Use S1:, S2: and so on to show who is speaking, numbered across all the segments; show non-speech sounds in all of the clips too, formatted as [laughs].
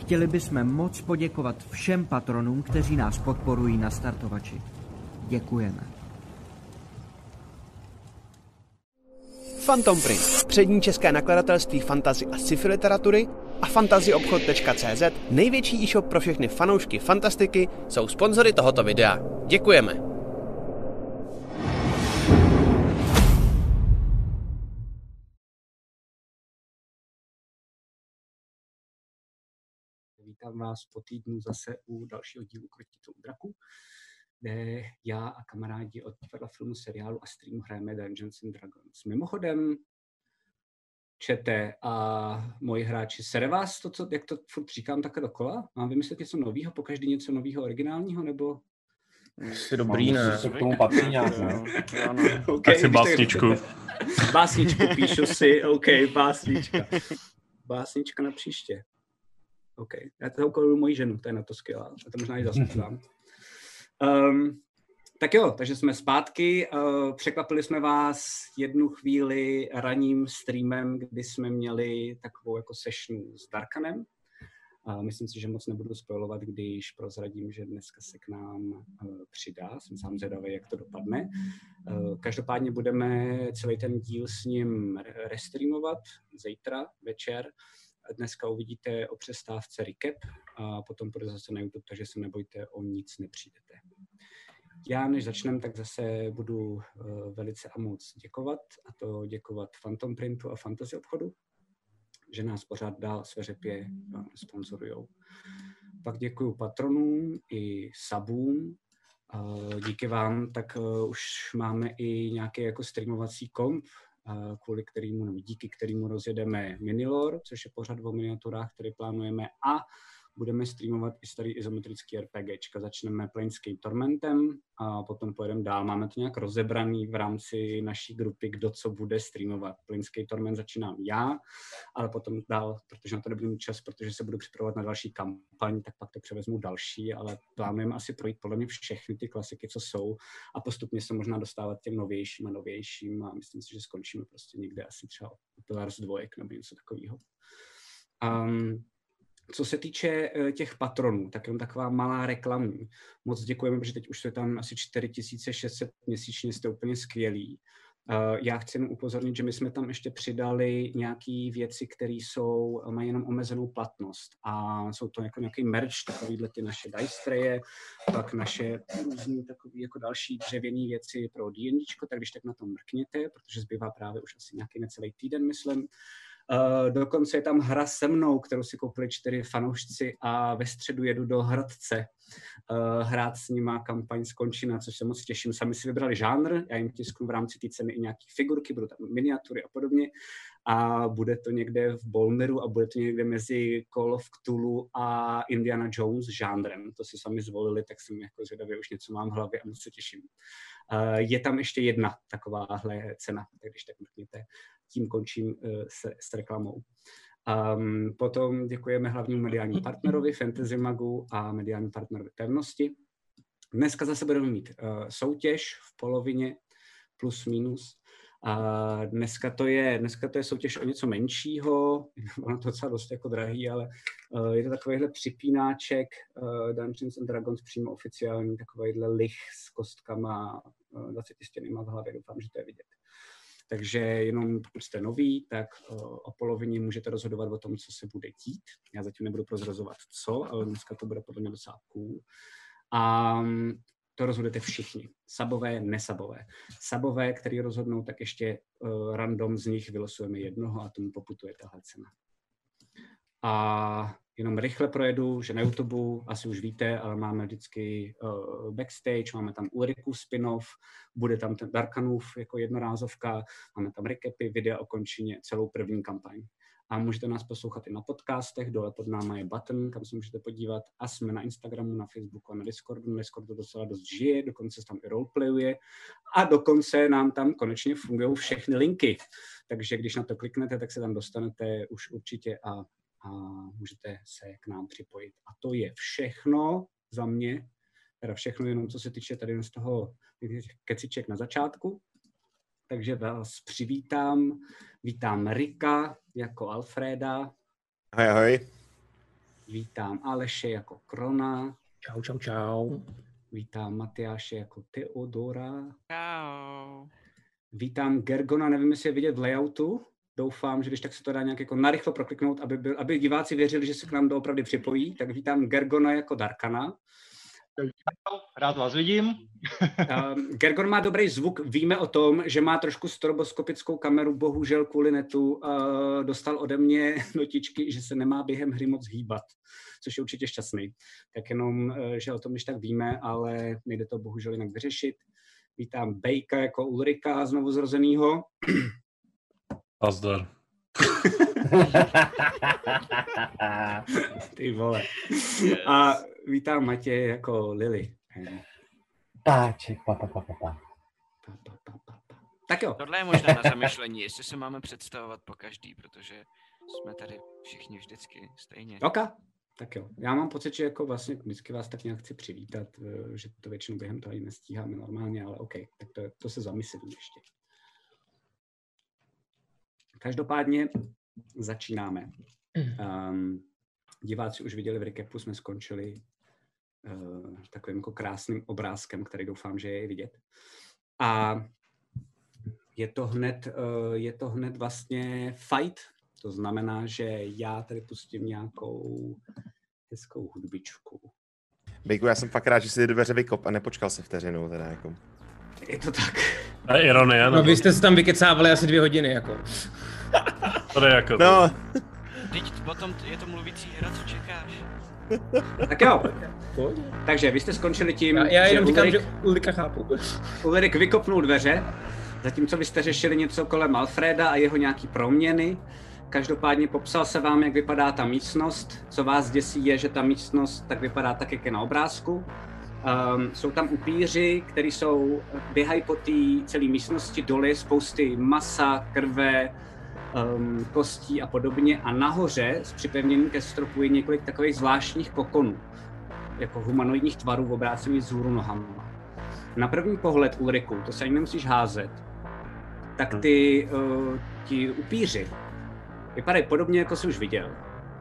S1: Chtěli bychom moc poděkovat všem patronům, kteří nás podporují na startovači. Děkujeme.
S2: Phantom Print, přední české nakladatelství fantazy a sci-fi literatury a fantazyobchod.cz, největší e-shop pro všechny fanoušky fantastiky,
S3: Jsou sponzory tohoto videa. Děkujeme.
S4: Vítám vás po týdnu zase u dalšího dílu Kroti tomu draku, kde já a kamarádi od divadla filmu, seriálu a streamu hrajeme Dungeons and Dragons. Mimochodem, čete a moji hráči, sere vás to, co, jak to furt říkám takhle dokola? Mám vymyslet něco nového, pokaždý něco nového originálního, nebo...
S5: Jsi dobrý,
S6: Mám
S5: ne?
S6: se k tomu patří nějak, no.
S5: [laughs]
S6: ne?
S4: Okay,
S5: Tak si básničku.
S4: Básničku píšu si, OK, básnička. Básnička na příště. OK, já to ukoluju moji ženu, to je na to skvělá. Já to možná i zaspívám. Um, tak jo, takže jsme zpátky. Uh, překvapili jsme vás jednu chvíli raním streamem, kdy jsme měli takovou jako sešnu s Darkanem. Uh, myslím si, že moc nebudu spojovat, když prozradím, že dneska se k nám uh, přidá. Jsem sám zvědavý, jak to dopadne. Eh, Každopádně budeme celý ten díl s ním re- restreamovat zítra večer. Dneska uvidíte o přestávce recap a potom půjde zase na YouTube, takže se nebojte, o nic nepřijdete. Já než začneme, tak zase budu eh, velice a moc děkovat, a to děkovat Phantom Printu a Fantasy obchodu, že nás pořád dál sveřepě sponzorujou. Pak děkuji patronům i sabům, Eh, Díky vám, tak eh, už máme i nějaký jako streamovací komp, eh, kvůli kterému, nebo díky kterému rozjedeme Minilor, což je pořad o miniaturách, který plánujeme a budeme streamovat i starý izometrický RPGčka. Začneme Planescape Tormentem a potom pojedeme dál. Máme to nějak rozebraný v rámci naší grupy, kdo co bude streamovat. Planescape Torment začínám já, ale potom dál, protože na to nebudu mít čas, protože se budu připravovat na další kampaň, tak pak to převezmu další, ale plánujeme asi projít podle mě všechny ty klasiky, co jsou a postupně se možná dostávat těm novějším a novějším a myslím si, že skončíme prostě někde asi třeba u Pillars dvojek nebo něco takového. Um, co se týče eh, těch patronů, tak jenom taková malá reklamní. Moc děkujeme, protože teď už je tam asi 4600 měsíčně, jste úplně skvělí. Eh, Já chci jenom upozornit, že my jsme tam ještě přidali nějaké věci, které jsou, eh, mají jenom omezenou platnost. A jsou to jako nějaký merch, takovýhle ty naše dice traye, pak naše různý takový jako další dřevěné věci pro D&Dčko, tak když tak na to mrkněte, protože zbývá právě už asi nějaký necelý týden, myslím. Uh, dokonce je tam hra se mnou, kterou si koupili čtyři fanoušci a ve středu jedu do Hradce uh, hrát s nima kampaň skončí, na což se moc těším. Sami si vybrali žánr, já jim tisknu v rámci té ceny i nějaké figurky, budou tam miniatury a podobně. A bude to někde v Bolmeru a bude to někde mezi Call of Cthulhu a Indiana Jones žánrem. To si sami zvolili, tak jsem jako zvědavě už něco mám v hlavě a moc se těším. Uh, je tam ještě jedna takováhle cena, tak když tak mrkněte. Tím končím uh, se, s reklamou. Um, potom děkujeme hlavnímu mediálnímu partnerovi Fantasy Magu a mediálnímu partnerovi Pevnosti. Dneska zase budeme mít uh, soutěž v polovině plus minus. A dneska, to je, dneska to je soutěž o něco menšího, [laughs] ono to docela dost jako drahý, ale uh, je to takovýhle připínáček uh, Dungeons and Dragons přímo oficiální, takovýhle lich s kostkama, uh, 20 stěnýma v hlavě, doufám, že to je vidět. Takže jenom pokud jste nový, tak eh, o polovině můžete rozhodovat o tom, co se bude dít. Já zatím nebudu prozrazovat co, ale dneska to bude podle mě docela cool. A mm, to rozhodete všichni. Sabové, nesabové. Sabové, který rozhodnou, tak ještě eh, random z nich vylosujeme jednoho a tomu poputuje tahle cena. A jenom rychle projedu, že na YouTube, asi už víte, ale máme vždycky eh, backstage, máme tam Ulriku spin-off, bude tam ten Darkanův jako jednorázovka, máme tam recapy, videa o končině, celou první kampaň. A můžete nás poslouchat i na podcastech, dole pod náma je button, kam se můžete podívat. A jsme na Instagramu, na Facebooku a na Discordu. Na Discordu docela dost žije, dokonce se tam i roleplayuje. A dokonce nám tam konečně fungují všechny linky. Takže když na to kliknete, tak se tam dostanete už určitě a, a můžete se k nám připojit. A to je všechno za mě. Teda všechno jenom, co se týče tady z toho keciček na začátku. Takže vás přivítám. Vítám Rika jako Alfreda.
S6: Ahoj, ahoj.
S4: Vítám Aleše jako Krona,
S7: Čau, čau, čau.
S4: vítám Matyáše jako Teodora,
S1: Čau.
S4: vítám Gergona, nevím, jestli je vidět v layoutu, doufám, že když tak se to dá nějak jako narychlo prokliknout, aby, byl, aby diváci věřili, že se k nám doopravdy připojí, tak vítám Gergona jako Darkana.
S8: Rád vás vidím.
S4: Um, Gergon má dobrý zvuk, víme o tom, že má trošku stroboskopickou kameru, bohužel kvůli netu uh, dostal ode mě [laughs] notičky, že se nemá během hry moc hýbat, což je určitě šťastný. Tak jenom, uh, že o tom když tak víme, ale nejde to bohužel jinak vyřešit. Vítám Bejka jako Ulrika znovu zrozenýho.
S9: A zdar.
S4: [laughs] Ty vole. A vítám Matěje jako Lily.
S10: Páček, pa, pa, pa, pa, pa.
S4: Pa, pa, pa, pa, pa. Tak jo,
S1: Tohle je možná na zamyšlení, jestli se máme představovat po každý, protože jsme tady všichni vždycky stejně.
S4: OK, tak jo. Já mám pocit, že jako vlastně vždycky vás tak nějak chci přivítat, eh, že to většinou během toho ani nestíháme normálně, ale OK, tak to, to se zamyslím ještě. Každopádně začínáme.
S7: Mhm.
S4: Um, diváci už viděli v recapu, jsme skončili uh, takovým jako krásným obrázkem, který doufám, že je vidět. A je to hned, uh, je to hned vlastně fight, to znamená, že já tady pustím nějakou hezkou hudbičku.
S11: Bejku, já jsem fakt rád, že si ty dveře vykop a nepočkal se vteřinu, teda jako.
S4: Je to tak.
S9: To je ironie,
S7: No
S9: nebo
S7: vy jste se tam vykecávali asi dvě hodiny, jako.
S9: to je jako...
S11: No,
S1: Teď potom t- je to mluvící hra, co čekáš?
S4: Tak jo. Takže vy jste skončili tím,
S7: Já, já jenom
S4: že,
S7: říkám,
S4: Ulrik,
S7: že Ulrika chápu.
S4: Ulrik vykopnul dveře, zatímco vy jste řešili něco kolem Alfreda a jeho nějaký proměny. Každopádně popsal se vám, jak vypadá ta místnost. Co vás děsí je, že ta místnost tak vypadá tak, jak je na obrázku. Um, jsou tam upíři, kteří jsou, běhají po té celé místnosti, dole je spousty masa, krve, um, kostí a podobně. A nahoře, s připevněným ke stropu, je několik takových zvláštních kokonů, jako humanoidních tvarů v obrácených vzhůru nohama. Na první pohled, Ulriku, to se ani nemusíš házet, tak ty, uh, ti upíři vypadají podobně, jako jsi už viděl.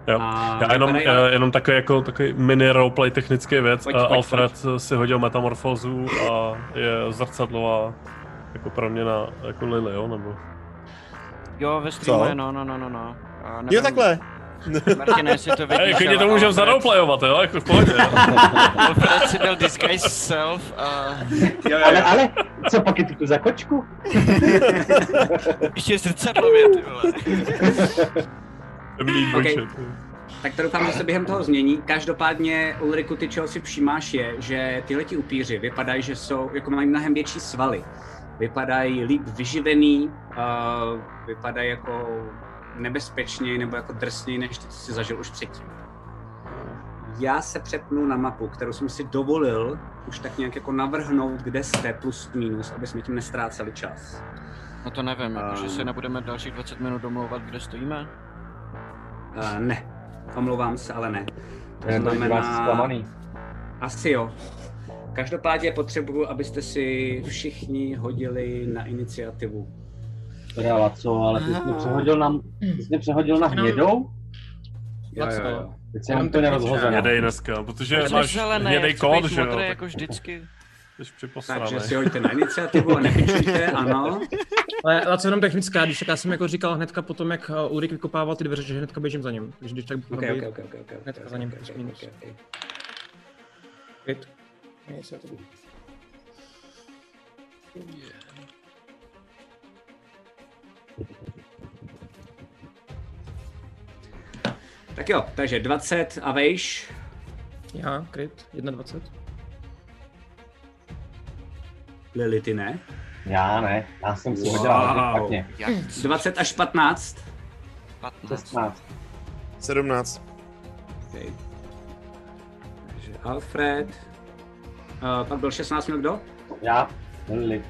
S9: Jo.
S4: A
S9: Já jenom,
S4: vypadají-
S9: eh, jenom takový, jako, takový mini roleplay technické věc.
S4: Pojď,
S9: Eh,
S4: pojď,
S9: Alfred eh, si hodil metamorfózu a je zrcadlová jako proměna jako Lily, jo? Nebo...
S1: Jo, ve streamu je, no, no, no, no, no. A nevím,
S11: jo takhle.
S1: Martine, jestli
S9: [laughs]
S1: to
S9: A
S1: vidíš,
S9: jako
S1: ale
S9: to můžeme
S1: Alfred- [laughs]
S9: zaroplayovat, jo? Jako v pohodě. jo.
S1: Alfred si dal disguise self a
S8: Jo, jo,
S10: Ale,
S8: jo.
S10: ale, co pak je tu za kočku?
S1: ještě zrcadlově, ty vole.
S9: Temný
S4: Ok.
S9: dvojčet.
S4: Tak to doufám, že se během toho změní. Každopádně, Ulriku, ty čeho si všímáš je, že tyhle ti upíři vypadají, že jsou, jako mají mnohem větší svaly. Vypadají líp vyživený, uh, vypadají jako nebezpečněji nebo jako drsněji, než ty, co jsi zažil už předtím. Já se přepnu na mapu, kterou jsem si dovolil už tak nějak jako navrhnout, kde jste plus minus, aby jsme tím nestráceli čas.
S1: No to nevím, jakože
S4: Ehm.
S1: se nebudeme dalších 20 minut domlouvat, kde stojíme.
S4: Uh, ne, omlouvám se, ale ne. To
S10: Ne, to je vás
S4: znamená,
S10: zklamaný.
S4: Asi jo. Každopádně potřebuju, abyste si všichni hodili na iniciativu.
S10: Teda, Laco, ale ty jsi mě přehodil na, ty jsi mě přehodil na
S7: Jenom-
S10: hnědou?
S7: Jo, jo, jo.
S10: Teď jsem mám
S7: Jenom
S10: to
S7: tak
S10: nerozhozená.
S9: Jedej dneska, protože
S1: Proč
S9: máš
S1: zelené,
S9: hnědej
S1: chci
S9: kód,
S1: být
S9: že jo?
S1: modrý
S9: tak
S1: jako vždycky.
S9: Jsi
S4: Takže
S9: připosranej.
S4: si hoďte na iniciativu a nepičujte,
S9: [laughs]
S4: ano.
S7: Ale Laco, jenom technická, když tak já jsem jako říkal hnedka potom, jak eh, Ulrik vykopával ty dveře, že hnedka běžím za ním. Když, když tak budu
S4: Okay,
S7: být
S4: okay, okay, okay, okay,
S7: Hnedka za ním, plus minus.
S4: okay.
S7: klid. Ne, jestli to bude.
S4: Tak jo, takže 20 a vejš.
S7: Já, kryt, 21.
S4: Lili, ty ne.
S10: Já ne, já jsem si
S4: Wow.
S10: hodil hodně špatně.
S1: Jak?
S4: 20 až 15.
S1: 15.
S10: 16.
S11: 17.
S4: Okay. Takže Alfred. Uh, pak byl 16, měl kdo?
S10: Já, Lili,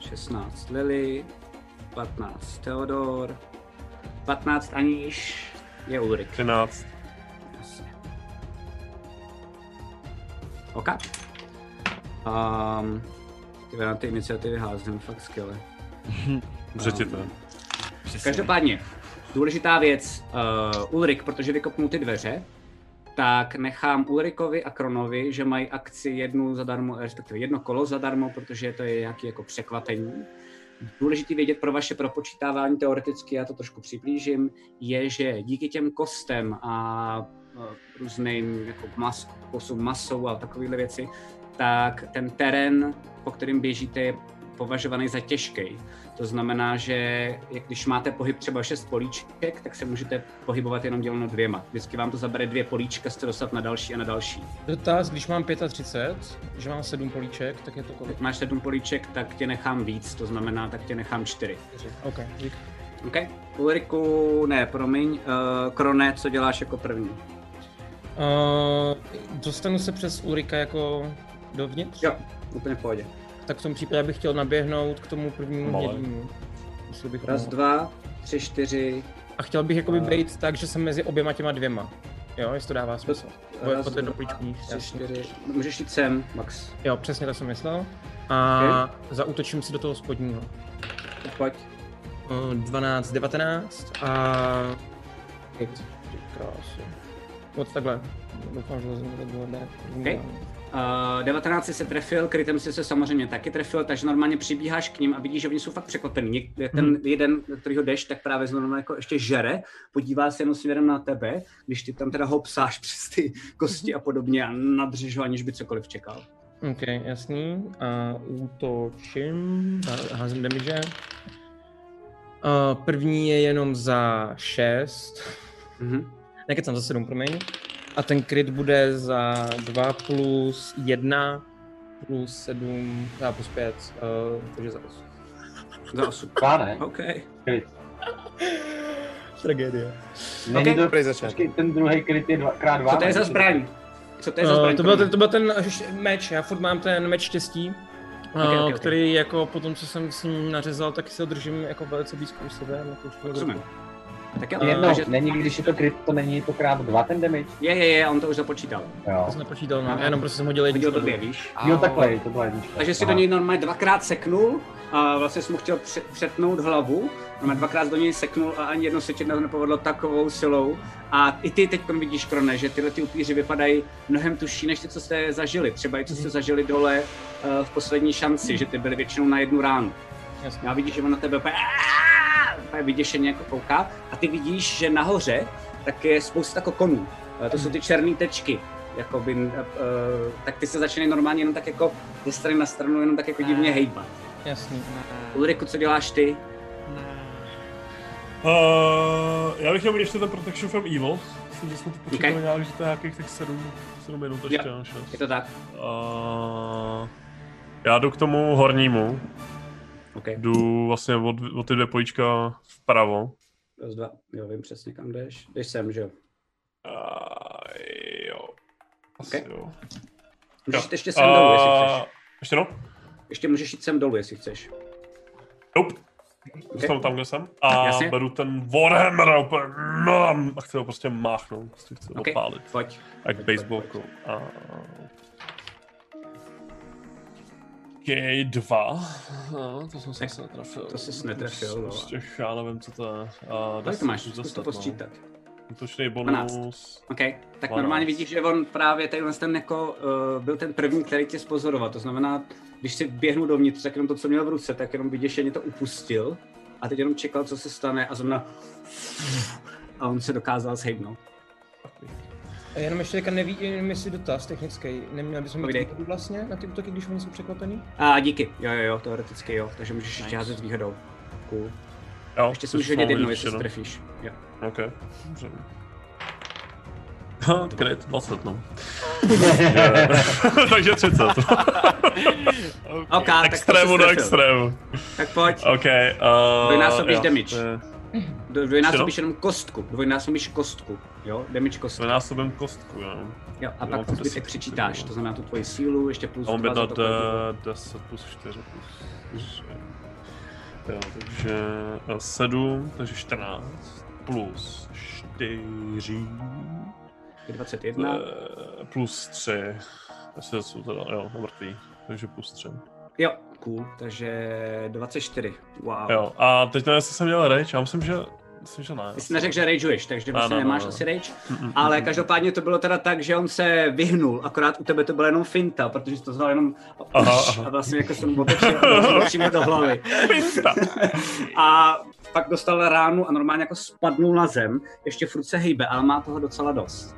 S4: 16 Lily, 15 Theodor, 15 Aníš, je Ulrik.
S9: 13.
S4: Jasně. OK. Um, ty na ty iniciativy házím fakt skvěle. Ehm,
S9: Břetěte.
S4: eh, Každopádně, důležitá věc, uh, Ulrik, protože vykopnul ty dveře, tak nechám Ulrikovi a Kronovi, že mají akci jednu zadarmo, respektive jedno kolo zadarmo, protože to je nějaký jako překvapení. Důležitý vědět pro vaše propočítávání teoreticky, já to trošku přiblížím, je, že díky těm kostem a eh, různým jako mas, posům masou a takovéhle věci, tak ten terén, po kterým běžíte, je považovaný za těžký. To znamená, že jak když máte pohyb třeba 6 políček, tak se můžete pohybovat jenom děleno dvěma. Vždycky vám to zabere dvě políčka, jste dostat na další a na další.
S7: Dotaz, když mám 35, že mám 7 políček, tak je to kolik?
S4: Pokud máš 7 políček, tak tě nechám víc, to znamená, tak tě nechám 4.
S7: OK, dík.
S4: OK? Ulriku, ne, promiň, uh, Krone, co děláš jako první?
S7: Uh, dostanu se přes Ulrika jako dovnitř?
S4: Jo, úplně v pohodě.
S7: Tak v tom případě bych chtěl naběhnout k tomu prvnímu
S9: Malé.
S7: hnědnímu. Jestli bych
S4: Raz,
S7: mohl.
S4: dva, tři, čtyři,
S7: A chtěl bych jakoby
S4: A-
S7: být tak, že jsem mezi oběma těma dvěma. Jo, jestli to dává smysl. Bo je
S4: raz,
S7: po té
S4: dva,
S7: doplíčku níž,
S4: tři,
S7: jasně.
S4: čtyři. Můžeš jít sem, Max.
S7: Jo, přesně to jsem myslel. A zautočím si do toho spodního.
S4: Tak Pojď.
S7: Eh, 12, 19 a... Hit. Ty Krásu. Moc takhle. Doufám, že lezím takhle ne.
S4: Okej. Uh, 19 jsi Eh, se trefil, krytem si se samozřejmě taky trefil, takže normálně přibíháš k ním a vidíš, že oni jsou fakt překvapený. Něk- Ten
S7: Mhm.
S4: jeden, na kterýho jdeš, tak právě zrovna jako ještě žere, podívá se jenom směrem na tebe, když ty tam teda ho psáš [laughs] přes ty kosti a podobně a nadřeš ho, aniž by cokoliv čekal.
S7: Ok, jasný. A útočím. Há- Házím damage. A první je jenom za 6.
S4: Mhm.
S7: Nekecám za 7, promiň. A ten crit bude za 2 plus 1 plus 7, a plus 5, uh, takže za 8.
S4: Za 8.
S10: Dva, ne?
S4: OK.
S7: Tragédie.
S10: Není
S4: Ok.
S10: to
S12: Dobrý začátek.
S10: Počkej, ten druhý kryt je dvakrát dva.
S4: Co to je
S10: ne?
S4: za zbraň? Co to je za
S7: Uh,
S4: zbraň?
S7: to, byl
S4: Kromě?
S7: ten, to byl ten š- meč, já furt mám ten meč štěstí, okay,
S4: Ok, ok, ok.
S7: který jako po tom, co jsem s ním nařezal, tak si ho držím jako velice blízko u sebe. Jako už to
S4: Rozumím. Tak jo,
S7: Eh,
S10: Jedno,
S4: takže-
S10: není, když je to kryt, to není to krát dva ten damage.
S4: Je, je, je, on to už započítal.
S10: Jo.
S7: to jsem nepočítal, no. já jenom prostě jsem hodil jedničku.
S4: Hodil blbě, víš?
S10: Jo, takhle je, to byla jednička.
S4: Takže si
S10: Aha.
S4: do něj normálně dvakrát seknul a vlastně jsem mu chtěl pře- přetnout hlavu. Normálně dvakrát do něj seknul a ani jedno se ti nepovedlo takovou silou. A i ty teď vidíš, Krone, že tyhle ty upíři vypadají mnohem tuší, než ty, co jste zažili. Třeba i co jste zažili dole eh, v poslední šanci, že ty byly většinou na jednu ránu.
S7: Jasně.
S4: Já vidíš, že on na tebe úplně "Aaah!" úplně vyděšeně jako kouká a ty vidíš, že nahoře tak je spousta kokonů. Eh, To jsou ty černé tečky. Jakoby, eh, eh, tak ty se začínají normálně jenom tak jako ze strany na stranu, jenom tak jako divně hejbat.
S7: Jasný.
S4: Ulriku, co děláš ty?
S9: Uh, já bych chtěl mít ještě ten Protection from Evil. Myslím, že jsme to počítali
S4: Okay.
S9: nějak, že to je nějakých těch 7, 7 minut ještě,
S4: Jo.
S9: no, šest.
S4: Je to tak?
S9: Uh, já jdu k tomu hornímu.
S4: OK.
S9: Jdu vlastně od, od ty dvě políčka vpravo.
S4: Raz, dva. Jo, vím přesně, kam jdeš. Jdeš sem, že jo?
S9: Uh, jo. Asi
S4: Ok.
S9: jo.
S4: Můžeš
S9: Jo.
S4: jít ještě sem dolů, jestli
S9: Eh,
S4: chceš.
S9: Ještě no?
S4: Ještě můžeš jít sem dolů, jestli chceš.
S9: Nope. Zůstanu tam, kde jsem. A
S4: Jasně.
S9: beru ten Warhammer a úplně mlám, a chci ho prostě máchnout. Prostě chci
S4: Ok.
S9: okay. opálit.
S4: Pojď.
S9: Jak baseballku. A... K2. No, to jsem se asi netrefil.
S4: to jsi netrefil, no.
S9: Z těch, já nevím, co to je. A
S4: Kolik to máš? Zkus
S9: deset,
S4: to
S9: no.
S4: posčítat.
S9: Útočný
S4: Dvanáct.
S9: bonus.
S4: OK, tak
S9: Dvanáct.
S4: normálně vidíš, že on právě tady ten jako, uh, byl ten první, který tě spozoroval. To znamená, když si běhnu dovnitř, tak jenom to, co měl v ruce, tak jenom vyděšeně to upustil a teď jenom čekal, co se stane a zrovna a on se dokázal zhejbnout.
S7: A Jenom ještě teďka neví, jenom jestli dotaz technický, neměl bychom mít
S4: Povídej.
S7: výhodu vlastně na ty útoky, když oni jsou překvapený?
S4: A díky, jo, jo, jo, teoreticky jo, takže můžeš ještě házet s výhodou. Cool.
S9: Jo,
S4: Ještě si
S9: což
S4: můžeš
S9: mám
S4: hodit jednou,
S9: hodit
S4: jestli
S9: ještě,
S4: se
S9: no.
S4: trefíš. Jo.
S9: OK, dobře. Ha, Kryt, 20 no. [laughs] Takže 30.
S4: [laughs] OK, tak to
S9: extrému
S4: jsi
S9: do
S4: trefil.
S9: extrému.
S4: Tak pojď,
S9: OK. Uh,
S4: Dvojnásobíš
S9: jo,
S4: damage.
S9: to je-
S4: dvoj- dvojnásobíš jenom kostku, dvojnásobíš kostku, jo, damage kostku.
S9: Dvojnásobem kostku, jo.
S4: Jo, a
S9: Jo,
S4: pak
S9: to
S4: to
S9: si-
S4: zbytek přičítáš, to znamená tu tvoji sílu, ještě plus
S9: A on by eh,
S4: dva
S9: na
S4: za to, kolik bylo.
S9: de- 10 plus 4 plus 3. Jo, takže 7, takže 14 plus 4
S4: Je 21.
S9: Eh, plus 3. Asi jsou teda, jo, mrtví. Takže plus 3.
S4: Jo, cool, takže 24. Wow.
S9: Jo, a teď nevím, jestli jsem měl rage, já myslím, že Myslím, že ne.
S4: Ty jsi neřekl, že rageuješ, takže
S9: Ne,
S4: vlastně
S9: ne, ne,
S4: nemáš
S9: ne.
S4: asi rage.
S9: Mm-mm.
S4: Ale každopádně to bylo teda tak, že on se vyhnul, akorát u tebe to byla jenom finta, protože jsi to zvládl jenom
S9: Aha, aha.
S4: a vlastně jako jsem [laughs] otočil a přímo do hlavy. [laughs] a pak dostal ránu a normálně jako spadnul na zem, ještě furt se hejbe, ale má toho docela dost.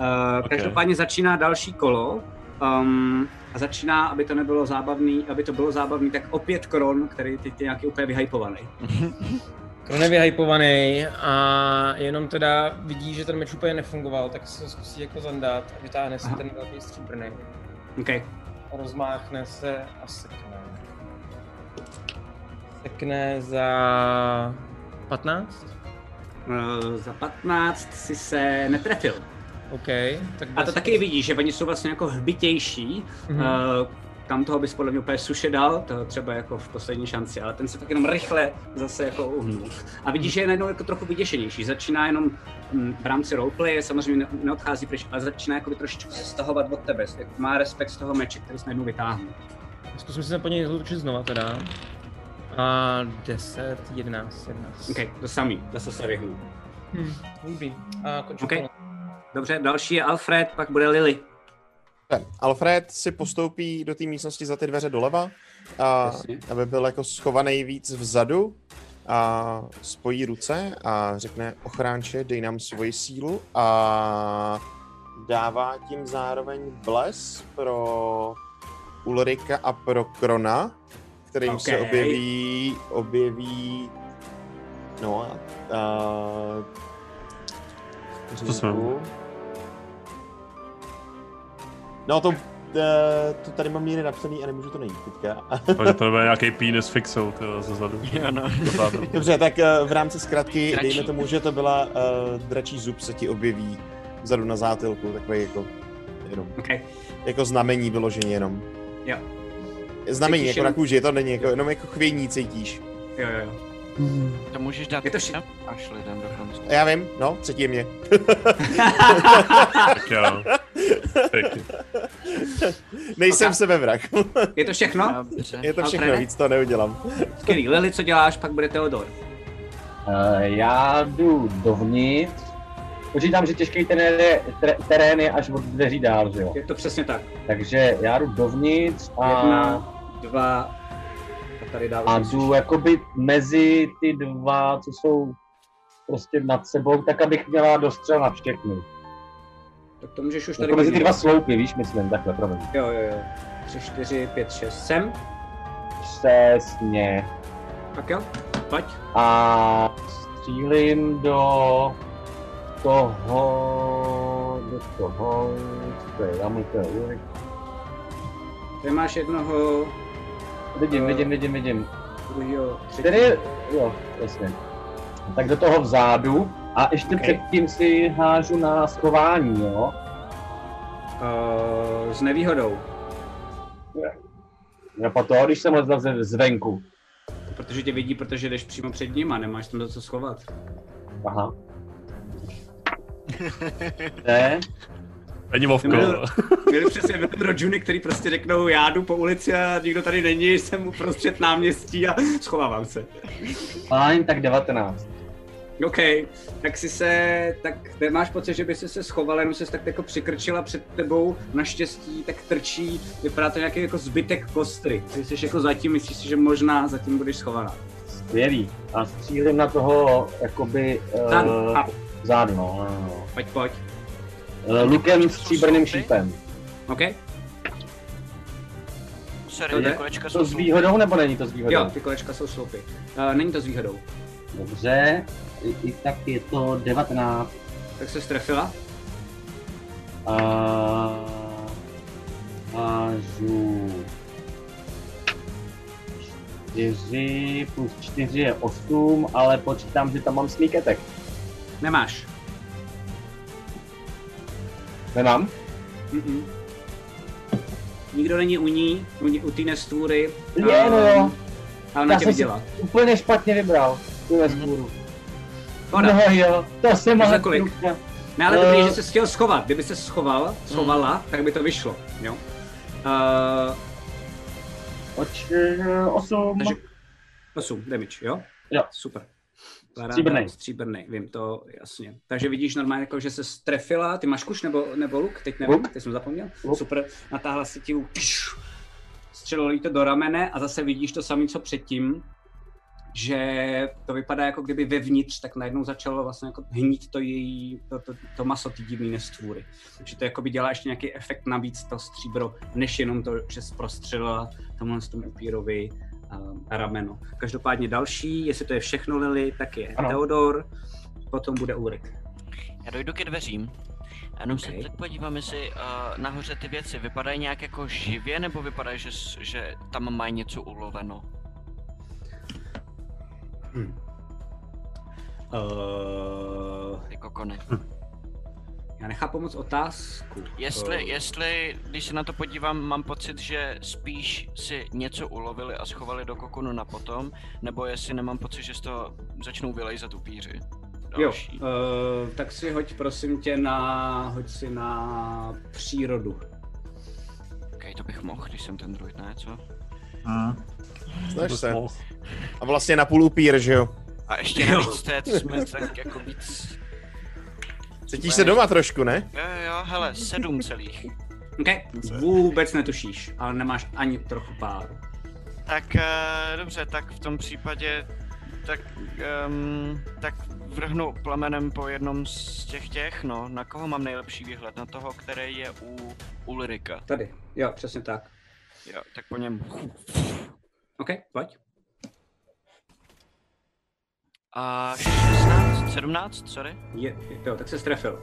S4: Uh,
S9: Ok.
S4: Každopádně začíná další kolo um, a začíná, aby to nebylo zábavný, aby to bylo zábavný, tak opět Kron, který teď je nějaký úplně vyhypovaný.
S7: Kron je vyhypovaný a jenom teda vidí, že ten meč úplně nefungoval, tak se ho zkusí jako zandat a vytáhne si
S4: Aha.
S7: ten velký stříbrný.
S4: Okay.
S7: Rozmáchne se a sekne. Sekne za 15?
S4: Eh, za 15 si se netrefil.
S7: OK, tak Mhm.
S4: A to taky vidíš, že oni jsou vlastně jako hbitější. Mm-hmm. Tam toho bys podle mě úplně suše dal, to třeba jako v poslední šanci, ale ten se tak jenom rychle zase jako uhnul. A vidíš, že je najednou jako trochu vyděšenější. Začíná jenom mm, v rámci roleplaye, samozřejmě ne- neodchází pryč, ale začíná jako trošičku se stahovat od tebe. Jak Má respekt z toho meče, který jsi najednou vytáhnul.
S7: Zkusím si se po něj zlučit znova teda. A 10, 11, 11.
S4: OK, to samý, zase se vyhnul.
S7: Hm, dobrý. A končím
S4: OK.
S7: okay.
S4: Dobře, další je Alfred, pak bude Lily.
S11: Ten Alfred si postoupí do té místnosti za ty dveře doleva, a,
S4: Jasně.
S11: aby byl jako schovaný víc vzadu a spojí ruce a řekne ochránče, dej nám svoji sílu a dává tím zároveň bles pro Ulrika a pro Krona, kterým se
S4: Ok.
S11: objeví, objeví no a, a
S9: Co jsme-
S11: Vteřinku. No to, eh, to tady mám někde napsaný a nemůžu to najít teďka.
S9: Takže to nebude nějaký penis fixou, tyjo, ze zadu.
S1: Jo, no.
S9: Pořádno.
S11: [laughs] Dobře, tak eh, v rámci zkratky,
S1: Dračí.
S11: dejme tomu, že to byla uh, dračí zub se ti objeví vzadu na zátilku, takový jako, jenom,
S4: OK.
S11: jako znamení vyloženě jenom.
S4: Jo.
S11: Znamení
S4: Cítíš
S11: jako na
S4: jenom-
S11: kůži, to není jako, jenom jako chvění cítíš.
S4: Jo, jo, jo.
S1: To můžeš dát
S4: Je to vše-
S1: až lidem dokonce.
S11: A Já vím, no, třetí je mě.
S9: [laughs] Tak jo. Pěkně.
S11: Nejsem
S4: Ok.
S11: sebevrak.
S4: Je to všechno?
S1: Dobře.
S11: je to všechno,
S4: Alfrede?
S11: víc to neudělám.
S4: Skvělý. Lily, co děláš, pak bude Teodor.
S10: Eh, Já jdu dovnitř. Počítám, že těžký terén je, tre- terén je až od dveří dál, že jo?
S4: Je to přesně tak.
S10: Takže já jdu dovnitř a,
S4: Jedna, dva, a tady dávám.
S10: a jdu jakoby mezi ty dva, co jsou prostě nad sebou, tak abych měla dostřel na všechny.
S4: Tak to můžeš už tady
S10: Jako mezi ty
S4: mít.
S10: dva sloupy, víš, myslím, takhle, promiň.
S4: Jo, jo, jo. Tři, čtyři, pět, šest, sem.
S10: Přesně.
S4: Tak jo, pojď.
S10: A střílím do toho, do toho, co to je, já můj to je Ulrik.
S4: Tady máš jednoho,
S10: Vidím,
S4: Eh,
S10: vidím, vidím, vidím.
S4: druhého, třetího.
S10: Který je, jo, jasně. Tak do toho vzadu a ještě
S4: Ok.
S10: předtím si hážu na schování, jo.
S4: Uh, s nevýhodou,
S10: Jo, po toho, když jsem lezla ze- zvenku.
S4: protože tě vidí, protože jdeš přímo před ním a nemáš tam do co schovat.
S10: Aha. Ne,
S9: Není Vovko.
S4: Nebyl- [laughs] Měli přesně byli pro džuny, který prostě řeknou, já jdu po ulici a nikdo tady není, jsem uprostřed náměstí a schovávám se.
S10: fajn, tak 19.
S4: OK, tak si se, tak nemáš pocit, že by si se schoval, jenom se tak jako přikrčila před tebou, naštěstí tak trčí, vypadá to nějaký jako zbytek kostry. Ty jsi jako zatím, myslíš si, že možná zatím budeš schovaná.
S10: Skvělý. A střílím na toho, jakoby... eh,
S4: Zádu, a
S10: Zádu, no, no, no.
S4: pojď, pojď.
S10: Eh, Lukem s stříbrným šípem.
S4: OK? To
S1: Sorry,
S4: jde?
S1: ty kolečka
S10: To
S1: jsou
S10: s výhodou nebo není to s
S4: Jo,
S10: výhodou?
S4: ty kolečka jsou sloupy. Uh, není to s výhodou.
S10: Dobře, i, i tak je to 19.
S4: Tak se strefila.
S10: A... Mážu... 4 plus 4 je 8, ale počítám, že tam mám sníketek.
S4: Nemáš.
S10: Nemám?
S4: Mm-mm. Nikdo není u ní, u, ní, u té nestvůry.
S10: Je, no jo.
S4: A ona
S10: Já
S4: tě
S10: jsem si-
S4: viděla.
S10: Úplně špatně vybral. Tu neskůru.
S4: Ona.
S10: No jo, to jsem
S4: Mhm. Za
S10: ale
S4: kolik?
S10: trůfne.
S4: Ne, ale dobrý,
S10: Eh.
S4: že jsi chtěl schovat. Kdyby se schoval, schovala, tak by to vyšlo, jo? Uh,
S10: Oč, 8.
S4: Takže- 8 damage, jo?
S10: Jo.
S4: Super.
S5: Stříbrnej.
S4: Stříbrnej, vím to, jasně. Takže vidíš normálně, jako, že se strefila, ty máš kuš nebo, nebo luk, teď nevím,
S5: Luk.
S4: teď jsem zapomněl.
S5: Luk.
S4: Super, natáhla si ti luk, pš, střelilo jí to do ramene a zase vidíš to samé, co předtím, že to vypadá jako kdyby vevnitř, tak najednou začalo vlastně jako hnít to její, to, to, to maso, ty divný nestvůry. Takže to jako by dělá ještě nějaký efekt navíc to stříbro, než jenom to, že zprostřelila tomhle tomu upírovi um, rameno. Každopádně další, jestli to je všechno Lily, tak je
S5: Ano.
S4: Theodor, potom bude Úrik.
S1: Já dojdu ke dveřím. A Jenom se tak podívám, jestli uh, nahoře ty věci vypadají nějak jako živě, nebo vypadá, že, s- že tam mají něco uloveno.
S4: Uh,
S1: Jako konec.
S4: já nechápu moc otázku.
S1: Jestli,
S4: Eh,
S1: jestli, když se na to podívám, mám pocit, že spíš si něco ulovili a schovali do kokonu na potom, nebo jestli nemám pocit, že z toho začnou vylejzat upíři.
S4: Eh, Jo,
S1: Další.
S4: uh, tak si hoď prosím tě na, hoď si na přírodu.
S1: Okay, to bych mohl, když jsem ten druid, ne, co?
S11: Hmm. Snaž
S9: Dost
S11: se.
S9: moc.
S11: A vlastně na půl upír, že jo?
S1: A ještě navíc té, co jsme tak jako víc...
S11: Cítíš se doma trošku, ne?
S1: Jo, jo, jo, hele, sedm
S4: [laughs]
S1: celých.
S4: Okay. Vůbec netušíš, ale nemáš ani trochu páru.
S1: Tak, eh, dobře, tak v tom případě, tak, um, tak vrhnu plamenem po jednom z těch těch, no, na koho mám nejlepší výhled? Na toho, který je u Ulrika.
S4: Tady, jo, přesně tak.
S1: Jo, tak po něm.
S4: OK, pojď.
S1: A 16, 17, sorry.
S4: Je, je, jo, tak se strefil.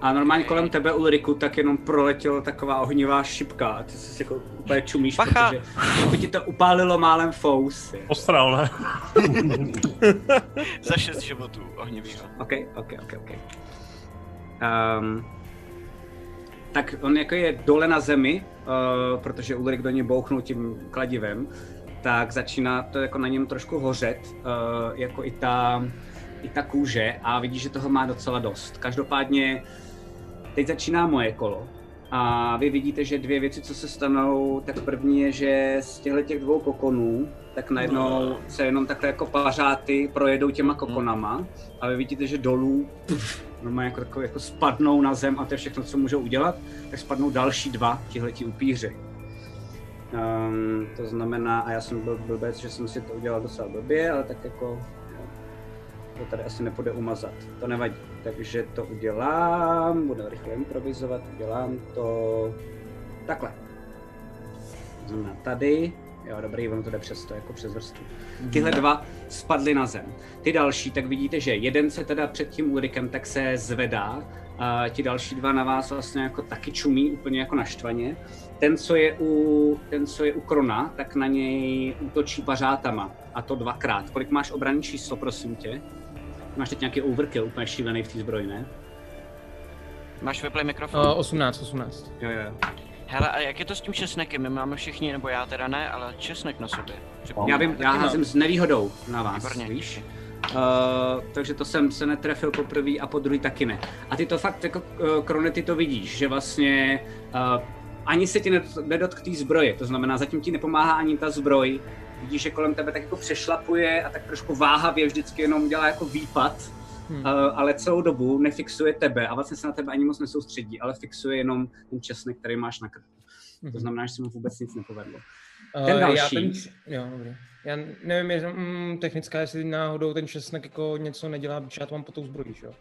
S4: A normálně kolem tebe, Ulriku, tak jenom proletěla taková ohnivá šipka a ty se jako úplně čumíš,
S1: Bacha!
S4: protože jako ti to upálilo málem fousy.
S9: Ostral, ne?
S1: [laughs] Za 6 životů ohnivýho.
S4: OK, OK, OK, OK. Um, tak on jako je dole na zemi, uh, protože Ulrik do něj bouchnul tím kladivem, tak začíná to jako na něm trošku hořet, uh, jako i ta, i ta kůže a vidíš, že toho má docela dost. Každopádně teď začíná moje kolo a vy vidíte, že dvě věci, co se stanou, tak první je, že z těchto těch dvou kokonů, tak najednou se jenom takhle jako pařáty projedou těma kokonama a vy vidíte, že dolů puf, normálně jako, takové, jako spadnou na zem a to je všechno, co můžou udělat, tak spadnou další dva tihletí upíři. Um, to znamená, a já jsem byl blbec, že jsem si to udělal docela blbě, ale tak jako no, to tady asi nepůjde umazat, to nevadí. Takže to udělám, budu rychle improvizovat, udělám to takhle. To znamená tady, jo dobrý, ono to jde přes to, jako přes vrstvu. Tyhle dva spadly na zem. Ty další, tak vidíte, že jeden se teda před tím Ulrikem tak se zvedá, a ti další dva na vás vlastně jako taky čumí, úplně jako naštvaně. Ten, co je u, ten, co je u Krona, tak na něj útočí pařátama, a to dvakrát. Kolik máš obranný číslo, prosím tě? Máš teď nějaký overkill, úplně šílený v té zbroji, ne?
S1: Máš vyplej mikrofon.
S7: Uh, 18, 18.
S4: Jo, jo, jo.
S1: Hele, a jak je to s tím česnekem? My máme všichni, nebo já teda ne, ale česnek na sobě. Připomínám.
S4: Já vím, já házím s nevýhodou na vás,
S1: Výborně.
S4: víš? Uh, takže to jsem se netrefil poprvé a po druhý taky ne. A ty to fakt, jako eh, Krone, ty to vidíš, že vlastně uh, ani se ti nedot- nedotk té zbroje, to znamená, zatím ti nepomáhá ani ta zbroj. Vidíš, že kolem tebe tak jako přešlapuje a tak trošku váhavě vždycky jenom dělá jako výpad,
S7: Hmm.
S4: hmm. ale celou dobu nefixuje tebe a vlastně se na tebe ani moc nesoustředí, ale fixuje jenom ten česnek, který máš na krku. To
S7: Mhm.
S4: znamená, že se mu vůbec nic nepovedlo.
S7: Eh,
S4: Ten
S7: Já
S4: další.
S7: ten, č- jo, dobrý. Já nevím, je, mm, technická, jestli náhodou ten česnek jako něco nedělá, protože já to mám po tou zbrojí, že jo?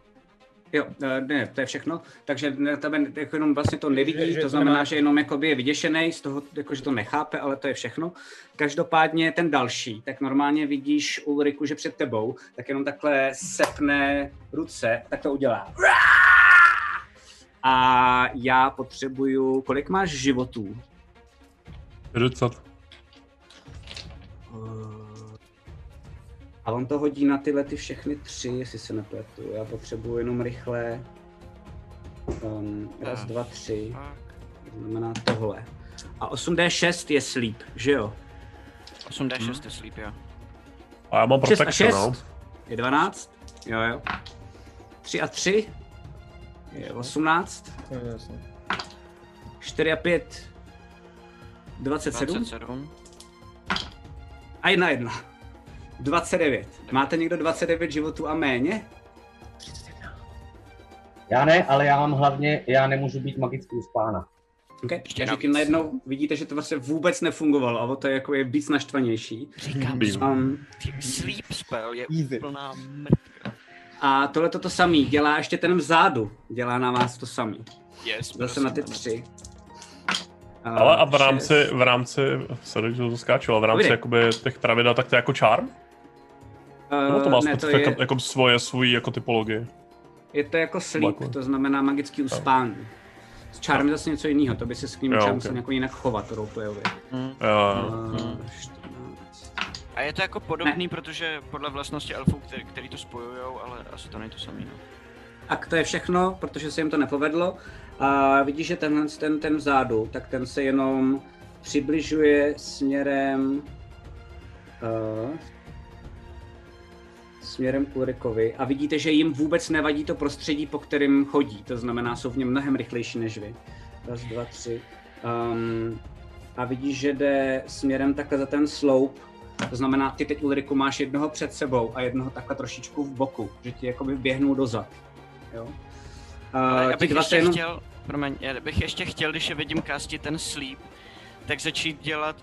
S4: Jo, eh, ne, to je všechno. Takže na tebe jako jenom vlastně to nevidí,
S7: Že- že
S4: to
S7: to
S4: znamená,
S7: nemá-
S4: že jenom jakoby je vyděšený z toho, jako, že to nechápe, ale to je všechno. Každopádně ten další, tak normálně vidíš Ulriku, že před tebou, tak jenom takhle sepne ruce, tak to udělá. A já potřebuju, kolik máš životů?
S9: 40.
S4: A on to hodí na tyhle ty všechny tři, jestli se nepletu. Já potřebuju jenom rychle. Um, raz, dva, tři.
S1: Tak,
S4: To znamená tohle. A 8D6 je sleep, že jo?
S1: 8D6 je sleep, jo.
S9: A já mám
S4: 6 a
S9: protection,
S4: 6
S9: no.
S4: je 12, jo jo. 3 a 3 je 18,
S7: To je jasný.
S4: 4 a 5 27
S1: 27.
S4: a 1 1. 29. Máte někdo 29 životů a méně?
S10: Já ne, ale já mám hlavně, já nemůžu být magicky uspána.
S4: Okay. Takže tím najednou vidíte, že to vlastně vůbec nefungovalo a o to je jako je víc naštvanější.
S1: Říkám,
S4: um,
S1: Sleep spell je úplná mrtvá.
S4: a tohle to samý dělá ještě ten vzadu. Dělá na vás to samý.
S1: Yes,
S4: Zase na ty tři. A
S9: Ale a v
S4: šest.
S9: rámci, v rámci, sorry, že to skáču, ale v rámci
S4: Povídej.
S9: jakoby těch pravidel, tak to je jako charm? Nebo to
S4: Eh,
S9: má
S4: ne, to
S9: spíš
S4: je,
S9: jako, jako svoje, svůj jako typologii?
S4: je to jako sleep, to znamená magický uspání. S čárem je zase něco jiného, to by se s ním
S9: Jo,
S4: čárem
S9: ok.
S4: musel jako jinak chovat roleplayově.
S9: Jo, Hmm.
S4: Eh,
S1: A je to jako podobný, protože podle vlastnosti elfů, který, který to spojují, ale asi to není to samý. No.
S4: A to je všechno, protože se jim to nepovedlo. A vidíš, že tenhle ten, ten vzadu, tak ten se jenom přibližuje směrem uh, směrem k Ulrikovi a vidíte, že jim vůbec nevadí to prostředí, po kterým chodí. To znamená, jsou v něm mnohem rychlejší než vy. Raz, dva, tři. Um, a vidíš, že jde směrem takhle za ten sloup. To znamená, ty teď Ulriku máš jednoho před sebou a jednoho takhle trošičku v boku, že ti jakoby běhnou dozad. Jo?
S1: Ale
S4: Uh,
S1: já bych ještě jenom... [laughs] chtěl, promiň, já bych ještě chtěl, když je vidím kástit ten sleep, tak začít dělat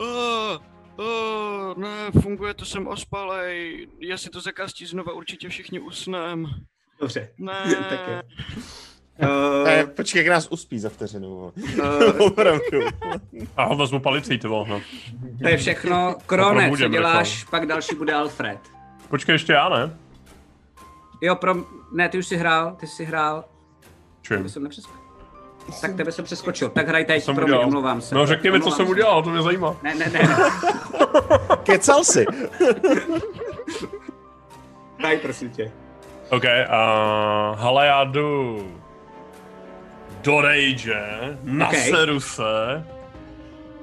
S1: "Ah, ah, ne, funguje to, jsem ospalej, jestli to zakastí znova, určitě všichni usnem.
S4: Dobře,
S1: Ne.
S11: [laughs]
S4: [laughs] tak jo.
S11: Eh, počkej, jak nás uspí za vteřinu. vole.
S4: Eh.
S11: Opravdu.
S9: A ho vezmu palicí, ty vole. no.
S4: To je všechno.
S9: A
S4: Krone, co
S9: probudím jako.
S4: děláš, pak další bude Alfred.
S9: Počkej, ještě já, ne?
S4: Jo, pro... ne, ty už jsi hrál, ty jsi hrál.
S9: Čím?
S4: Tebe jsem nepřeskočil. Tak tebe jsem přeskočil, tak hraj teď,
S9: Jsem
S4: promiň,
S9: udělal.
S4: omlouvám se.
S9: No řekni mi, co
S4: Omlouvám
S9: jsem
S4: se.
S9: udělal, to mě zajímá.
S4: Ne, [laughs] ne, ne, ne.
S11: [laughs] Kecal si.
S4: Daj, prosím tě.
S9: OK, a hele, já jdu do rage, naseru se,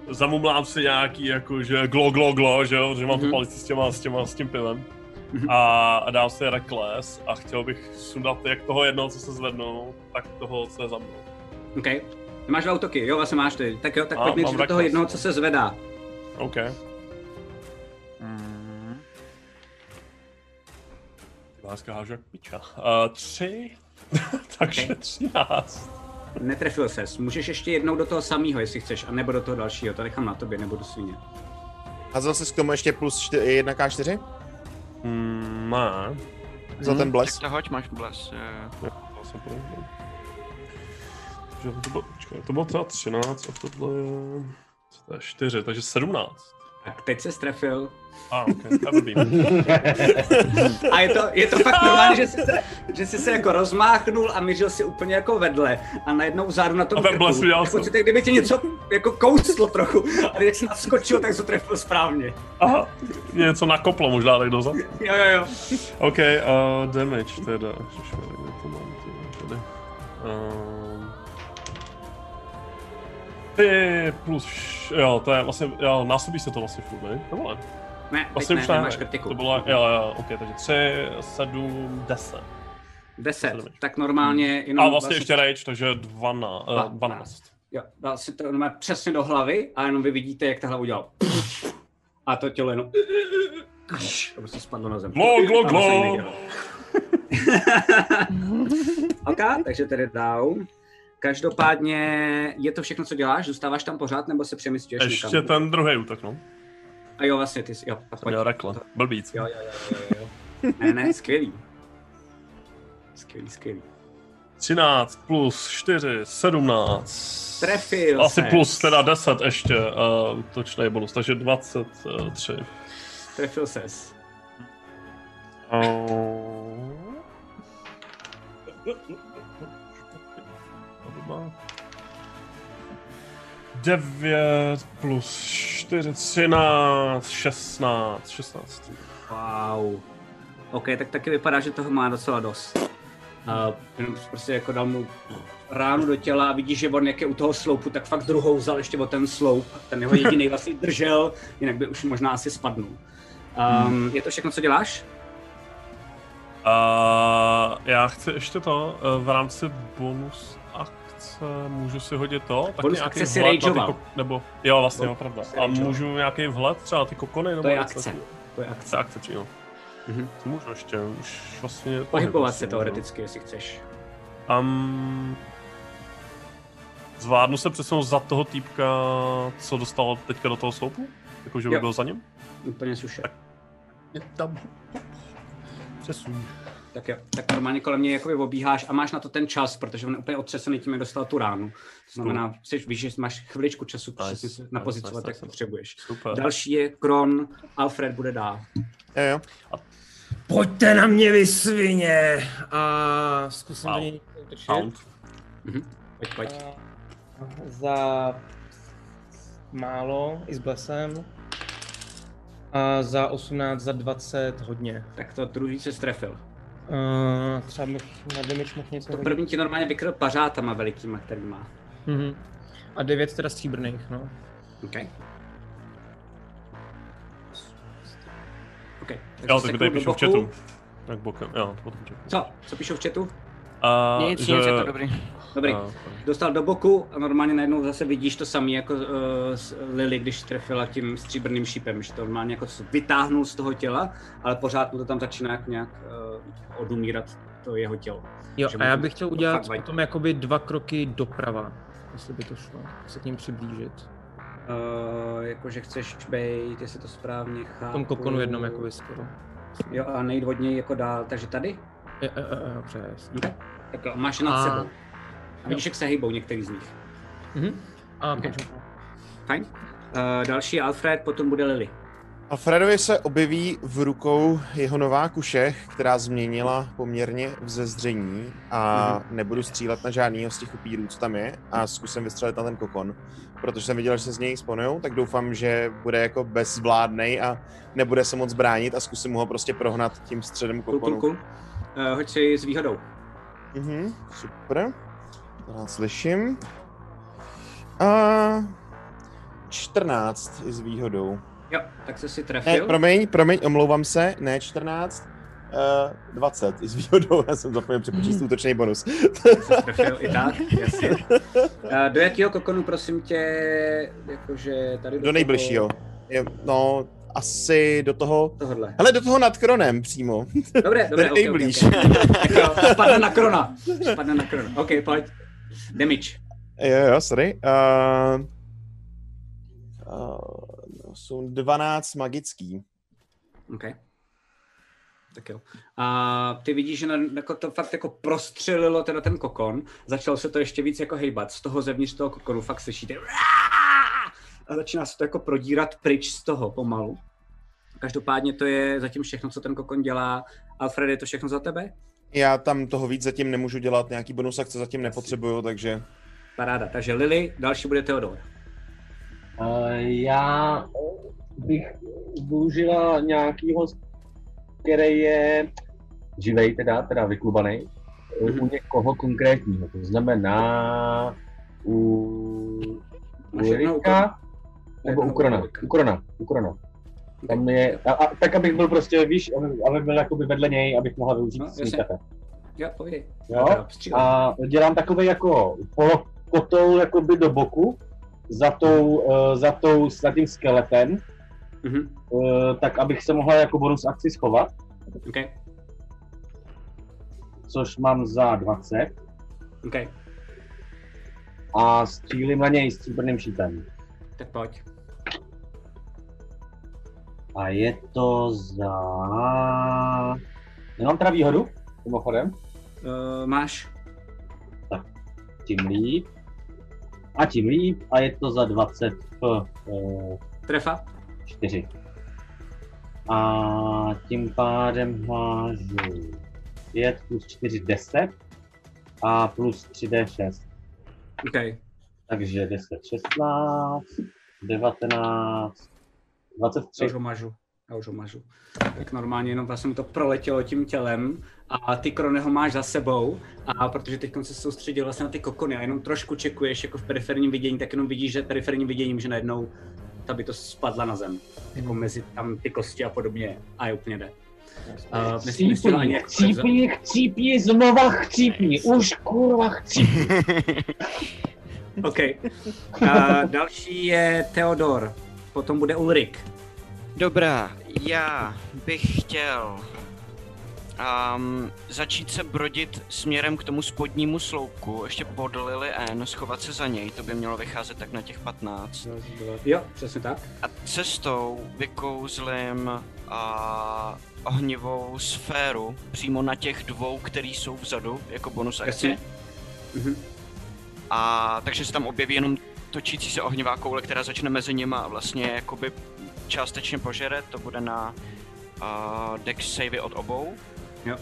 S9: zamumlám si nějaký jako, že glo, glo, glo, že jo, že mám
S4: Mhm.
S9: tu palici s těma, s těma, s tím pilem. A, a dám si rekles a chtěl bych sundat jak toho jednoho, co se zvednou, tak toho, co je za mnou.
S4: OK. Máš dva útoky, jo, vlastně máš ty. Tak jo, tak
S9: A,
S4: pojď
S9: mám
S4: nejdřív do toho
S9: Reckless.
S4: jednoho, co se zvedá.
S9: OK. Láska háže jak piča. Uh, tři, [laughs] takže třináct.
S4: Netrefil ses. Můžeš ještě jednou do toho samého, jestli chceš, a nebo do toho dalšího, to nechám na tobě, nebudu svině.
S11: A zase k tomu ještě plus 4, 1k4
S9: Mm, ne.
S11: za ten
S1: Mhm,
S4: Hmm,
S1: Tak
S11: blesk.
S1: to hoď, máš bles. jo.
S9: Já jsem to neměl. Takže to bylo, počkej, to bylo třeba 13 a tohle je... Co to je 4, takže 17.
S4: Tak teď se strefil.
S9: A, ah, ok, to je blbý.
S4: A je to, je to fakt normálně, že jsi, se, že jsi se jako rozmáchnul a mířil si úplně jako vedle a najednou vzadu na tom
S9: A ve
S4: krku.
S9: blesu dělal
S4: Jako
S9: jsem.
S4: cítíte, kdyby tě něco jako kouslo trochu, ale jak jsi naskočil, tak jsi to trefil správně.
S9: Aha, mě něco nakoplo možná tak dozad.
S4: [laughs] Jo, jo, jo.
S9: OK, uh, damage teda. Ježišmarja, kde to mám ty vole, tady. Ehm. Ty plus, š- jo, to je vlastně, jo, násobí se to vlastně furt, ne? Nebo ne?
S4: Ne, teď
S9: Vlastně
S4: ne,
S9: už
S4: nemáš kritiku.
S9: To bylo, jo, jo, ok, takže 3, 7, 10.
S4: 10, tak normálně jenom...
S9: A vlastně ještě rage, takže eh, 12.
S4: Dva-
S9: 12.
S4: Jo, dal si to normálně přesně do hlavy a jenom vy vidíte, jak ta hlava udělala. A to tělo jenom... A prostě spadlo na zem.
S9: Glo, glo,
S4: Tam se nic
S9: glo.
S4: nedělo. OK, takže tedy down. Každopádně je to všechno, co děláš? Zůstáváš tam pořád, nebo se přemysťuješ
S9: Ještě ten druhý útok, no.
S4: A jo, vlastně ty jsi, jo, tak
S9: Jsem
S4: pojď.
S9: měl rekla. Blbíc.
S4: Jo, jo, jo, jo, jo. Ne, ne, skvělý. Skvělý, skvělý.
S9: 13 plus 4, 17.
S4: Trefil
S9: Asi
S4: ses.
S9: plus teda 10 ještě, uh, útočný bonus, takže 23.
S4: Trefil ses.
S9: Uh... Dobrá. 9 plus 4, 13, 16, 16.
S4: Wow. OK, tak taky vypadá, že toho má docela dost. A jenom prostě jako dal mu ránu do těla a vidíš, že on jak je u toho sloupu, tak fakt druhou vzal ještě o ten sloup. Ten jeho jediný vlastně držel, jinak by už možná asi spadnul.
S9: Hmm.
S4: Um, je to všechno, co děláš?
S9: A já chci ještě to, eh, v rámci bonus akce můžu si hodit to? Taky
S4: Bonus
S9: nějaký
S4: akce si
S9: vhled na ty
S4: rageoval. No.
S9: ko- Nebo, jo, vlastně, jo, pravda.
S4: si
S9: A
S4: rageoval.
S9: můžu nějaký vhled třeba na ty kokony? Nebo
S4: To je
S9: něco
S4: akce.
S9: takového?
S4: To je akce.
S9: To je akce přímo. Mhm. To můžu ještě, už vlastně...
S4: Pohybovat se
S9: no.
S4: teoreticky, jestli chceš.
S9: Um, zvládnu se přesunout za toho týpka, co dostal teďka do toho sloupu? Jako, že by
S4: Jo.
S9: byl za ním?
S4: Úplně suše.
S9: Je tam. Přesun.
S4: Tak jo, tak normálně kolem něj jakoby obíháš a máš na to ten čas, protože on je úplně otřesený tím, jak dostal tu ránu. To znamená, jsi, víš, že máš chviličku času
S9: Nice,
S4: přesně se
S9: nice,
S4: napozicovat,
S9: nice,
S4: jak
S9: nice.
S4: potřebuješ.
S9: Super.
S4: Další je Kron, Alfred bude dál.
S11: Jo, jo.
S7: Pojďte na mě, vy svině! A zkusím
S9: Wow.
S7: do něj útočit.
S9: Pound.
S7: Mhm.
S4: Pojď, pojď.
S7: Eh, Za málo, i s blesem. A za 18, za 20 hodně.
S4: Tak to druhý se strefil.
S7: Uh, třeba bych na damage mohl něco
S4: To
S7: hodit.
S4: první ti normálně vykryl pařátama velikýma, který má.
S7: Mhm. A 9 teda stříbrných, no.
S4: Okay. Okay.
S9: Jo,
S4: takže
S9: tak
S4: seknu
S9: tady
S4: Jako do
S9: píšu v
S4: boku.
S9: chatu. Tak bokem, jo, to potom chatu.
S4: Co? Co píšou v chatu?
S9: A,
S13: Nic, nic, je to dobrý.
S4: Dobrý.
S9: A,
S4: Dostal do boku a normálně najednou zase vidíš to samé jako uh, s Lily, když trefila tím stříbrným šípem, že to normálně jako s- vytáhnul z toho těla, ale pořád mu to tam začíná jak nějak uh, odumírat to jeho tělo.
S7: Jo,
S4: Že
S7: a
S4: mu
S7: já
S4: to-
S7: bych chtěl
S4: to
S7: udělat
S4: fakt vadí.
S7: potom jakoby dva kroky doprava, jestli by to šlo, se k ním přiblížit.
S4: Uh, jakože chceš bejt, jestli to správně chápu.
S7: V tom kokonu jednom jakoby skoro.
S4: Jo, a nejdvodněji jako dál, takže tady?
S7: Jo, jo, jo, jo, přes.
S4: Okay. Tak jo, máš je nad
S7: A-
S4: sebou. A vidíš, jak se hýbou některý z nich.
S7: Mhm. A
S4: Ok.
S7: končím.
S4: Fajn. Uh, další je Alfred, potom bude Lily.
S11: Alfredovi se objeví v rukou jeho nová kuše, která změnila poměrně vzezření a nebudu střílet na žádnýho z těch upírů, co tam je a zkusím vystřelit na ten kokon, protože jsem viděl, že se z něj sponujou, tak doufám, že bude jako bezvládnej a nebude se moc bránit a zkusím ho prostě prohnat tím středem
S4: Cool, cool,
S11: kokonu.
S4: cool. Uh, hoď si s výhodou.
S11: Mhm, super. To rád slyším. A 14 i s výhodou.
S4: Jo, tak se si
S11: Ne,
S4: trefil.
S11: Eh, promiň, promiň, omlouvám se, ne 14, uh, [laughs] 20 i s výhodou, já jsem zapomněl
S4: Mhm.
S11: přepočíst útočný
S4: [laughs]
S11: bonus.
S4: se trefil i tak, jasně. A do jakého kokonu, prosím tě, jakože tady...
S11: do nejbližšího. Je, no, asi do toho,
S4: Tohle.
S11: hele, do toho nad Kronem přímo.
S4: Dobré, dobré,
S11: Ten
S4: okay, okay,
S11: nejblíž.
S4: okay. Tak jo, Spadne na krona. Spadne na krona. OK, pojď. Damage.
S11: [laughs] Jo, jo, sorry. Uh, uh, jsou 12 magický.
S4: OK. Tak jo. A ty vidíš, že na, jako to fakt jako prostřelilo teda ten kokon, začal se to ještě víc jako hejbat, z toho zevnitř toho kokonu fakt slyšíte "Rááá!" a začíná se to jako prodírat pryč z toho pomalu. Každopádně to je zatím všechno, co ten kokon dělá. Alfred, je to všechno za tebe?
S11: Já tam toho víc zatím nemůžu dělat, nějaký bonus akce zatím nepotřebuju, takže...
S4: Paráda. Takže Lily, další bude Theodor.
S10: Eh, já bych využila nějakýho, který je živej teda, teda vyklubaný,
S4: Mhm.
S10: u někoho konkrétního. To znamená u, u
S4: Máš jednoho
S10: Erika, nebo u
S4: Jednoho
S10: Krona,
S4: Erika.
S10: u Krona, u Krona. Tam je, a, a, tak abych byl prostě, víš, aby, aby byl jakoby vedle něj, abych mohla využít
S4: No,
S10: no,
S4: jasně. Jo, povídej.
S10: Jo? A dělám takový jako polo- kotoul jakoby do boku, za, tou, eh, za, tou, za tím skeletem,
S4: Mhm.
S10: eh, tak abych se mohla jako bonus akci schovat,
S4: Okay.
S10: což mám za 20
S4: OK,
S10: a střílím na něj stříbrným šípem.
S4: tak pojď.
S10: A je to za... Nemám teda výhodu, mimochodem,
S4: Uh, máš?
S10: tím líp. A tím líp a je to za 20 eh,
S4: Trefa?
S10: 4. A tím pádem hážu 5 plus 4, 10 a plus 3D6.
S4: OK.
S10: Takže 10, 16, 19,
S4: Já
S10: 23.
S4: už ho mažu. Já už ho mažu. Tak normálně jenom vlastně mu to proletělo tím tělem a ty krone ho máš za sebou a protože teď se soustředil vlastně na ty kokony a jenom trošku čekuješ jako v periferním vidění, tak jenom vidíš, že periferním viděním, že najednou ta by to spadla na zem. Jako mezi tam ty kosti a podobně a je úplně jde. Eh, A nesmí si to ani
S10: Chcípni,
S4: jako
S10: chcípni, chcípni, znova chcípni, už kurva chcípni.
S4: Eh, OK. A další je Theodor, potom bude Ulrik.
S1: Dobrá, já bych chtěl um, začít se brodit směrem k tomu spodnímu sloupku, ještě pod Lily N, schovat se za něj, to by mělo vycházet tak na těch 15.
S4: Jo, přesně tak.
S1: A cestou vykouzlim a ohnivou sféru přímo na těch dvou, který jsou vzadu, jako bonus akci.
S4: Mhm.
S1: A takže se tam objeví jenom točící se ohnivá koule, která začne mezi nimi a vlastně jakoby částečně požere, to bude na uh, dex savey od obou.
S4: Jo.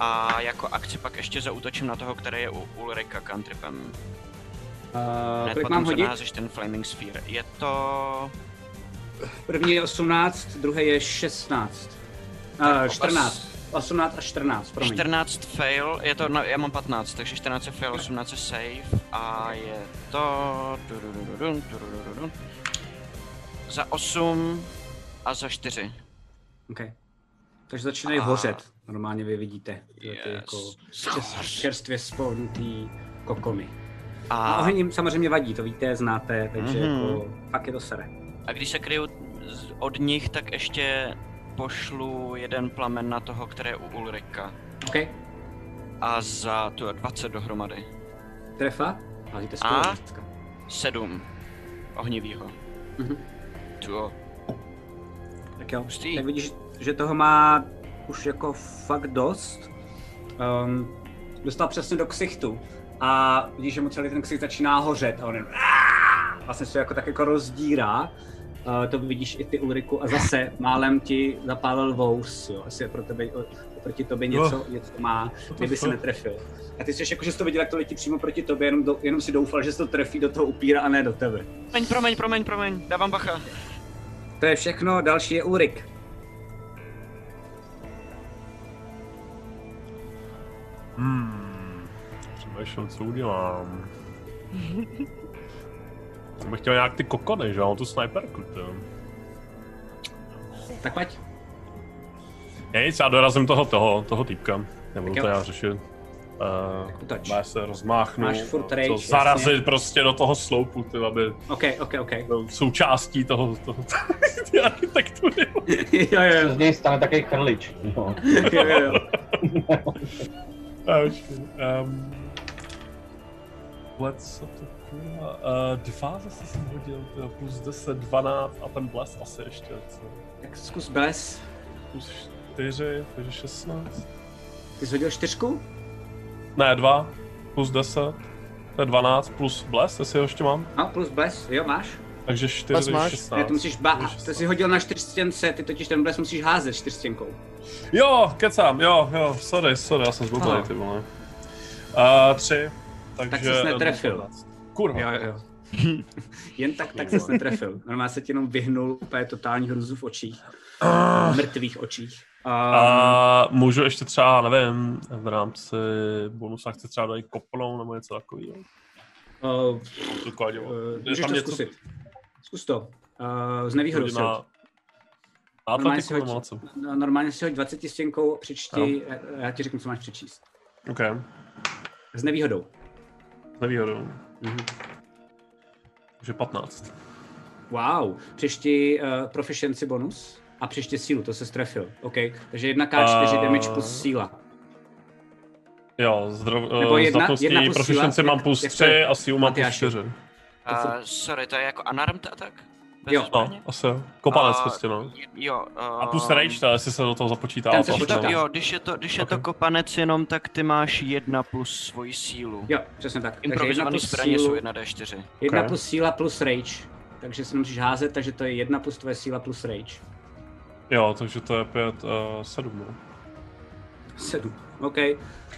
S1: A jako akci pak ještě zaútočím na toho, který je u Ulrika cantripem.
S4: Uh,
S1: Hned
S4: kolik
S1: potom,
S4: mám
S1: co
S4: hodit?
S1: naházíš ten Flaming Sphere. Je to...
S4: První je 18, druhý je 16. Uh, 14. 18 a 14, promiň.
S1: 14 fail, je to, no, já mám 15, takže 14 je fail, 18 je save a je to... turururun, turururun. Za 8 a za 4.
S4: Okay. Takže začínají
S1: A-
S4: hořet. Normálně vy vidíte. Tyhle Ty
S1: Yes.
S4: jako čers- čerstvě spounutý kokony.
S1: A-
S4: A oheň jim samozřejmě vadí, to víte, znáte, takže
S1: Mhm.
S4: jako fakt je to sere.
S1: A když se kryju z- od nich, tak ještě pošlu jeden plamen na toho, který je u Ulrika.
S4: OK.
S1: A za tu 20 dohromady.
S4: Trefa? Házíte spolu.
S1: A 7 ohnivýho.
S4: Mhm.
S1: Tuo.
S4: Tak jo, tak vidíš, že toho má už jako fakt dost. Um, dostal přesně do ksichtu a vidíš, že mu celý ten ksicht začíná hořet a on jen "Aah!" vlastně se jako tak jako rozdírá. Uh, to vidíš i ty Ulriku a zase málem ti zapálil vous, jo, asi je pro tebe, proti tobě něco,
S7: Oh.
S4: něco má,
S7: What the
S4: kdyby se
S7: fuck?
S4: netrefil. A ty jsi jako, že jsi to viděl, jak to letí přímo proti tobě, jenom, do, jenom si doufal, že se to trefí do toho upíra a ne do tebe.
S1: Promiň, promiň, promiň, promiň, dávám bacha.
S4: To je všechno, další je Ulrik.
S9: Hmm. Přemýšlím, co udělám. Já bych chtěl nějak ty kokony, že? Já Mám tu sniperku, to.
S4: Tak pojď.
S9: Já nic, já dorazím toho, toho, toho týpka. Nebudu
S4: Tak jo.
S9: to já řešit. Uh, má se rozmáchnu.
S4: Máš furt
S9: to
S4: rage, jasně.
S9: zarazit prostě do toho sloupu, ty, aby
S4: OK, OK, OK.
S9: součástí toho, toho,
S4: [laughs] jo, jo.
S10: Z něj stane takový krlič. No.
S4: [laughs] jo, jo.
S9: [laughs] Uh, um, let's co to kurva, uh, dva zase jsem hodil, teda plus 10, 12 a ten bless asi ještě, co?
S4: Tak zkus bless.
S9: Plus 4, takže 16.
S4: Ty jsi hodil čtyřku?
S9: Ne, 2, plus 10, to je 12, plus bless, jestli ho ještě mám,
S4: No, plus bless, jo, máš?
S9: takže 4, 16.
S4: Ne, to musíš ba- to jsi hodil na čtyřstěnce, ty totiž ten bless musíš házet čtyřstěnkou.
S9: Jo, kecám, jo, jo, sorry, sorry, já jsem zblblej,
S4: Aha.
S9: ty vole. Uh, 3, takže...
S4: Tak ses netrefil.
S9: 12. Kurva.
S4: Jo, jo, [laughs] jo. Jen tak, tak ses netrefil. Normálně se ti jenom vyhnul úplně totální hruzu v očích.
S9: Ah.
S4: Mrtvých očích.
S9: A můžu ještě třeba, nevím, v rámci bonus akce třeba dají kopnou nebo něco takového.
S4: Uh,
S9: Je
S4: můžeš
S9: tam
S4: to
S9: něco-
S4: zkusit. Zkus to. Uh, z nevýhodou si
S9: Hodina-
S4: hoď.
S9: na atletiku
S4: Normálně si
S9: nebo na
S4: hoď,
S9: co?
S4: no, normálně si hoď 20 stěnkou, přečti,
S9: Jo.
S4: eh, já- já ti řeknu, co máš přečíst.
S9: OK,
S4: S nevýhodou. Mhm.
S9: s nevýhodou. Takže 15.
S4: Wow, přešti uh, proficiency bonus a přešti sílu, to se strefil. OK, takže 1k4
S9: A-
S4: damage plus síla.
S9: Jo, zdrav,
S4: Nebo
S9: eh,
S4: jedna-
S9: zdatnostní
S4: jedna plus
S9: proficiency
S4: síla,
S9: mám plus
S4: jak- jak
S9: 3
S4: to-
S9: a sílu mám plus
S4: Matyáši.
S9: 4.
S1: Uh, sorry, to je jako unarmed attack? Bez
S9: Jo.
S1: zbraně?
S9: No, asi jo. Kopanec
S1: A-
S9: prostě, no.
S1: Jo. Uh,
S9: A plus rage, teda, jestli se do toho započítá.
S1: Ten
S9: ale
S1: se
S9: to asi
S1: počítá.
S9: ne.
S1: Jo, když je, to, když je to kopanec jenom, tak ty máš jedna plus svoji sílu.
S4: Jo, přesně tak. Takže
S1: Improvizované
S4: jedna plus
S1: zbraně
S4: sílu-
S1: jsou 1d4.
S4: 1
S1: Ok.
S4: plus síla plus rage, takže si nemusíš házet, takže to je 1 plus tvoje síla plus rage.
S9: Jo, takže to je 5, 7, no.
S4: 7. OK,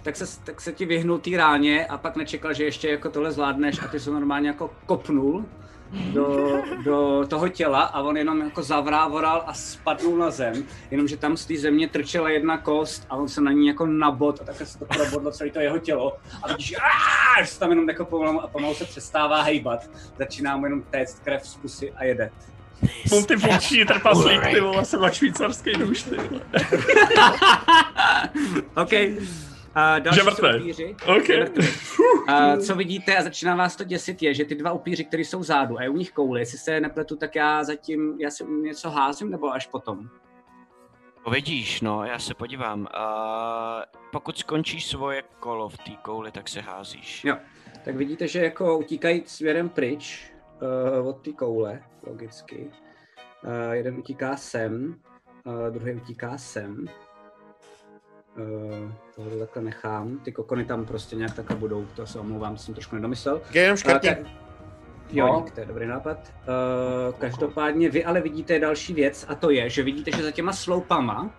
S4: tak se, tak se ti vyhnul té ráně a pak nečekal, že ještě jako tohle zvládneš a ty se normálně jako kopnul do, do toho těla a on jenom jako zavrávoral a spadnul na zem, jenomže tam z té země trčela jedna kost a on se na ní jako nabod a takhle se to probodlo celé to jeho tělo a vidíš, že aaa, že se tam jenom jako pomalu, a pomalu se přestává hejbat, začíná mu jenom téct krev z pusy a jede.
S9: Multifunkční trpaslík, ty vole, jsem na švýcarský nůž, ty vole.
S4: OK, A další
S9: Že mrtvé.
S4: jsou upíři.
S9: OK. [laughs]
S4: Že mrtvé. A co vidíte a začíná vás to děsit je, že ty dva upíři, které jsou zádu a je u nich koule, jestli se nepletu, tak já zatím, já si něco házím nebo až potom.
S1: Povědíš, no, já se podívám. A pokud skončíš svoje kolo v té kouli, tak se házíš.
S4: Jo. Tak vidíte, že jako utíkají směrem pryč uh, od té koule, logicky. Uh, jeden utíká sem, uh, druhý utíká sem. Uh, tohle takhle nechám. Ty kokony tam prostě nějak takhle budou, to se omlouvám, jsem trošku nedomyslel.
S11: Gej, jenom škrtni.
S4: Eh, ka- Jo, dík, to je dobrý nápad. Uh, každopádně vy ale vidíte další věc a to je, že vidíte, že za těma sloupama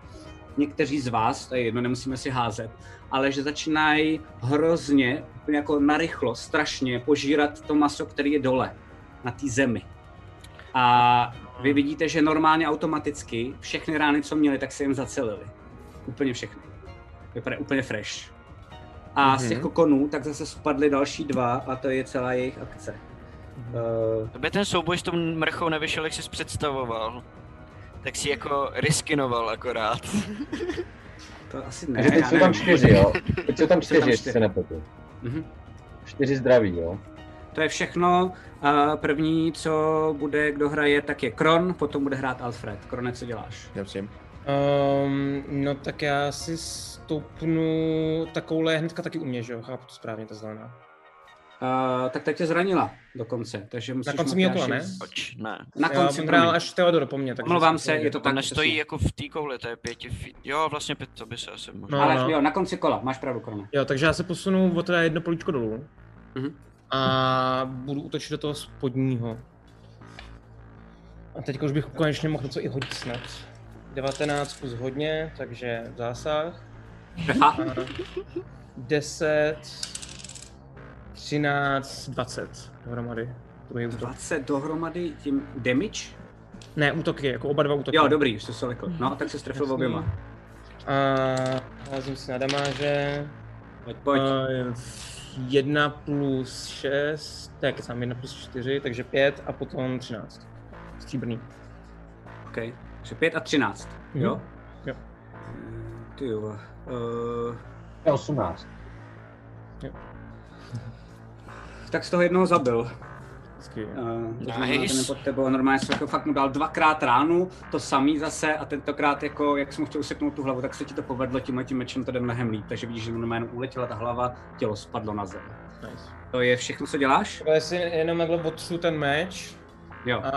S4: někteří z vás, to je jedno, nemusíme si házet, ale že začínají hrozně, úplně jako narychlo, strašně požírat to maso, který je dole, na té zemi. A vy vidíte, že normálně automaticky všechny rány, co měli, tak se jim zacelily. Úplně všechny. Vypadá úplně fresh. A mm-hmm. z těch
S1: Mhm.
S4: kokonů tak zase spadly další dva a to je celá jejich akce.
S7: Mhm.
S4: Uh,
S1: Tobě ten souboj s tou mrchou nevyšel, jak jsi představoval. Tak si jako riskinoval akorát.
S4: [laughs] to asi ne,
S10: Takže teď
S4: já
S10: jsou tam
S4: nevím.
S10: čtyři, jo? Teď jsou tam
S4: Jsou tam
S10: čtyři, jestli
S4: čtyři.
S10: se nepletu.
S4: Mhm.
S10: Čtyři zdraví, jo?
S4: To je všechno. Uh, první, co bude, kdo hraje, tak je Kron, potom bude hrát Alfred. Krone, co děláš?
S11: Dobře.
S7: Um, no tak já si stoupnu takovouhle hnedka taky u mě, že jo? Chápu to správně, ta zelená.
S4: Uh, tak teď tě zranila dokonce, takže musíš...
S7: Na konci
S4: mít
S7: mého
S4: nějak
S7: kola, ne?
S4: šest.
S1: Oč, ne.
S4: Na
S7: Já
S4: konci,
S7: jsem
S4: promiň.
S7: hrál až Teodor po mně, takže...
S4: Omlouvám
S7: jsem
S4: se,
S7: pohodě.
S4: je to tak.
S1: Ona stojí
S4: přesně.
S1: jako v té kouli, to je pěti feet. Jo, vlastně pět, to by se asi možná.
S7: No,
S4: Ale
S7: no.
S4: jo, na konci kola, máš pravdu, Krone.
S7: Jo, takže já se posunu o teda jedno políčko dolů.
S4: Mhm.
S7: A budu útočit do toho spodního. A teď už bych konečně mohl něco i hodit snad. 19 plus hodně, takže zásah.
S4: A
S7: 10, 13, 20 dohromady. Druhý útok.
S4: 20 dohromady tím damage?
S7: Ne, útoky, jako oba dva útoky.
S4: Jo, dobrý, už jsi se lekl. No, tak se strefil
S7: Jasný.
S4: oběma.
S7: A házím si na damáže.
S4: Pojď, pojď.
S7: Eh, 1 plus 6, tak sám 1 plus 4, takže 5 a potom 13. Stříbrný.
S4: OK. Takže 5 a 13,
S7: Mhm.
S4: jo?
S7: Jo.
S4: Mm, Ty jo. Uh,
S10: To je 18.
S4: tak z toho jednoho zabil. [laughs]
S7: Hezky.
S4: Uh, to
S1: Nice.
S4: znamená, ten je pod tebou a normálně jsem jako fakt mu dal dvakrát ránu, to samý zase a tentokrát jako, jak jsem mu chtěl useknout tu hlavu, tak se ti to povedlo tím a tím mečem to jde mnohem líp, takže vidíš, že mu normálně uletěla ta hlava, tělo spadlo na zem.
S7: Nice.
S4: To je všechno, co děláš?
S7: Já si jenom takhle odsu ten meč
S4: Jo.
S7: a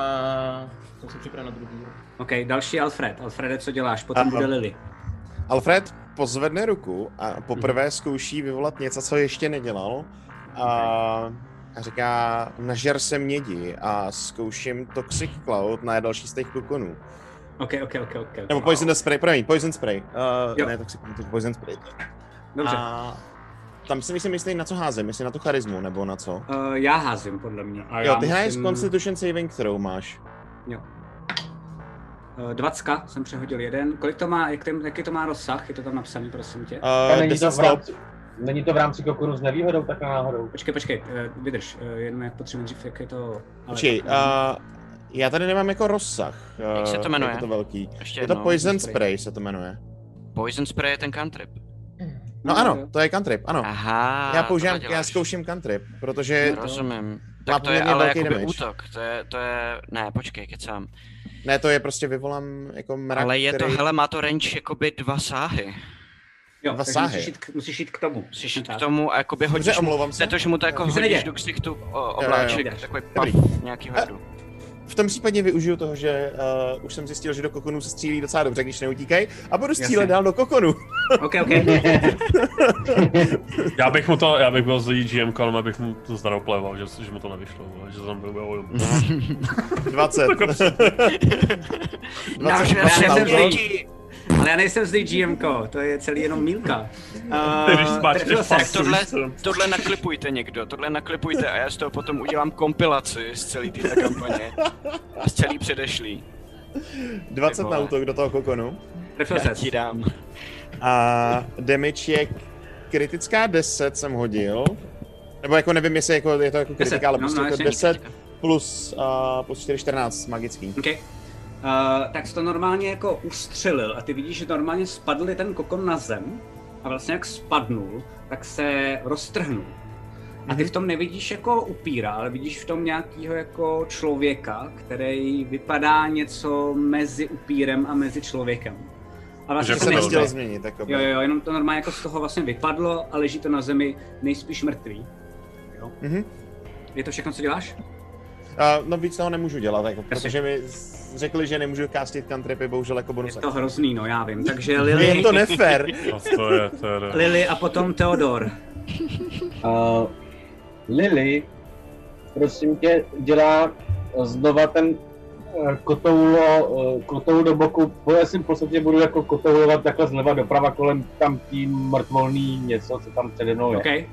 S7: jsem se připravil na druhý.
S4: OK, další Alfred. Alfrede, co děláš? Potom
S11: Aha.
S4: bude Lily.
S11: Alfred pozvedne ruku a
S4: Mhm.
S11: poprvé zkouší vyvolat něco, co ještě nedělal. A, a říká, nažer se mědi a zkouším Toxic Cloud na další z těch kokonů.
S4: OK, OK, OK, OK.
S11: Nebo Poison Spray, promiň, Poison Spray. Uh,
S4: Jo.
S11: ne, Toxic Cloud, Poison Spray.
S4: Dobře.
S11: A tam si nejsem jistý, na co házím, jestli na tu charizmu nebo na co.
S4: Uh, já házím, podle mě. A
S11: Jo,
S4: já
S11: ty hraješ
S4: musím-
S11: Constitution Saving Throw máš.
S4: Eh, Dvacka, jsem přehodil jeden. Kolik to má, jak ten, jaký to má rozsah? Je to tam napsaný, prosím tě.
S10: A
S11: Uh,
S10: není, to
S11: 10
S10: v
S11: stop.
S10: rámci, není to v rámci Kokuru s nevýhodou, tak náhodou.
S4: Počkej, počkej, eh, vydrž, eh, jenom jak potřebuji dřív, jak je
S11: [laughs]
S4: to... ale-
S11: Počkej, uh, já tady nemám jako rozsah. Uh,
S1: Jak se to jmenuje?
S11: Je to velký.
S1: Ještě
S11: Je to
S1: jednou.
S11: Poison Spray se to jmenuje.
S1: Poison spray je ten cantrip.
S11: No
S4: No,
S11: ano,
S4: jo.
S11: to je cantrip, ano.
S1: Aha.
S11: Já používám,
S1: tohle
S11: já
S1: děláš.
S11: zkouším cantrip, protože...
S1: Rozumím.
S11: má
S1: Tak to je
S11: poměrně
S1: ale
S11: velký
S1: jakoby
S11: damage.
S1: útok, to je, to je, ne, počkej, kecám.
S11: Ne, to je prostě vyvolám jako mrak,
S1: ale je to,
S11: který...
S1: hele, má to range jakoby dva sáhy.
S4: Jo,
S11: dva
S4: takže
S11: sáhy.
S4: Musíš jít, k- musíš jít k tomu.
S1: Musíš jít
S4: Tak.
S1: k tomu a jakoby hodíš
S11: Dobře,
S1: mu-
S11: omlouvám se.
S1: Ne to, že mu to jako
S4: To se
S1: hodíš
S4: neděje.
S1: do ksichtu o,
S11: jo,
S1: obláček,
S4: jo.
S1: takový
S11: Dobrý.
S1: paf, nějakýho
S11: A-
S1: hru.
S11: V tom případě využiju toho, že uh, už jsem zjistil, že do kokonů se střílí docela dobře, když neutíkají, a budu střílet
S4: Jasně.
S11: dál do kokonu.
S4: OK, OK.
S9: [laughs]
S11: [laughs]
S9: Já bych mu to, já bych byl zlý GM kolem, abych mu to zdaropleval, že, že mu to nevyšlo, vole, že to tam bylo jo,
S1: [laughs]
S9: [laughs]
S11: 20. 20
S1: Já
S4: jsem
S1: jsem
S4: zlý.
S1: lidi!
S4: Ale já nejsem zlý GMko, to je celý jenom Mílka.
S9: Ty když
S4: Eh,
S9: smáčkneš
S4: trefil ses.
S9: pasu.
S1: Tohle,
S9: víš, co tam-
S1: tohle naklipujte někdo, tohle naklipujte a já z toho potom udělám kompilaci z celý této kampaně. A z celý předešlý.
S11: 20
S1: Ty
S11: na
S1: vole.
S11: útok do toho kokonu.
S4: Trefil
S1: Já
S4: ses.
S1: ti dám.
S11: A damage je kritická 10 jsem hodil. Nebo jako nevím, jestli jako, je to jako kritika, ale
S4: no,
S11: prostě
S4: no,
S11: jako
S4: jasně,
S11: 10 plus, uh, plus 4, 14 magický.
S4: OK. Eh, Uh, tak jsi to normálně jako ustřelil a ty vidíš, že normálně spadl ten kokon na zem a vlastně jak spadnul, tak se roztrhnul. A
S11: Mhm.
S4: ty v tom nevidíš jako upíra, ale vidíš v tom nějakého jako člověka, který vypadá něco mezi upírem a mezi člověkem. A
S11: Že
S4: to
S11: se
S4: nejste-
S11: nechtěl změnit, jako by.
S4: Jo, jo, jenom to normálně jako z toho vlastně vypadlo a leží to na zemi nejspíš mrtvý. Jo.
S11: Mhm.
S4: Je to všechno, co děláš?
S11: A, no víc toho nemůžu dělat, jako,
S4: Jasně.
S11: protože mi z- řekli, že nemůžu castit cantripy, bohužel jako bonus. Je
S4: to hrozný, no já vím, takže Lily-
S11: Je to nefér.
S9: No to je teda.
S4: Lily a potom Teodor.
S10: Uh, Lily, prosím tě, dělá znova ten eh, kotoulo, eh, kotoul do boku, bo já si v podstatě budu jako kotoulovat takhle zleva doprava kolem tam tím mrtvolný něco, co tam přede mnou je.
S4: Okay.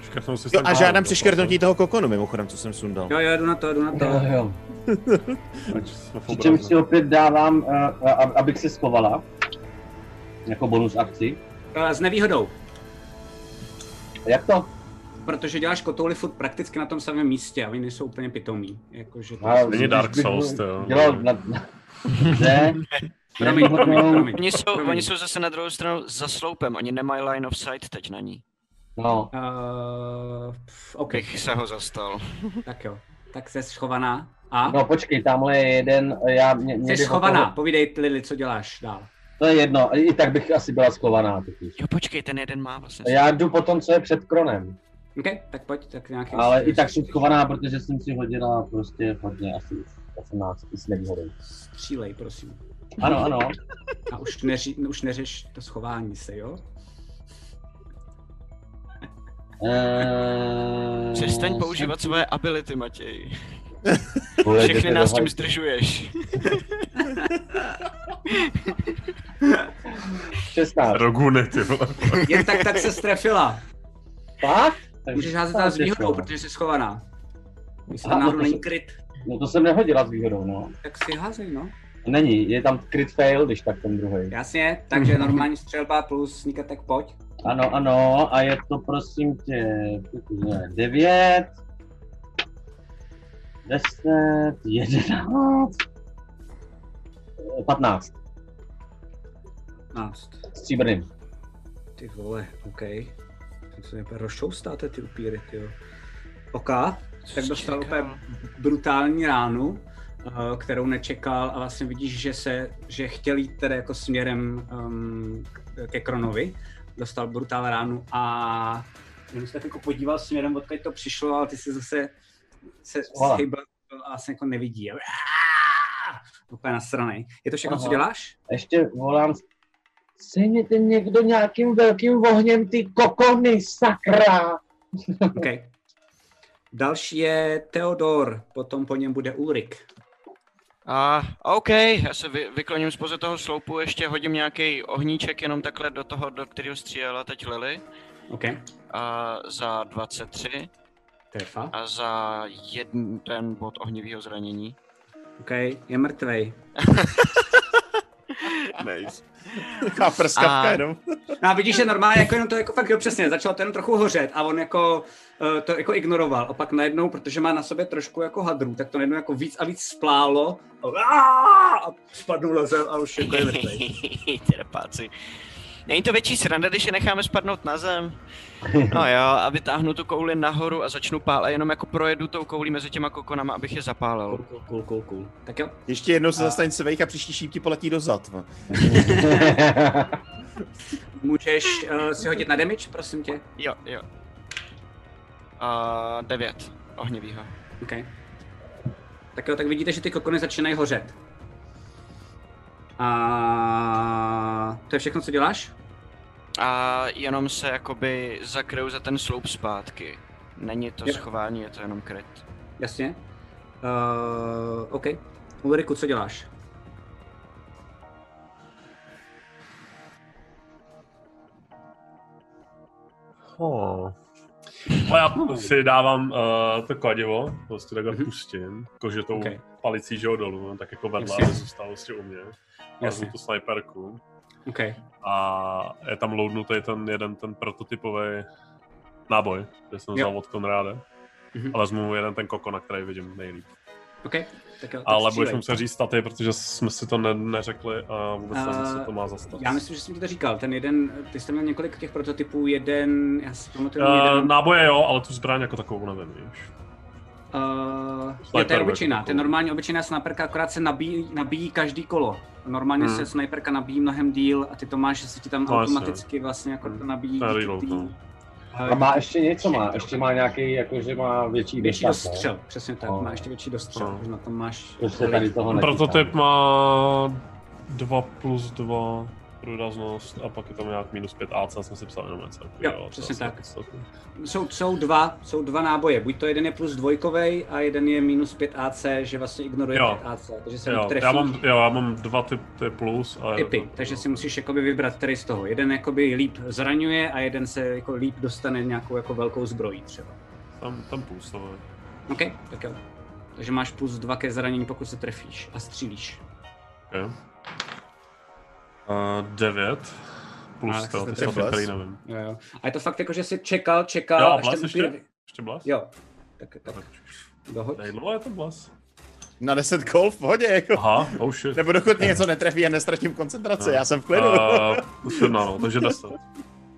S9: Škrtnou si
S11: Jo, a
S9: tam-
S11: žádám přeškrtnutí toho kokonu, mimochodem, co jsem sundal.
S4: Jo, jo, jdu na to, jdu na to.
S10: Jo, jo.
S9: Ať jsme v
S10: Přičem
S9: obraze.
S10: si opět dávám, eh, a- a- abych se schovala, jako bonus akci.
S4: Eh, S nevýhodou.
S10: Jak to?
S4: Protože děláš kotouli furt prakticky na tom samém místě a oni nejsou úplně pitomí. Jakože to
S10: A
S9: Není Dark
S10: když bych
S9: Souls,
S10: byl-
S9: jo.
S10: Dělal na... na- Ne,
S4: Promiň, promiň, promiň.
S1: Oni jsou,
S4: Promiň.
S1: oni jsou zase na druhou stranu za sloupem, oni nemají line of sight teď na ní.
S10: no.
S4: Uh, OK.
S1: Bych se ho zastal.
S4: Tak jo. Tak jsi schovaná. A?
S10: No počkej, tamhle je jeden, já mě, mě
S4: jsi
S10: jde o
S4: schovaná.
S10: toho-
S4: Povídej, Lily, co děláš dál.
S10: To je jedno, i tak bych asi byla schovaná. totiž.
S1: Jo, počkej, ten jeden má vlastně.
S10: Já jdu po tom, co je před kronem,
S4: OK, tak pojď, tak nějaký...
S10: ale i tak jsem schovaná, protože jsem si hodila prostě hodně asi 18 i s nevýhodou.
S4: Střílej, prosím.
S10: Ano, ano.
S4: A už, neři, už neřeš to schování se, jo?
S10: Ehm,
S1: Přestaň používat své ability, Matěj.
S10: Vole,
S1: Všechny
S10: jdete
S1: nás
S10: do
S1: tím
S10: hajzlu. [laughs]
S1: zdržuješ.
S10: 16.
S9: Roguny, ty vole.
S4: Jen tak,
S10: [laughs]
S4: tak se strefila.
S10: Tak? Takže
S4: Můžeš házet
S10: tak
S4: tam s
S10: je
S4: výhodou,
S10: to.
S4: protože jsi schovaná. Jestli
S10: Aha,
S4: tam náhodou
S10: no to
S4: není
S10: se-
S4: kryt,
S10: No to jsem nehodila s výhodou, no.
S4: tak si házej, no.
S10: Není, je tam crit fail, když tak ten druhý.
S4: Jasně, takže normální střelba Vlastně, plus sneak tak pojď.
S10: Ano, ano, a je to prosím tě 9, 10, 11, 15
S4: 15.
S10: stříbrným.
S4: Ty vole, OK. Jsem se úplně rozšoustáte ty upíry, ty jo. OK, tak dostal úplně brutální ránu, eh, kterou nečekal a vlastně vidíš, že se, že chtěl jít tedy jako směrem um, ke Kronovi. Dostal brutální ránu a jenom se tak jako podíval směrem, odkud to přišlo, ale ty si zase se
S10: Aha.
S4: schybil a vlastně jako nevidí. A- Úplně nasranej. Je to všechno, co
S10: Aha.
S4: děláš?
S10: Ještě volám, sejměte někdo nějakým velkým ohněm ty kokony, sakra!
S4: OK. Další je Teodor, potom po něm bude Ulrik.
S1: A OK, já se vy, vykloním spoze toho sloupu, ještě hodím nějaký ohníček jenom takhle do toho, do kterého střílela teď Lily.
S4: OK,
S1: A za 23
S4: trefa.
S1: a za jeden ten bod ohnivého zranění.
S4: OK, je mrtvej.
S11: [laughs]
S1: Nice.
S11: [laughs] A prskavka
S1: A-
S11: jenom.
S4: No a vidíš, že normálně jako jenom to jako fakt, jo přesně, začalo to jenom trochu hořet a on jako eh, to jako ignoroval. A pak najednou, protože má na sobě trošku jako hadrů, tak to najednou jako víc a víc splálo a, aaa, a spadnul na zem a už jako je mrtvej.
S1: [laughs] Terpáci. Není to větší sranda, když je necháme spadnout na zem. No jo, a vytáhnu tu kouli nahoru a začnu pálit, jenom jako projedu tou koulí mezi těma kokonama, abych je zapálil.
S4: Cool, cool, cool, cool. Tak jo,
S11: Ještě jednou se zastaň svejch a příští šípky poletí no. do zad.
S4: [laughs]
S11: vole.
S4: můžeš uh, si hodit na damage, prosím tě.
S1: Jo, jo. A devět ohnivýho.
S4: OK. Tak jo, tak vidíte, že ty kokony začínají hořet. A to je všechno, co děláš?
S1: A jenom se jakoby zakryju za ten sloup zpátky. Není to
S4: Jo.
S1: schování, je to jenom kryt.
S4: Jasně. Uh, OK. Ulriku, co děláš?
S9: Oh. A No, já si dávám uh, to kladivo, prostě takhle mm-hmm. pustím, jakože tou
S4: Mhm. OK.
S9: okay. palicí, že jo, dolů, no, tak jako vedle,
S4: Jasně.
S9: aby zůstalo prostě u mě. Já
S4: Jasně.
S9: jsem tu sniperku
S4: OK.
S9: a je tam loadnutý ten jeden, ten prototypový náboj, který jsem
S4: Jo.
S9: vzal od Konráda.
S4: Mhm.
S9: Mm-hmm. A vezmu jeden ten kokona, který vidím nejlíp.
S4: OK, tak jo, tak
S9: Ale budeš
S4: střílej.
S9: muset říct staty, protože jsme si to ne- neřekli a vůbec
S4: A
S9: nevím, co to má za stat.
S4: Eh, Já myslím, že jsem ti to říkal. Ten jeden, ty jsi tam měl několik těch prototypů, jeden, já si pamatuju
S9: Uh,
S4: jeden.
S9: náboje jo, ale tu zbraň jako takovou nevím, víš.
S4: Uh, jo, to
S9: Sniper
S4: je obyčejná,
S9: jako
S4: to je normální obyčejná sniperka, akorát se nabíjí, nabíjí každý kolo. Normálně
S9: Hmm.
S4: se sniperka nabíjí mnohem díl a ty to máš, že se ti
S9: No,
S4: tam
S9: jasně. Hmm.
S4: automaticky vlastně jako to nabíjí.
S9: To je
S4: díky
S9: reload,
S4: tý-
S9: no.
S10: A má ještě něco má, ještě má nějaký, jakože má větší
S4: Větší
S10: dosah, ne?
S4: dostřel, přesně tak,
S10: No.
S4: má ještě větší dostřel, no. na tom máš...
S10: Prostě tady toho nechytám.
S9: Prototyp má 2 plus 2 průraznost a pak je tam nějak minus 5 AC, jsme si psali jenom něco.
S4: Jo, přesně tak. Jsou, jsou, dva, jsou dva náboje, buď to jeden je plus dvojkovej a jeden je minus 5 AC, že vlastně ignoruje
S9: Jo.
S4: 5 AC, takže se
S9: Jo,
S4: trefí.
S9: já mám, jo, já mám dva typ, ty plus a
S4: typy, takže si musíš jakoby vybrat který z toho. Jeden jakoby líp zraňuje a jeden se jako líp dostane nějakou jako velkou zbrojí třeba.
S9: Tam, tam no. působí.
S4: OK, tak jo. Takže máš plus dva ke zranění, pokud se trefíš a střílíš.
S9: Okay. Uh, 9 plus
S4: Ale
S9: to,
S4: jste
S9: ty staty,
S4: trefil.
S9: který nevím.
S4: Jo, jo. A je to fakt jako, že jsi čekal, čekal,
S9: Jo, a
S4: až
S9: blas
S4: ten
S9: ještě?
S4: upír-
S9: Ještě blas?
S4: Jo, tak, tak. Dohoď.
S9: Dejlo je to blas.
S11: Na 10 kol v hodě, jako.
S9: Aha, oh shit.
S11: Nebo dokud mě něco netrefí a nestratím koncentraci,
S9: No.
S11: já jsem v klidu.
S9: Uh, 17, no, takže 10.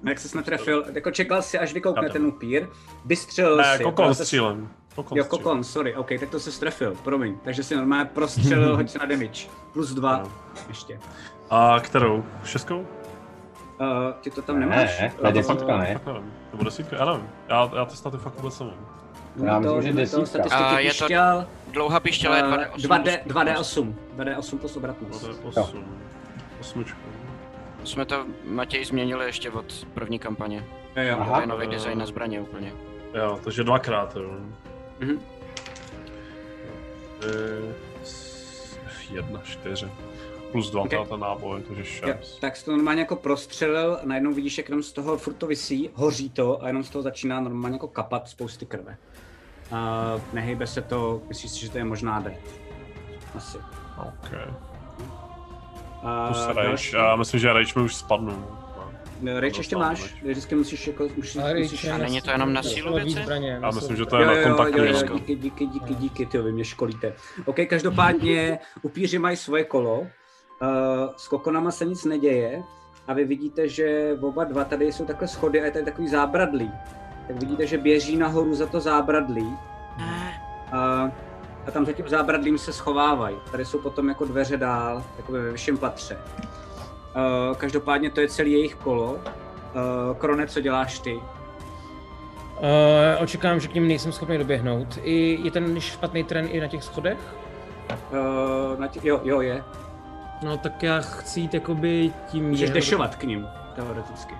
S4: No, jak jsi netrefil, jako čekal si, až vykoukne
S9: Já to-
S4: ten upír, vystřelil
S9: Ne,
S4: si.
S9: kokon
S4: ale to-
S9: střílem. Kokon
S4: Jo,
S9: střílem.
S4: kokon, sorry, OK, tak to se strefil, promiň. Takže si normálně
S9: [laughs]
S4: prostřelil, hoď se na damage. Plus dva,
S9: No.
S4: ještě.
S9: A kterou? Šestkou?
S4: Uh, ty to tam nemáš?
S9: Já
S10: ne, ne,
S9: to
S4: Eh,
S10: desítka, ne?
S9: Fakt nevím. Nebo desítka? Já nevím. Já, já ty staty fakt vůbec nevím.
S10: Já
S4: No
S10: myslím, že
S4: no
S10: desítka.
S4: statistiky
S1: A Eh, je to-
S4: pištěl,
S1: Dlouhá pištěle je
S4: eh,
S1: 2D8.
S4: 2D, 2D8, 2D8 plus obratnost.
S9: 8. Osmičku.
S1: Jsme to, Matěj, změnili ještě od první kampaně.
S4: Jo, jo.
S10: Aha.
S1: To je nový design na zbraně úplně.
S9: Jo, takže dvakrát, jo.
S4: Mhm.
S9: Eh, s- Jedna, čtyři. Plus dva,
S4: Ok.
S9: okay. ten náboj, takže
S4: Jo,
S9: šest.
S4: tak jsi to normálně jako prostřelil, najednou vidíš, jak jenom z toho furt to visí, hoří to a jenom z toho začíná normálně jako kapat spousty krve. A nehybe se to, myslíš si, že to je možná D. Asi.
S9: OK.
S4: A
S9: Plus
S4: další-
S9: rage. Já myslím, že rage mi už spadnu.
S4: No, Rage ještě
S9: Dostávám
S4: máš,
S9: rage.
S4: vždycky musíš jako, musíš,
S7: Ale
S4: musíš
S7: je
S1: A není to jenom na sílu
S7: silový
S1: věci?
S7: zbraně,
S9: Já
S7: jsou-
S9: myslím, že to je na kontaktní
S4: jo,
S9: blízko.
S4: jo, díky, díky, díky, díky, ty vy mě školíte. OK, každopádně upíři mají svoje kolo, uh, s kokonama se nic neděje a vy vidíte, že oba dva tady jsou takhle schody a je tady takový zábradlí. Tak vidíte, že běží nahoru za to zábradlí a, a tam za tím zábradlím se schovávají. Tady jsou potom jako dveře dál, jakoby ve vyšším patře. Uh, každopádně to je celý jejich kolo. Uh, Krone, co děláš ty?
S7: Eh, očekávám, že k ním nejsem schopný doběhnout. I, je ten špatný tren i na těch schodech?
S4: Uh, na tě, jo, jo, je.
S7: No tak já chci jít jakoby tím...
S4: Můžeš
S7: jeho-
S4: dešovat k ním, teoreticky.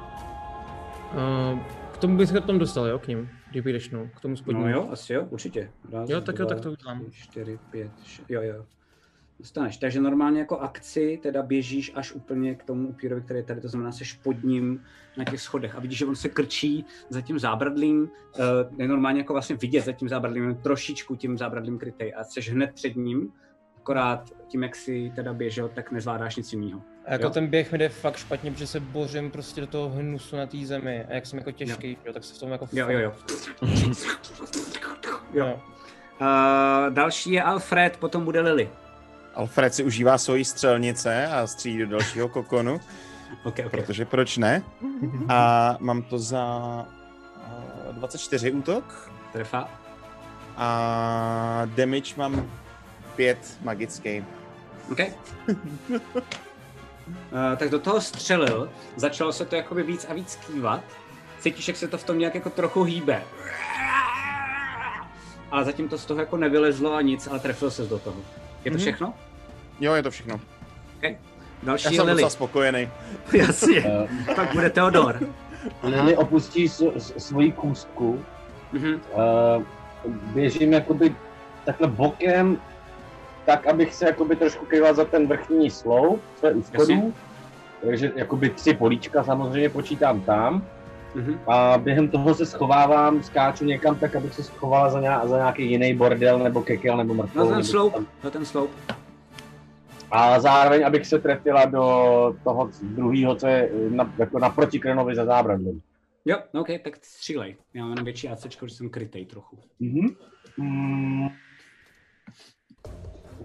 S7: Eh, k tomu bych se potom dostal, jo, k ním, kdyby dešnu, k tomu spodnímu.
S4: No jo, asi jo, určitě. Raz,
S7: Jo, tak jo, tak to udělám.
S4: 4, 5, 6, jo, jo. Dostaneš. Takže normálně jako akci teda běžíš až úplně k tomu upírovi, který je tady, to znamená, seš pod ním na těch schodech a vidíš, že on se krčí za tím zábradlím, eh, je normálně jako vlastně vidět za tím zábradlím, jen trošičku tím zábradlím krytej a seš hned před ním, akorát tím, jak si teda běžel, tak nezvládáš nic jiného.
S7: A jako
S4: Jo.
S7: ten běh mi jde fakt špatně, protože se bořím prostě do toho hnusu na té zemi. A jak jsem jako těžký, jo. tak se v tom jako...
S4: Jo,
S7: fakt-
S4: jo, jo. jo.
S7: jo.
S4: Uh, další je Alfred, potom bude Lily.
S11: Alfred si užívá svoji střelnice a střílí do dalšího
S4: [laughs]
S11: kokonu,
S4: Okay, okay.
S11: protože proč ne? A mám to za eh, 24 útok
S4: Trefa.
S11: a damage mám 5 magický. [laughs]
S4: OK. Uh, tak do toho střelil, začalo se to jakoby víc a víc kývat. Cítíš, jak se to v tom nějak jako trochu hýbe. Ale zatím to z toho jako nevylezlo a nic, ale trefil se do toho. Je to
S11: Mhm.
S4: všechno? No,
S11: Jo, je to všechno. Já
S4: Další je
S11: jsem
S4: Lily.
S11: docela spokojený.
S4: [laughs] Jasně.
S10: Eh,
S4: Pak bude Teodor.
S10: Lily opustí s- s- svoji kůstku,
S4: Mhm.
S10: eh, běžím jakoby takhle bokem, tak, abych se jakoby trošku kýval za ten vrchní sloup, co je u
S4: Jasně.
S10: schodů. Takže jakoby tři políčka samozřejmě počítám tam.
S4: Mhm.
S10: A během toho se schovávám, skáču někam tak, abych se schovala za, nějak, za nějaký jiný bordel nebo kekel nebo mrtvou.
S4: No ten
S10: nebo
S4: sloup,
S10: tam.
S4: no ten sloup.
S10: A zároveň, abych se trefila do toho druhého, co je na, jako naproti Krenovi za zábradlím.
S4: Jo, no OK, tak střílej. Mhm. Já mám jenom větší ACčko, že jsem krytej trochu.
S10: Mhm. Mm.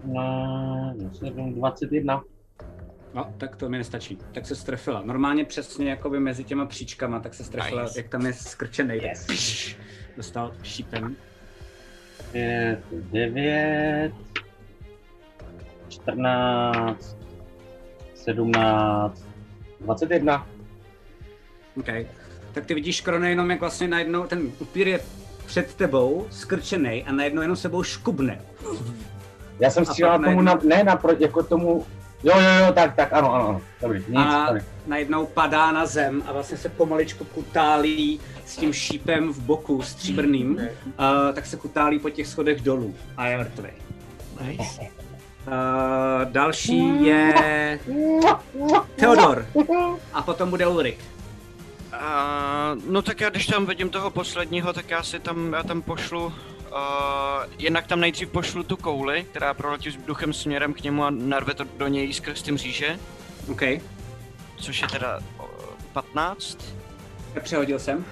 S10: na 21.
S4: No, tak to mi nestačí. Tak se strefila. Normálně přesně jakoby mezi těma příčkama, tak se strefila,
S10: Nice.
S4: jak tam je skrčený. Yes. Pš, dostal šípem.
S10: 5, 9, 14, 17, 21.
S4: Okay. Tak ty vidíš, Krone, jenom jak vlastně najednou ten upír je před tebou, skrčený a najednou jenom sebou škubne.
S10: Já jsem
S4: A pak
S10: střílel tomu, na,
S4: najednou-
S10: ne naproti, jako tomu, jo, jo, jo, tak, tak, ano, ano, ano. dobrý, nic,
S4: a
S10: dobrý.
S4: najednou padá na zem a vlastně se pomaličku kutálí s tím šípem v boku stříbrným, uh,
S11: Hmm.
S4: tak se kutálí po těch schodech dolů a je mrtvý.
S1: Nice.
S4: Uh, další je Theodor a potom bude Ulrik.
S1: A, no tak já když tam vidím toho posledního, tak já si tam, já tam pošlu, uh, jednak tam nejdřív pošlu tu kouli, která proletí s duchem směrem k němu a narve to do něj skrz ty mříže.
S4: OK.
S1: Což je teda uh, 15,
S4: Přehodil jsem.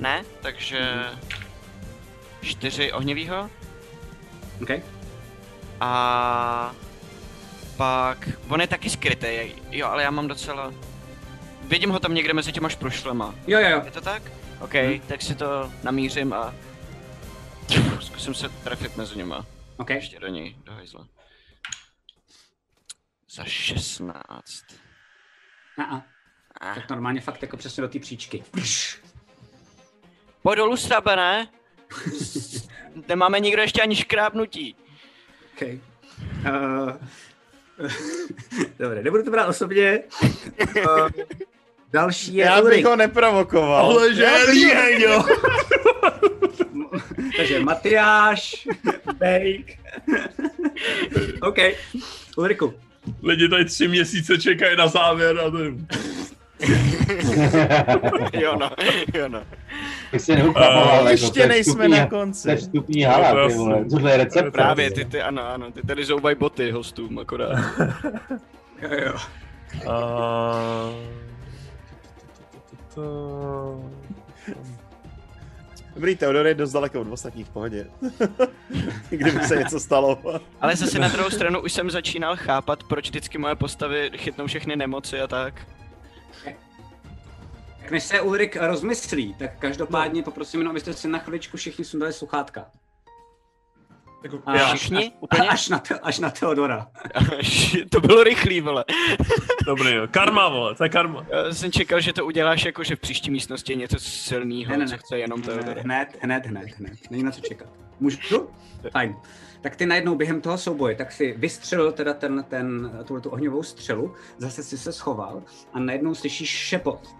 S1: ne? Takže 4 ohnivýho.
S4: OK.
S1: A pak, on je taky skrytý, jo, ale já mám docela... Vidím ho tam někde mezi těma šprušlema.
S4: Jo, Mhm. jo, jo.
S1: Je to tak? OK, tak si to namířím a zkusím se trefit mezi nima.
S4: OK.
S1: Ještě do něj, do hajzla. Za 16.
S4: A-a.
S1: Ah.
S4: Tak normálně fakt jako přesně do té příčky.
S1: Pojď dolů strabe, ne? Nemáme nikdo ještě ani škrábnutí.
S4: OK. Uh, [laughs] Dobře, nebudu to brát osobně. Uh, další je
S11: Já bych
S4: Ulrik.
S11: ho neprovokoval.
S9: Ale že
S11: Já bych ho
S9: líhej,
S4: [laughs]
S9: jo.
S4: Takže Matyáš, Bake. OK, Ulriku.
S9: Lidi tady tři měsíce čekají na závěr a to je...
S1: [laughs] jo no, jo no.
S10: Tak si neukapoval,
S11: Eh,
S10: jako,
S11: ještě
S10: to je
S11: nejsme
S10: vstupní-
S11: na konci.
S10: To je vstupní hala, ty vole, tohle je recept.
S1: Právě, ty, ty, ano, ano, ty tady zoubají boty hostům akorát.
S4: Jo, jo.
S9: Eh,
S11: Dobrý, Teodor je dost daleko od ostatních, v pohodě. [laughs] Kdyby se něco stalo.
S1: [laughs] Ale zase na druhou stranu už jsem začínal chápat, proč vždycky moje postavy chytnou všechny nemoci a tak.
S4: Tak než se Ulrik rozmyslí, tak každopádně poprosím jenom, abyste si na chviličku všichni sundali sluchátka. A-
S9: Já.
S1: Všichni?
S4: A,
S1: Úplně?
S4: až, na te, až na Teodora.
S1: [laughs] to bylo rychlý, vole.
S9: Dobrý, jo. Karma, vole, to je karma.
S1: Já jsem čekal, že to uděláš jako, že v příští místnosti je něco
S4: Ne,
S1: silného,
S4: ne,
S1: co
S4: ne.
S1: chce jenom to.
S4: Ne, Hned, hned, hned, hned. Není na co čekat. Můžu? Fajn. Tak ty najednou během toho souboje, tak si vystřelil teda ten, ten, tuhle tu ohňovou střelu, zase si se schoval a najednou slyšíš šepot.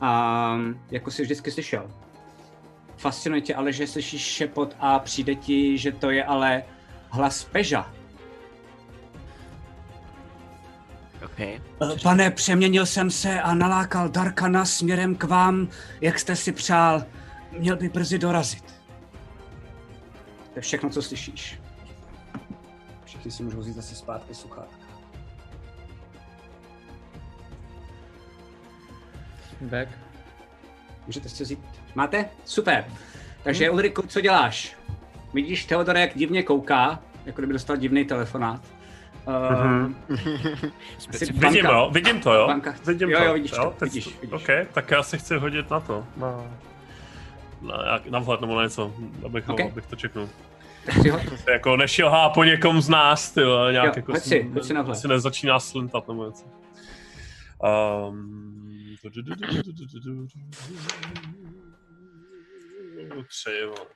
S4: A jako si vždycky slyšel. Fascinuje tě ale, že slyšíš šepot a přijde ti, že to je ale hlas peža.
S1: OK.
S4: Eh, Pane, přeměnil jsem se a nalákal Darkana směrem k vám, jak jste si přál. Měl by brzy dorazit. To je všechno, co slyšíš. Všichni si můžou vzít zase zpátky sluchátka.
S14: Back.
S4: Můžete si vzít. Máte? Super. Takže Ulriku, co děláš? Vidíš Teodora, jak divně kouká, jako kdyby dostal divný telefonát. Ehm, asi
S9: Vidím,
S4: banka-
S9: jo, vidím to, jo.
S4: banka-
S9: Vidím
S4: jo,
S9: to,
S4: jo, vidíš to,
S9: teď-
S4: vidíš, vidíš.
S9: OK, tak já se chci hodit na to. Na, na, jak- na vhled nebo na něco, abych,
S4: OK.
S9: okay. abych to čeknul.
S4: Tak si ho-
S9: Se Jako nešilhá po někom z nás, ty vole, nějak
S4: Jo,
S9: jako
S4: hoď si, hoď si na vhled.
S9: si nezačíná slintat nebo něco. Um, du- du- du- du- du- du- du- du- du- du- Tři, vole.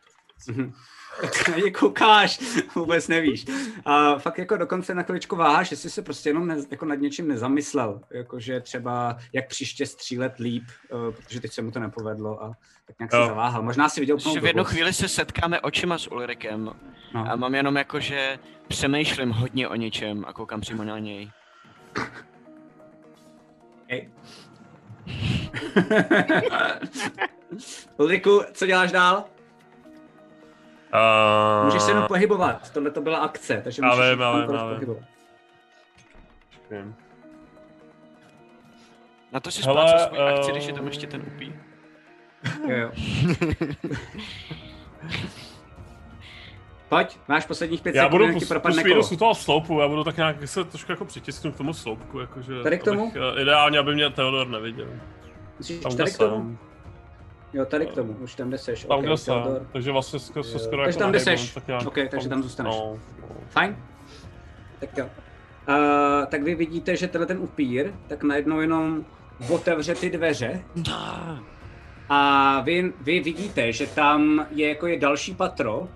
S4: Mhm. [laughs] Tak na ně koukáš, vůbec nevíš. A fakt jako dokonce na chviličku váháš, jestli se prostě jenom ne, jako nad něčím nezamyslel, jakože třeba jak příště střílet líp, eh, protože teď se mu to nepovedlo a tak nějak se
S9: Jo.
S4: zaváhal. Možná si viděl plnou
S1: Že v jednu
S4: blbost.
S1: chvíli se setkáme očima s Ulrikem
S4: No.
S1: a mám jenom jako, že přemýšlím hodně o něčem a koukám přímo na něj.
S4: Hej. [laughs] Ulriku, co děláš dál?
S9: Uh,
S4: Můžeš se jenom pohybovat, tohle to byla akce, takže
S9: Já
S4: můžeš
S9: vím,
S4: se
S9: já vím,
S4: kamkoliv
S9: já vím.
S4: pohybovat.
S9: Vím.
S1: Na to si
S9: Hele,
S1: splácel svůj akci,
S9: eh,
S1: když je tam ještě ten upí.
S7: [laughs]
S4: Jo, jo. Pojď, máš posledních pět
S9: Já
S4: sekund,
S9: budu
S4: jinak ti
S9: pus,
S4: propadne
S9: pus
S4: kolo.
S9: u toho sloupu, já budu tak nějak se trošku jako přitisknu k tomu sloupku, jakože...
S4: Tady k tomu?
S9: abych, eh, ideálně, aby mě Theodor neviděl.
S4: Myslíš
S9: Tam,
S4: tady
S9: kde
S4: k tomu?
S9: jsem.
S4: Jo, tady k tomu, už tam, kde seš.
S9: Tam,
S4: ok,
S9: kde jsem.
S4: Teodor.
S9: Takže vlastně sk- se
S4: Jo.
S9: skoro
S4: Takže
S9: jako
S4: tam, kde
S9: nehejbám,
S4: seš.
S9: tak nějak
S4: Ok, takže tam zůstaneš.
S9: No,
S4: Fajn. Tak jo. Uh, tak vy vidíte, že tenhle ten upír, tak najednou jenom otevře ty dveře. A vy, vy vidíte, že tam je jako je další patro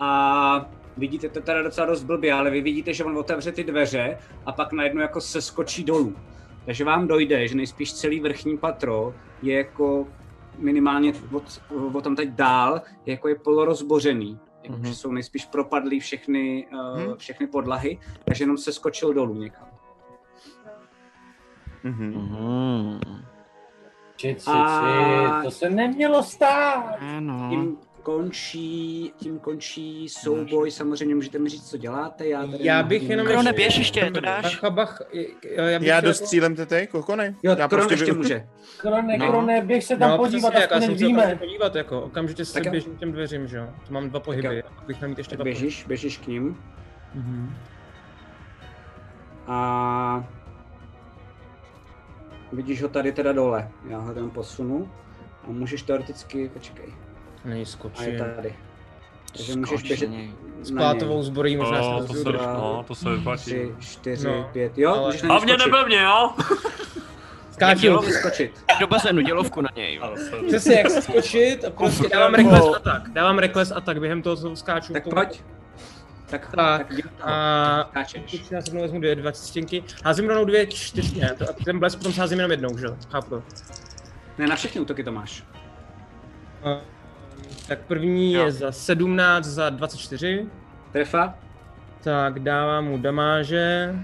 S4: a vidíte to teda docela dost blbě, ale vy vidíte, že on otevře ty dveře a pak najednou jako se skočí dolů. Takže vám dojde, že nejspíš celý vrchní patro je jako minimálně od, od tam teď dál, jako je polorozbořený. Jako,
S1: Mhm.
S4: že jsou nejspíš propadlý všechny, uh, všechny podlahy, takže jenom se skočil dolů někam.
S1: Mhm.
S10: Či, či,
S4: A-
S10: či, to se nemělo stát.
S1: Ano.
S4: Tím končí, tím končí souboj, samozřejmě můžete mi říct, co děláte, já tady...
S7: Já bych jenom...
S1: Krone,
S7: ještě-
S1: běž ještě, to dáš?
S7: Bacha, bach, já, bych
S11: Já
S7: chtěl
S11: dostřílem tety, kokony.
S4: Jo,
S11: Já
S4: Kron
S11: prostě
S4: ještě
S11: vy- [laughs]
S4: může.
S10: Krone,
S4: No.
S10: krone, běž se tam
S7: no,
S10: podívat,
S7: přesně, jak, já
S10: aspoň
S7: jsem se tam chtěl
S10: víme.
S7: podívat, jako, okamžitě se
S4: Tak jo.
S7: běžím k těm dveřím, že jo? To mám dva pohyby, pak bych měl mít ještě
S4: Tak
S7: dva
S4: běžíš, běžíš k ním.
S7: pohyby. Mhm.
S4: A vidíš ho tady teda dole. Já ho tam posunu. A můžeš teoreticky, počkej,
S7: Není
S4: a je
S7: skočím.
S4: tady. Takže můžeš
S1: Skoč
S4: běžet
S1: na něj.
S7: S plátovou zbrojí možná se
S9: no, to se,
S7: rozhodu.
S4: dva,
S9: no, to se vyplatí.
S4: Tři, čtyři,
S7: No,
S4: pět, jo,
S7: ale-
S4: můžeš na něj
S9: Hlavně
S4: skočit.
S9: nebe mě, jo?
S7: Skáču.
S4: skočit.
S1: Do bazénu, dělovku na něj.
S9: Ano, jsem.
S7: Přesně, jak se skočit a prostě dávám reckless attack. Dávám reckless attack, během toho co skáču.
S4: Tak
S7: k tomu-
S4: pojď. Tak,
S7: Tak,
S4: tak, tak a...
S7: A
S4: skáčeš.
S7: já se mnou vezmu dvě, dva stěnky. Házím rovnou dvě čtyřky, ne? To, a ten blesk potom házím jenom jednou, že jo? Chápu. to.
S4: Ne, na všechny útoky to máš.
S7: A, tak první
S1: Jo.
S7: je za 17, za 24.
S4: Trefa,
S7: Tak dávám mu damáže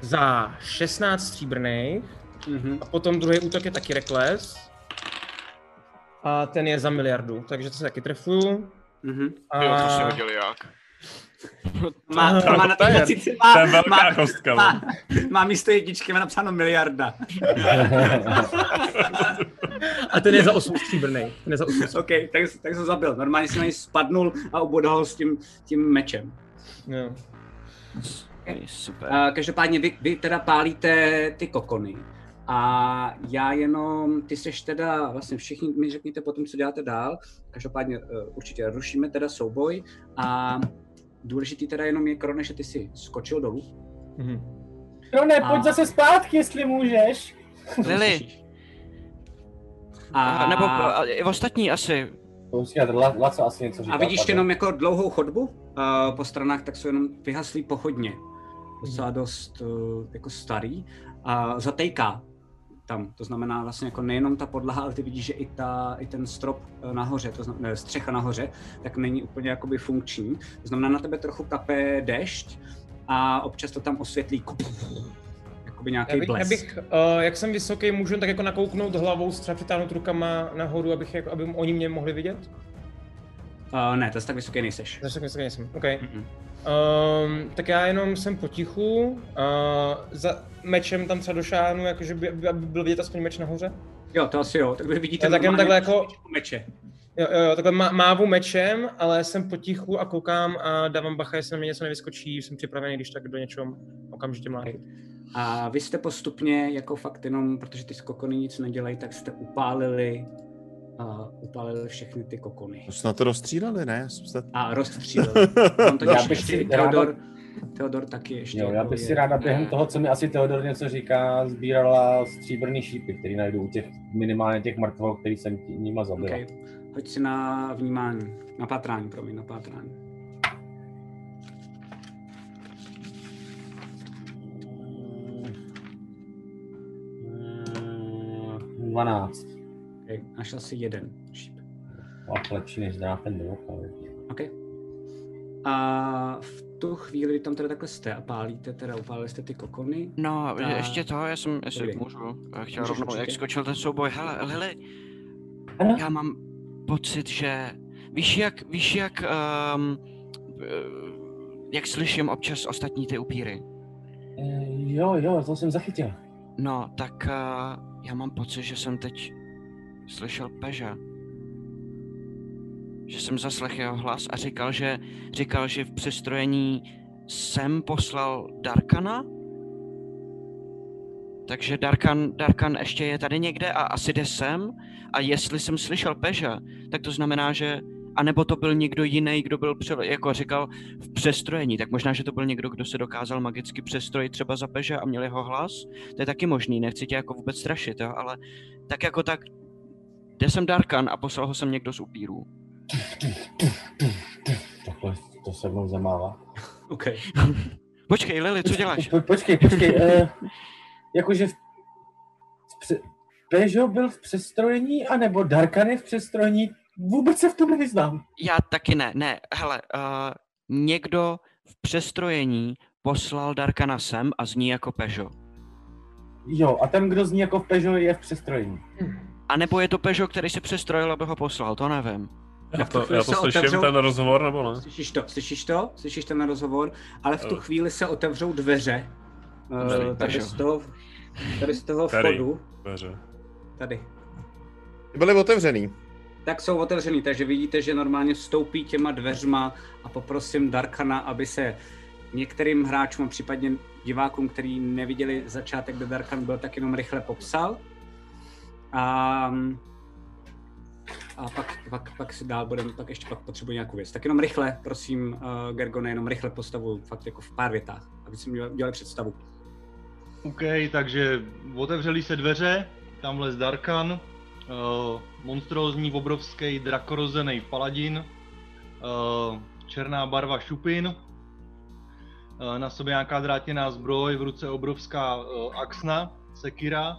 S7: za 16 stříbrných.
S4: mhm.
S7: A potom druhý útok je taky Reckless. A ten je za miliardu, takže to se taky trefuju.
S4: Mhm.
S7: A...
S1: Jo, to si hodil jak.
S4: Má,
S7: Tak
S4: má na té
S9: je-
S4: kocici,
S9: To
S4: má,
S9: je
S4: má,
S9: velká kostka.
S4: má,
S9: no.
S4: má místo jedničky, má napsáno miliarda.
S7: [laughs] a ten je za 8 stříbrnej. Ten je za 8 stříbrnej.
S4: OK, tak, tak jsem zabil. Normálně jsem na něj spadnul a ubodal s tím, tím mečem.
S7: Jo.
S1: Ej, Super.
S4: Uh, každopádně vy, vy teda pálíte ty kokony. A já jenom, ty seš teda, vlastně všichni mi řekněte potom, co děláte dál. Každopádně uh, určitě rušíme teda souboj. A důležitý teda jenom je, Krone, že ty si skočil dolů.
S7: Mhm.
S10: Krone, No pojď
S4: A-
S10: zase zpátky, jestli můžeš.
S1: Lily,
S4: A,
S1: a, nebo a, i ostatní asi.
S10: Počkat, Laco asi něco říká.
S4: a vidíš jenom jako dlouhou chodbu uh, po stranách, tak jsou jenom vyhaslý pochodně.
S7: Mhm.
S4: Docela dost uh, jako starý. A zatejká tam. To znamená vlastně jako nejenom ta podlaha, ale ty vidíš, že i, ta, i ten strop eh, nahoře, to znamená, střecha nahoře, tak není úplně jakoby funkční. To znamená, na tebe trochu kape dešť a občas to tam osvětlí jakoby
S7: Já
S4: nějaký
S7: bych, já
S4: blesk.
S7: bych uh, jak jsem vysoký, můžu jen tak jako nakouknout hlavou, třeba přitáhnout rukama nahoru, abych, jako, aby oni mě mohli vidět?
S4: Uh, ne, to tak vysoký nejseš.
S7: Zase tak vysoký nejsem, OK.
S4: Mhm.
S7: Um, tak já jenom jsem potichu, uh, za mečem tam třeba došáhnu, jakože by, by, aby byl vidět aspoň meč nahoře.
S4: Jo, to asi jo, tak vy vidíte
S7: Já tak jenom
S4: normálně
S7: takhle jako-
S4: meče.
S7: Jo, jo, jo, takhle má, mávu mečem, ale jsem potichu a koukám a dávám bacha, jestli na mě něco nevyskočí, jsem připravený, když tak do něčeho okamžitě má.
S4: A vy jste postupně, jako fakt jenom, protože ty skokony nic nedělají, tak jste upálili, uh, upálili všechny ty kokony.
S11: To Snad to rozstříleli, ne? Snad... [laughs]
S4: A
S10: [laughs]
S4: rozstříleli. On to
S10: Já
S4: dělá
S10: bych si
S4: ještě
S10: ráda-
S4: Teodor, Teodor taky ještě.
S10: Jo, já
S4: jako
S10: bych
S4: je-
S10: si ráda během toho, co mi asi Teodor něco říká, sbírala stříbrný šípy, který najdu u těch minimálně těch mrtvol, který jsem tí- nima zabil.
S4: Okay. Hoď si na vnímání, na pátrání, promiň, na pátrání.
S10: Mm, 12.
S4: Okay. Hmm, Našel si jeden šíp.
S10: A lepší než dá ten do oka.
S4: OK. A v tu chvíli, kdy tam teda takhle jste a pálíte, teda upálili jste ty kokony,
S1: No,
S4: Ta-
S1: ještě to, já jsem, jestli
S4: Dobrý.
S1: můžu, eh, chtěl
S4: Můžeš
S1: rovnou, jak
S4: určitě.
S1: skočil ten souboj, hele, Lily,
S10: Ano?
S1: já mám pocit, že, víš jak, víš jak, um, jak slyším občas ostatní ty upíry,
S10: Eh, Jo, jo, to jsem zachytil.
S1: no, tak uh, já mám pocit, že jsem teď slyšel peže. že jsem zaslechl jeho hlas a říkal, že, říkal, že v přestrojení jsem poslal Darkana. Takže Darkan, Darkan ještě je tady někde a asi jde sem. A jestli jsem slyšel Peža, tak to znamená, že... A nebo to byl někdo jiný, kdo byl, přel, jako říkal, v přestrojení. Tak možná, že to byl někdo, kdo se dokázal magicky přestrojit třeba za Peža a měl jeho hlas. To je taky možný, nechci tě jako vůbec strašit, jo, ale tak jako tak jde sem Darkan a poslal ho sem někdo z upírů.
S10: Takhle to se mnou zamává.
S4: OK.
S1: [laughs] Počkej, Lili, co děláš?
S10: Po, počkej, počkej.
S1: [laughs]
S10: eh, jakože v, v pře- Peugeot byl v přestrojení, anebo Darkan je v přestrojení? Vůbec se v tom nevyznám.
S1: Já taky ne, ne, hele, uh, někdo v přestrojení poslal Darkana sem a zní jako Peugeot.
S10: Jo, a ten, kdo zní jako v Peugeot, je v přestrojení.
S1: A nebo je to Peugeot, který se přestrojil, aby ho poslal, to nevím.
S9: Já to, já to slyším, ten rozhovor, nebo ne?
S4: Slyšíš to, slyšíš to, slyšíš ten rozhovor, ale v tu chvíli se otevřou dveře. eh,
S9: Dveře,
S4: Tady
S9: Peugeot.
S4: z toho, tady z toho
S9: Tady.
S4: vchodu,
S9: Dveře.
S4: tady.
S11: Byly otevřený.
S4: Tak jsou otevřený, takže vidíte, že normálně vstoupí těma dveřma a poprosím Darkana, aby se některým hráčům, případně divákům, kteří neviděli začátek, kde Darkan byl, tak jenom rychle popsal. A, a pak, pak, pak si dál budeme, pak ještě pak potřebuji nějakou věc. Tak jenom rychle, prosím, uh, Gergone, jenom rychle postavu, fakt jako v pár větách, aby si měl, dělali představu.
S8: OK, takže otevřely se dveře, tamhle z Darkan, uh, monstrózní, obrovský, drakorozený paladin, uh, černá barva šupin, eh, na sobě nějaká drátěná zbroj, v ruce obrovská uh, axna, sekira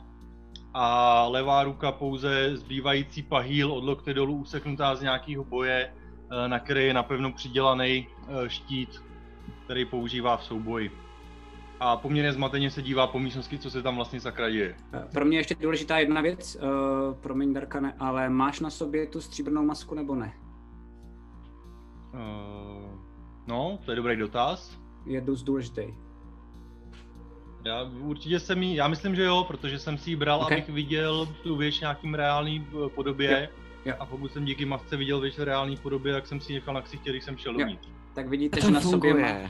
S8: a levá ruka pouze zbývající pahýl od lokte dolů useknutá z nějakého boje, eh, na který je napevno přidělaný eh, štít, který používá v souboji a poměrně zmateně se dívá po místnosti, co se tam vlastně sakra děje.
S4: Pro mě ještě důležitá jedna věc, uh, promiň Darkane, ale máš na sobě tu stříbrnou masku nebo ne?
S8: Uh, no, to je dobrý dotaz.
S4: Je dost důležitý.
S8: Já určitě jsem jí, já myslím, že jo, protože jsem si ji bral,
S4: Ok.
S8: okay. abych viděl tu věc v nějakým reálný eh, podobě.
S4: Jo.
S8: A pokud jsem díky masce viděl věc v reálný podobě, tak jsem si ji nechal na ksichtě, když jsem šel
S4: Jo.
S8: dovnitř.
S4: Tak vidíte,
S1: To
S4: že na, sobě má,
S1: funguje.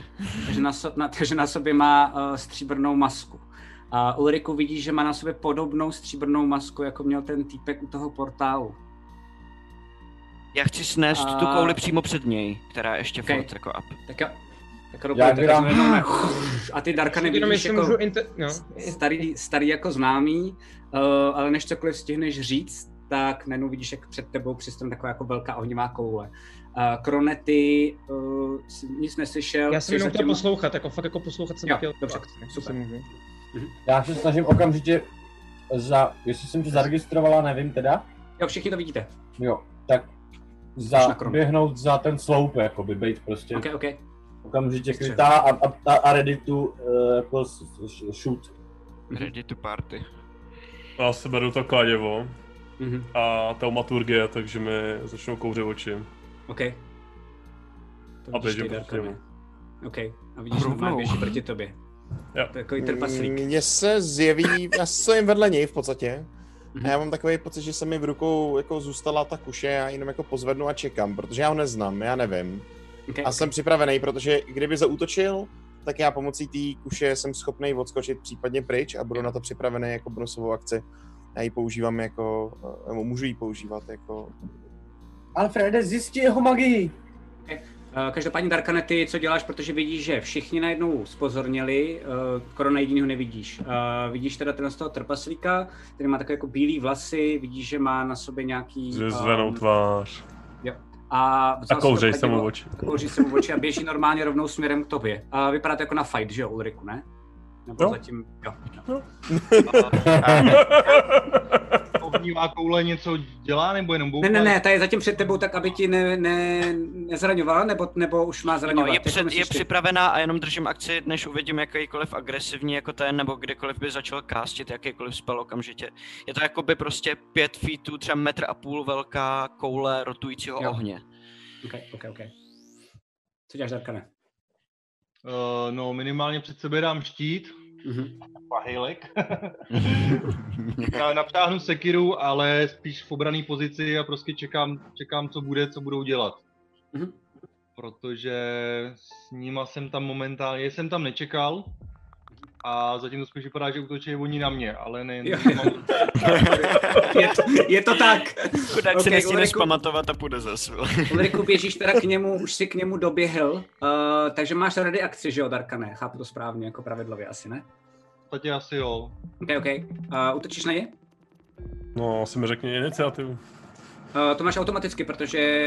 S4: že na, so, na, že na sobě má uh, stříbrnou masku. A Ulriku vidí, že má na sobě podobnou stříbrnou masku, jako měl ten týpek u toho portálu.
S1: Já chci snést tu
S4: A-
S1: kouli přímo před něj, která ještě
S4: Okej.
S1: okay. furt jako up.
S4: Tak já, tak Robo, tak
S10: vydám-
S4: zvedneme. A ty Darka
S7: Jenom
S4: nevidíš
S7: jestli
S4: jako
S7: můžu inter... No.
S4: starý, starý jako známý, uh, ale než cokoliv stihneš říct, tak najednou vidíš, jak před tebou přistane taková jako velká ohnivá koule. Uh, Kronety, uh, s- nic neslyšel.
S7: Já jsem
S4: jsi
S7: jenom chtěl
S4: zatím-
S7: poslouchat, jako fakt jako poslouchat jsem
S4: Jo,
S7: chtěl.
S4: dobře,
S7: jestli
S4: super.
S7: se můžu.
S10: Mhm. Já se snažím okamžitě za, jestli jsem to zaregistrovala, nevím teda,
S4: Jo, všichni to vidíte.
S10: jo, tak
S4: Jdeš
S10: za,
S4: na krom.
S10: běhnout za ten sloup, jakoby, být prostě
S4: OK, OK.
S10: okamžitě krytá a, a, a- a ready to uh, jako s- s- shoot.
S1: Ready to party.
S9: Já si beru to kladěvo
S4: Mhm.
S9: a taumaturgie, takže mi začnou kouřit oči.
S4: OK. To
S9: A
S4: vidíš
S9: běžím
S4: ty,
S9: proti
S4: Darkane.
S9: němu.
S4: OK. A vidíš, že
S1: Rovnou.
S4: normálně běží proti tobě.
S9: Jo.
S4: Takový trpaslík.
S11: Mně se zjeví, já stojím vedle něj v podstatě. A já mám takový pocit, že se mi v rukou jako zůstala ta kuše, já jenom jako pozvednu a čekám, protože já ho neznám, já nevím.
S4: Okay.
S11: A jsem připravený, protože kdyby zautočil, tak já pomocí té kuše jsem schopný odskočit případně pryč a budu na to připravený jako bonusovou akci. Já ji používám jako, eh, nebo můžu ji používat jako...
S10: Alfrede, zjistí jeho magii!
S4: Eh, Každopádně, Darkane, ty co děláš, protože vidíš, že všichni najednou spozorněli, eh, korona jedinýho nevidíš. Eh, Vidíš teda ten z toho trpaslíka, který má takové jako bílé vlasy, vidíš, že má na sobě nějaký...
S9: Zvenou
S4: ehm,
S9: tvář.
S4: A,
S9: A
S4: vzal si to jako-
S9: kouřej se mu
S4: kladivo,
S9: oči.
S4: Kouří se mu v oči a běží normálně rovnou směrem k tobě. A vypadá to jako na fight, že jo, Ulriku, ne? Nebo
S9: Jo.
S4: zatím, jo.
S8: [laughs] Ohnívá koule něco dělá nebo jenom
S4: Ne,
S8: bouchá?
S4: ne, ne, ta je zatím před tebou, tak aby ti ne, ne, nezraňovala, nebo, nebo už má
S1: No,
S4: zraňovat.
S1: je,
S4: Jak to
S1: před, je
S4: myslíš ty?
S1: připravená a jenom držím akci, než uvidím jakýkoliv agresivní jako ten, nebo kdekoliv by začal kástit jakýkoliv spel okamžitě. Je to jakoby prostě pět feetů, třeba metr a půl velká koule rotujícího
S4: Jo.
S1: jo. ohně.
S4: Okay, okay, okay. Co děláš, Darkane?
S8: Eh, Uh, no, minimálně před sebe dám štít,
S15: Mhm.
S8: pahylek. Já napřáhnu sekiru, ale spíš v obrané pozici a prostě čekám, čekám, co bude, co budou dělat.
S15: Mhm.
S8: Protože s nima jsem tam momentálně, jsem tam nečekal, a zatím to spíš vypadá, že útočí oni na mě, ale ne.
S15: Jo.
S8: nemám-
S15: [laughs] [laughs] je, to, je to tak.
S1: Chudák okay, si
S15: Ok,
S1: nestihneš
S15: Ulriku.
S1: pamatovat a půjde zase.
S4: Ulriku, běžíš teda k němu, už si k němu doběhl, uh, takže máš ready akci, že jo, Darkane? Chápu to správně, jako pravidlově asi, ne?
S8: V podstatě asi jo.
S4: OK, OK. Uh, útočíš na ně?
S9: No, si mi řekni iniciativu.
S4: Uh, to máš automaticky, protože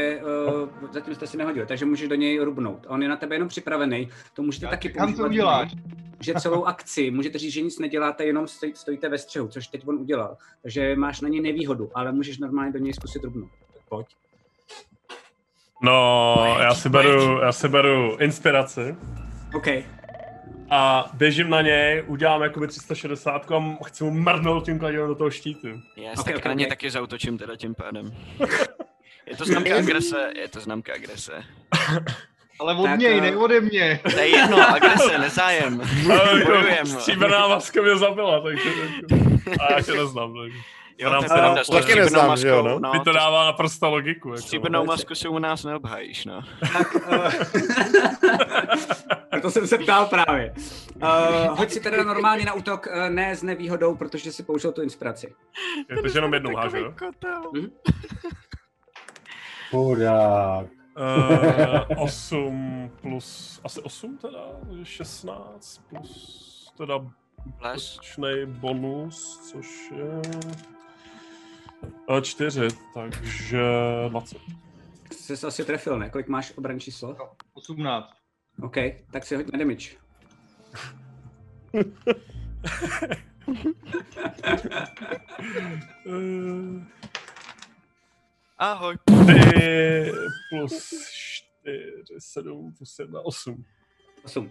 S4: uh, zatím jste si nehodil, takže můžeš do něj rubnout. On je na tebe jenom připravený, to můžete
S8: Já
S4: taky
S8: čekám, co
S4: používat.
S8: uděláš.
S4: Že celou akci můžete říct, že nic neděláte, jenom stoj- stojíte ve střehu, což teď on udělal. Takže máš na něj nevýhodu, ale můžeš normálně do něj zkusit rubnout. Pojď.
S9: No, já si beru, já si beru inspiraci.
S4: OK.
S9: A běžím na něj, udělám jakoby 360 a m- chci mu mrdnout tím kladivem do toho štítu.
S1: Já
S4: Ok,
S1: okay, tak
S4: ok,
S1: okay, na ně
S4: ok.
S1: taky zautočím teda tím
S4: [laughs]
S1: pádem. Je to známka agrese, je to známka agrese.
S8: [laughs] Ale od
S4: Tak,
S8: něj,
S4: eh,
S8: ne ode mě.
S1: To je jedno, agrese, nezájem. Bojujem.
S9: Stříbrná maska mě zabila, takže... A já tě neznám, takže...
S1: Jo,
S9: Nám
S1: to je
S9: se
S1: pravda,
S9: dá-
S1: s tou
S11: taky
S1: stříbrnou
S11: neznám, že jo,
S1: maskou,
S11: no?
S9: Ty to
S1: to-
S9: dává naprosto logiku. Jako.
S1: Stříbrnou masku si u nás neobhájíš, no.
S4: Proto jsem se ptal právě. Uh, hoď si teda normálně na útok, uh, ne s nevýhodou, protože si použil tu inspiraci. Mhm.
S9: Je to jenom jednou hážu, jo?
S1: kotel.
S16: Chudák.
S10: [laughs]
S9: Eh, 8 plus, asi 8 teda, 16 plus teda
S1: Les.
S9: útočnej bonus, což je... 4, eh, takže 20.
S4: Jsi se asi trefil, ne? Kolik máš obran číslo?
S8: No, 18.
S4: OK, tak si hoď na damage.
S9: Eh,
S1: Ahoj.
S9: 3 plus 4, 7 plus 1, 8.
S4: 8.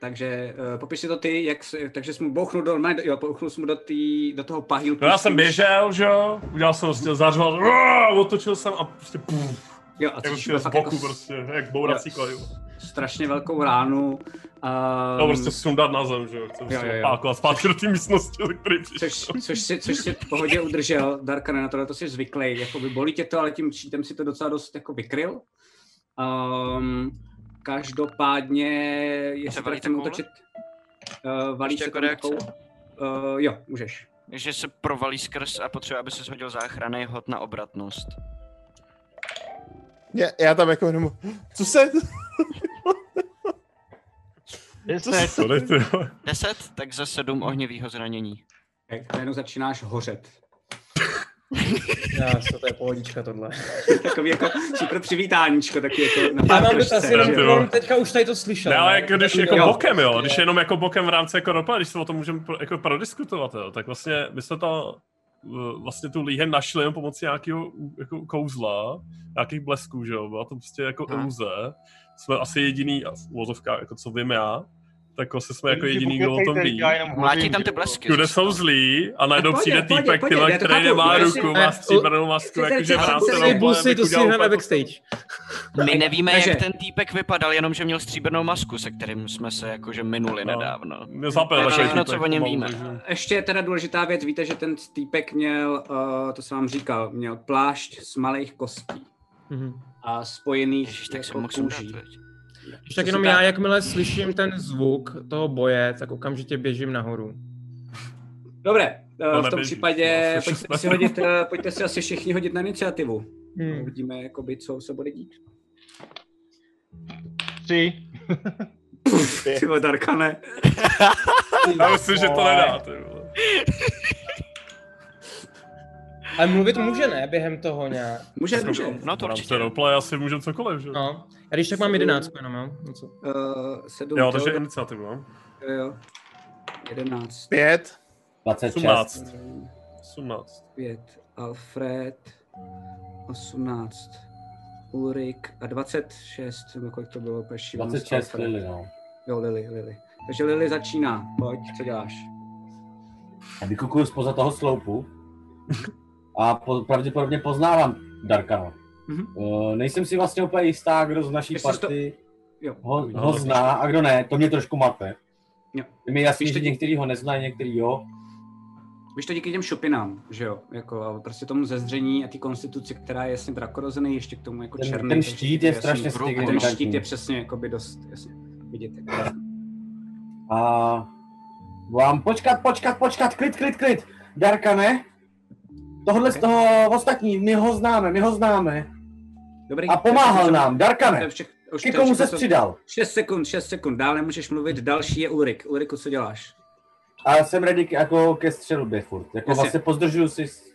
S4: Takže uh, popiš si to ty, jak jsi, takže jsi mu bouchnul do, normálně, do- jo, bouchnul jsi mu do, tý, do toho pahýlku.
S9: No já jsem
S4: s tím-
S9: běžel, že jo, udělal jsem prostě, zařval, "Ruah!" otočil jsem a prostě puf,
S4: Jo, a
S9: jako
S4: což
S9: přijde
S4: byl
S9: z
S4: fakt
S9: boku
S4: jako
S9: prostě, jak bourací
S4: Jo.
S9: kladivo.
S4: strašně velkou ránu. Um,
S9: To prostě sundat na zem, že jo, chci
S4: jo,
S9: prostě
S4: jo.
S9: pákovat zpátky do té místnosti, do které
S4: Což,
S9: přišel.
S4: což, si, což si v pohodě udržel, Darka, na tohle to jsi zvyklý, jako by bolí tě to, ale tím štítem si to docela dost jako vykryl. Um, každopádně, jestli
S1: valí
S4: teda chceme
S1: takovouhle?
S4: útočit, uh, valíš
S1: Ještě
S4: se
S1: jako
S4: tam
S1: reakce?
S4: takovou, uh, jo, můžeš.
S1: Že se provalí skrz a potřebuje, aby se shodil záchranný hod na obratnost.
S11: Já, já tam jako jenom, co se,
S9: Sorry, ty jo.
S1: 10, tak za 7 ohnivýho zranění.
S4: Okay. Najednou začínáš hořet.
S7: Já, to je pohodička tohle.
S4: [laughs] Takový jako super přivítáníčko, taky jako na
S7: Já
S4: pár
S7: mám dotaz,
S4: trošce,
S7: jenom
S4: že jo.
S9: jo.
S7: jenom teďka už tady to slyšel.
S9: Ne, ale jako když jako
S4: Jo.
S9: bokem, jo, když jenom jako bokem v rámci jako ropa, když se o tom můžeme pro, jako prodiskutovat, jo, tak vlastně my jsme to eh, vlastně tu líhen našli jenom pomocí nějakého jako kouzla, nějakých blesků, že jo, byla to prostě jako
S1: Aha.
S9: iluze. Jsme asi jediný, a v vozovkách, jako co vím já, tak vlastně jsme jako
S8: Takže
S9: jediný, kdo o tom
S8: pokecejte,
S9: ví.
S8: já jenom
S1: Mlátí
S8: hodím,
S1: tam
S8: že
S1: ty
S8: jo.
S1: blesky.
S9: Všude
S1: zase.
S9: jsou zlí a najednou
S4: No, Pojď,
S9: přijde
S4: pojď, pojď,
S9: týpek,
S4: pojď,
S9: tyhle,
S4: já to
S9: který
S4: chápu,
S9: nemá
S4: já si-
S9: ruku,
S7: ne,
S9: má stříbrnou masku,
S4: u-
S9: jakože
S4: u-
S9: vrátce
S4: u-
S9: na
S7: Busy, to si hneme na backstage.
S1: My nevíme,
S4: Takže-
S1: jak ten týpek vypadal, jenom že měl stříbrnou masku, se kterým jsme se jakože minuli
S9: No.
S1: nedávno.
S9: Nezapel
S1: To je
S9: takový
S1: všechno,
S9: týpek,
S1: co o něm
S9: pomalu,
S1: víme.
S9: takže-
S4: Ještě je teda důležitá věc, víte, že ten týpek měl, uh, to jsem vám říkal, měl plášť z malých kostí
S7: Mhm.
S4: a spojených
S1: Ježiš, tak jsem
S4: jako
S1: mohl sundat,
S4: kůží.
S1: veď.
S7: Když tak jenom já, jako- jakmile slyším ten zvuk toho boje, tak okamžitě běžím nahoru.
S4: Dobré, eh, v tom
S9: neběží.
S4: případě
S9: No, se
S4: pojďte si,
S9: šestnáct.
S4: hodit, eh, pojďte si asi všichni hodit na iniciativu.
S7: Hmm.
S4: No, Uvidíme, jakoby, co se bude dít.
S8: Tři.
S4: Ty vole, Darkane.
S9: Já myslím, že to nedá, ty vole.
S7: Ale mluvit může, ne? Během toho nějak.
S4: Může, může.
S1: No to
S9: V rámci
S1: určitě.
S9: roleplay asi můžeme cokoliv, že? jo?
S7: No. Já když tak mám jedenáctku jenom, jo? No co?
S4: Uh, sedm,
S9: Jo, takže
S4: Teodor,
S9: iniciativu, no.
S4: jo, jo. Jedenáct,
S11: pět,
S16: 26.
S9: 18. 18.
S4: pět, Alfred, osmnáct, Ulrik a 26, nebo kolik to bylo, peši,
S16: 26 Lily, no.
S4: Jo, Lily, Lily. Takže Lily začíná. Pojď, co děláš?
S16: A vykukuju spoza toho sloupu a po, pravděpodobně poznávám
S17: no.
S16: Darkana.
S4: Mhm.
S16: Mm-hmm.
S17: Eh,
S16: Uh, nejsem si vlastně úplně jistá, kdo z naší
S4: Jestli jsi to-
S16: party
S4: Jo.
S16: ho,
S9: No,
S16: ho zná a kdo ne, to mě trošku mate.
S4: Jo.
S17: Je mi jasný,
S4: Víš,
S17: že
S4: to-
S17: některý ho nezná, některý jo.
S4: Víš to díky těm šupinám, že jo? Jako, a prostě tomu zezření a té konstituci, která je jasně drakorozený, ještě k tomu jako
S17: Ten-
S4: černý.
S17: ten
S4: takže
S17: štít
S4: to
S17: je
S4: jasný.
S17: strašně
S4: A ten
S17: stigmatizantní.
S4: štít je přesně jakoby dost jasně, vidět. jako-
S17: A vám počkat, počkat, počkat, klid, klid, klid. Darka, ne? Tohle z toho ostatní, my ho známe, my ho známe.
S4: Dobrý.
S17: A pomáhal nám,
S4: To je
S17: Darkane.
S4: všech- už
S17: Ke
S4: to je
S17: komu se
S4: všechno, co-
S17: přidal?
S4: 6 sekund, 6 sekund, dál nemůžeš mluvit, další je Ulrik. Ulriku, co děláš?
S17: A jsem ready k- jako ke střelbě furt. Jako
S4: Jasně.
S17: vlastně pozdržuju si, s-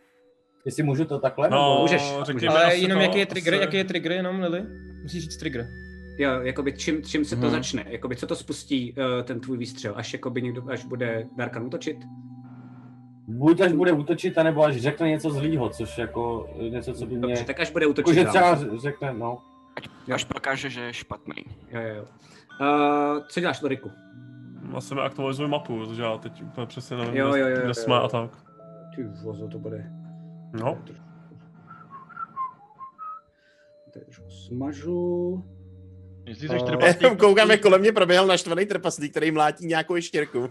S17: jestli můžu to takhle?
S10: No,
S4: No,
S17: nebo-
S7: Ale jenom jaký je trigger, jaký je trigger jenom, Lily? Musíš říct trigger.
S4: Jo, jakoby čím, čím se to
S7: Mhm.
S4: začne, jakoby co to spustí uh, ten tvůj výstřel, až jakoby někdo, až bude Darkan útočit?
S17: Buď až bude útočit, anebo až řekne něco zlýho, což jako eh, něco, co by mě...
S4: Dobře, tak až bude útočit,
S17: Jakože
S4: dám.
S17: třeba ř- řekne, no.
S1: Až prokáže, že je špatný.
S4: Jo, jo, jo. Uh, co děláš, Ulriku?
S9: Vlastně mi aktualizuji mapu, takže já teď úplně přesně nevím,
S4: Jo,
S9: kde-
S4: jo, jo,
S9: kde
S4: jo,
S9: jsme
S4: jo.
S9: a tak.
S4: Ty vozo, to bude. [laughs]
S9: No.
S4: Tady trošku smažu.
S8: Jestli
S4: Eh,
S11: Jenom koukám, jak kolem mě proběhl naštvaný trpaslík, který mlátí nějakou ještěrku.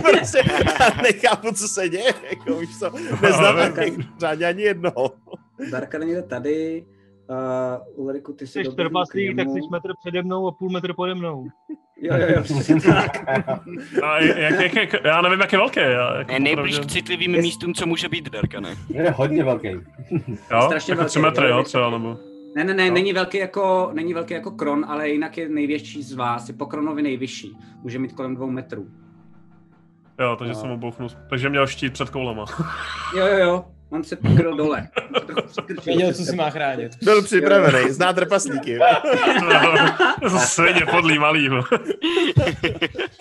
S11: prostě já nechápu, co se děje. [laughs] Jako, víš
S7: [laughs] No,
S11: co, neznám
S4: [laughs]
S11: ani- řádně ani jednoho.
S4: Darkan někde tady, uh, Ulriku, ty jsi
S8: Jsi
S4: dobrý
S8: trpaslík, tak
S4: jemu.
S8: jsi metr přede mnou a půl metr pode mnou.
S4: Jo, jo, jo,
S9: [laughs]
S4: přesně tak.
S9: A jak, jak, jak, já nevím, jak je velký. Já, jako
S1: Je nejblíž k
S9: opravdu-
S1: citlivým místům, co může být Darkane.
S17: Je hodně velký. [laughs]
S9: Jo,
S4: strašně
S9: jako
S4: velký,
S9: 3 metry,
S4: jo,
S9: jo,
S4: je
S9: třeba, nebo...
S4: Ne, ne,
S7: No.
S4: ne, není velký, jako, není velký jako Kron, ale jinak je největší z vás, je po Kronovi nejvyšší. Může mít kolem dvou metrů.
S9: Jo, takže
S4: No.
S9: jsem obouchnul. Takže měl štít před [laughs] koulema.
S4: Jo, jo, jo, on se pokryl dole.
S7: Věděl, co si má chránit.
S11: Byl připravený, zná trpaslíky.
S9: Svině podlý malý. no.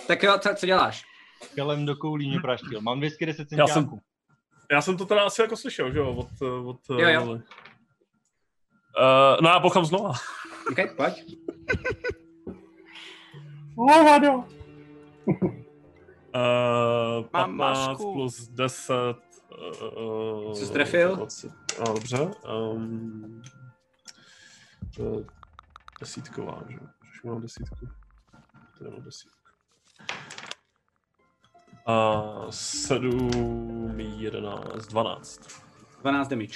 S4: tak jo, co, co děláš?
S8: Kelem do koulí mě praštil. Mám 210
S9: Já jsem,
S8: centiáků.
S9: já jsem to teda asi jako slyšel, že jo, od... eh, od eh,
S8: Jo, jo.
S9: Lily. Eh, no já pochám znova.
S4: Okay, pojď.
S17: Hovado!
S9: Uh, 15
S1: Mám masku.
S9: plus 10. Uh,
S4: Jsi strefil?
S9: No, dobře. Um, to je desítková, že? Už mám desítku. Tady mám desítku. A 7, 11, 12.
S4: 12 damage.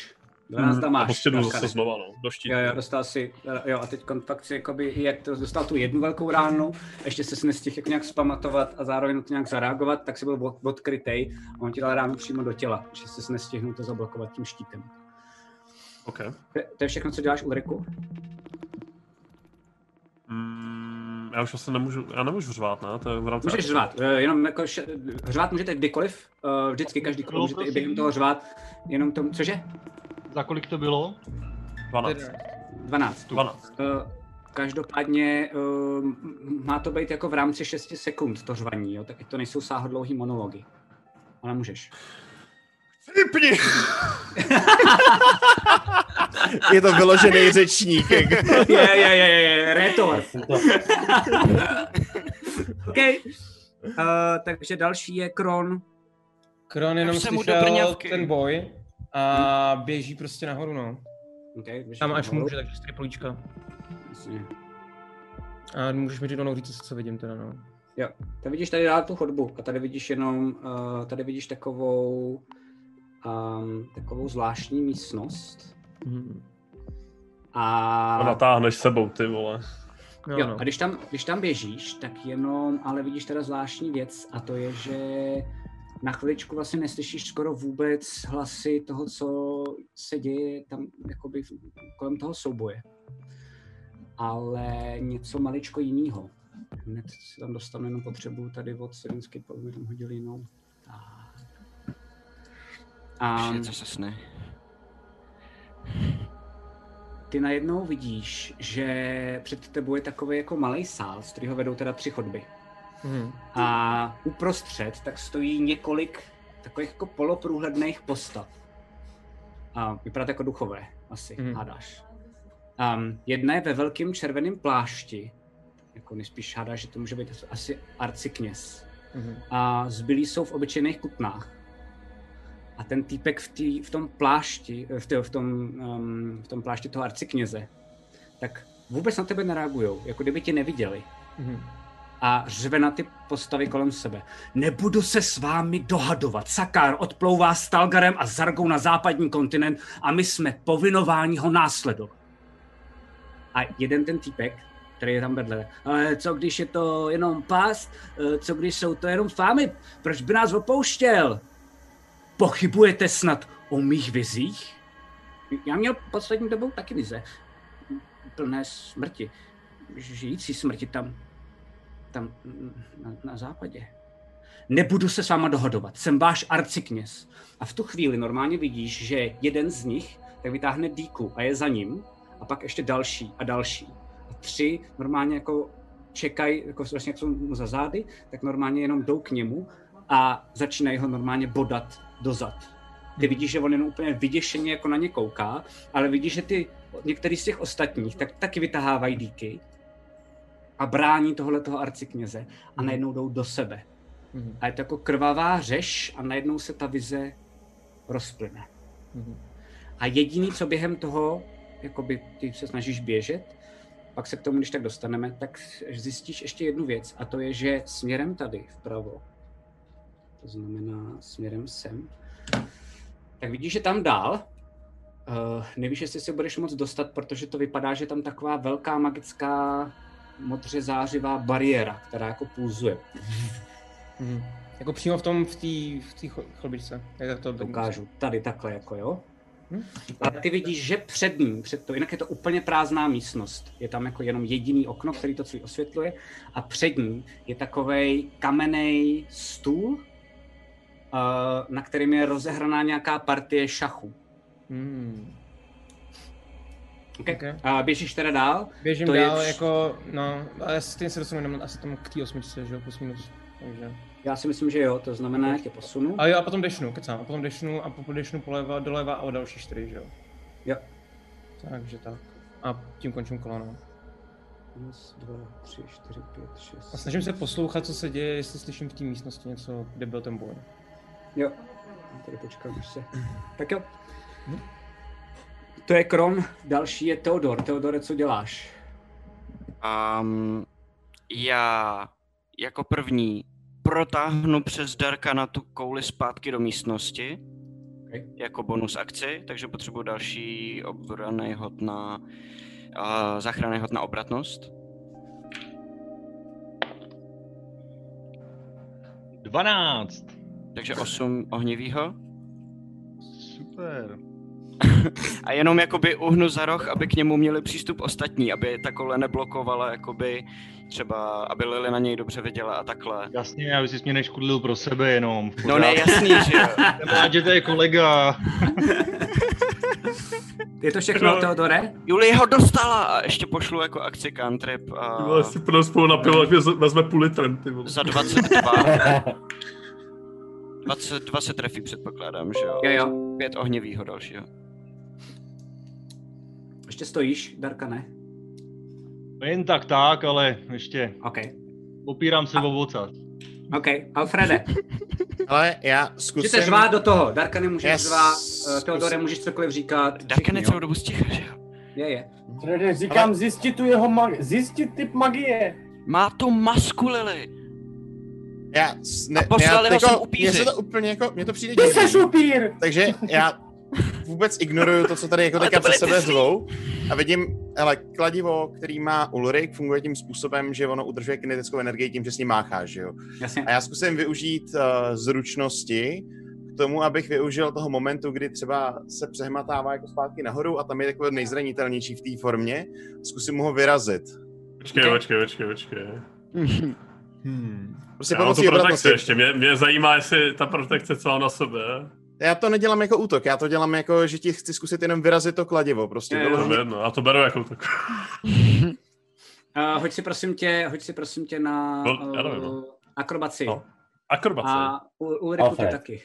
S4: 12
S9: Hmm,
S4: hmm, máš.
S9: a prostě jdu
S4: Darkane.
S9: zase znova, no, do štítu.
S4: Jo, jo, dostal si, jo, a teď fakt si, jakoby, jak to, dostal tu jednu velkou ránu, ještě se si nestihl jak nějak zpamatovat a zároveň na to nějak zareagovat, tak si byl od- odkrytej a on ti dal ránu přímo do těla, že se nestihnul to zablokovat tím štítem.
S9: OK.
S4: To, to je všechno, co děláš Ulriku?
S9: Mm, já už asi nemůžu, já nemůžu řvát, ne? To je v rámci...
S4: Můžeš řvát, eh, jenom jako š- řvát můžete kdykoliv, eh, vždycky každý kolo můžete i během toho řvát, jenom tom, cože?
S8: Za kolik to bylo?
S9: 12.
S4: 12.
S9: 12.
S4: Eh, Každopádně eh, m- m- má to být jako v rámci 6 sekund to řvaní, jo? tak to nejsou sáhodlouhý monology. Ale můžeš.
S11: Vypni! Je to vyložený řečník. jako.
S4: Je, je, je, je, je, retor. OK. Uh, takže další je Kron.
S7: Kron jenom
S4: Až se mu do
S7: slyšel
S4: brňavky.
S7: ten boj a běží prostě nahoru, no.
S4: Okay,
S7: Tam až může, takže z políčka. A můžeš mi říct rovnou říct, co- co vidím teda, no.
S4: Jo, tam vidíš tady dál tu chodbu a tady vidíš jenom, uh, tady vidíš takovou, um, takovou zvláštní místnost.
S7: Hm.
S9: A
S4: A,
S9: natáhneš sebou, ty vole.
S4: jo,
S9: no.
S4: no. a když, tam, když tam běžíš, tak jenom, ale vidíš teda zvláštní věc a to je, že na chviličku vlastně neslyšíš skoro vůbec hlasy toho, co se děje tam jakoby v- kolem toho souboje. Ale něco maličko jiného. Hned si tam dostanu jenom potřebu tady od Sirinsky, aby tam hodil jinou. A
S1: Shit, zase sny.
S4: ty najednou vidíš, že před tebou je takový jako malý sál, z kterého vedou teda tři chodby.
S7: Mhm.
S4: A uprostřed tak stojí několik takových jako poloprůhledných postav. A vypadá to jako duchové, asi,
S7: Mhm.
S4: mm. hádáš. Um, jedna je ve velkém červeném plášti, jako nejspíš hádáš, že to může být asi arcikněz.
S7: Mhm.
S4: A zbylí jsou v obyčejných kutnách. A ten týpek v, tý, v tom plášti, eh, v, tý, v, tom, um, v tom plášti toho arcikněze, tak vůbec na tebe nereagujou, jako kdyby tě neviděli.
S7: Mhm.
S4: a řve na ty postavy kolem sebe. Nebudu se s vámi dohadovat. Sakár odplouvá s Talgarem a Zargou na západní kontinent a my jsme povinováni ho následovat. A jeden ten týpek, který je tam vedle, ale co když je to jenom past, Eh, co když jsou to jenom fámy, proč by nás opouštěl? Pochybujete snad o mých vizích? Já měl poslední dobou taky vize. Plné smrti. Žijící smrti tam tam mm, na, na západě. Nebudu se s váma dohodovat, jsem váš arcikněz. A v tu chvíli normálně vidíš, že jeden z nich tak vytáhne dýku a je za ním, a pak ještě další a další. A tři normálně jako čekají, jako vlastně jak jsou mu za zády, tak normálně jenom jdou k němu a začínají ho normálně bodat dozad. Ty vidíš, že on jenom úplně vyděšeně jako na ně kouká, ale vidíš, že ty některý z těch ostatních tak taky vytahávají dýky a brání tohletoho arcikněze a najednou jdou do sebe.
S7: Mhm.
S4: A je to jako krvavá řeš a najednou se ta vize rozplyne. Mhm. A jediný, co během toho, jakoby ty se snažíš běžet, pak se k tomu, když tak dostaneme, tak zjistíš ještě jednu věc a to je, že směrem tady vpravo, to znamená směrem sem, tak vidíš, že tam dál, uh, nevíš, jestli se budeš moc dostat, protože to vypadá, že je tam taková velká magická modře zářivá bariéra, která jako pulzuje.
S7: Mhm. Jako přímo v tom, v té v té cho- chlubičce. Jak to Hm?
S4: ukážu. Tady takhle jako, jo? A ty vidíš, že před ním, před to, jinak je to úplně prázdná místnost. Je tam jako jenom jediný okno, který to celý osvětluje. A před ním je takovej kamenný stůl, eh, na kterým je rozehraná nějaká partie šachu.
S7: Hmm.
S4: Okay. A běžíš teda dál?
S7: Běžím
S4: To
S7: to
S4: je
S7: dál,
S4: vš-
S7: jako, no, ale stejně se dostanu jenom asi tam k té osmičce, že jo, plus minus. Takže.
S4: Já si myslím, že jo, to znamená, že tě posunu.
S7: A jo, a potom dešnu, kecám, a potom dešnu a potom dešnu poleva, doleva a o další čtyři, že jo.
S4: Jo.
S7: Takže tak. A tím končím kolo, no.
S4: Raz, dva, tři, čtyři, pět, šest.
S7: A snažím se poslouchat, co se děje, jestli slyším v té místnosti něco, kde byl ten boj.
S4: Jo. Hm, Tady počkám, až se... Tak jo. To je Kron, další je Teodor. Teodore, co děláš?
S1: Um, já jako první protáhnu přes Darka na tu kouli zpátky do místnosti
S4: okay.
S1: jako bonus akci, takže potřebuji další obrany hod na uh, záchranný hod na obratnost.
S8: 12.
S1: Takže 8 ohnivýho.
S8: Super.
S1: A jenom jakoby uhnu za roh, aby k němu měli přístup ostatní, aby ta koule neblokovala jakoby třeba, aby Lily na něj dobře viděla a takhle.
S8: Jasně, aby si mě neškudlil pro sebe jenom. v
S1: No ne,
S8: pořádku.
S1: jasný, že jo.
S8: Jsem rád, že to je kolega.
S4: Je to
S9: No.
S4: všechno, Teodore?
S1: Julie ho dostala a ještě pošlu jako akci cantrip
S9: Ty
S1: a
S9: vole, No, si půjdeme spolu na pivo, až mě z- vezme půl litrem, ty vole.
S1: za
S4: [laughs]
S1: 22. 22 se trefí předpokládám, že jo?
S4: Jo, jo.
S1: Pět ohnivýho dalšího.
S4: Ještě stojíš, Darka ne?
S8: Jen tak tak, ale ještě.
S4: Okay.
S8: Opírám se o vocat.
S4: OK, Alfrede.
S11: [laughs] Ale já zkusím...
S4: Můžete žvát do toho. Darka nemůžeš yes.
S11: Yes.
S4: žvát, eh, Teodore můžeš cokoliv říkat. Darka ne celou
S1: dobu sticha, že
S4: Je, je.
S17: Frede, říkám,
S4: Ale-
S17: Ale... zjistit tu jeho mag- zjistit typ magie.
S1: Má to masku, Lily.
S11: Já s- ne,
S17: A poslali
S11: já
S17: ho
S11: teďko-
S17: sem upíři.
S11: [laughs] Mně se to úplně jako, mně to přijde
S17: Ty seš upír!
S11: Takže já vůbec ignoruju to, co tady jako
S17: Ale
S11: teďka
S17: to byli
S11: před sebe
S17: ty zlí.
S11: zvou. A vidím, ale kladivo, který má Ulrik, funguje tím způsobem, že ono udržuje kinetickou energii tím, že s ním máchá, že jo.
S4: Jasně.
S11: A já zkusím využít uh, zručnosti k tomu, abych využil toho momentu, kdy třeba se přehmatává jako zpátky nahoru a tam je takový nejzranitelnější v té formě. Zkusím mu ho vyrazit. Jako-
S9: Počkej, počkej, počkej, počkej.
S11: Hmm. Prostě
S9: Já mám tu
S11: pomocí obratnosti.
S9: protekci ještě, mě, mě zajímá, jestli ta protekce, co mám na sobě.
S11: Já to nedělám jako útok, já to dělám jako, že ti chci zkusit jenom vyrazit to kladivo, prostě.
S9: To je jedno, a to beru jako tak.
S4: Uh, hoď si prosím tě, hoď si prosím tě na
S9: No, já nevím, no.
S4: eh, akrobaci.
S9: No, akrobaci.
S4: A u, u Riku ty
S11: Alfred.
S4: taky.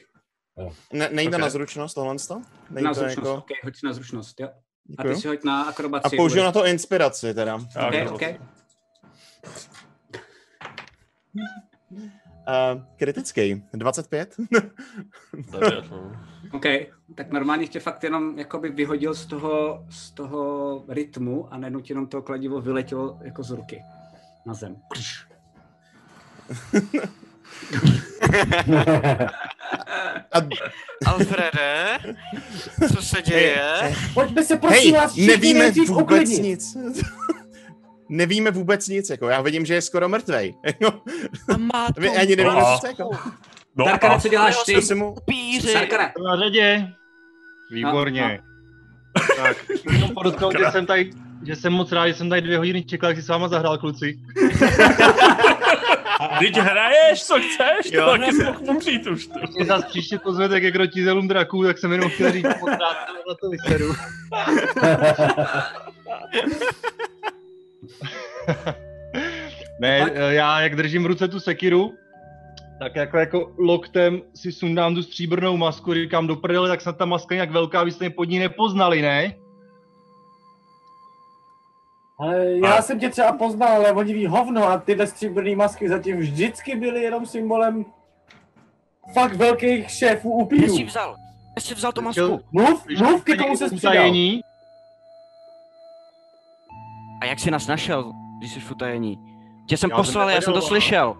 S11: Ne, nejde
S4: Ok.
S11: na zručnost tohle? to? Není
S4: na
S11: to
S4: zručnost,
S11: jako-
S4: jako... okay, hoď si na zručnost, jo. A
S11: Děkuju.
S4: ty si hoď na
S11: A
S4: akrobaci.
S11: použiju
S4: Ulrik.
S11: na to inspiraci teda. Eh,
S4: Okay, okay.
S11: Uh, kritický, 25.
S8: [laughs]
S4: OK, tak normálně tě fakt jenom jakoby vyhodil z toho, z toho rytmu a najednou ti jenom to kladivo vyletělo jako z ruky na zem. Křš.
S1: [laughs] Alfrede, co se děje?
S17: Pojďme se
S11: Hej,
S17: prosím vás všichni
S11: nevíme
S17: nejdřív
S11: vůbec
S17: uklidnit.
S11: nic. [laughs] nevíme vůbec nic, jako já vidím, že je skoro mrtvej. [laughs]
S1: A má
S11: Vy ani nevíme, co to je, jako.
S9: No
S4: Darkane, co děláš ty?
S11: Zkusím mu-
S4: Darkane,
S8: Na řadě. Výborně.
S4: No,
S8: Tak, jenom podotknout, že jsem tady, že jsem moc rád, že jsem tady dvě hodiny čekal, jak si s váma zahrál,
S9: [laughs]
S8: kluci.
S9: Teď hraješ, co chceš,
S8: Jo.
S9: to taky mohl umřít už. To.
S8: Mě zase příště pozvete ke krotitelům draků, tak jsem jenom chtěl říct moc rád, ale na to vyseru. [laughs] ne, eh, já jak držím v ruce tu sekiru, tak jako, jako loktem si sundám tu stříbrnou masku, říkám do prdele, tak snad ta maska je nějak velká, vy jste mě pod ní nepoznali, ne?
S17: Ale já jsem tě třeba poznal, ale oni ví hovno a tyhle stříbrné masky zatím vždycky byly jenom symbolem fakt velkých šéfů
S1: Kde
S17: upírů.
S1: jsi vzal? Kde jsi vzal tu
S8: Chtěl-
S1: masku?
S17: Mluv,
S8: Když
S17: mluv, ke
S8: jste
S17: komu se
S8: někdo
S17: přidal.
S8: utajení,
S1: A jak jsi nás našel, když jsi v utajení? Tě jsem
S8: Já jsem
S1: poslal, já jsem to
S8: nevěděl,
S1: slyšel.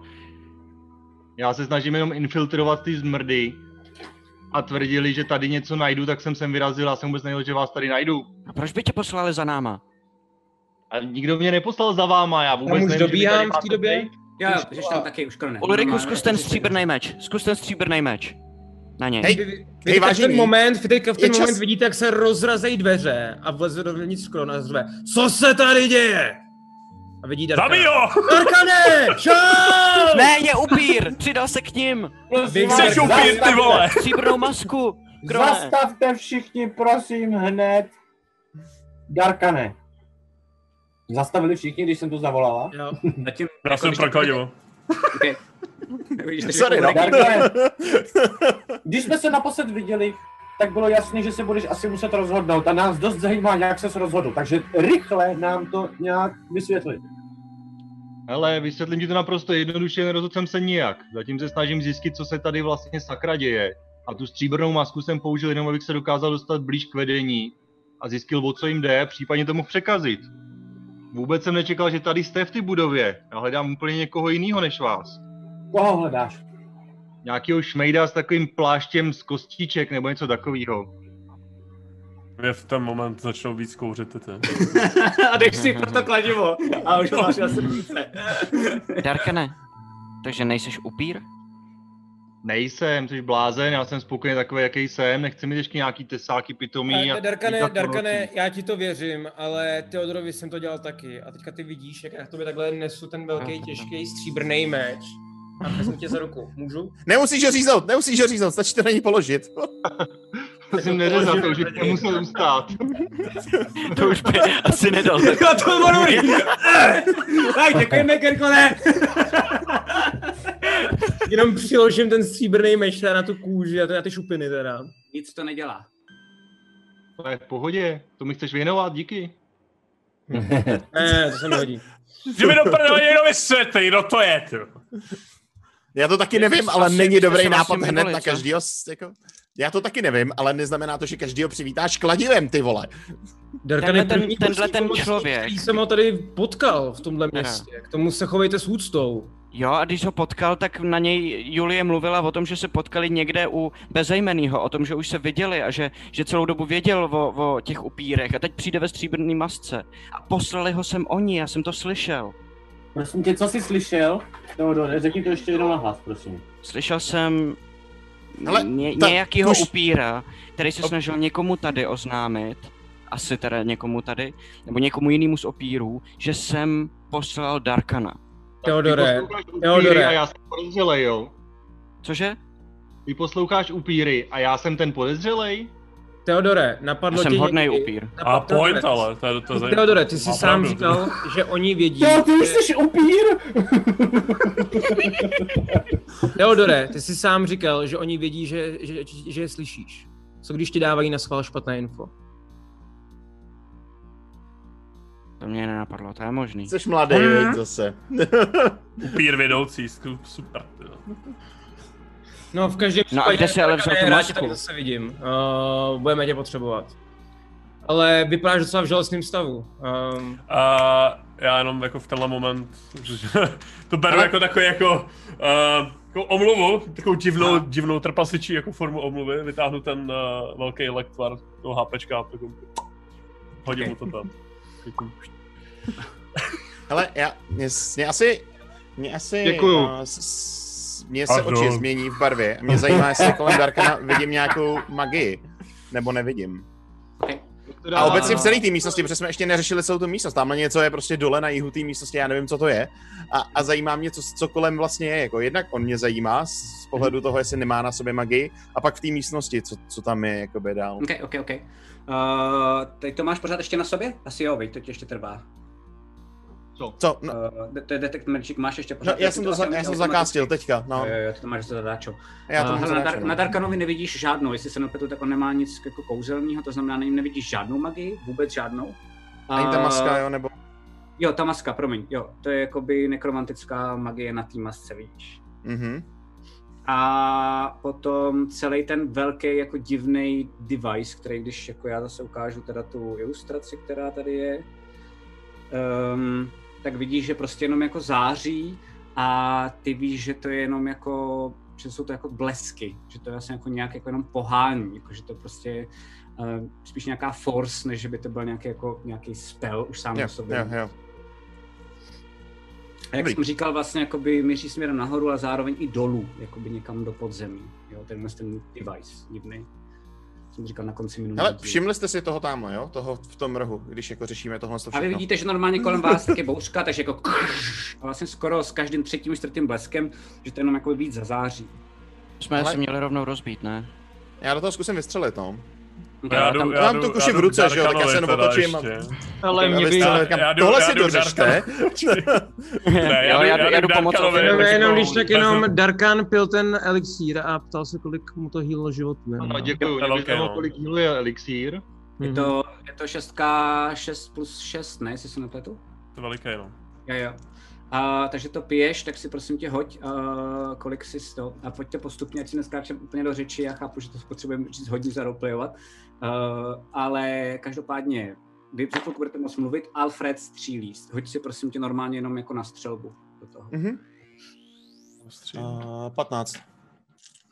S8: Já se snažím jenom infiltrovat ty zmrdy a tvrdili, že tady něco najdu, tak jsem sem vyrazil a jsem vůbec nevěděl, že vás tady najdu.
S1: A proč by tě poslali za náma?
S8: A nikdo mě neposlal za váma, já vůbec
S7: Tam už
S8: nevím, že vy tady
S7: dobíhám v té
S8: máte
S7: době.
S8: být.
S4: jo, jo, jsi tam taky už krone.
S1: Ulriku, zkus ten stříbrný meč. Zkus ten stříbrný meč. Na něj.
S11: Hej,
S7: Vy- vy-
S11: Hej,
S7: Vy v
S11: vážení,
S7: ten moment, vy teďka v
S11: je
S7: ten
S11: čas.
S7: moment vidíte, jak se rozrazejí dveře a vleze dovnitř Skron a zve. Co se tady děje? A vidí Darkana.
S9: Zabij ho!
S7: [laughs] Darkane! Čau!
S1: Ne, je upír! Přidal se k ním!
S17: Prosím vás,
S9: Chceš upít, ty vole!
S1: Stříbrnou masku! Krone!
S17: Zastavte všichni, prosím, hned. Darkane. Zastavili všichni, když jsem to zavolala?
S7: Jo.
S4: Zatím,
S9: Já jsem prokladil.
S4: okay. Vidíš, takže
S11: Sorry, no.
S17: Darkane. Když jsme se naposled viděli, tak bylo jasné, že se budeš asi muset rozhodnout a nás dost zajímá, jak se rozhodl. Takže rychle nám to nějak vysvětlit.
S8: Hele, vysvětlím ti to naprosto jednoduše, nerozhodl jsem se nijak. Zatím se snažím zjistit, co se tady vlastně sakra děje. A tu stříbrnou masku jsem použil jenom, abych se dokázal dostat blíž k vedení a zjistil, o co jim jde, případně tomu překazit. Vůbec jsem nečekal, že tady jste v té budově. Já hledám úplně někoho jiného než vás.
S17: Koho hledáš?
S8: nějakého šmejda s takovým pláštěm z kostiček nebo něco takového.
S9: Mě v ten moment začnou víc kouřit ty.
S4: [laughs] a
S17: [laughs]
S4: jdeš si pro to kladivo a už ho máš na srdce.
S1: Darkane, takže nejseš upír?
S8: Nejsem, jsi blázen, já jsem spokojený takový, jaký jsem, nechci mít ještě nějaký tesáky pitomí.
S7: Ale
S8: a
S7: Darkane,
S8: lítat po
S7: Darkane,
S8: noci.
S7: já ti to věřím, ale Teodorovi jsem to dělal taky. A teďka ty vidíš, jak já k tobě takhle nesu ten velký, těžký, stříbrný meč. A vezmu tě za ruku. Můžu?
S11: Nemusíš ho říznout, nemusíš ho říznout, stačí to na ní
S9: [laughs]
S11: položit.
S8: To jsem neřezal, to už bych nemusel ustát.
S1: [laughs] To už by
S9: [laughs]
S1: asi nedal.
S4: Jo, to bylo
S7: [laughs]
S4: dobrý. tak, děkujeme, Kirkone.
S7: Jenom přiložím ten stříbrný meč teda na tu kůži a to na ty šupiny teda.
S4: Nic to nedělá.
S8: To je v pohodě, to mi chceš věnovat, díky.
S7: Ne, to se mi hodí.
S9: Že mi do prdele někdo vysvětlí, kdo no to je, ty.
S11: Já to taky
S1: Jak
S11: nevím,
S1: jsme
S11: ale
S1: si-
S11: není
S1: jsme
S11: dobrý
S1: si vlastně
S11: nápad hned
S1: minuli,
S11: na
S1: co?
S11: každýho. s- Jako, já to taky nevím, ale neznamená to, že každýho přivítáš kladivem, ty vole.
S7: Darkane,
S1: Tenhle ten-
S7: první
S1: tenhle
S7: polský
S1: ten
S7: pomocník,
S1: člověk.
S7: Který jsem ho tady potkal v tomhle
S1: Ne.
S7: městě. jako- K tomu se chovejte s úctou.
S1: Jo, a když ho potkal, tak na něj Julie mluvila o tom, že se potkali někde u bezejmenýho, o tom, že už se viděli a že, že celou dobu věděl o, o těch upírech a teď přijde ve stříbrný masce. A poslali ho sem oni, já jsem to slyšel.
S17: Prosím tě, co jsi slyšel? Teodore, řekni to ještě jenom na hlas, prosím.
S1: Slyšel jsem
S11: Hele,
S1: Ale ně,
S11: ta-
S1: nějakýho
S11: už-
S1: upíra, který se snažil někomu tady oznámit, asi teda někomu tady, nebo někomu jinému z opírů, že jsem poslal Darkana.
S8: Ty
S7: Teodore,
S8: posloucháš upíry
S7: Teodore.
S8: A já jsem podezřelej, jo.
S1: Cože?
S8: Ty posloucháš upíry a já jsem ten podezřelej?
S7: Teodore,
S1: Já
S7: napadlo
S1: jsem
S7: tě
S1: hodnej
S7: někdy-
S1: upír.
S9: A
S7: napadlo-
S9: point, ale, to je to je zajímavé.
S7: No, Teodore, ty jsi
S9: Má
S7: sám
S9: pravdu.
S7: říkal, že oni vědí.
S17: Jo, ty už
S7: že-
S17: jsi upír!
S7: Teodore, ty jsi sám říkal, že oni vědí, že, že, že je slyšíš. Co když ti dávají na schvál špatné info?
S1: To mě nenapadlo, to je možný.
S11: Jsi mladý, mm. zase.
S9: Upír vědoucí, sku- super. ty jo.
S7: No, v každém
S1: No a kde si ale vzal tu
S7: Darkane, rád tě
S1: masku?
S7: tady zase vidím. Uh, budeme tě Eh, potřebovat. ale vypadáš docela v žalostném stavu.
S11: Eh,
S7: Um,
S9: A já jenom jako v tenhle moment že [laughs] to beru jako takový jako, uh, jako omluvu, takovou divnou, divnou trpasičí jako formu omluvy, vytáhnu ten uh, velký lektvar toho HPčka a takovou- hodím mu to tam.
S11: [laughs] Hele, já, mě, mě asi, mě asi,
S9: Děkuju.
S11: a, s- s- mě se
S9: Pardon.
S11: oči změní v barvě. Mě zajímá, jestli kolem Darkana vidím nějakou magii, nebo nevidím. A obecně v celé té místnosti, protože jsme ještě neřešili celou tu místnost. Tamhle něco je prostě dole na jihu té místnosti, já nevím, co to je. A, a zajímá mě, co, co kolem vlastně je. Jako jednak on mě zajímá z, z pohledu toho, jestli nemá na sobě magii, a pak v té místnosti, co, co tam je jakoby dál.
S4: OK, OK, OK. Uh, teď to máš pořád ještě na sobě? Asi jo, veď, to ti ještě trvá.
S8: Co?
S11: Co?
S4: No. Uh, de- to je Detect Magic, máš ještě pořád.
S11: No, já jsem to, za, já jsem zakástil teďka, no.
S4: Jo, jo, ty to máš za zadáčo.
S11: Já to
S4: Eh,
S11: mám
S4: hele, na,
S11: zadáčo,
S4: Dar-
S11: no.
S4: na Darkanovi nevidíš žádnou, jestli se nepletu, tak on nemá nic jako kouzelního, to znamená, na něm nevidíš žádnou magii, vůbec žádnou.
S11: Ani ta
S4: A-
S11: maska, jo, nebo...
S4: Jo, ta maska, promiň, jo, to je jakoby nekromantická magie na té masce, vidíš.
S11: Mhm.
S4: A potom celý ten velký jako divný device, který když jako já zase ukážu teda tu ilustraci, která tady je, um, tak vidíš, že prostě jenom jako září a ty víš, že to je jenom jako, že jsou to jako blesky, že to je vlastně jako nějak jako jenom pohání, jako že to prostě je uh, spíš nějaká force, než že by to byl nějaký, jako, nějaký spell už sám
S11: Jo,
S4: o sobě.
S11: jo, jo.
S4: A jak
S11: Dobrý.
S4: jsem říkal, vlastně jakoby míří směrem nahoru a zároveň i dolů, jakoby někam do podzemí. Jo, tenhle ten device divný. Jsem říkal na konci minulého.
S11: Hele,
S4: dílu.
S11: všimli jste si toho tamhle, jo? Toho v tom rohu, když jako řešíme tohle to
S4: A
S11: všechno.
S4: vy vidíte, že normálně kolem vás tak je bouřka, takže jako a vlastně skoro s každým třetím, čtvrtým bleskem, že to jenom jako víc zazáří.
S11: Jsme Ale- se
S4: měli rovnou rozbít, ne?
S11: Já do toho zkusím vystřelit, no.
S4: Já já jdu- tam- já
S11: mám
S4: jdu-
S11: tu
S4: já
S11: kuši
S4: jdu
S11: v ruce, že jo, tak já
S9: Darkanovi
S11: se jenom
S9: teda
S11: otočím.
S9: ještě.
S8: Ale
S11: Tak,
S8: mě
S7: Eh,
S11: abyste-
S8: by-
S11: ale kam-
S9: Já jdu-
S11: Tohle
S9: já
S11: si
S9: jdu
S11: dořešte. [laughs]
S9: Ne, já jdu- já jdu k Darkanovi,
S18: Ne, ne,
S9: jako
S18: jenom když tak
S9: vezmu-
S18: jenom Darkan pil ten elixír a ptal se, kolik mu to hýlo životu. Ne?
S7: No.
S8: Ano, děkuju. Mě by zajímalo, kolik dílů je elixír. Mhm.
S4: Je to, je to šestka, 6 plus 6, ne, jestli se nepletu?
S9: To veliké, no.
S4: Jo, jo. A, takže to piješ, tak si prosím tě hoď, a, kolik jsi z toho. A pojďte postupně, ať si neskáčem úplně do řeči, já chápu, že to potřebujeme říct hodně zaroplejovat. Uh, ale každopádně, vy za chvilku budete moct mluvit, Alfred střílí. Hoď si prosím tě normálně jenom jako na střelbu do toho.
S11: Mhm. Eh, A, 15.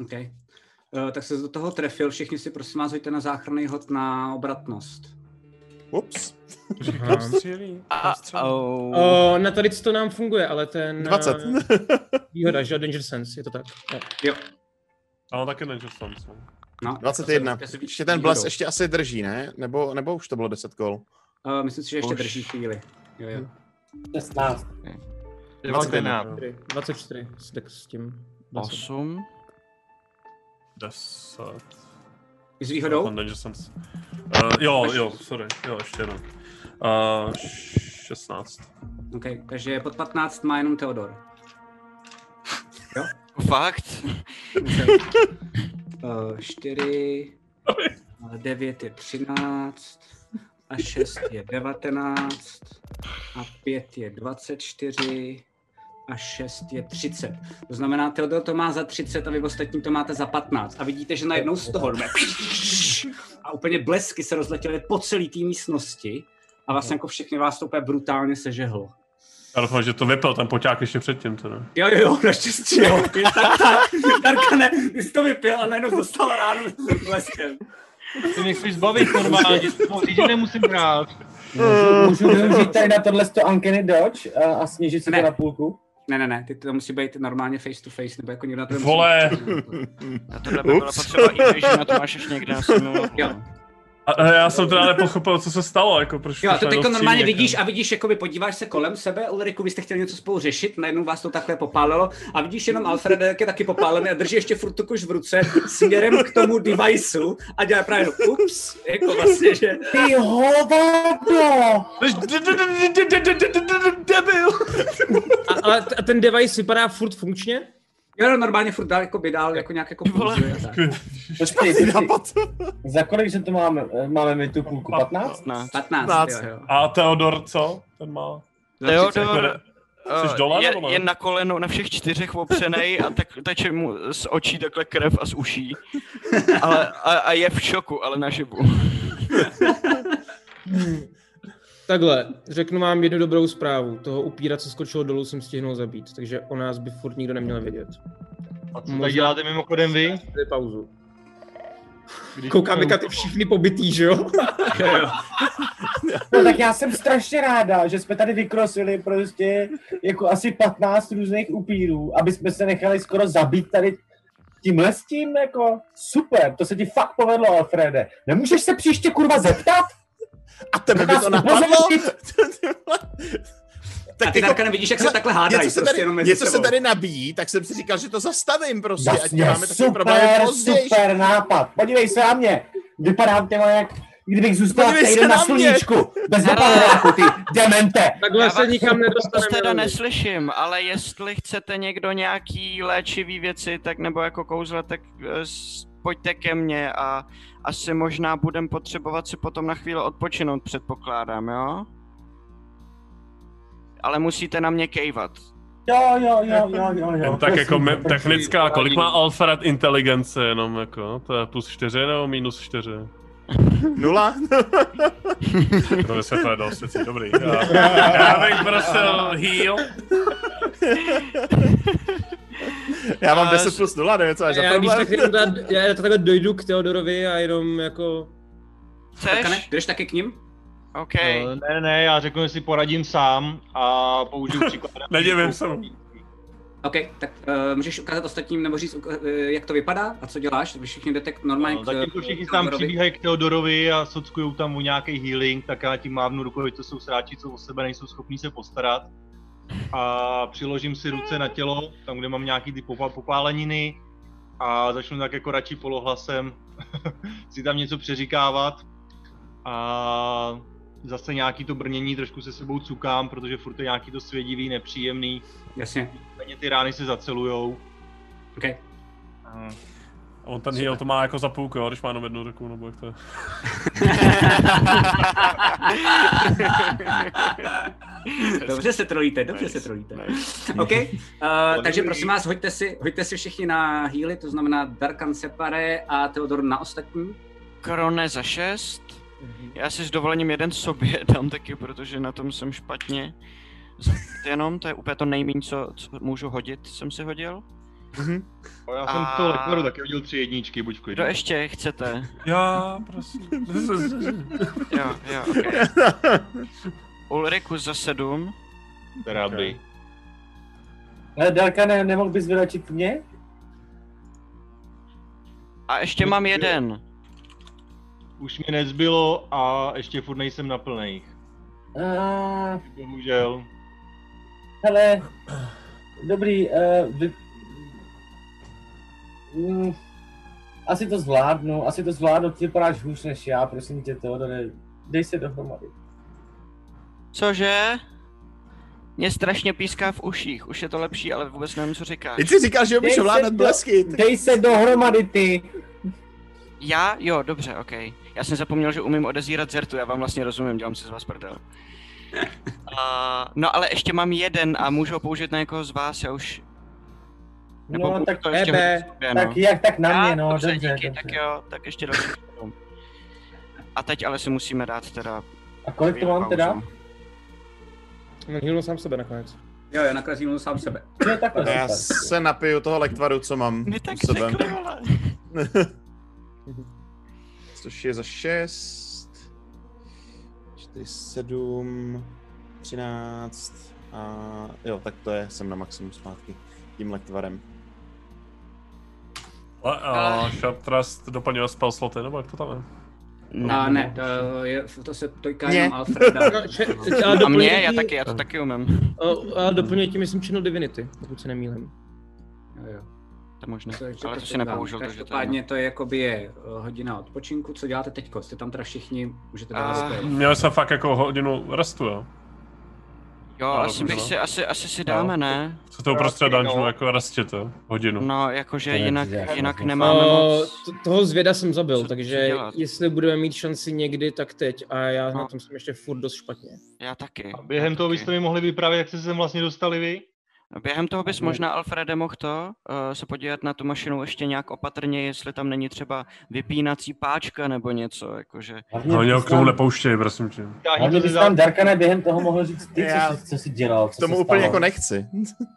S4: OK. Uh, tak se do toho trefil, všichni si prosím vás hoďte na záchranný hod na obratnost.
S11: Ups.
S7: Aha. O, na tady to nám funguje, ale ten...
S9: 20.
S7: eh, Výhoda, že jo, Danger Sense, je to tak.
S4: Jo.
S9: Ale taky Danger Sense.
S4: No,
S11: 21.
S4: tak to se-
S11: Ještě ten bles ještě asi drží, ne? Nebo, nebo už to bylo 10 kol? Jako-
S4: Uh, myslím si, že ještě
S11: Už.
S4: drží chvíli. Jo, jo.
S17: 16.
S7: 24, 24, s- tak s tím.
S9: 8. 10.
S4: S výhodou?
S9: Ten Danger Sense. Uh, jo, jo, sorry, jo, ještě jednou. Uh, 16.
S4: OK, takže pod 15 má jenom Teodor. Jo? [laughs]
S1: Fakt?
S4: Uh, 4, 9 je 13, a 6 je 19, a 5 je 24, a 6 je 30. To znamená, Teodor to má za 30 a vy ostatní to máte za 15. A vidíte, že najednou z toho jde a úplně blesky se rozletěly po celé té místnosti a vlastně jako všechny vás to úplně brutálně sežehlo.
S9: Já doufám, že to vypil ten poťák ještě předtím, teda.
S4: Jo, jo, jo,
S17: [laughs]
S4: naštěstí, jo. Jen tak, tak. Darkane, ty jsi to vypil a najednou dostal ránu leskem.
S8: Ty mě chceš zbavit normálně, že nemusím hrát.
S4: Eh.
S9: Eh.
S17: Můžu využít tady na tohle 100 Uncanny Dodge
S10: eh,
S17: a, a snížit si to na půlku?
S4: Ne, ne, ne, ty to musí být normálně face to face, nebo jako někdo na to musí-
S9: Vole.
S4: Na
S1: tohle by bylo potřeba i když na to máš ještě někde na svém
S4: Jo,
S9: A, a já jsem teda nepochopil, co se stalo, jako proč...
S4: jo a
S9: proč
S4: to teď
S9: najednou
S4: normálně
S9: střílí
S4: vidíš a vidíš, jakoby podíváš se kolem sebe, Ulriku, vy jste chtěli něco spolu řešit, najednou vás to takhle popálilo a vidíš jenom Alfreda, jak je taky popálený a drží ještě furt tu kuš v ruce směrem k tomu deviceu a dělá právě jenom ups, jako vlastně, že...
S17: Ty hovado!
S9: Debil!
S7: A, ale t- a ten device vypadá furt funkčně?
S4: Jo, no, normálně furt dál, jako by dál, jako nějak jako pouzuje a tak.
S17: Počkej, počkej. Za kolik že to máme? Eh, Máme my tu půlku? 15?
S4: 15, jo, jo.
S9: A Teodor co? Ten má... jako
S1: Teodor,
S9: Jsi
S1: eh,
S9: dole,
S1: je,
S9: nebo ne?
S1: je na kolenou na všech čtyřech opřenej a tak teče mu z očí takhle krev
S11: [laughs]
S1: a z uší. Ale, a, a je v šoku, ale naživu.
S7: Takhle, řeknu vám jednu dobrou zprávu. Toho upíra, co skočilo dolů, jsem stihnul zabít, takže o nás by furt nikdo neměl vědět.
S8: A co tady děláte mimochodem vy?
S7: pauzu. Koukám, jak ty všichni pobytý, že [laughs] jo?
S10: No tak já jsem strašně ráda, že jsme tady vykrosili prostě jako asi 15 různých upírů, aby jsme se nechali skoro zabít tady tímhle s tím, jako super, to se ti fakt povedlo, Alfrede. Nemůžeš se příště kurva zeptat?
S11: A tebe
S10: by to napadlo?
S11: Tak
S4: A ty,
S11: jako-
S4: Darka, nevidíš, jak se
S11: hele,
S4: takhle hádají
S11: něco se
S4: prostě
S11: tady,
S4: jenom mezi
S11: něco se
S4: sebou.
S11: tady nabíjí, tak jsem si říkal, že to zastavím prostě, ať
S10: Jasně,
S11: děláme takový problém
S10: super,
S11: později.
S10: super nápad. Podívej se na mě. Vypadám těma jak kdybych zůstal
S11: Podívej se
S10: týden na
S11: na mě.
S10: sluníčku. Bez
S11: Hele.
S10: napadráku, ty demente.
S1: Já vás vůbec teda neslyším, ale jestli chcete někdo nějaký léčivý věci, tak nebo jako kouzle, tak eh, s- pojďte ke mně a asi možná budem potřebovat si potom na chvíli odpočinout, předpokládám, jo? Ale musíte na mě kejvat.
S10: Jo, jo, jo, jo, jo, jo.
S9: Jen tak jako
S10: prosím
S9: me-
S10: tě, prosím.
S9: technická, kolik má Alfred inteligence jenom jako? To je plus 4 nebo minus 4?
S11: Nula?
S9: No, se to je dost, věcí, [laughs]
S11: [laughs]
S9: dobrý. Já, já bych prosil heal.
S11: Já mám
S7: A
S11: 10 plus 0, nevím, co máš za
S7: já, když
S11: problém.
S7: tak jenom dá- já to takhle dojdu k Teodorovi a jenom jako...
S4: Chceš? Jdeš taky k ním?
S1: OK.
S8: Eh, Ne, ne, já řeknu, jestli poradím sám a použiju příklad.
S9: Nedivím se mu.
S4: OK, tak uh, můžeš ukázat ostatním nebo říct, uh, jak to vypadá a co děláš? Vy všichni jdete k- normálně
S8: No, zatímco
S4: eh,
S8: všichni tam
S4: Teodorovi.
S8: přibíhají k Teodorovi a sockují tam o nějaký healing, tak já tím mávnu rukou, že to jsou sráči, co o sebe nejsou schopní se postarat. A přiložím si ruce na tělo, tam, kde mám nějaký ty popa- popáleniny a začnu tak jako radši polohlasem [laughs] si tam něco přeříkávat. A zase nějaký to brnění, trošku se sebou cukám, protože furt je nějaký to svědivý, nepříjemný.
S4: Jasně.
S8: Nicméně ty rány se zacelujou.
S4: Okay.
S9: A on ten heal to má jako za půlku, jo, když má jenom jednu ruku, nebo jak to je.
S4: dobře se trolíte, dobře se trolíte. [laughs] OK, uh, takže prosím vás, hoďte si, hoďte si všichni na healy, to znamená Darkan Separe a Teodor na ostatní.
S1: Korone za šest.
S11: Mhm.
S1: Já si s dovolením jeden sobě [laughs] dám taky, protože na tom jsem špatně. Za- Jenom, to je úplně to nejméně, co, co můžu hodit, jsem si hodil.
S11: Mhm.
S8: A já jsem
S1: A-
S8: a... to lektoru taky udělal tři jedničky, buď v klidu.
S1: Kdo ještě chcete?
S9: Já, prosím.
S1: Jo, jo, okay.
S11: [laughs]
S1: Ulriku za sedm.
S8: Která by.
S10: Hele, Darka, ne, nemohl bys vylečit mě?
S1: A ještě mám jeden.
S8: Už mi nezbylo a ještě furt nejsem na plných.
S10: Ah,
S8: Bohužel.
S10: hele, dobrý, eh, vy... Mm, asi to zvládnu, asi to zvládnu, ty vypadáš hůř než já, prosím tě, Teodore, dej se dohromady.
S1: Cože? Mě strašně píská v uších, už je to lepší, ale vůbec nevím, co říkáš.
S11: Ty jsi říkal, že umíš
S10: Dej se
S11: ovládat
S10: do-
S11: blesky.
S10: Dej se dohromady, ty!
S1: Já? Jo, dobře, ok. Já jsem zapomněl, že umím odezírat zertu, já vám vlastně rozumím, dělám si z vás prdel. A, no ale ještě mám jeden a můžu ho použít na někoho z vás, já už...
S10: No,
S1: budu
S10: tak
S1: to ještě
S10: tebe,
S1: hodit sobě,
S10: tak jak, tak na mě, no,
S1: dobře,
S10: dobře,
S1: díky,
S10: dobře.
S1: tak jo, tak ještě další sedm. A teď ale si musíme dát teda...
S10: A kolik to mám teda?
S7: No, healnu sám sebe nakonec.
S4: Jo, já nakonec jim sám sebe.
S7: No,
S10: Jo, takhle,
S11: Já se napiju toho lektvaru, co mám
S4: Mě
S11: tak sebe. [laughs] Což je za 6, 4, 7, 13 a jo, tak to je, jsem na maximum zpátky tím lektvarem.
S9: A, a Sharp Trust doplňuje spell sloty, nebo jak to tam je?
S1: No,
S4: A ne, to, je, to se tojká
S9: Ne.
S4: jenom Alfreda.
S7: [laughs]
S9: No, že-
S7: ale
S1: A mě,
S7: doplňují-
S1: já taky, já to taky umím.
S7: O, A doplňuje ti, myslím, Channel Divinity, pokud se nemýlim.
S4: Jo, jo.
S1: To možná,
S4: ještě
S1: ale to
S4: potom
S1: si
S4: dám.
S1: nepoužil, takže to je
S4: Každopádně to je jakoby je eh, hodina odpočinku. Co děláte teďko? Jste tam teda všichni, můžete
S1: A-
S4: dát uh,
S9: Měl jsem fakt jako hodinu restu, jo?
S1: Jo,
S9: Ale
S1: asi bych
S9: No, dobře.
S1: si, asi, asi si dáme, ne?
S9: Co to uprostřed
S4: Prostě, no.
S9: dungeonu, jako restit, jo? Hodinu.
S1: No, jakože jinak, jinak nemáme
S7: O,
S1: No moc...
S7: to- toho zvěda jsem zabil,
S1: co
S7: takže
S1: dělat.
S7: jestli budeme mít šanci někdy, tak teď. A já na tom jsem ještě furt dost špatně.
S1: Já taky.
S8: Během toho byste mi mohli vyprávět, jak jste se sem vlastně dostali vy?
S1: No, Během toho bys možná, Alfrede, mohl to, uh, se podívat na tu mašinu ještě nějak opatrně, jestli tam není třeba vypínací páčka nebo něco, jakože...
S9: No, mě ho k tomu nepouštěj, prosím tě.
S17: Hlavně bys tam Darkane během toho mohl říct ty, co, jsi- co jsi dělal, co se stalo.
S11: jako nechci.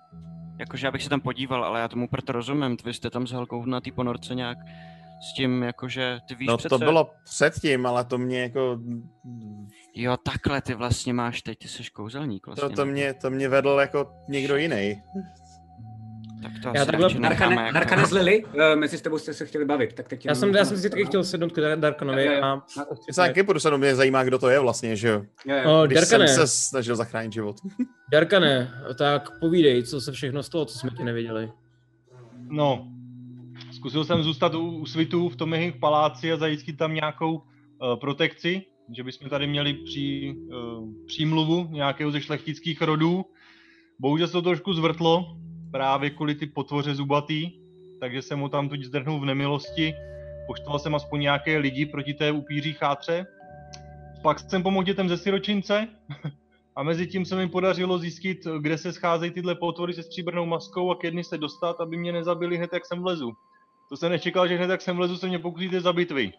S11: [laughs]
S1: Jakože já bych se tam podíval, ale já tomu prd rozumím, vy jste tam s Helkou na té ponorce nějak s tím, jakože ty víš
S11: No
S1: přece...
S11: to bylo předtím, ale to mě jako...
S1: Jo, takhle ty vlastně máš teď, ty jsi kouzelník vlastně.
S11: To, to,
S1: ne?
S11: mě, to mě vedl jako někdo jiný.
S1: Tak
S11: Já takhle- Narkane-
S1: jako-
S15: Narkane, Narkane z Lily, eh, mezi tebou jste se chtěli bavit, tak teď
S7: Já
S15: jenom-
S7: jsem, já jsem si taky chtěl sednout k Dar-
S15: Jo,
S7: Darkanovi
S15: jo.
S7: a...
S11: Já se taky budu se mě zajímá, kdo to je vlastně, že jo?
S7: Jo, jo.
S11: Když
S7: O,
S11: jsem se
S7: Darkane.
S11: snažil zachránit život.
S7: Darkane, tak povídej, co se všechno stalo, co jsme ti nevěděli.
S8: No, zkusil jsem zůstat u, u svitu v tom jejich paláci a zajistit tam nějakou eh, protekci, že bychom tady měli při, uh, přímluvu nějakého ze šlechtických rodů. Bohužel se to trošku zvrtlo, právě kvůli ty potvoře zubatý, takže jsem ho tam tuď zdrhnul v nemilosti. Poštoval jsem aspoň nějaké lidi proti té upíří chátře. Pak jsem pomohl dětem ze siročince a mezi tím se mi podařilo zjistit, kde se scházejí tyhle potvory se stříbrnou maskou a k jedny se dostat, aby mě nezabili hned, jak sem vlezu. To jsem nečekal, že hned, jak sem vlezu, se mě pokusíte zabít vy.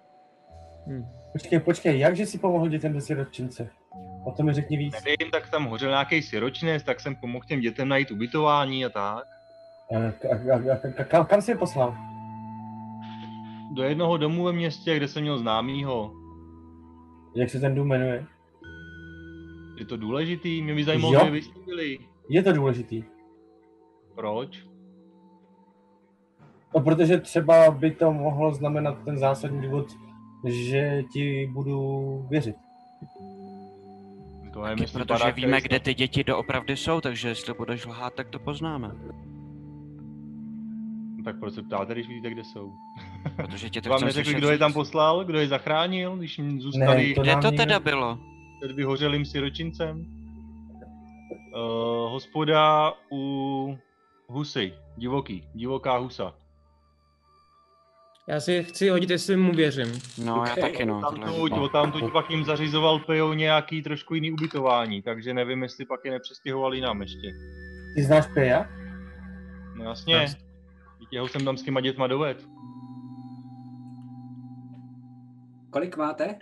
S17: Počkej, počkej, jakže si pomohl dětem ve sirotčince? O tom mi řekni víc.
S8: Nevím, tak tam hořel nějaký siročinec, tak jsem pomohl těm dětem najít ubytování a tak.
S17: Eh, k- a- a- a- Kam, kam jsi je poslal?
S8: Do jednoho domu ve městě, kde jsem měl známýho.
S17: Jak se ten dům jmenuje?
S8: Je to důležitý, mě by zajímalo,
S17: Jo.
S8: kde vy jste byli.
S17: Je to důležitý.
S8: Proč?
S17: No, protože třeba by to mohlo znamenat ten zásadní důvod, že ti budu věřit.
S8: To je,
S1: Taky protože víme, kde ty děti doopravdy jsou, takže jestli budeš lhát, tak to poznáme.
S8: No Tak proč se ptáte, když víte, kde jsou?
S1: [laughs] Protože tě
S8: [laughs]
S1: to
S8: Vám
S1: chcem
S8: neřekli,
S1: slyšet
S8: kdo je tam
S1: říct.
S8: poslal, kdo je zachránil, když jim zůstali...
S1: Ne, to Kde nám to nikdo- teda bylo?
S8: Před vyhořelým siročincem. Uh, hospoda u husy, divoký, divoká husa.
S7: Já si chci hodit, jestli mu věřím.
S1: No,
S8: Odtamtud, odtamtud pak jim zařizoval Peo nějaký trošku jiný ubytování, takže nevím, jestli pak je nepřestěhovali nám ještě.
S17: Ty znáš Peja?
S8: No jasně, jeho jsem tam s těma dětma doved.
S4: Kolik máte?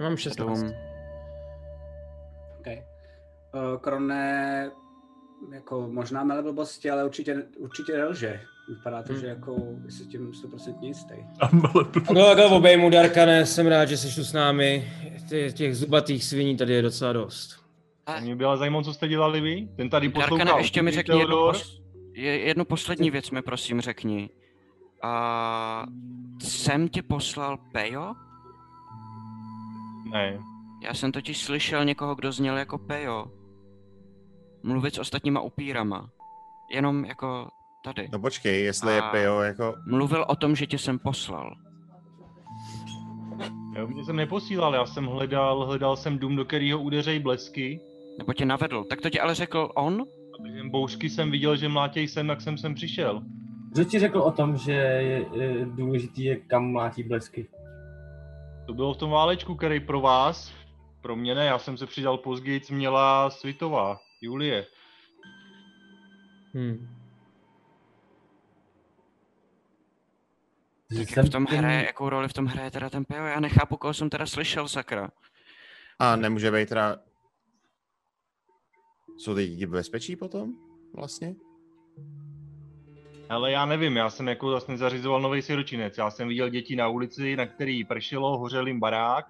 S7: Já mám 16.
S4: Okay. Uh, Krone, jako možná mele blbosti, ale určitě, určitě nelže. Vypadá to, že jako jsi s tím 100% jistý.
S7: Kolego, obejmu Darkane, jsem rád, že jsi tu s námi. Těch, těch zubatých sviní tady je docela dost.
S8: A mě byla zajímalo, co jste dělali vy? Ten tady
S1: Darkane,
S8: poslouchal.
S1: ještě mi
S8: Teodor.
S1: řekni jednu, pos... je- jednu poslední věc, mi prosím řekni. A jsem ti poslal Pejo?
S8: Ne.
S1: Já jsem totiž slyšel někoho, kdo zněl jako Pejo. Mluvit s ostatníma upírama. Jenom jako tady.
S11: No počkej, jestli je
S1: A
S11: Pio jako...
S1: Mluvil o tom, že tě jsem poslal.
S8: Já mě jsem neposílal, já jsem hledal, hledal jsem dům, do kterého udeřejí blesky.
S1: Nebo tě navedl, tak to tě ale řekl on?
S8: A během bouřky jsem viděl, že mlátěj jsem, tak jsem sem přišel.
S17: Kdo ti řekl o tom, že je, je důležitý je, kam mlátí blesky?
S8: To bylo v tom válečku, který pro vás, pro mě ne, já jsem se přidal později, co měla Svitová, Julie.
S7: Hmm.
S1: Tak jak v tom hraje, jakou roli v tom hraje teda ten Pejo? Já nechápu, koho jsem teda slyšel, sakra.
S11: A nemůže být teda... Jsou ty děti v bezpečí potom? Vlastně?
S8: Ale já nevím, já jsem jako vlastně zařizoval nový siročinec. Já jsem viděl děti na ulici, na který pršelo, hořel jim barák.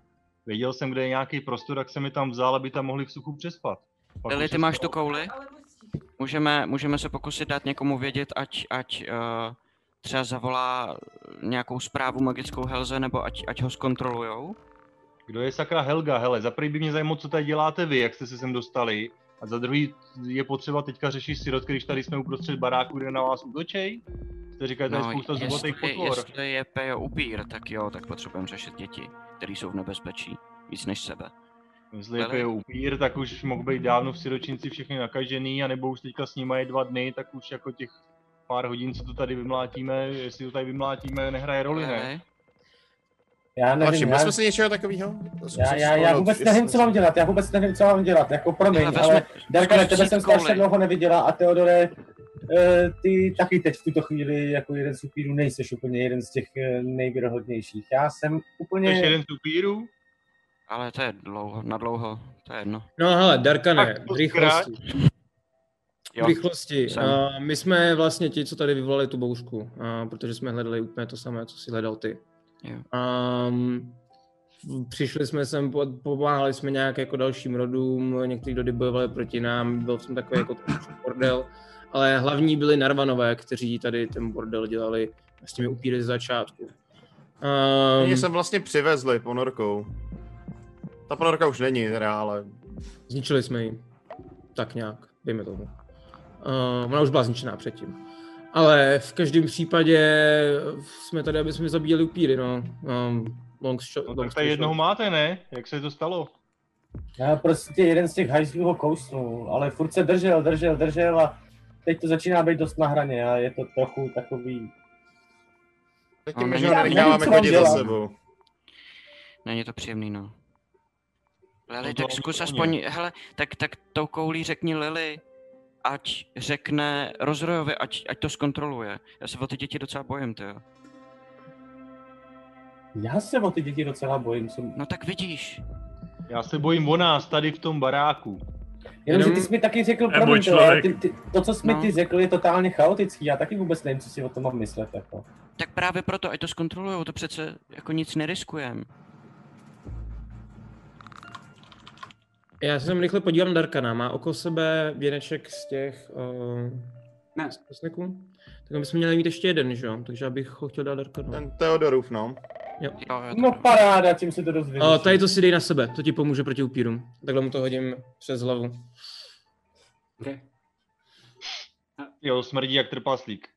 S8: Věděl jsem, kde je nějaký prostor, tak jsem je tam vzal, aby tam mohli v suchu přespat. Pak
S1: Lili,
S8: už
S1: ty
S8: jsem
S1: máš
S8: spal.
S1: tu kouli? Můžeme, můžeme se pokusit dát někomu vědět, ať, ať uh, třeba zavolá nějakou zprávu magickou Helze, nebo ať, ať ho zkontrolujou.
S8: Kdo je sakra Helga? Hele, za prvý by mě zajímalo, co tady děláte vy, jak jste se sem dostali. A za druhý je potřeba teďka řešit sirot, když tady jsme uprostřed baráku, kde na vás útočej. Jste říkali,
S1: No,
S8: tady je spousta
S1: jestli,
S8: zubatých potvor.
S1: jestli je Pejo upír, tak jo, tak potřebujeme řešit děti, které jsou v nebezpečí. Víc než sebe.
S8: Jestli jako je
S1: Lili?
S8: pijou upír, tak už mohl být dávno v siročinci všechny nakažený, anebo už teďka s nima je dva dny, tak už jako těch pár hodin, co to tady vymlátíme, jestli to tady vymlátíme, nehraje roli, ne?
S17: Já nevím,
S11: Ale všimli
S17: já-
S11: jsme si něčeho takového?
S17: Já, já, já vůbec nevím, co mám dělat, já vůbec nevím, co mám dělat, jako promiň,
S11: Hele,
S17: ale,
S11: vezme-
S17: ale Darkane,
S11: zkus
S17: tebe
S11: vzít
S17: jsem strašně
S11: kouli.
S17: dlouho neviděla a Teodore,
S10: eh, ty taky teď v tuto chvíli jako jeden z upírů nejseš úplně jeden z těch eh, nejvěrohodnějších. Já jsem úplně...
S8: Jsi jeden z upírů?
S1: Ale to je dlouho, na dlouho, to je jedno.
S7: No hele, Darka ne,
S1: Tak
S7: v rychlosti.
S1: Jo,
S7: V rychlosti.
S1: jsem.
S7: A my jsme vlastně ti, co tady vyvolali tu bouřku, a protože jsme hledali úplně to samé, co si hledal ty.
S1: Jo.
S7: Um, přišli jsme sem, po- pomáhali jsme nějak jako dalším rodům, někteří doby bojovali proti nám, byl jsem takový jako trošku bordel, ale hlavní byli Narvanové, kteří tady ten bordel dělali s těmi upíry z začátku. Um,
S11: Mě jsem vlastně přivezli ponorkou. Ta ponorka už není teda, ale...
S7: Zničili jsme ji. Tak nějak, dejme tomu. Uh, ona už byla zničená předtím. Ale v každém případě jsme tady, aby jsme zabíjeli upíry, no. Um, long shot, long
S8: No, Tak tady
S7: story
S8: jednoho
S7: short.
S8: máte, ne? Jak se to stalo?
S10: Já prostě jeden z těch hajzlů ho kousnul, ale furt se držel, držel, držel a teď to začíná být dost na hraně a je to trochu takový...
S11: Teď
S1: Ale
S11: my
S1: není
S11: ho
S1: to-
S11: nenecháváme
S1: není co
S11: chodit za
S1: vám dělat.
S11: sebou.
S1: Není to příjemný, no. Lily,
S11: No,
S1: tak
S11: to
S1: zkus
S11: ani
S1: aspoň,
S11: ne.
S1: hele, tak, tak tou koulí řekni Lily, ať řekne rozrojovi, ať, ať to zkontroluje. Já se o ty děti docela bojím, ty jo.
S10: Já se o ty děti docela bojím. Jsem...
S1: No tak vidíš.
S8: Já se bojím o nás tady v tom baráku.
S10: Jenomže ty jsi mi taky řekl,
S8: Nebo
S10: promiň, to, ale
S8: člověk.
S10: ty, ty, to, co jsi mi
S1: No.
S10: ty řekl, je totálně chaotický. Já taky vůbec nevím, co si o tom mám myslet. Jako.
S1: Tak právě proto, ať to zkontrolujou, to přece jako nic neriskujem.
S7: Já se tam rychle podívám na Darkana. Má okolo sebe věneček z těch... Uh,
S4: ne.
S7: Z kosniků? Tak my jsme měli mít ještě jeden, že jo? Takže já bych ho chtěl dát Darkanu.
S11: Ten Teodorův, no.
S7: Jo.
S10: No paráda, tím se to dozvěděl.
S7: A Eh, tady to si dej na sebe, to ti pomůže proti upírům. Takhle mu to hodím přes hlavu.
S8: Jo, smrdí jak trpaslík.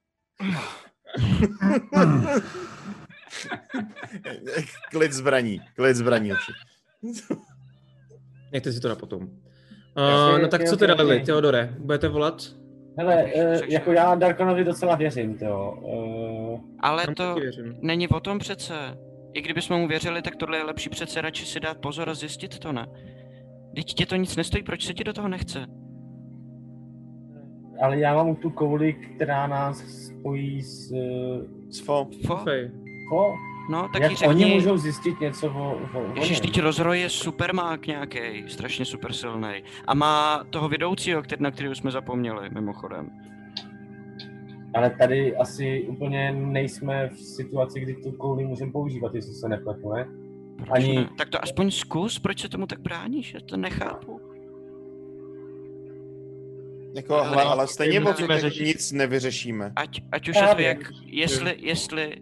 S11: klid zbraní, klid zbraní. určitě.
S7: Nechte si to na potom.
S10: Jasně,
S7: Uh, no tak
S10: jasně,
S7: co teda,
S10: jasně.
S7: Lili, Teodore, budete volat?
S10: Hele, eh, jako já Darkonovi docela věřím, to. Eh,
S1: Ale to není o tom přece. I kdybychom mu věřili, tak tohle je lepší přece radši si dát pozor a zjistit to, ne? Teď tě to nic nestojí, proč se ti do toho nechce?
S10: Ale já mám tu kouli, která nás spojí s... eh,
S11: S fo.
S1: Fo?
S10: Fo?
S1: No, tak
S10: Jak
S1: jí řekni-
S10: oni můžou zjistit něco o, o, o
S1: Ježíš,
S10: něm?
S1: teď rozroj je supermák nějaký, strašně super silný. A má toho vedoucího, který, na kterého jsme zapomněli, mimochodem.
S10: Ale tady asi úplně nejsme v situaci, kdy tu kouli můžeme používat, jestli se nepletu, ne? Ani...
S1: Ne? Tak to aspoň zkus, proč se tomu tak bráníš? Já to nechápu.
S11: Jako,
S1: Ale-
S11: hele, ale stejně
S1: Musíme
S11: moc tak
S1: řešit.
S11: nic nevyřešíme.
S1: Ať, ať už
S11: Já
S1: je to
S11: vím.
S1: jak, jestli, jestli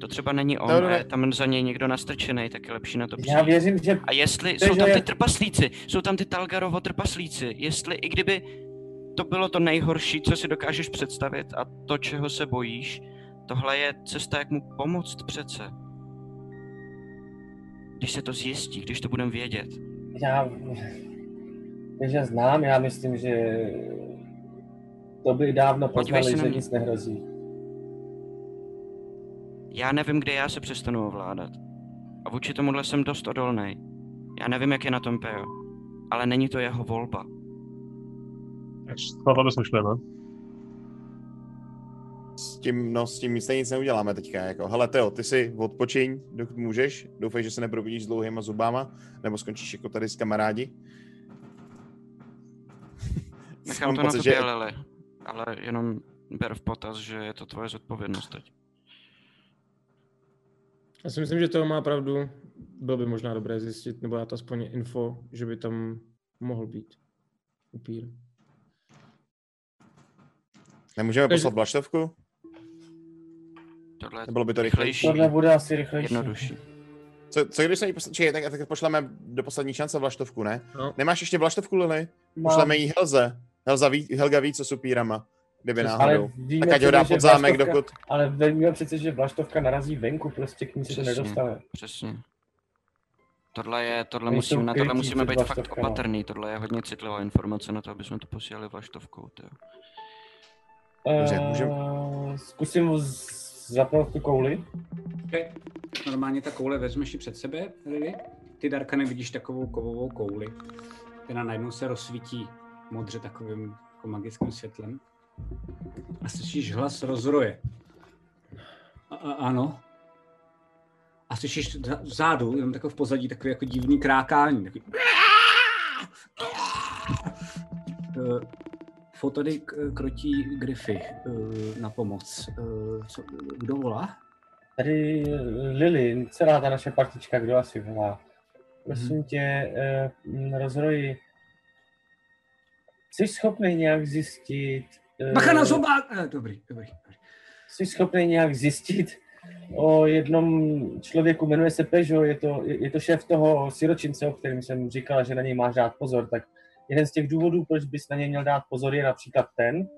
S1: to třeba není on,
S11: No,
S1: no,
S11: no,
S1: a
S11: no.
S1: je tam za něj někdo nastrčený, tak je lepší na to přijít.
S10: Já věřím, že...
S1: A jestli
S10: to,
S1: jsou tam
S10: že-
S1: ty trpaslíci, jsou tam ty Talgarovo trpaslíci, jestli i kdyby to bylo to nejhorší, co si dokážeš představit a to, čeho se bojíš, tohle je cesta, jak mu pomoct přece. Když se to zjistí, když to budeme vědět.
S10: Já... Takže znám, já myslím, že to by dávno
S1: Podívej
S10: poznali,
S1: se na
S10: že
S1: mě.
S10: nic nehrozí.
S1: Já nevím, kde já se přestanu ovládat. A vůči tomuhle jsem dost odolný. Já nevím, jak je na tom Peo. Ale není to jeho volba.
S9: Tohle bychom šli, ne?
S11: S tím, no, s tím stejně nic neuděláme teďka. Jako, hele, Teo, ty si odpočiň, dokud můžeš. Doufej, že se neprobudíš s dlouhýma zubama, nebo skončíš jako tady s kamarádi.
S1: Nechám
S11: Mám
S1: to na
S11: pocit,
S1: tobě,
S11: že-
S1: Lili. Ale jenom ber v potaz, že je to tvoje zodpovědnost teď.
S7: Já si myslím, že to má pravdu. Bylo by možná dobré zjistit, nebo dát aspoň info, že by tam mohl být upír.
S11: Nemůžeme
S7: Takže-
S11: poslat vlaštovku?
S1: Tohle
S11: Nebylo by to rychlejší?
S10: Tohle bude asi rychlejší.
S11: Co, co když se jí posl... Čekaj, tak, tak pošleme do poslední šance vlaštovku, ne?
S7: No.
S11: Nemáš ještě vlaštovku, Lily?
S10: Mám.
S11: Pošleme jí Helze. Helza ví, Helga ví, co s upírama. Kdyby
S10: Přesně.
S11: náhodou. Tak ať ho dá
S10: přece, že
S11: pod zámek,
S10: vlaštovka-
S11: dokud...
S10: Ale víme přece, že vlaštovka narazí venku, prostě k ní se to
S1: Přesně,
S10: nedostane.
S1: Přesně. Tohle je, tohle
S10: Nejsou
S1: musíme, na tohle
S10: krytí
S1: musíme
S10: před
S1: být fakt
S10: vlaštovkama.
S1: opatrný, tohle je hodně citlivá informace na to, aby jsme to posílali vlaštovkou, tyjo.
S11: Dobře,
S10: Eh,
S11: můžem-
S10: Zkusím z- zapnout tu kouli.
S4: Okay. Normálně ta koule vezmeš ji před sebe, Lily. Ty, Darka, nevidíš takovou kovovou kouli, která najednou se rozsvítí modře takovým jako magickým světlem. A slyšíš hlas rozroje. A, a, ano. A slyšíš za- vzadu, jenom takové v pozadí, takový jako divný krákání. Takový... Eh, Fo tady k- krotí Griffy eh, na pomoc. Eh, Co, kdo volá?
S10: Tady eh, Lily, celá ta naše partička, kdo asi
S4: Mhm.
S10: volá. Prosím tě, uh, rozroji, jsi schopný nějak zjistit... eh,
S4: Bacha na zobák! Eh, Dobrý, dobrý.
S10: Jsi schopný nějak zjistit o jednom člověku, jmenuje se Pežo, je to, je je to šéf toho siročince, o kterém jsem říkal, že na něj máš dát pozor, tak jeden z těch důvodů, proč bys na něj měl dát pozor, je například ten,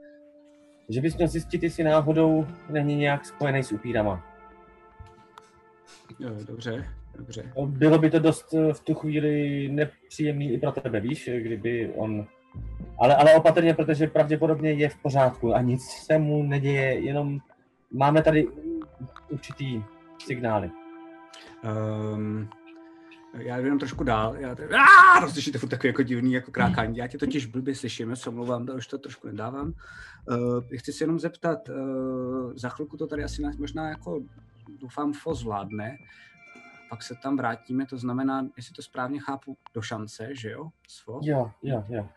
S10: že bys měl zjistit, jestli náhodou není nějak spojený s upírama.
S4: Eh, Dobře, dobře.
S10: No, Bylo by to dost eh, v tu chvíli nepříjemný i pro tebe, víš, kdyby on... Ale, ale opatrně, protože pravděpodobně je v pořádku a nic se mu neděje, jenom máme tady určitý signály.
S4: Um, já jdu jenom trošku dál. Já tady, aaa, rozslyšíte furt takový jako divný jako krákání. Já tě totiž blbě slyším, já se omlouvám, to už to trošku nedávám. Uh, chci se jenom zeptat, uh, za chvilku to tady asi na- možná jako doufám Fo zvládne, pak se tam vrátíme, to znamená, jestli to správně chápu, do šance, že jo? s Fo?
S10: Jo, jo, jo.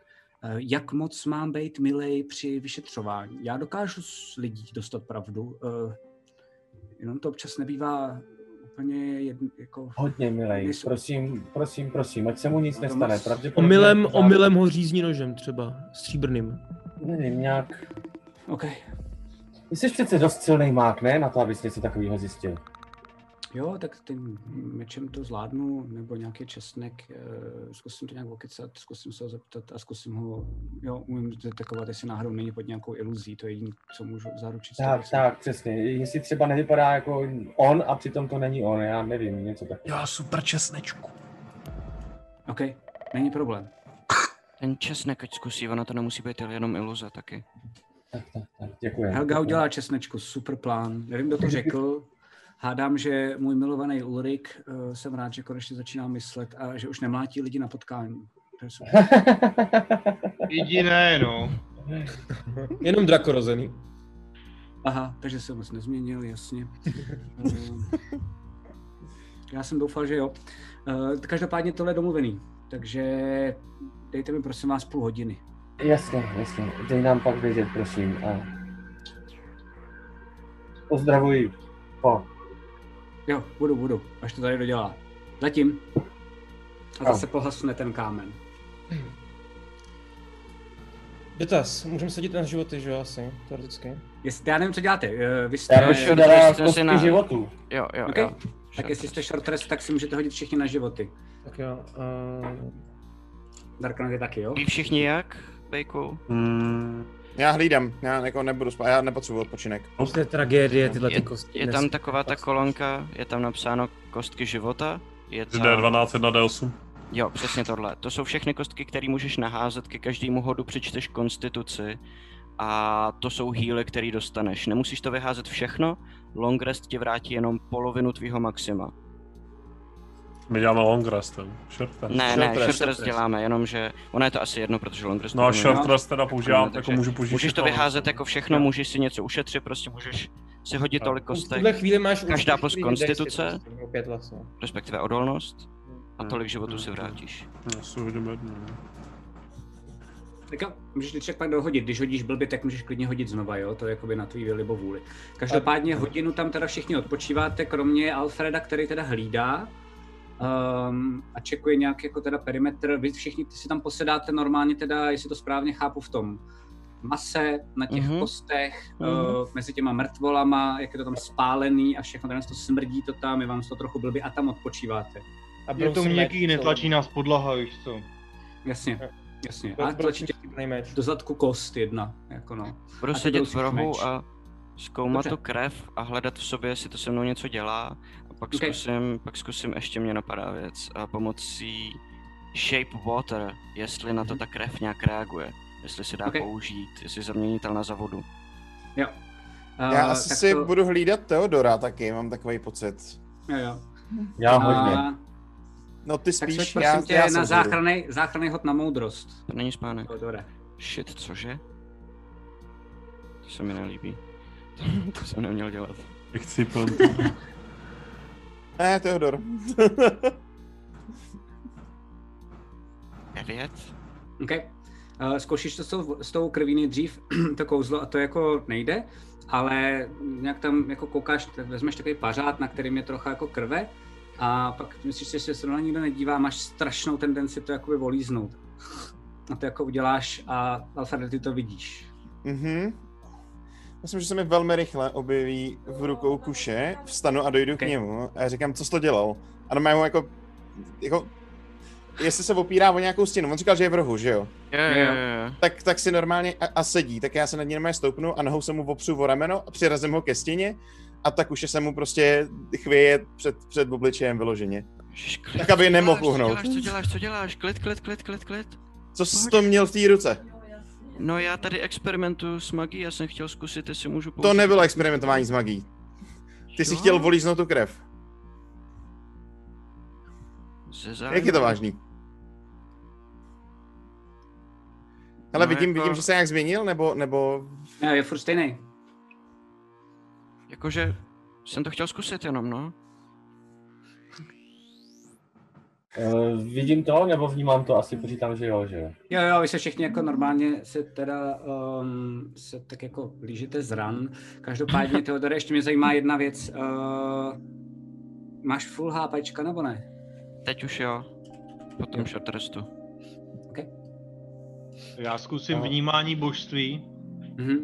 S4: Eh, Jak moc mám být milej při vyšetřování? Já dokážu z lidí dostat pravdu, eh, jenom to občas nebývá úplně jedn, jako...
S10: Hodně milej, prosím, prosím, prosím, ať se mu nic nestane, pravděpodobně...
S7: Omylem, omylem ho řízní nožem třeba, stříbrným.
S10: Nevím, nějak...
S4: OK.
S10: Jsi přece dost silný mák, ne? Na to, abys něco takového zjistil.
S4: Jo, tak tím mečem to zvládnu, nebo nějaký česnek, eh, zkusím to nějak okecat, zkusím se ho zeptat a zkusím ho, jo, umím detekovat, jestli náhodou není pod nějakou iluzí, to je jediné, co můžu zaručit. z toho, jak
S10: Tak,
S4: jsem-
S10: tak, přesně. Jestli třeba nevypadá jako on a přitom to není on, já nevím, něco tak.
S4: Já super česnečku. OK, není problém.
S1: Ten česnek, ať zkusí, ono to nemusí být jenom iluze taky.
S10: Děkuji.
S4: Helga udělá česnečku, super plán. Nevím, kdo to řekl. Hádám, že můj milovaný Ulrik, eh, jsem rád, že konečně začíná myslet a že už nemlátí lidi na potkání. To je super.
S8: Jediné, no.
S7: Jenom drakorozený.
S4: Aha, takže jsem moc nezměnil, jasně. Ehm, Já jsem doufal, že jo. Eh, Každopádně tohle je domluvený, takže dejte mi prosím vás půl hodiny.
S10: Jasně, jasně. Dej nám pak vědět, prosím. A... Pozdravuji. Po.
S4: Jo, budu, budu, až to tady dodělá. Zatím. A zase pohasne ten kámen.
S7: Dotaz, můžeme sedět na životy, že jo, asi, teoreticky.
S4: Jestli, já nevím, co děláte. eh, Vy jste...
S7: Já bych šel dala Jste si kostky na- životů.
S1: Jo, jo,
S4: okay.
S1: jo.
S4: Tak jestli jste short rest, tak si můžete hodit všichni na životy.
S7: Tak jo. Uh...
S4: Darknet eh, je taky, jo?
S1: Ví všichni jak, Bejku?
S11: Mm, já hlídám, já jako nebudu spát, já nepotřebuji odpočinek.
S7: To je Prostě tragédie, tyhle
S1: Je, je tam taková ta kolonka, je tam napsáno kostky života. Je tam...
S9: D12, 1D8.
S1: Jo, přesně tohle. To jsou všechny kostky, které můžeš naházet. Ke každému hodu přečteš konstituci a to jsou hýly, které dostaneš. Nemusíš to vyházet všechno, long rest ti vrátí jenom polovinu tvýho maxima.
S9: My děláme long rest, jo. Short rest.
S1: Ne, ne, short rest děláme, jenom že ono je to asi jedno, protože long rest...
S9: No a
S1: budeme-
S9: short rest teda používám,
S1: Takže
S9: jako můžu použít
S1: Můžeš to
S9: všechno.
S1: vyházet jako všechno, můžeš si něco ušetřit, prostě můžeš si hodit tolik
S7: V
S1: kostek.
S7: tuhle chvíli máš
S1: Každá
S7: určitý
S1: plus
S7: dex,
S1: konstituce,
S7: prostě, Opět vlastně.
S1: respektive odolnost, a tolik
S9: Hmm.
S1: životů si vrátíš.
S9: Já si uvědomím jedno.
S4: Tak jo, můžeš vždycky pak dohodit. Když hodíš blbě, tak můžeš klidně hodit znova, jo? To je jakoby na tvý libovůli. Každopádně hodinu tam teda všichni odpočíváte, kromě Alfreda, který teda hlídá um, a čekuje nějak jako teda perimetr. Vy všichni si tam posedáte normálně teda, jestli to správně chápu, v tom mase, na těch
S1: Mhm.
S4: mm-hmm. kostech,
S1: Mhm.
S4: mm-hmm. mezi těma mrtvolama, jak je to tam spálený a všechno, tady to smrdí to tam, je vám to trochu blbě a tam odpočíváte.
S7: A
S8: Je to měkký, netlačí nás podlaha, víš co.
S4: Jasně, jasně.
S7: Byl-
S4: A
S7: byl
S4: tlačí tě
S7: nejmeč.
S4: do zadku kost jedna, jako no.
S1: Budu
S4: A ty
S1: sedět
S4: kousíš
S1: v rohu
S4: meč.
S1: a zkoumat
S4: Dobře.
S1: tu krev a hledat v sobě, jestli to se mnou něco dělá. A pak,
S4: Ok.
S1: zkusím, pak zkusím, ještě mě napadá věc, a pomocí Shape Water, jestli na to ta krev nějak reaguje. Jestli se dá
S4: Mhm. Ok.
S1: použít, jestli je zaměnitelná za vodu.
S4: Jo.
S11: já
S4: Eh,
S11: asi
S4: tak
S11: si
S4: to-
S11: budu hlídat Teodora taky, mám takový pocit.
S4: Jo, jo.
S11: Já
S4: A,
S11: hodně. No ty
S4: tak
S11: spíš,
S4: pojď
S11: já,
S4: prosím tě
S11: já
S4: na
S11: jsem budu.
S4: záchranný, záchranný hod na moudrost.
S1: To není spánek.
S4: Dobré.
S1: Shit, cože? To se mi nelíbí. [laughs] to jsem neměl dělat.
S9: Jak si
S11: Ne, Teodor.
S1: Devět.
S4: OK. Uh, zkoušíš to s tou, s tou krví nejdřív, [clears throat] to kouzlo, a to jako nejde, ale nějak tam jako koukáš, tak vezmeš takový pařád, na kterým je trocha jako krve, a pak myslíš, že se zrovna nikdo nedívá, máš strašnou tendenci to jakoby volíznout. A to jako uděláš a Alfred, ty to vidíš.
S11: Mhm. [laughs] Myslím, že se mi velmi rychle objeví v rukou kuše, vstanu a dojdu okay. k němu a říkám, co jsi to dělal. A normálně mu jako, jako, jestli se opírá o nějakou stěnu, on říkal, že je v rohu, že jo?
S1: [laughs] Jo, jo, jo.
S11: Tak, tak si normálně a, a sedí, tak já se nad ní normálně stoupnu a nohou se mu opřu o rameno a přirazím ho ke stěně a tak už se mu prostě chvěje před, před obličejem vyloženě. Tak aby nemohl
S1: Co
S11: uhnout.
S1: děláš, co děláš, co děláš? Klid, klid, klid, klid, klid.
S11: Co jsi to měl v té ruce?
S1: No já tady experimentuju s magií, já jsem chtěl zkusit, jestli můžu použít.
S11: To nebylo experimentování s magií. Ty jsi
S1: Jo.
S11: chtěl volíznout tu krev.
S1: Ze
S11: Jak je to
S1: zájmu.
S11: vážný? Ale
S1: No
S11: vidím,
S1: jako-
S11: vidím, že se nějak změnil, nebo, nebo...
S4: Ne, je furt stejný.
S1: Jakože jsem to chtěl zkusit jenom, no.
S10: eh,
S17: Uh, vidím to, nebo vnímám to? Asi počítám, že jo, že jo.
S4: Jo, jo, vy se všichni jako normálně se teda um, se tak jako blížíte z ran. Každopádně, Teodore, ještě mě zajímá jedna věc. Uh, máš full HPčka nebo ne?
S1: Teď už jo. Po tom short restu.
S8: Já zkusím
S4: No.
S8: vnímání božství.
S4: Mhm.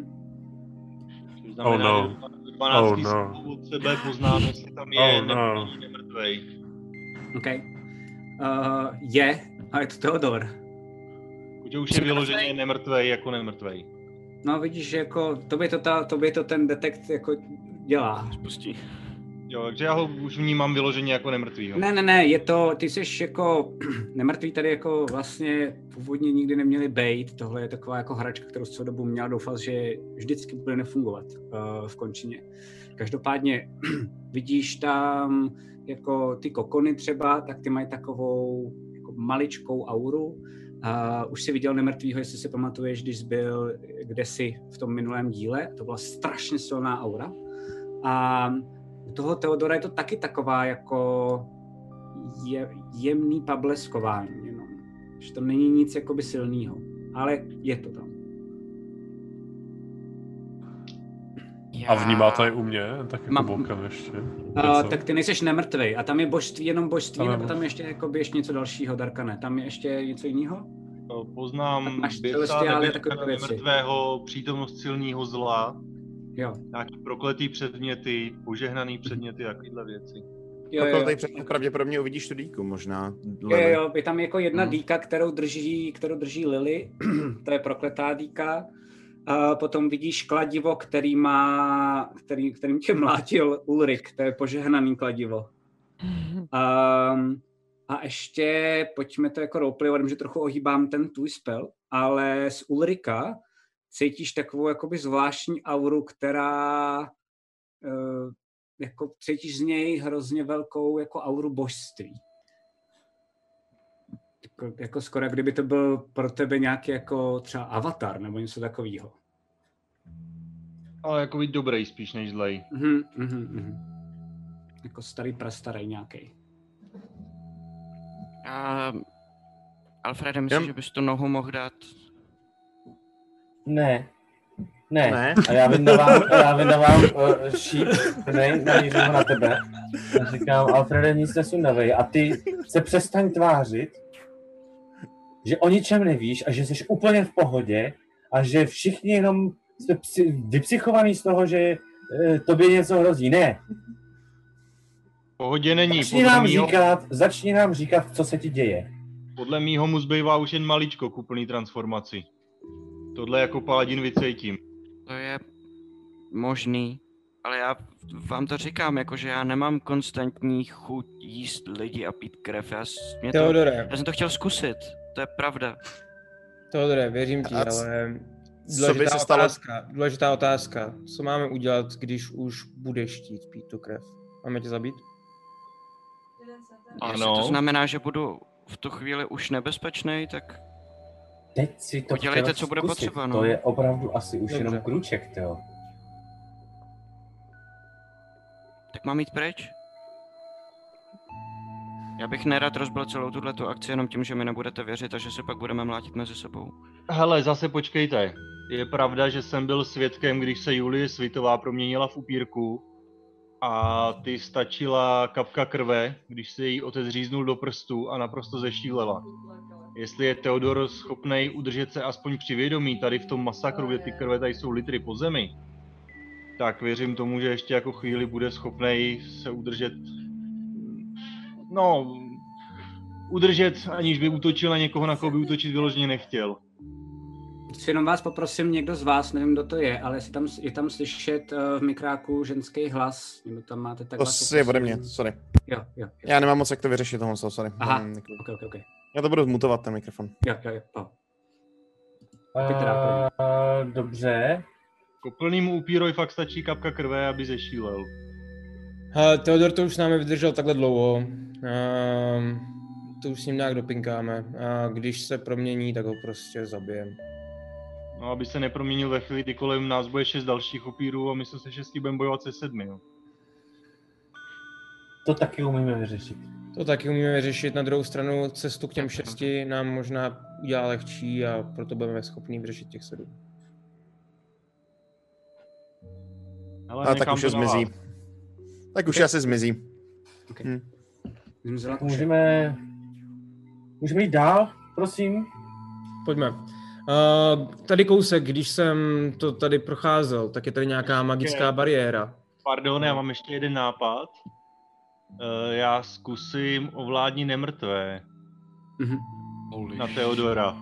S8: Což znamená,
S9: Oh no.
S8: že dostanu 12
S9: Oh no.
S8: slov od sebe poznám, jestli tam je
S9: Oh no.
S8: nemrtvý, nemrtvej.
S4: OK. Uh, je, a je to Teodor.
S8: Že už je vyloženě nemrtvej jako nemrtvej.
S4: No vidíš, že jako tobě to, ta, tobě to ten detekt jako dělá.
S1: Spustí.
S8: Jo, takže já ho už vnímám vyloženě jako nemrtvýho.
S4: Ne, ne, ne, je to, ty jsi jako [clears throat] nemrtvý tady jako vlastně původně nikdy neměli bejt, tohle je taková jako hračka, kterou z celou dobu měl, doufal, že vždycky bude nefungovat uh, v končině. Každopádně [clears throat] vidíš tam jako ty kokony třeba, tak ty mají takovou jako maličkou auru. Uh, už si viděl nemrtvýho, jestli si pamatuješ, když byl kdesi v tom minulém díle, to byla strašně silná aura. A u toho Teodora je to taky taková jako je, jemný pableskování jenom. Že to není nic jakoby silného, ale je to tam.
S9: A vnímáte je u mě? Tak jako
S4: Mám-
S9: bokem ještě.
S4: A,
S9: Něco.
S4: tak ty nejseš nemrtvý a tam je božství, jenom božství,
S9: Tam je
S4: nebo tam
S9: božství.
S4: ještě, jakoby, ještě něco dalšího, Darkane? Tam je ještě něco jiného?
S8: Poznám
S4: máš
S8: běžca,
S4: celestiály a
S8: neběžka,
S4: prostě takové věci.
S8: nemrtvého, přítomnost silného zla,
S4: Jo.
S8: nějaký prokletý předměty, požehnaný předměty, takovéhle věci.
S4: Jo,
S11: Jako
S4: jo.
S11: tady před- pravděpodobně uvidíš tu díku, možná.
S4: Jo, jo, jo, je tam jako jedna
S11: Mhm.
S4: dýka, kterou drží, kterou drží Lily, [clears throat] to je prokletá dýka. A potom vidíš kladivo, který má, který, kterým tě [laughs] mlátil Ulrik, to je požehnaný kladivo.
S7: no.
S4: Um, a ještě pojďme to jako roleplay, já vím, že trochu ohýbám ten tvůj spell, ale z Ulrika cítíš takovou jakoby zvláštní auru, která uh, jako cítíš z něj hrozně velkou jako auru božství. Jako, jako skoro, jak kdyby to byl pro tebe nějaký jako třeba avatar nebo něco takového.
S8: Ale jako být dobrý spíš než zlej.
S4: Mhm, mhm, mhm. Jako starý prastarý nějaký.
S1: A...
S4: Ehm,
S1: Alfrede, myslíš, že bys tu nohu mohl dát?
S17: Ne. Ne.
S1: Ne?
S17: A já vyndávám, a já vyndávám uh, šíp, nej, namířím ho na tebe. A říkám, Alfrede, nic nesundavej. A ty se přestaň tvářit, že o ničem nevíš a že jsi úplně v pohodě a že všichni jenom jste psi, vypsychovaný z toho, že eh, tobě něco hrozí. Ne,
S8: Pohodě není,
S17: začni nám,
S8: mýho-
S17: říkat, začni nám říkat, co se ti děje.
S8: podle mýho mu zbývá už jen maličko k úplný transformaci. Tohle jako paladin vycejtím.
S1: To je možný. Ale já vám to říkám, jakože já nemám konstantní chuť jíst lidi a pít krev. Já, s- mě to,
S18: Teodore.
S1: já jsem to chtěl zkusit, to je pravda.
S18: Teodore, věřím ti,
S1: A
S18: ale
S1: c-
S18: důležitá
S1: co by se stalo-
S18: otázka, důležitá otázka. Co máme udělat, když už budeš chtít pít tu krev? Máme tě zabít?
S1: Ano. Jestli to znamená, že budu v tu chvíli už nebezpečný, tak
S10: Teď si to
S1: Udělejte,
S10: chtěl
S1: co bude
S10: zkusit.
S1: potřeba, no.
S10: To je opravdu asi už
S1: Dobře.
S10: jenom kruček, jo.
S1: Tak mám jít pryč? Já bych nerad rozbil celou tuhle akci jenom tím, že mi nebudete věřit a že se pak budeme mlátit mezi sebou.
S8: Hele, zase počkejte. Je pravda, že jsem byl svědkem, když se Julie Svitová proměnila v upírku a ty stačila kapka krve, když se jí otec říznul do prstu a naprosto zešílela. Jestli je Teodor schopný udržet se aspoň při vědomí tady v tom masakru, kde ty krve tady jsou litry po zemi, tak věřím tomu, že ještě jako chvíli bude schopný se udržet no, udržet, aniž by útočil na někoho, na koho by útočit vyloženě nechtěl.
S4: Chci jenom vás poprosím, někdo z vás, nevím, kdo to je, ale jestli tam, je tam slyšet eh, v mikráku ženský hlas, nebo tam máte tak
S11: To
S4: vás
S11: si je ode
S4: poprosím.
S11: mě, sorry.
S4: Jo, jo.
S11: Já nemám moc jak to vyřešit tohle, sorry.
S4: Aha,
S11: Mám-
S4: ok, ok, ok.
S11: Já to budu zmutovat, ten mikrofon.
S4: Jo, jo, jo. jo.
S10: Uh, dobře.
S8: Jako plným upíroj fakt stačí kapka krve, aby zešílel.
S7: Hele, Teodor to už s námi vydržel takhle dlouho. Ehm, to už s ním nějak dopinkáme. A když se promění, tak ho prostě zabijeme.
S8: No, aby se neproměnil ve chvíli, kdy kolem nás bude šest dalších upírů a my se se šesti budeme bojovat se sedmi. No.
S10: To taky umíme vyřešit.
S7: To taky umíme řešit. Na druhou stranu cestu k
S4: no.
S7: těm šesti nám možná udělá lehčí a proto budeme schopni vyřešit těch sedm.
S8: Ale
S11: A tak už je zmizí. Tak už asi zmizí. Hm.
S10: Tak můžeme... Můžeme jít dál, prosím.
S7: Pojďme. Uh, tady kousek, když jsem to tady procházel, tak je tady nějaká magická bariéra.
S8: Pardon, já mám ještě jeden nápad. Eh, já zkusím ovládni nemrtvé. Na Teodora.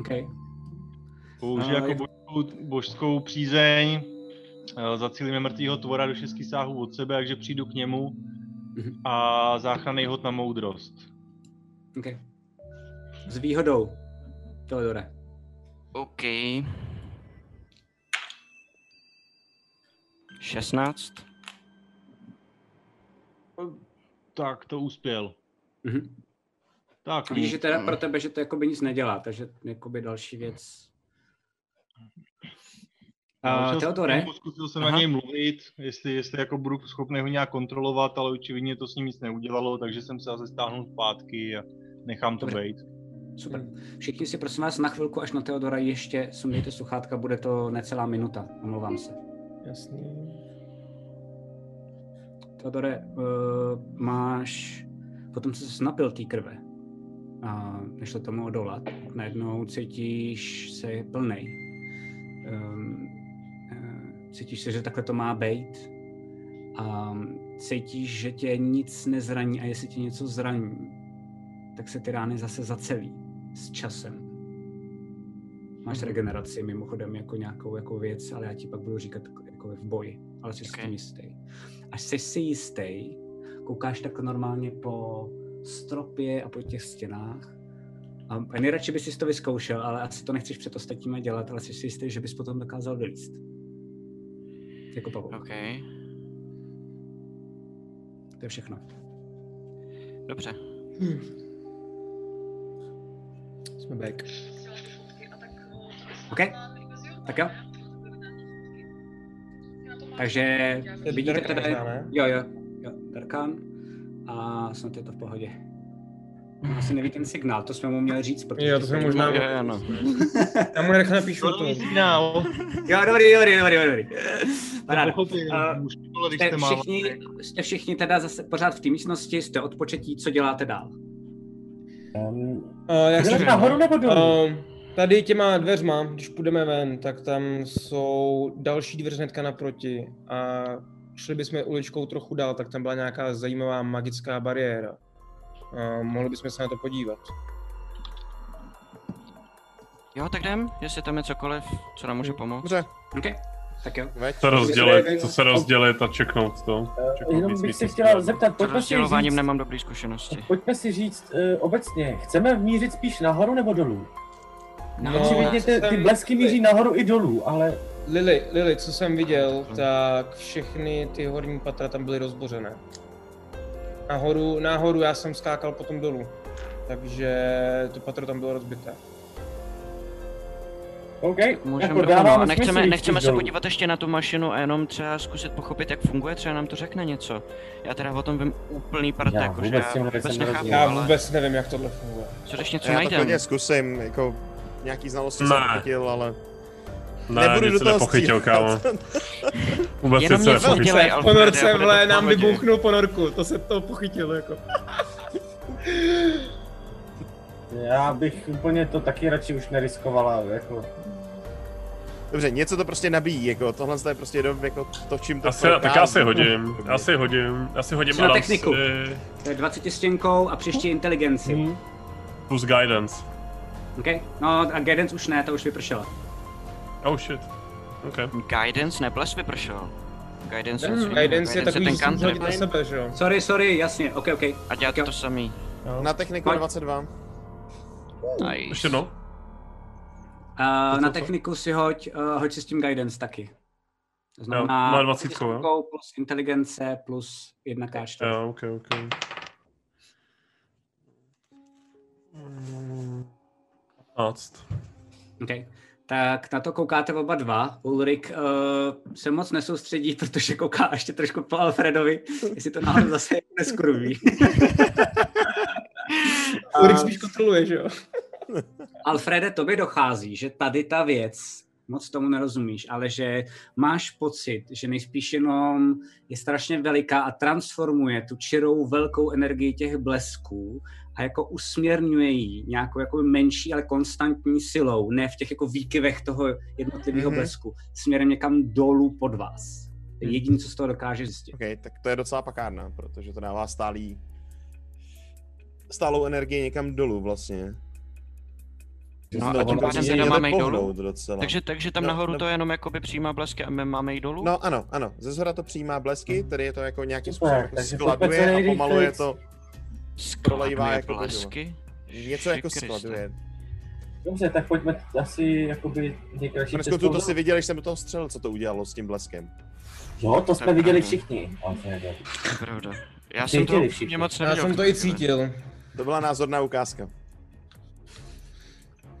S4: Okay.
S8: Použij
S4: A
S8: jako
S4: jak-
S8: božskou, božskou přízeň, eh, zacílíme mrtvého tvora do šesti sáhů od sebe, takže přijdu k němu a záchranný hod na moudrost.
S4: Okay. S výhodou, Teodore.
S1: OK. 16.
S8: Tak, to uspěl.
S4: Mhm.
S8: Tak.
S4: Vidíš, že teda pro tebe, že to jakoby nic nedělá, takže jakoby další věc. A
S8: Našel jsem
S4: Teodore?
S8: ho, Zkusil jsem
S4: Aha.
S8: na něj mluvit, jestli, jestli jako budu schopný ho nějak kontrolovat, ale očividně to s ním nic neudělalo, takže jsem se zase stáhnul zpátky a nechám to
S4: Dobře.
S8: být.
S4: Super. Všichni si prosím vás na chvilku až na Teodora ještě sundejte sluchátka, bude to necelá minuta, omlouvám se.
S7: Jasně.
S4: Teodore, uh, máš, potom co jsi napil té krve, a nešlo tomu odolat, tak najednou cítíš se plnej. Um, eh, cítíš se, že takhle to má být a cítíš, že tě nic nezraní a jestli tě něco zraní, tak se ty rány zase zacelí s časem. Máš regeneraci mimochodem jako nějakou jako věc, ale já ti pak budu říkat jako v boji, ale jsi okay. s tím jistý. Až jsi si jistý, koukáš tak normálně po stropě a po těch stěnách a a nejradši bys si to vyzkoušel, ale asi to nechceš před ostatníma dělat, ale jsi si jistý, že bys potom dokázal vylíst. Jako pavouk.
S1: OK.
S4: To je všechno.
S1: Dobře.
S7: Jsme back.
S4: OK? Tak jo? Takže
S7: Je
S4: vidíte
S7: Darkan
S4: tady...
S7: možná, ne?
S4: Jo, jo, jo, Darkan. A snad je to v pohodě. On Asi neví ten signál, to jsme mu měli říct, protože...
S7: Jo, to jsme možná...
S1: no.
S7: Já mu nechat napíšu to.
S4: Jo, dobrý, dobrý, dobrý, dobrý. Paráda.
S8: Pochopil,
S4: Eh,
S8: už to bylo, když
S4: Jste
S8: jste mával.
S4: všichni, jste všichni teda zase pořád v té místnosti, jste odpočetí, co děláte dál?
S7: Uh, jak
S4: Jdeme
S7: jsem-
S4: nahoru nebo dolů?
S7: Eh, tady těma dveřma, když půjdeme ven, tak tam jsou další dveře hnedka naproti a šli bychom uličkou trochu dál, tak tam byla nějaká zajímavá magická bariéra. Uh, mohli bychom se na to podívat.
S1: Jo, tak jdem, jestli tam je cokoliv, co nám může pomoct.
S11: Dobře.
S4: Okay. Tak jo.
S9: Co rozdělit, co se rozdělit a čeknout to.
S4: Eh,
S9: Čeknout
S10: Jenom
S9: víc
S10: bych se
S9: místností.
S10: chtěla zeptat,
S1: S
S10: pojďme si
S1: rozdělováním
S10: říct,
S1: nemám dobré zkušenosti.
S10: pojďme si říct eh, obecně, chceme mířit spíš nahoru nebo dolů? No, Očividně ty, ty blesky míří nahoru i dolů, ale
S7: Lili, Lili, co jsem viděl, tak všechny ty horní patra tam byly rozbořené. Nahoru, nahoru já jsem skákal potom dolů, takže to patro tam bylo rozbité.
S17: OK,
S1: Můžeme
S17: jako
S1: rovnou.
S17: dávám
S1: A nechceme,
S17: smysl
S1: nechceme
S17: jít
S1: se
S17: dolů.
S1: podívat ještě na tu mašinu a jenom třeba zkusit pochopit, jak funguje, třeba nám to řekne něco. Já teda o tom vím úplný prd,
S11: Já
S1: jako, že
S11: vůbec
S1: já
S11: tímhle
S1: vůbec
S11: věcem
S1: nechápu,
S11: nerozumím.
S1: ale-
S11: Já
S18: Vůbec nevím, jak tohle funguje.
S1: Co když něco
S11: Já to
S1: najdeme?
S11: klidně zkusím, jako nějaký znalosti
S9: Ne.
S11: jsem chytil, ale...
S9: Ne, nic jsi nepochytil, kámo. Vůbec
S18: Jenom nic
S9: nic nepochytil.
S18: nedělej, ale- Ponorce, vle, nám vybuchnul ponorku, to se to pochytilo, jako.
S17: Já bych úplně to taky radši už neriskovala, jako.
S11: Dobře, něco to prostě nabíjí, jako tohle je prostě jenom, jako točím to.
S9: Asi, tak já si hodím, já si hodím, já si hodím
S11: Jsi na
S9: Adams,
S11: techniku.
S9: eh,
S4: To je 20 stěnkou a příště inteligenci.
S7: Mhm.
S4: Hmm.
S9: plus guidance.
S4: Okay? No a guidance už ne, ta už vypršela.
S9: Oh shit. Okay.
S1: Guidance ne, ples vypršel. Guidance,
S4: Ne,
S1: nic jiného.
S4: guidance je takový, že
S1: ten
S4: si hodí
S1: country.
S4: na sebe, že jo? Sorry, sorry, jasně, ok, ok.
S1: A dělá to to samý.
S17: No.
S11: Na techniku 22.
S1: Nice.
S9: Ještě jednou?
S4: Uh, na techniku si hoď, uh, hoď si s tím guidance taky. To
S9: Jo, má 20, jo?
S4: stěnkou plus inteligence plus 1k4.
S9: Jo, ok, ok. Act.
S4: Okay. Tak na to koukáte oba dva. Ulrik uh, se moc nesoustředí, protože kouká ještě trošku po Alfredovi, jestli to náhodou zase jako neskurví.
S18: Ulrik spíš kontroluje, že jo?
S4: Alfrede, tobě dochází, že tady ta věc, moc tomu nerozumíš, ale že máš pocit, že nejspíš jenom je strašně veliká a transformuje tu čirou velkou energii těch blesků a jako usměrňuje ji nějakou jako menší, ale konstantní silou, ne v těch jako výkyvech toho jednotlivého
S11: Mhm.
S4: mm-hmm. blesku, směrem někam dolů pod vás. To je jediné, co z toho dokáže zjistit.
S11: OK, tak to je docela pakárna, protože to dává stálý... stálou energii někam dolů vlastně.
S1: No,
S11: Znovu
S1: a tím
S11: to
S1: pádem
S11: prostě
S1: teda
S11: jde
S1: máme jít dolů?
S11: pohnout docela.
S1: Takže, takže tam
S11: No,
S1: nahoru
S11: no.
S1: to jenom jakoby přijímá blesky a my máme jít dolů?
S11: No ano, ano, ze zhora to přijímá blesky,
S17: Hmm.
S11: tedy je to jako nějakým
S1: Super,
S11: způsobem jako
S1: takže
S11: skladuje
S1: pojďme
S11: a
S1: celý
S11: pomalu je
S1: rychlejc.
S11: to prolejvá
S1: Skladuje
S11: jako vodu.
S1: blesky?
S11: Něco jako
S1: Kriste.
S11: skladuje.
S17: Dobře, tak pojďme asi jakoby nejkratší
S11: Konec konců to si viděli, že jsem do toho střelil, co to udělalo s tím bleskem.
S17: Jo, to jsme viděli všichni. Alfrede.
S1: Pravda.
S17: Já jsem to Cítili upřímně všichni. moc neviděl,
S18: Já jsem to i cítil.
S11: To byla názorná ukázka.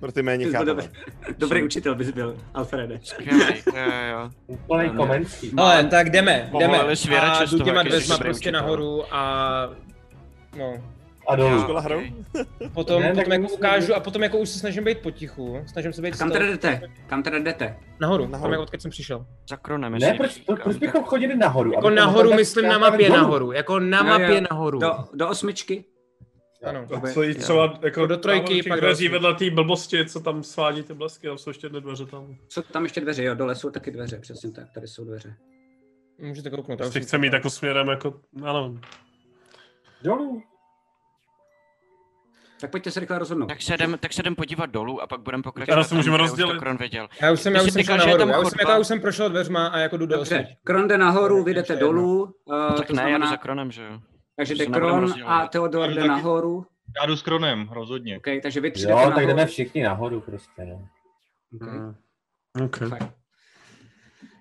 S11: Pro ty méně
S4: Ty jsi byl
S11: chápavé.
S4: dobrý- Dobrý učitel bys byl, Alfrede.
S1: Skvělý, jo, No, jo.
S4: Úplný komenský.
S18: Ale tak jdeme, jdeme.
S1: Povolili svěrače
S18: A
S1: z
S18: jdu
S1: toho,
S18: těma
S1: jak jsi
S18: dveřma
S1: dobrý
S18: prostě
S1: učitel.
S18: nahoru a... No.
S17: A dolů.
S18: Já,
S17: Škola
S18: ok.
S17: hrou?
S18: Potom,
S17: Ne, tak
S18: potom jako
S17: musíme-
S18: ukážu a potom jako už se snažím být potichu. Snažím se být...
S4: Kam teda
S18: stealth.
S4: jdete? Kam teda jdete?
S18: Nahoru, nahoru. tam jako- jak odkud jsem přišel.
S1: Za kronem,
S17: Ne, proč, to, proč bychom chodili nahoru?
S18: Jako
S17: Abychom
S18: nahoru,
S17: tam
S18: myslím na
S17: skákali
S18: mapě
S17: dolů.
S18: nahoru. Jako na mapě nahoru.
S4: Do, do osmičky?
S18: Ano.
S4: A
S9: Co jít třeba jako
S18: do trojky, pak do
S9: dveří
S18: osmi.
S9: vedle té blbosti, co tam svádí ty blesky, tam jsou ještě jedny dveře tam.
S4: Jsou tam ještě dveře, jo, dole jsou taky dveře, přesně tak, tady jsou dveře.
S18: Můžete kouknout. já už
S9: Prostě
S18: jsem-
S9: chce mít jako směrem jako, ano.
S17: Dolů.
S4: Tak pojďte se rychle rozhodnout.
S1: Tak se jdem, tak se jdem podívat dolů a pak budeme pokračovat.
S9: Teda se
S1: tam,
S9: můžeme
S1: kde už
S9: rozdělit.
S1: to Kron věděl.
S18: Já už jsem,
S1: Ty
S18: já
S1: jsi
S18: už jsem šel
S1: říkal, že
S18: nahoru,
S1: je tam
S18: já už, jsem,
S1: chodba.
S18: jako, já už jsem prošel dveřma a jako jdu do
S4: Dobře,
S18: osmičky.
S4: Kron jde nahoru, vy jdete
S18: ještě jedno.
S4: dolů.
S1: No
S4: Uh,
S1: tak ne, já jdu za Kronem, že jo.
S4: Takže
S1: To
S4: jde
S1: se nebudeme
S4: Kron
S1: rozdělovat.
S4: a Theodor jde nahoru.
S8: Já jdu s Kronem, rozhodně.
S4: Okay, takže vy tři jdete
S17: Jo, tak
S4: nahoru.
S17: jdeme všichni nahoru prostě. No.
S1: Hmm.
S4: Okay.
S9: Okay.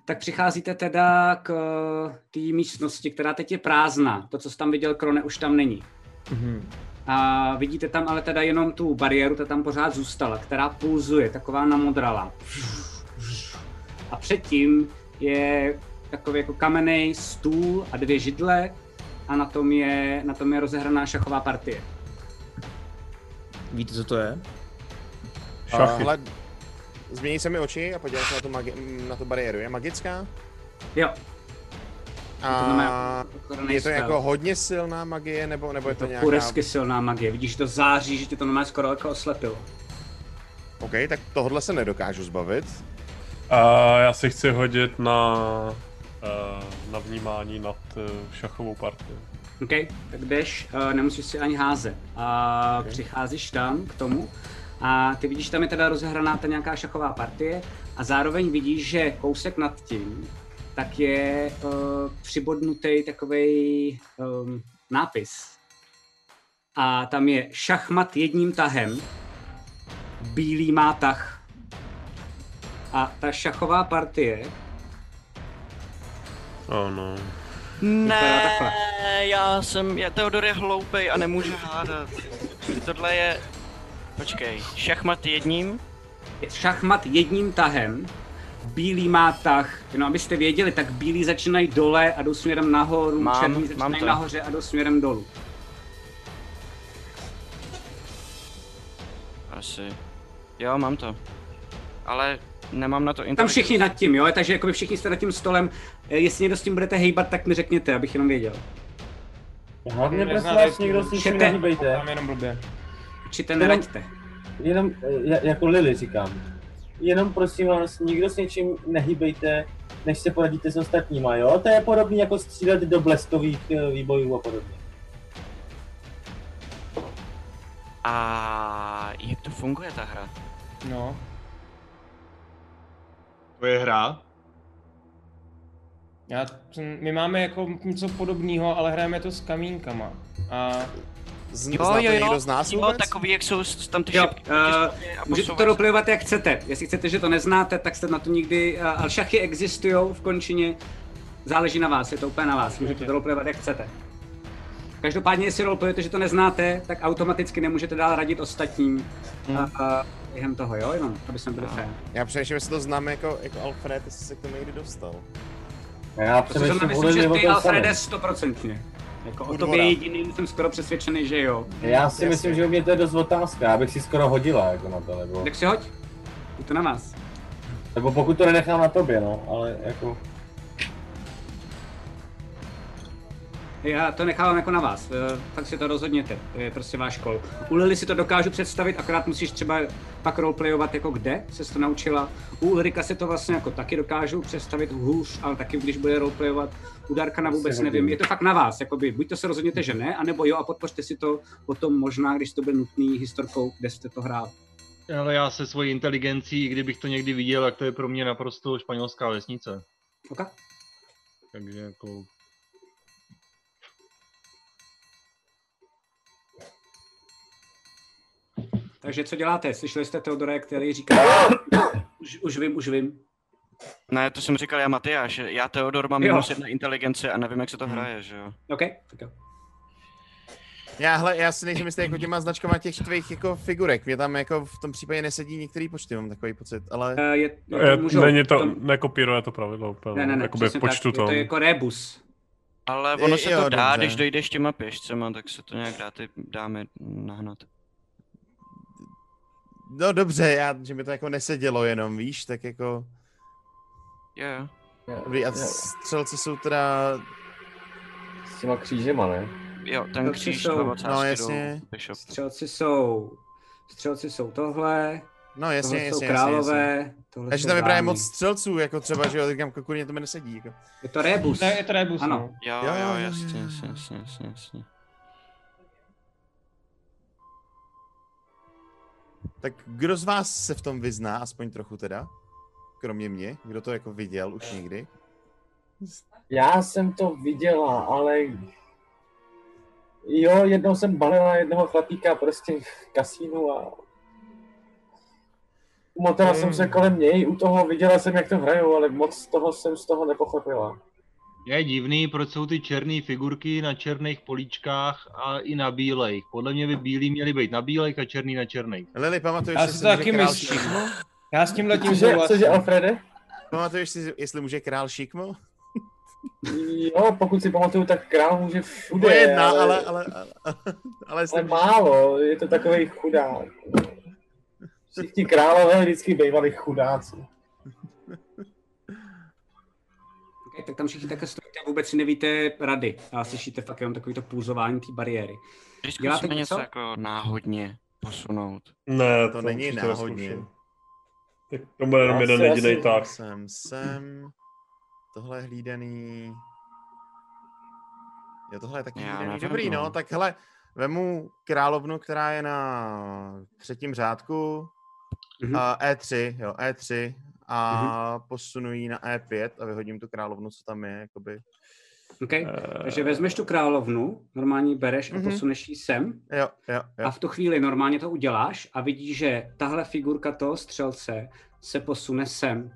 S4: Tak přicházíte teda k eh, té místnosti, která teď je prázdná. To, co jsi tam viděl, Krone, už tam není.
S18: Mhm.
S4: A vidíte tam ale teda jenom tu bariéru, ta tam pořád zůstala, která pulzuje, taková namodralá. A předtím je takový jako kamenný stůl a dvě židle a na tom je, na tom je rozehraná šachová partie.
S18: Víte, co to je?
S11: A Hele, změní se mi oči a podívej se na tu, magi- na tu bariéru. Je magická?
S4: Jo. To
S11: A
S4: znamená,
S11: je to
S4: spell.
S11: jako hodně silná magie, nebo, nebo je to
S4: To
S11: nějaká...
S4: Kurevsky silná magie, vidíš, že to září, že tě to normálně skoro jako oslepilo.
S11: OK, tak tohle se nedokážu zbavit.
S9: A já si chci hodit na, eh, na vnímání nad eh, šachovou partii.
S4: OK, tak jdeš, eh, nemusíš si ani házet. A přicházíš tam k tomu a ty vidíš, tam je teda rozehraná ta nějaká šachová partie a zároveň vidíš, že kousek nad tím tak je uh, přibodnutý takový um, nápis. A tam je šachmat jedním tahem, bílý má tah. A ta šachová partie
S9: Oh no.
S1: Ne, já jsem, já, Teodor je hloupej a nemůže hádat. Tohle je, počkej, šachmat jedním,
S4: šachmat jedním tahem. Bílý má tah, no abyste věděli, tak bílí začínají dole a jdou směrem nahoru,
S1: Mám,
S4: černý
S1: mám
S4: začínají
S1: to.
S4: nahoře a jdou směrem dolů.
S1: Asi. Jo, mám to. Ale nemám na to
S4: Tam
S1: inteligenci.
S4: všichni nad tím, jo, takže jakoby všichni jste nad tím stolem, Eh, jestli někdo s tím budete hejbat, tak mi řekněte, abych jenom věděl.
S17: Hlavně prosím vás, někdo s ničím
S4: Čete,
S17: nehýbejte.
S7: Tam jenom blbě.
S4: čete, neraďte.
S17: Jenom, eh, ja- jako Lily říkám, jenom prosím vás, nikdo s něčím nehýbejte, než se poradíte s ostatníma, jo? To je podobný jako střílet do bleskových eh, výbojů a podobně.
S1: A jak to funguje ta hra?
S7: No.
S8: To je hra.
S7: Já, my máme jako něco podobného, ale hrajeme to s kamínkama. A...
S1: jo, takový, jak jsou s- tam ty
S4: Jo,
S1: šipky.
S4: uh, můžete to doplňovat, jak chcete. Jestli chcete, že to neznáte, tak jste na to nikdy... Uh, ale šachy existují v končině. Záleží na vás, je to úplně na vás. Můžete to doplňovat, jak chcete. Každopádně, jestli roleplujete, že to neznáte, tak automaticky nemůžete dál radit ostatním
S11: Hmm.
S4: uh, uh, během toho, jo? Jenom, aby jsme byli
S1: No.
S4: fér.
S11: Já přemýšlím, jestli to znám jako, jako Alfred, jestli se k tomu někdy dostal.
S17: Já
S4: To si znamená, myslím, že ty Alfrede stoprocentně. Jako o
S11: U
S4: tobě
S11: dvora.
S4: jediným jsem skoro přesvědčený, že jo.
S17: Já si myslím, že u mě to je dost otázka, já bych si skoro hodila jako na to, nebo,
S4: Tak si hoď. Je to na vás.
S17: nebo pokud to nenechám na tobě, no, ale jako...
S4: Já to nechávám jako na vás, eh, tak si to rozhodněte, to je prostě váš kol. U Lily si to dokážu představit, akorát musíš třeba pak roleplayovat jako kde se to naučila. U Ulrika si to vlastně jako taky dokážu představit hůř, ale taky když bude roleplayovat. U Darkana vůbec
S17: Asi hodně.
S4: nevím, je to fakt na vás, jakoby buď to se rozhodněte, že ne, anebo jo a podpořte si to potom možná, když to bude nutný historkou, kde jste to hrál.
S8: Ale já se svojí inteligencí, i kdybych to někdy viděl, tak to je pro mě naprosto španělská vesnice.
S4: Okay.
S8: Takže jako...
S4: Takže co děláte? Slyšeli jste Teodora, který říká, [coughs] už, už vím, už vím.
S1: Ne, to jsem říkal já Matyáš, já Teodor mám
S4: Jo.
S1: minus jedna inteligence a nevím, jak se to hraje, že jo.
S4: OK, tak jo.
S11: Já, hele, já si nejsem jistý jako těma značkama těch tvých jako figurek. Mě tam jako v tom případě nesedí některý počty, mám takový pocit, ale...
S4: Eh, je,
S9: Je, Eh, není to, nekopíruje to pravidlo úplně,
S11: Ne, ne, ne,
S9: jakoby v
S11: přesně
S9: počtu
S11: tak,
S9: tom.
S11: je to
S4: jako rebus.
S1: Ale ono
S11: Je-
S1: se
S11: jo,
S1: to dá,
S11: dobře.
S1: když dojdeš těma pěšcema, tak se to nějak dá ty dámy nahnat.
S11: No dobře, já, že mi to jako nesedělo jenom, víš, tak jako...
S1: Jo,
S11: jo. Dobrý, a střelci jsou teda...
S10: S těma křížema, ne?
S1: Jo, ten
S4: Střelci
S1: kříž
S4: jsou-
S1: dva ocásky
S11: no,
S1: dolů,
S11: jasně.
S1: bishop.
S4: Střelci jsou, střelci jsou tohle,
S11: No jasně,
S4: tohle
S11: jasně,
S4: jsou
S11: jasně,
S4: králové,
S11: jasně.
S4: tohle
S11: Takže
S4: jsou
S11: tam je právě
S4: dámy.
S11: moc střelců, jako třeba, že jo, tak říkám, kurně to mi nesedí, jako.
S4: Je to rebus.
S7: Ne, je to rebus,
S4: Ano.
S7: no.
S1: Jo,
S11: Jo,
S1: jo,
S11: jo,
S1: jo,
S11: jo,
S1: jasně, jasně, jasně, jasně, jasně.
S11: Tak kdo z vás se v tom vyzná, aspoň trochu teda? Kromě mě, kdo to jako viděl už někdy?
S17: Já jsem to viděla, ale... Jo, jednou jsem balila jednoho chlapíka prostě v kasínu a... Umotala jsem
S11: Hmm.
S17: se kolem něj, u toho viděla jsem, jak to hrajou, ale moc toho jsem z toho nepochopila.
S8: Je divný, proč jsou ty černé figurky na černých políčkách a i na bílejch. Podle mě by bílí měly být na bílejch a černý na černých.
S11: Lili, pamatuješ
S7: Já si to taky myslím. Já s tímhle tím
S11: Pamatuješ si, jestli může král šikmo?
S17: Jo, pokud si pamatuju, tak král může všude,
S11: To je jedna, ale- ale- ale,
S17: ale málo, je to takový chudák. Všichni králové vždycky bývali chudáci.
S4: Okay, tak tam všichni takhle stojíte a vůbec si nevíte rady a slyšíte fakt jenom takový to pulzování té bariéry.
S1: Když zkusíme něco jako náhodně posunout.
S9: Ne,
S11: To není náhodně.
S9: Tak to bude jenom
S11: Já
S9: jeden
S11: si- já
S9: jedinej
S11: si-
S9: tah.
S11: Sem, sem. Tohle je hlídaný. Jo, tohle je taky
S9: Já
S11: hlídaný.
S9: nevím,
S11: Dobrý,
S9: no.
S11: no, tak hele, vemu královnu, která je na třetím řádku.
S9: Mhm.
S11: A E3, jo, E3. A posunu ji na E5 a vyhodím tu královnu, co tam je, jakoby. Eh,
S4: Okay? Takže vezmeš tu královnu, normálně ji bereš a
S11: Mhm.
S4: posuneš ji sem.
S11: Jo, jo, jo.
S4: A v tu chvíli normálně to uděláš a vidíš, že tahle figurka toho střelce se posune sem.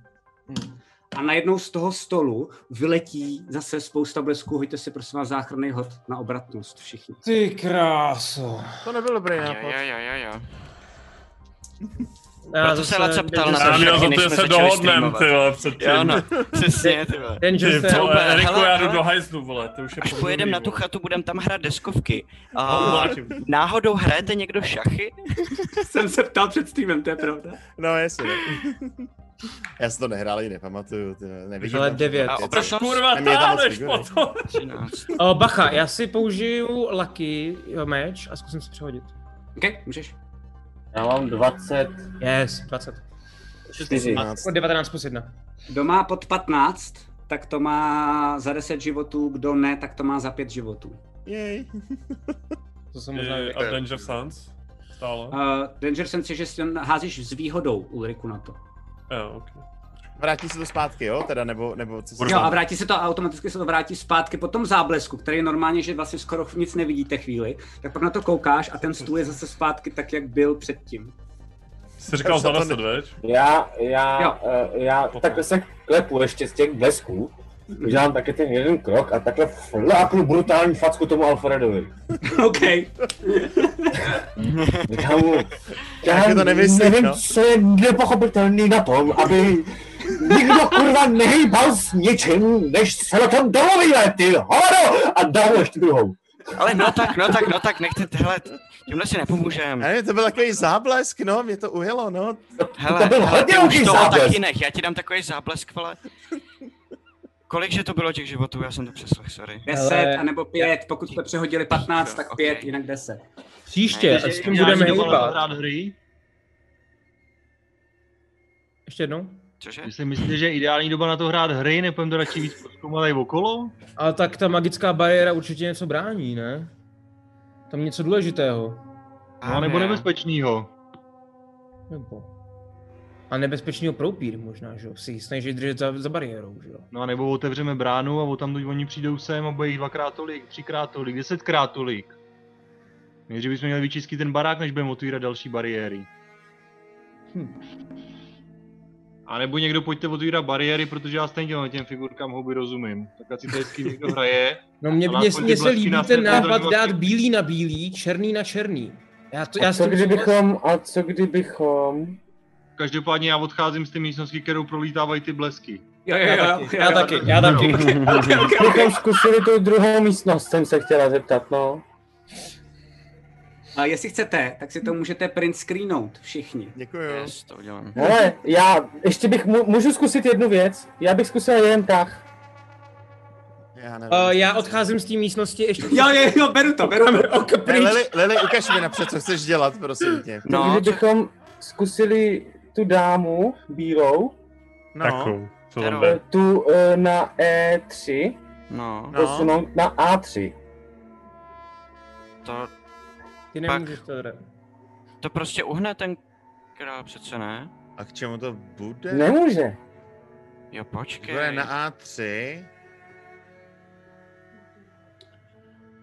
S11: Hmm.
S4: A najednou z toho stolu vyletí zase spousta blesků. Hoďte si prosím vás záchranný hod na obratnost všichni.
S7: Ty kráso.
S11: To nebyl dobrý
S1: Jo, jo, jo, jo, jo. Já Proto se Laca ptal na
S9: Já
S1: to,
S9: měl za to, že se dohodnem, ty vole, předtím.
S1: Jo, no, přesně, ty vole.
S9: Ten, že se... Riku, já jdu do hajzlu, vole, to už je
S1: Až
S9: podruhý,
S1: pojedem na tu
S9: vole.
S1: chatu, budem tam hrát deskovky. A
S9: No, mlátím.
S1: náhodou hrajete někdo šachy?
S19: [laughs] Jsem se ptal před streamem, to je pravda.
S11: No, jasně. no. [laughs] Já si to nehrál, ani nepamatuju. ty vole, Nevidím.
S7: Ale
S11: tam-
S7: devět.
S11: Ty
S7: A
S11: co-
S7: opravdu-
S9: Kurva,
S11: tam je tam moc
S9: táneš
S11: figury.
S9: potom.
S7: O, Eh, bacha, já si použiju Lucky jo, meč a zkusím si přehodit.
S19: OK, můžeš.
S20: Já mám 20.
S7: Yes, 20.
S20: 14.
S7: 19 Jako plus 1.
S4: Kdo má pod 15, tak to má za 10 životů, kdo ne, tak to má za 5 životů.
S11: Jej.
S7: To jsem
S9: možná... A Danger Sans? Stále?
S4: Uh, Danger jsem si, že si to házíš s výhodou Ulriku na to.
S9: Jo, okay.
S11: Vrátí se to zpátky, jo? Teda, nebo, nebo co se
S4: Jo, a vrátí se to a automaticky se to vrátí zpátky po tom záblesku, který je normálně, že vlastně skoro nic nevidíte chvíli, tak pak na to koukáš a ten stůl je zase zpátky tak, jak byl předtím.
S9: Jsi říkal za 10, veď?
S10: Já, já,
S4: Jo.
S10: uh, já takhle se klepu ještě z těch blesků, udělám taky ten jeden krok a takhle fláknu brutální facku tomu Alfredovi.
S4: [laughs] OK.
S10: Říkám mu, já
S11: Taky to nemyslíš,
S10: nevím,
S11: no.
S10: co je nepochopitelný na tom, aby nikdo kurva nehýbal s ničím, než se na tom domluvíme, ty hovado! A dám mu ještě druhou.
S1: Ale no tak, no tak, no tak, nechte, hele, tímhle si nepomůžem.
S11: Ne, to byl takový záblesk, no, mě to ujelo, no.
S1: Hele,
S11: to byl
S1: hele,
S11: hodně
S1: ty už
S11: velký
S1: toho
S11: záblesk.
S1: taky nech, já ti dám takový záblesk, vole. Kolik, že to bylo těch životů, já jsem to přeslech, sorry.
S4: 10 a nebo 5, pokud jste přehodili 15, tak 5, jinak 10.
S7: Příště, a s tím budeme hýbat.
S8: hry?
S7: Ještě jednou?
S1: Cože?
S8: Vy si myslíte, že je ideální doba na to hrát hry, nepůjdeme to radši víc prozkoumat tady okolo?
S7: Ale tak ta magická bariéra určitě něco brání, ne? Tam něco důležitého.
S8: No, nebo nebezpečného.
S7: Nebo. A nebezpečného proupír možná, že jo? Si ji snaží držet za, za bariérou, že jo?
S8: No a nebo otevřeme bránu a tam oni přijdou sem a bude jich dvakrát tolik, třikrát tolik, desetkrát tolik. Nejdřív bychom měli vyčistit ten barák, než budeme otvírat další bariéry.
S7: Hm.
S8: A nebo někdo pojďte otvírat bariéry, protože já stejně těm- těm figurkám houby rozumím. Tak ať si tady s kým někdo hraje.
S7: No mě,
S8: Ale
S7: mě,
S8: aspoň ty
S7: mě se
S8: blesky
S7: líbí
S8: nás
S7: ten
S8: nepodrží
S7: nápad
S8: vlastně.
S7: dát bílý na bílý, černý na černý. Já to,
S10: A
S7: já s
S10: co
S7: tím souhlasím.
S10: kdybychom, a co kdybychom...
S8: Každopádně já odcházím z té místnosti, kterou prolítávají ty blesky.
S4: Jo,
S7: jo, Já jo. taky, já taky, [laughs] já
S8: No.
S10: [laughs]
S7: taky.
S8: [laughs]
S10: Kdybychom zkusili tu druhou místnost, jsem se chtěla zeptat, no.
S4: A jestli chcete, tak si to můžete print screenout všichni.
S11: Děkuju.
S1: Yes, to udělám.
S10: Hele, já ještě bych, mu- můžu zkusit jednu věc? Já bych zkusil jeden tah.
S11: Já
S7: Uh, já odcházím z té místnosti ještě.
S4: Jo, jo, jo, beru to, beru to.
S7: Ok,
S11: Ne, Lili, Lili, ukaž mi napřed, co chceš dělat, prosím tě.
S10: No, kdybychom zkusili tu dámu bílou,
S11: No.
S9: Takovou, co tam
S10: eh,
S9: jde.
S10: tu eh, na E3,
S1: No,
S10: posunout na A3.
S1: to,
S7: Ty
S1: nemůžeš
S7: to dát.
S1: to prostě uhne ten král, přece ne?
S11: A k čemu to bude?
S10: Nemůže.
S1: Jo, počkej.
S11: Bude na A3.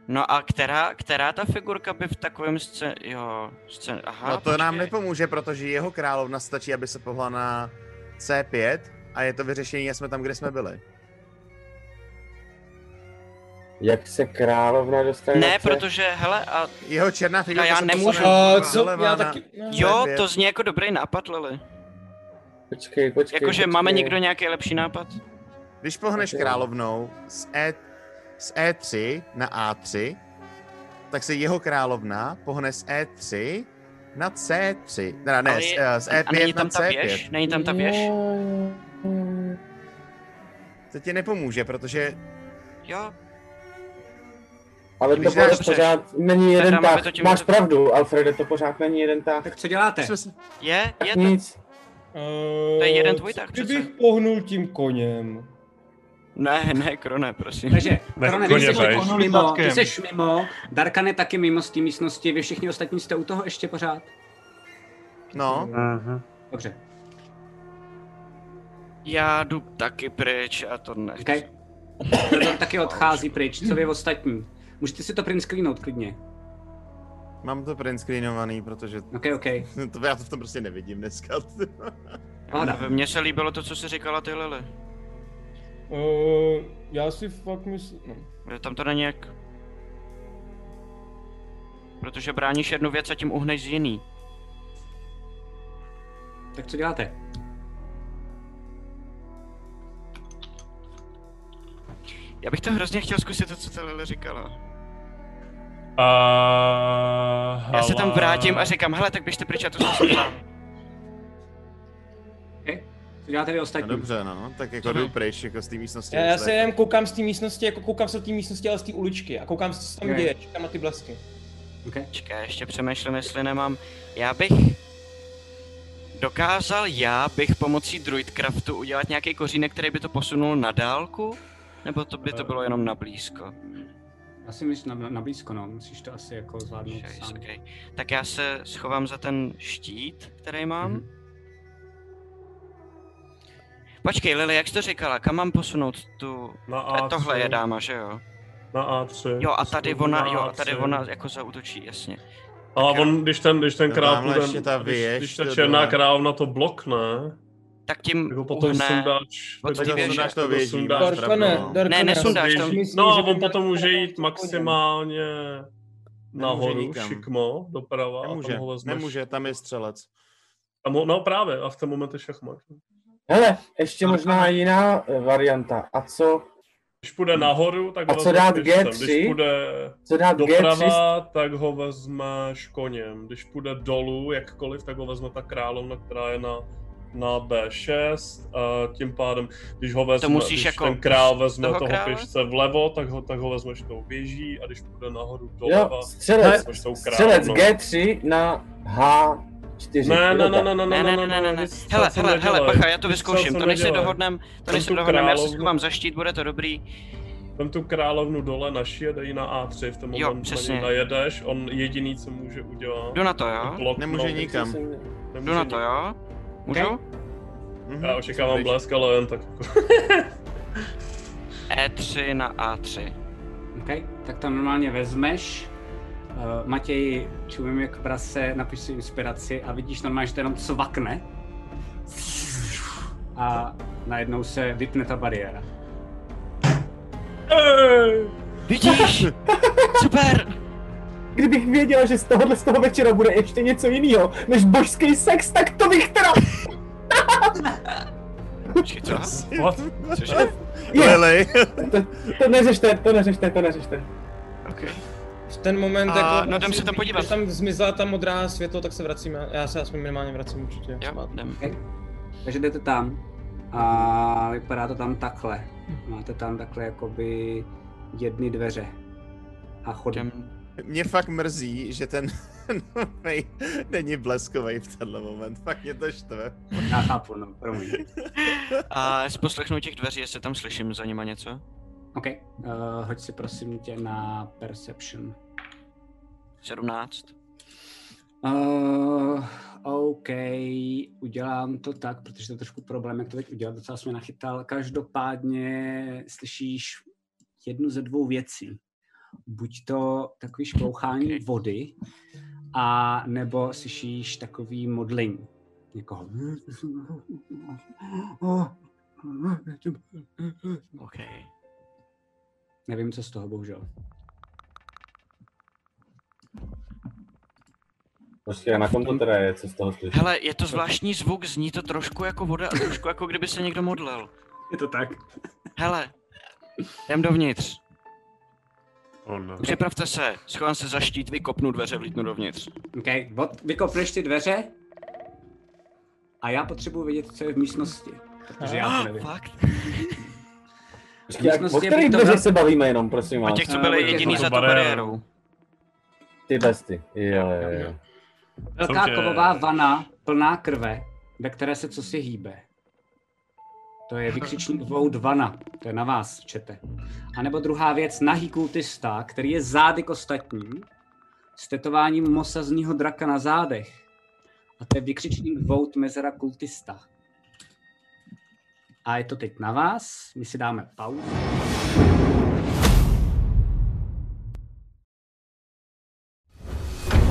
S1: No a která, která ta figurka by v takovém scén... Jo, scén... Aha,
S11: no to nám
S1: počkej.
S11: nepomůže, protože jeho královna stačí, aby se pohla na C5 a je to vyřešení a jsme tam, kde jsme byli.
S10: Jak se královna dostane
S1: Ne,
S10: na C?
S1: protože, hele, a...
S11: Jeho černá
S1: a
S11: figurka
S1: já
S11: se
S1: nemůžu.
S11: posunula doleva na
S1: Jo,
S11: C5.
S1: to zní jako dobrý nápad, Lili.
S10: Počkej, počkej,
S1: Jakože
S10: počkej.
S1: máme někdo nějaký lepší nápad?
S11: Když pohneš královnou z, e, z E3 na A3, tak se jeho královna pohne z E3 na C3. Teda ne,
S1: Ale
S11: z,
S1: je-
S11: eh, z
S1: a není
S11: E5 na
S1: tam ta
S11: C5.
S1: věž? Není tam ta věž?
S11: To ti nepomůže, protože
S1: Jo,
S10: Ale
S11: Když
S10: to
S11: dáš-
S10: pořád,
S11: Dobře.
S10: pořád není
S11: Teda
S10: jeden
S11: máme
S10: tah.
S11: to tím-
S10: Máš pravdu, Alfrede, to pořád není jeden tah.
S4: Tak co děláte?
S1: Je, je to...
S10: Nic.
S7: Eh,
S1: To je jeden tvůj tak přece.
S7: Kdybych pohnul tím koněm.
S1: Ne, ne, Krone, prosím.
S4: Takže,
S7: Nech
S4: Krone, ty
S7: koně
S4: jsi
S7: bejš.
S4: jako mimo, ty
S1: Statkem.
S4: jsi mimo, Darkan je taky mimo z té místnosti, vy všichni ostatní jste u toho ještě pořád?
S11: No.
S4: Dobře.
S1: Já jdu taky pryč a to nechci.
S4: Okay. Rodor taky odchází pryč, co vy ostatní? Můžete si to print screenout klidně.
S11: mám to print screenovaný, protože
S4: okay, okay.
S11: [laughs] to já to v tom prostě nevidím dneska.
S4: Pohoda.
S1: Mně se líbilo to, co jsi říkala ty Lily.
S7: Uh, já si fakt myslím... No.
S1: Že Tam to není jak... Protože bráníš jednu věc a tím uhneš z jiný.
S21: Tak co děláte?
S1: Já bych to hrozně chtěl zkusit to, co ta Lily říkala.
S9: Uh,
S1: Já se tam vrátím a říkám, hele, tak běžte pryč, já to zkusím sám.
S21: Co děláte vy ostatní?
S11: No dobře, no, tak jako jdu pryč jako z té místnosti.
S7: Já, já se jen koukám z té místnosti, jako koukám se do té místnosti, ale z té uličky a koukám, co se tam
S1: Jo, jo.
S7: děje, čekám na ty blesky.
S21: Okay.
S1: Čekaj, ještě přemýšlím, jestli nemám. Já bych dokázal já bych pomocí Druidcraftu udělat nějaký kořínek, který by to posunul na dálku? Nebo to by to bylo jenom na blízko?
S4: Asi myslím na, na blízko, no. Musíš to asi jako zvládnout sám.
S1: Okay. Tak já se schovám za ten štít, který mám. Mm-hmm. Počkej, Lili, jak jsi to říkala, kam mám posunout tu...
S9: Na
S1: A tohle
S9: A3.
S1: je dáma, že jo?
S9: Na A3.
S1: Jo, a tady
S9: Posunout
S1: ona,
S9: na
S1: jo, a tady
S9: A3.
S1: ona jako zautočí, jasně.
S9: Ale on, když ten, když ten
S1: No
S9: král,
S1: tamhle
S9: ten,
S1: ještě ta
S9: když,
S1: věž,
S9: když ta
S1: to
S9: černá
S1: dole.
S9: krávna to blokne,
S1: tak tím jako
S9: potom
S1: uhne
S9: sundáš,
S1: od
S9: tak
S1: té
S9: to
S1: věže.
S9: sundáš to
S1: Dorkone,
S9: věží. máš
S1: Dorkone,
S9: pravdu, no.
S1: Dorkone, Ne, nesundáš, to-
S9: Věží.
S1: myslím,
S9: No
S1: že
S9: a on
S1: ten
S9: potom může jít maximálně nahoru,
S11: nikam.
S9: šikmo, doprava
S11: Nemůže,
S9: a tam ho vezmeš.
S11: nemůže, tam je střelec.
S9: Tam ho, no právě, a v ten moment je šachmat.
S10: Hele, ještě možná jiná eh, varianta. A co?
S9: Když půjde nahoru, tak
S10: A
S9: ho
S10: co
S9: vezmeš
S10: dát
S9: pěšcem.
S10: G3?
S9: Když půjde
S10: Co dát
S9: doprava,
S10: G3?
S9: tak ho vezmeš koněm. Když půjde dolů, jakkoliv, tak ho vezme ta královna, která je na, na B6. A tím pádem, když ho vezme,
S1: musíš
S9: když
S1: jako
S9: ten král
S1: z
S9: vezme
S1: toho
S9: toho, toho
S1: krále?
S9: pěšce vlevo, tak ho, tak ho vezmeš tou věží a když půjde nahoru doleva,
S10: Jo, střelec,
S9: vezmeš tou
S10: střelec
S9: královnou.
S10: G3 na H4.
S9: Ne, ne,
S10: Jo,
S9: ne,
S10: tak.
S9: ne, ne, ne, ne, ne, ne, ne.
S1: Hele, hele, hele, bacha, já to vyzkouším, to než se dohodnem, to než se dohodnem, já se schovám za štít, bude to dobrý.
S9: Tam tu královnu dole naši a dají na A3, v tom
S1: Jo,
S9: moment na
S1: přesně.
S9: něj najedeš, on jediný, co může udělat.
S1: Jdu na to, jo?
S9: blok-
S1: Nemůže
S9: no,
S1: nikam.
S9: nemůže
S1: Jdu na to,
S9: nikam.
S1: jo? Můžu?
S9: Já očekávám blesk, ale jen tak jako.
S1: [laughs] E3 E na A3.
S4: Okay? Tak to normálně vezmeš. Uh, Matěj, čumím jak prase, napiš si inspiraci a vidíš normálně, že to jenom cvakne. A najednou se vypne ta bariéra.
S10: [laughs]
S1: Vidíš? Super!
S10: Kdybych věděl, že z tohohle z toho večera bude ještě něco jiného, než božský sex, tak to bych teda...
S9: [laughs]
S1: Počkej, co?
S9: What?
S1: Cože?
S11: Lily.
S10: to, to neřešte, to neřešte, to neřešte.
S1: Okay.
S7: V ten moment,
S1: A,
S7: jako,
S1: no, jdem se tam podívat.
S7: Když tam zmizela ta modrá světlo, tak se vracíme. Já se aspoň minimálně vracím určitě.
S1: Jo, jdem.
S4: Takže jdete tam a vypadá to tam takhle. Máte tam takhle jakoby jedny dveře a chodem.
S11: Mě fakt mrzí, že ten [laughs] novej není bleskový v tenhle moment. Fakt mě to štve.
S4: Já chápu, no, promiň.
S1: A z poslechnu těch dveří, jestli tam slyším za nima něco.
S4: OK, uh, hoď si prosím tě na Perception.
S1: 17.
S4: Uh, OK, udělám to tak, protože to je trošku problém, jak to teď udělat, docela jsem mě nachytal. Každopádně slyšíš jednu ze dvou věcí. Buď to takový šplouchání okay. vody, a nebo slyšíš takový modlení někoho.
S1: OK.
S4: Nevím, co z toho, bohužel.
S22: Prostě na kom to teda je, co z toho slyšíš?
S1: Hele, je
S4: Prostě
S1: to zvláštní zvuk, zní to trošku jako voda a trošku jako kdyby se někdo modlil.
S4: Je to tak.
S1: Hele, jdem dovnitř.
S9: Oh, no.
S1: Připravte se, schovám se za štít, vykopnu dveře, vlítnu dovnitř.
S4: OK, od, vykopneš ty dveře a já potřebuji vědět, co je v místnosti. Protože já
S1: Ah,
S4: to nevím.
S1: Fakt?
S4: V
S10: Prostě Jak, o
S4: místnosti je
S10: kterých
S4: buď to
S10: dveřích
S4: za-
S10: se bavíme jenom, prosím vás?
S1: O těch, co byli jediný za tou bariérou.
S10: Ty besty. Jo, jo, jo.
S4: Velká
S10: Cože?
S4: kovová vana plná krve, ve které se co si hýbe. To je vykřičník Voud Vana, to je na vás, čete. A nebo druhá věc, nahý kultista, který je zády k ostatním, s tetováním mosazního draka na zádech. A to je vykřičník Voud Mezera kultista. A je to teď na vás, my si dáme pauzu.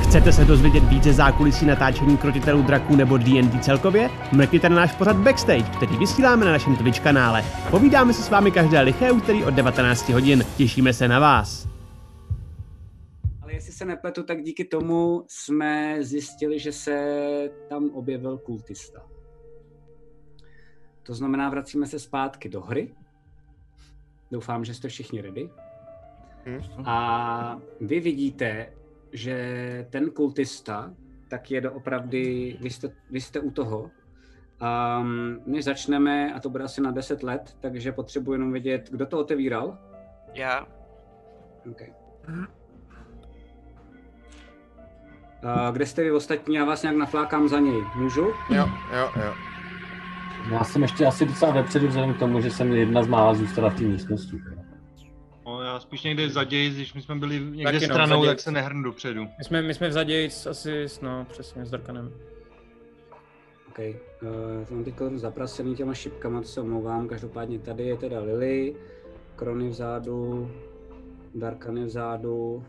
S2: Chcete se dozvědět více zákulisí natáčení krotitelů draků nebo D&D celkově? Mrkněte na náš pořad Backstage, který vysíláme na našem Twitch kanále. Povídáme se s vámi každé liché úterý od 19 hodin. Těšíme se na vás.
S4: jestli se nepletu, tak díky tomu jsme zjistili, že se tam objevil kultista. To znamená, vracíme se zpátky do hry. Doufám, že jste všichni ready.
S10: Hmm.
S4: A vy vidíte, že ten kultista, tak je doopravdy, vy jste, vy jste u toho. Um, než začneme, a to bude asi na 10 let, takže potřebuji jenom vědět, kdo to otevíral.
S1: Já.
S4: Okay. Uh, kde jste vy ostatní? Já vás nějak naflákám za něj. Můžu?
S11: Jo, jo, jo.
S10: No,
S16: Já jsem ještě asi docela vepředu vzhledem k tomu, že jsem jedna z mála zůstala v té místnosti.
S8: No, já spíš někde za děj, když my jsme byli někde
S18: Taky no,
S8: stranou,
S18: za
S8: tak
S18: děj.
S8: se nehrnu dopředu.
S18: My jsme, my jsme v zadějc asi, s- no přesně, s Darkanem.
S4: OK. Uh, jsem teď zaprasený těma šipkama, to se omlouvám. Každopádně tady je teda Lily, Krony vzadu, Darkany vzadu.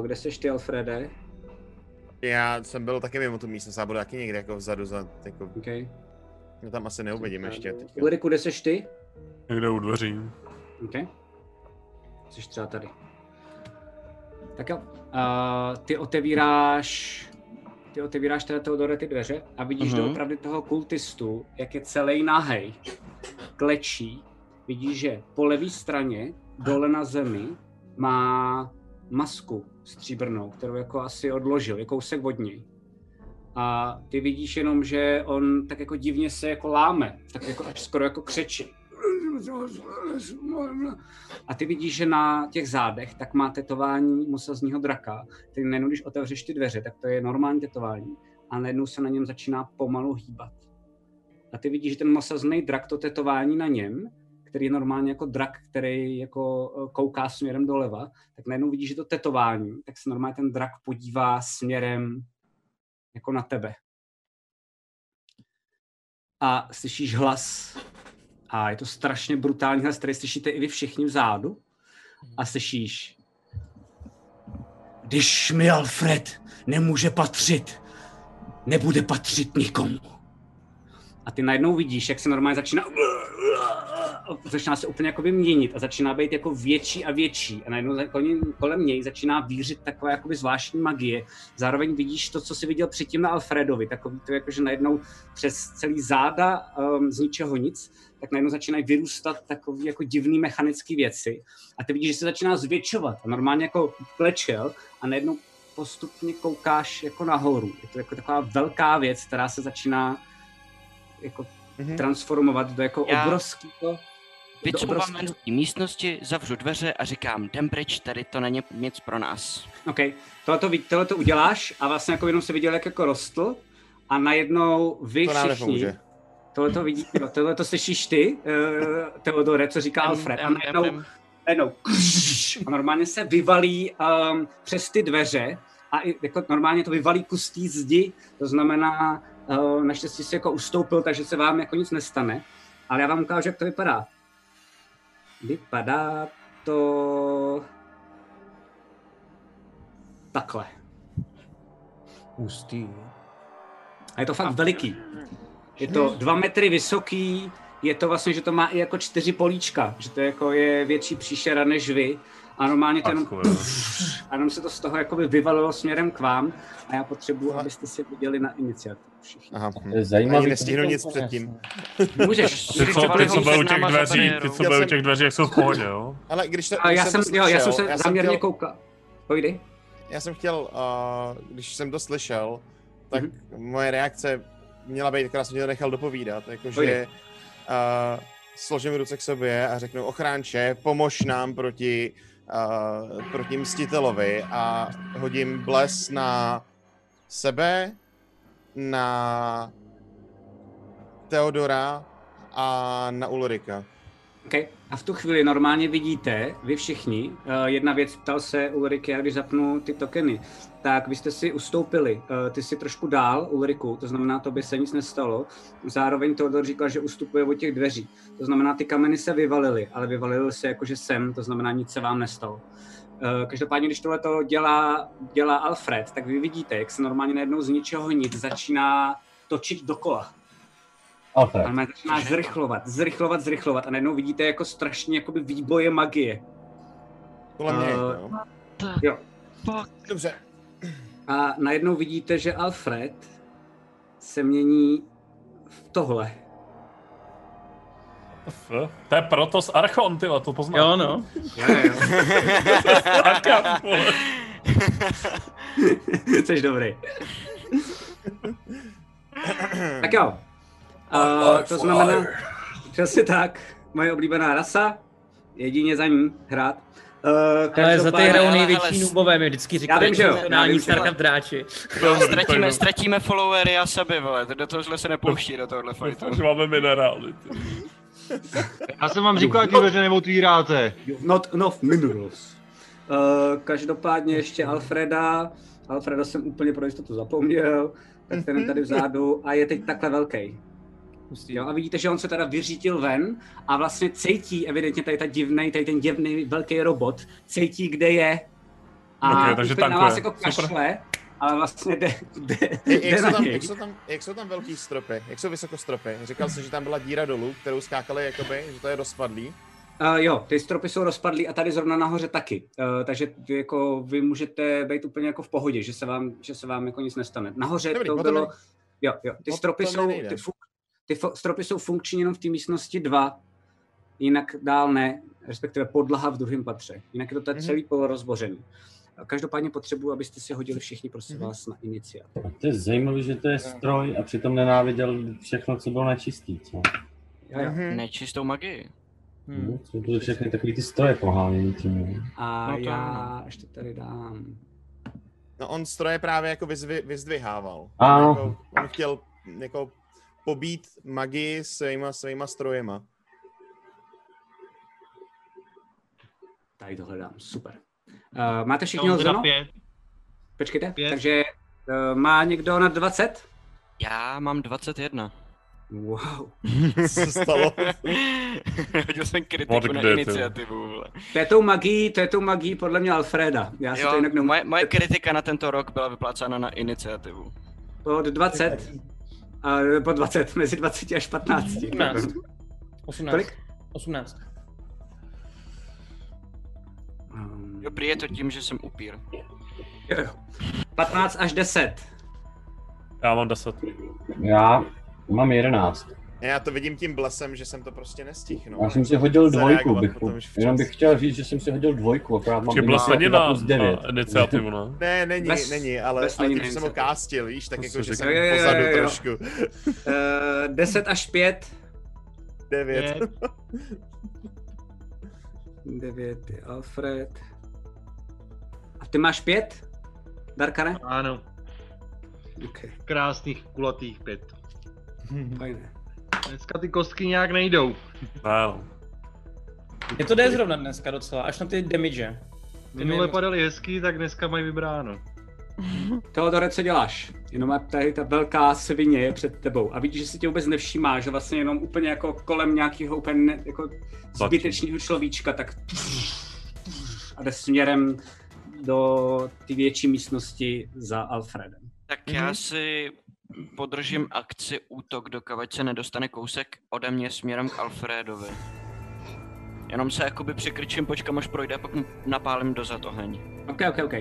S4: Uh, kde jsi ty, Alfrede?
S11: Já jsem byl taky mimo tu místnost, já budu taky někde jako vzadu za, jako...
S4: Okay.
S11: Já tam asi neuvidím ještě teďka.
S4: Ulriku, kde jsi ty?
S9: Někde u dveří.
S4: OK. Jsi třeba tady. Tak jo. Uh, ty otevíráš ty otevíráš teda Teodore ty dveře a vidíš
S1: Mhm.
S4: uh-huh. doopravdy toho kultistu, jak je celý nahej, klečí. Vidíš, že po levé straně, dole na zemi, má masku stříbrnou, kterou jako asi odložil, je kousek od něj. A ty vidíš jenom, že on tak jako divně se jako láme, tak jako až skoro jako křečí. A ty vidíš, že na těch zádech tak má tetování musazního draka, který najednou, když otevřeš ty dveře, tak to je normální tetování a najednou se na něm začíná pomalu hýbat. A ty vidíš, že ten musazný drak, to tetování na něm, který je normálně jako drak, který jako eh, kouká směrem doleva, tak najednou vidíš, že to tetování, tak se normálně ten drak podívá směrem jako na tebe. A slyšíš hlas a je to strašně brutální hlas, který slyšíte i vy všichni vzadu. A slyšíš. Když mi Alfred nemůže patřit, nebude patřit nikomu. A ty najednou vidíš, jak se normálně začíná začíná se úplně jakoby měnit a začíná být jako větší a větší a najednou za- kolem- kolem něj začíná vířit taková jakoby zvláštní magie. Zároveň vidíš to, co jsi viděl předtím na Alfredovi, takový to jako, že najednou přes celý záda um, z ničeho nic, tak najednou začínají vyrůstat takový jako divný mechanické věci a ty vidíš, že se začíná zvětšovat a normálně jako klečel a najednou postupně koukáš jako nahoru. Je to jako taková velká věc, která se začíná jako
S11: mm-hmm.
S4: transformovat do jako
S1: Já-
S4: obrovský to,
S1: Vycouvám jméno té místnosti, zavřu dveře a říkám, jdem pryč, tady to není nic pro nás.
S9: No,
S1: [laughs]
S4: OK, tohle to, tohle to uděláš a vlastně jako jenom se viděl, jak jako rostl a najednou vy
S11: To nám
S4: všichni,
S11: nepomůže.
S4: tohle to vidí, no, tohle to slyšíš ty, uh, Teodore, co říká Alfred a najednou, najednou křš, a normálně se vyvalí um, přes ty dveře a i, jako normálně to vyvalí kus té zdi, to znamená, uh, naštěstí se jako ustoupil, takže se vám jako nic nestane, ale já vám ukážu, jak to vypadá. Vypadá to takhle.
S18: Hustý.
S4: A je to fakt veliký. Je to dva metry vysoký, je to vlastně, že to má i jako čtyři políčka, že to jako je větší příšera než vy. A normálně to jenom, a jenom se to z toho jakoby vyvalilo směrem k vám a já potřebuju, abyste si viděli na iniciativu všichni.
S11: Aha.
S16: To je zajímavý.
S11: Ani nestihnu nic předtím. [laughs]
S4: Můžeš,
S9: Ty, co, ty, co byly u těch dveří, ty, co
S11: Já
S9: byly u
S11: jsem-
S9: těch dveří, jak jsou v pohodě, jo?
S11: Ale když to,
S4: A
S11: když
S4: já jsem,
S11: to
S4: jo, já
S11: slyšel,
S4: jsem se
S11: já
S4: záměrně
S11: chtěl-
S4: koukal. Pojdi.
S11: Já jsem chtěl, uh, když jsem to slyšel, tak mm-hmm. moje reakce měla být, která jsem tě nechal dopovídat, jakože
S4: Pojdi.
S11: uh, složím ruce k sobě a řeknu ochránče, pomož nám proti, uh, proti mstitelovi a hodím bles na sebe, na Teodora a na Ulrika.
S4: Okay. A v tu chvíli normálně vidíte, vy všichni, eh, jedna věc, ptal se Ulriky, já když zapnu ty tokeny, tak vy jste si ustoupili, eh, ty si trošku dál Ulriku, to znamená, to by se nic nestalo. Zároveň Teodor říkal, že ustupuje od těch dveří. To znamená, ty kameny se vyvalily, ale vyvalily se jakože sem, to znamená, nic se vám nestalo. Eh, Každopádně, když tohle to dělá, dělá Alfred, tak vy vidíte, jak se normálně najednou z ničeho nic začíná točit dokola.
S16: Alfred.
S4: Ale začíná zrychlovat, zrychlovat, zrychlovat a najednou vidíte jako strašně jakoby výboje magie.
S11: Kolem něj,
S7: no.
S4: Eh,
S11: jo?
S15: Jo.
S11: Dobře.
S4: A najednou vidíte, že Alfred se mění v tohle.
S11: [laughs]
S9: F, To je proto s Archon, tyhle, to poznáš. [laughs]
S7: Jo, no.
S9: Jo, jo. Arka,
S4: Jsi dobrý. tak jo. Uh, to znamená, přesně tak, moje oblíbená rasa, jedině za ní hrát. Uh,
S7: Hele, za ty
S4: každopádně-
S7: hrajou největší nubové, mi vždycky
S4: Já
S7: říkali,
S4: vím, že jo,
S7: to
S4: já
S7: nání
S4: vím, že jo.
S7: Starcraft hráči.
S1: No, ztratíme, ztratíme followery a seby, vole, do tohohle se nepouští, do tohohle fightu.
S9: Že máme minerály. ty.
S8: Já jsem vám říkal, jak ty dveře neotvíráte.
S4: Not enough minerals. Uh, každopádně ještě Alfreda. Alfreda jsem úplně pro jistotu zapomněl. Tak Eh, ten je tady vzadu a je teď takhle velký. Jo, a vidíte, že on se teda vyřítil ven a vlastně cítí evidentně tady, ta divnej, tady ten divný velký robot, cítí, kde je. A
S9: Ok,
S4: okay,
S9: takže
S4: takže na
S9: tankuje.
S4: vás jako
S9: Super.
S4: kašle, ale vlastně jde, jde,
S11: Jak, jak,
S4: jde na
S11: jsou tam,
S4: něj.
S11: jak, jsou tam, jak jsou tam velký stropy? Jak jsou vysoko stropy? Říkal jsi, že tam byla díra dolů, kterou skákali jakoby, že to je rozpadlý.
S4: Uh, jo, ty stropy jsou rozpadlý a tady zrovna nahoře taky. Uh, takže ty jako vy můžete být úplně jako v pohodě, že se vám, že se vám jako nic nestane. Nahoře
S11: Dobrý,
S4: to
S11: o to
S4: bylo...
S11: mi-
S4: Jo, jo, ty
S11: o to
S4: stropy
S11: mi
S4: jsou,
S11: nejde.
S4: ty, fun- ty fo- stropy jsou funkční jenom v té místnosti 2, jinak dál ne, respektive podlaha v druhém patře. Jinak je to tady
S11: Mhm.
S4: celý polorozbořený. Každopádně potřebuji, abyste si hodili všichni, prosím
S11: Mhm.
S4: vás, na iniciativu.
S10: To je zajímavé, že to je stroj a přitom nenáviděl všechno, co bylo nečistý, co?
S4: Jo, jo.
S9: [laughs]
S1: Nečistou magii.
S10: Hmm. To byly všechny takový ty stroje poháněný tím. jo.
S4: A
S1: No
S4: no
S1: to
S4: já ještě tady dám...
S11: No on stroje právě jako vyzvy, vyzdvihával.
S10: Ano.
S11: Jako, on chtěl jako pobít magii svýma, svýma strojema.
S4: Tady tohle dám, super. Uh, máte všichni
S8: Mám teda
S4: hozeno?
S8: pět.
S4: Počkejte, takže uh, má někdo na 20?
S1: Já mám 21.
S4: Wow.
S11: Co se stalo?
S1: [laughs] Hodil jsem
S9: Od
S1: kritiku na
S9: kde, ty?
S1: iniciativu, vole.
S4: To je tou magií, to je tou magií podle mě Alfreda. Já si
S1: Jo,
S4: to jinak nemůžu.
S1: moje, moje kritika na tento rok byla vyplácána na iniciativu.
S4: Od 20, a, po 20, mezi 20 až 15.
S7: 18. 18.
S4: Kolik?
S7: 18.
S1: Jo, prý je to tím, že jsem upír.
S4: Jo, jo. 15 až 10.
S9: Já mám 10.
S10: Já mám 11.
S11: Já to vidím tím blesem, že jsem to prostě nestihl. No.
S10: Já jsem si hodil dvojku,
S11: Zareagovat
S10: bych,
S11: potom už včas.
S10: jenom bych chtěl říct, že jsem si hodil dvojku, akorát mám
S9: Že vlastně není na,
S10: plus 9.
S9: na iniciativu, no.
S11: Ne, není,
S4: Bez-
S11: není, ale,
S4: bez
S11: ale
S4: ani
S11: tím, že jsem ho
S4: iniciativy.
S11: kástil, víš, tak
S9: To
S11: jako,
S9: si
S11: že
S9: říkám.
S11: jsem
S4: Jo, jo, jo,
S11: pozadu
S4: jo, jo.
S11: trošku.
S4: Uh, 10 až 5.
S11: 9.
S4: 9 je Alfred. A ty máš 5? Darkane?
S8: Ano,
S4: Okay.
S8: krásných kulatých pět.
S4: Fajné.
S8: Dneska ty kostky nějak nejdou.
S9: Wow.
S7: Je to jde zrovna dneska docela, až na ty damage.
S8: Minule padaly hezky, tak dneska mají vybráno.
S4: Teodore, co děláš? Jenom a tady ta velká svině je před tebou a vidíš, že si tě vůbec nevšímá, že vlastně jenom úplně jako kolem nějakého úplně ne, jako zbytečného človíčka, tak a jde směrem do ty větší místnosti za Alfredem.
S1: Tak
S4: Mhm.
S1: já si podržím akci útok, dokud se nedostane kousek ode mě směrem k Alfredovi. Jenom se jakoby přikrčím, počkám až projde a pak mu napálím dozad oheň.
S4: OK, OK, OK.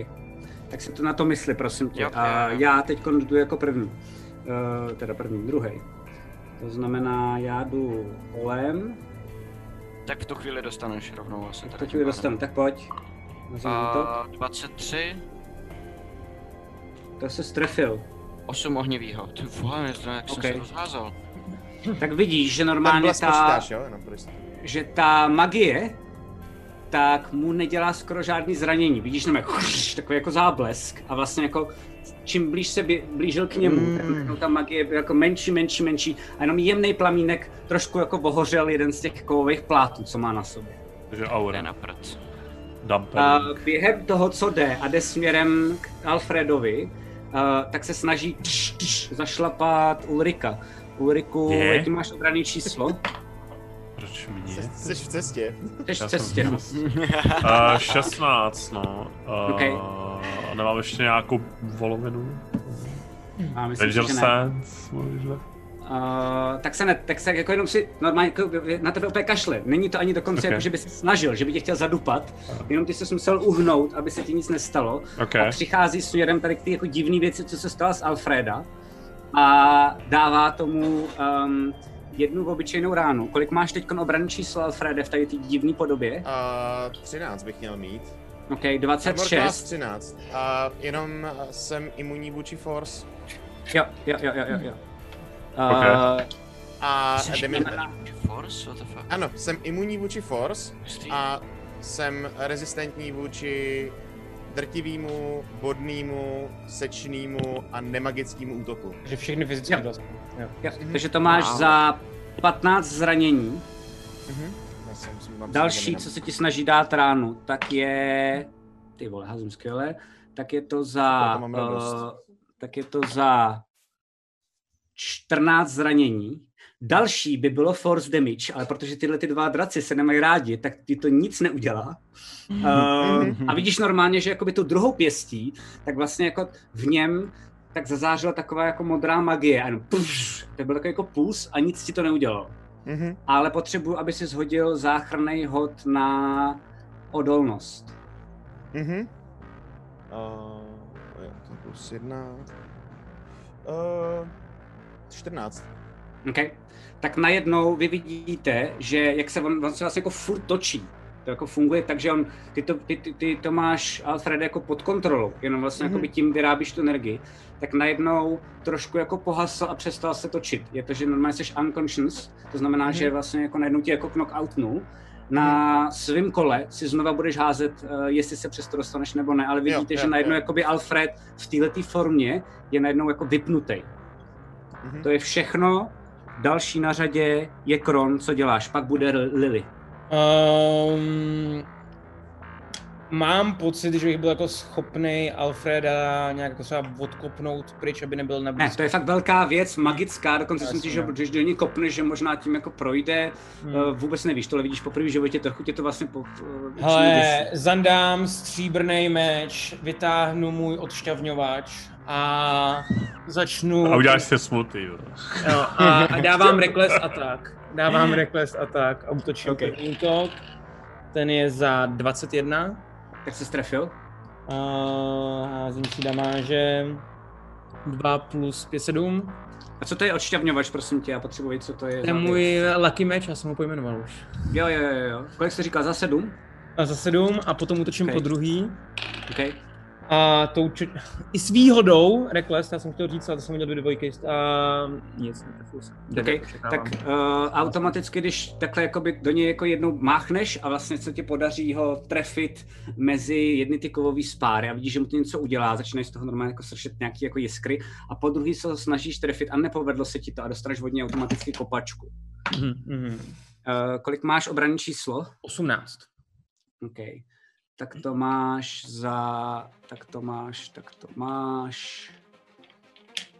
S4: Tak si to na to mysli, prosím tě.
S1: Jo,
S4: a
S1: jo, jo.
S4: já teď jdu jako první. Uh, teda první, druhý. To znamená, já jdu kolem,
S1: Tak v tu chvíli dostaneš rovnou asi.
S4: to ti dostanu, tak pojď. Nazvím to.
S1: A 23,
S4: To se strefil.
S1: 8 ohnivýho. Ty vole, neznám, jak jsem
S4: Okej.
S1: se rozházel.
S4: Tak vidíš, že
S11: Ten
S4: normálně
S11: bles
S4: ta,
S11: počítáš, jo, jenom prostě.
S4: že ta magie, tak mu nedělá skoro žádný zranění. Vidíš, tam je takový jako záblesk a vlastně jako čím blíž se bě- blížil k němu, mm. tak najednou ta magie byla jako menší, menší, menší a jenom jemný plamínek trošku jako ohořel jeden z těch kovových plátů, co má na sobě.
S9: Takže
S1: Jde
S9: aura.
S1: na prd.
S4: A
S9: Dumper.
S4: během toho, co jde a jde směrem k Alfredovi, a, tak se snaží tš, tš, zašlapat Ulrika. Ulriku,
S9: Je?
S4: ty máš obraný číslo?
S9: Proč mě?
S11: Jsi v cestě.
S4: Jsi v
S9: Já jsem [laughs]
S4: cestě. no.
S9: Uh, 16, no. Uh,
S4: Okej.
S9: A nemám ještě nějakou volovinu?
S4: A myslím,
S9: Danger
S4: že ne.
S9: Sense, možná.
S4: Uh, tak se ne, tak se jako jenom si normálně jako na tebe úplně kašle. Není to ani dokonce okay. jako, že by se snažil, že by tě chtěl zadupat, jenom ty se musel uhnout, aby se ti nic nestalo.
S9: Okay.
S4: A přichází směrem tady k ty jako divné věci, co se stalo s Alfreda a dává tomu um, jednu obyčejnou ránu. Kolik máš teď obrany číslo Alfrede v tady té divné podobě?
S11: Uh, 13 bych měl mít.
S4: OK,
S11: Armor class
S4: 26.
S11: 13. A jenom eh, jsem imunní vůči Force.
S4: Jo, jo, jo, jo, jo. jo.
S11: A-
S4: Eh,
S11: A
S4: Jsi
S11: jde mi...
S4: imunní
S1: Force? What the fuck?
S11: Ano, jsem imunní vůči Force a jsem rezistentní vůči drtivýmu, bodnému, sečnému a nemagickému útoku.
S7: Že všechny fyzické vlastně. Jo.
S4: jo. Takže to máš
S11: Wow.
S4: za 15 zranění.
S11: Mhm. Já jsem- jsem vám
S4: Další,
S11: vzpomínám.
S4: co se ti snaží dát ránu, tak je... Ty vole, házím skvěle. Tak je to za...
S11: Já mám radost.
S4: eh, tak je to za 14 zranění. Další by bylo force damage, ale protože tyhle ty dva draci se nemají rádi, tak ti to nic neudělá.
S7: Ehm,
S4: Uh, a vidíš normálně, že jakoby tu druhou pěstí, tak vlastně jako v něm tak zazářila taková jako modrá magie. A jenom puf, to byl takový jako puls a nic ti to neudělalo.
S11: Mhm.
S4: Ale potřebuju, aby si zhodil záchranný hod na odolnost.
S11: Mhm. Uh, jo, to je plus jedna. Uh, 14.
S4: Okay? Tak najednou vy vidíte, že jak se on, on se vlastně jako furt točí. To jako funguje tak, že on, ty, to, ty, ty, ty to máš, Alfred, jako pod kontrolou, jenom vlastně
S23: Mhm.
S4: mm-hmm. tím vyrábíš tu energii, tak najednou trošku jako pohasl a přestal se točit. Je to, že normálně jsi unconscious, to znamená,
S23: Mhm.
S4: že vlastně jako najednou tě jako knockoutnul, na svém kole si znova budeš házet, eh, jestli se přesto dostaneš nebo ne, ale vidíte,
S23: jo,
S4: že najednou
S23: jo.
S4: jakoby Alfred v této formě je najednou jako vypnutý.
S23: Mhm.
S4: To je všechno. Další na řadě je Kron, co děláš? Pak bude L- Lily.
S7: Um, mám pocit, že bych byl jako schopný Alfreda nějak jako třeba odkopnout pryč, aby nebyl na
S4: Ne, to je fakt velká věc, magická, dokonce
S7: Jasně,
S4: jsem si, že
S7: jo.
S4: když do ní kopneš, že možná tím jako projde, hmm. vůbec nevíš, tohle vidíš poprvé v životě, trochu tě to vlastně po, eh,
S7: Hele,
S4: děsí.
S7: zandám stříbrný meč, vytáhnu můj odšťavňovač a začnu...
S9: A uděláš se smutný. jo.
S7: Jo,
S9: [laughs]
S7: a, a dávám reckless attack.
S4: [gasps]
S7: Dávám reckless attack a útočím okay. první útok. Ten je za 21.
S4: Tak se strefil.
S7: A házím si damáže 2 plus 5, 7.
S4: A co to je odšťavňovač, prosím tě, já potřebuji, vědět, co to je.
S7: To je
S4: za
S7: můj
S4: věc.
S7: lucky meč, já jsem ho pojmenoval už.
S4: Jo, jo, jo, jo. Kolik jsi říkal, za sedm?
S7: A za 7 a potom útočím
S4: Ok.
S7: po druhý.
S4: Okay.
S7: A to uči... I s výhodou, Reckless, já jsem chtěl říct, ale to jsem udělal dvě dvojky. A nic, netrefil jsem.
S4: Okay.
S7: Devět očekávám.
S4: Tak uh, automaticky, když takhle jakoby do něj jako jednou máchneš a vlastně se ti podaří ho trefit mezi jedny ty kovový spáry a vidíš, že mu to něco udělá, začneš z toho normálně jako sršet nějaký jako jiskry a po druhý se ho snažíš trefit a nepovedlo se ti to a dostaneš od něj automaticky kopačku. Uh, kolik máš obranné číslo?
S7: 18.
S4: OK. Tak to máš za... Tak to máš, tak to máš...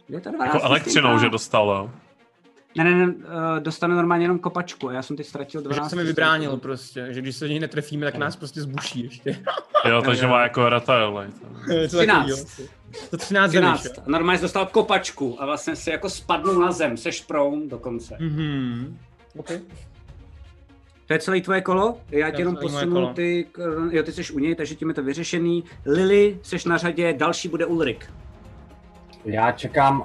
S4: Je to 12
S9: Jako elektřinou, že dostalo.
S4: Ne, ne, ne, eh, dostane normálně jenom kopačku a já jsem teď ztratil
S7: Že
S4: 12.
S7: se mi vybránil prostě, že když se do něj netrefíme, tak nás prostě zbuší ještě.
S9: Jo, takže má jako retail.
S7: [laughs] To je takový, jo.
S4: 13.
S7: To
S4: 13.
S7: 13 zemiš,
S4: A normálně jsi dostal kopačku a vlastně se jako spadnul na zem, seš proun dokonce.
S7: Mhm. Okay.
S4: To je celé tvoje kolo, já
S7: To
S4: ti
S7: je
S4: jenom
S7: celé moje
S4: posunu
S7: kolo.
S4: ty, k- jo ty jsi u něj, takže tím je to vyřešený. Lily, seš na řadě, další bude Ulrik.
S16: Já čekám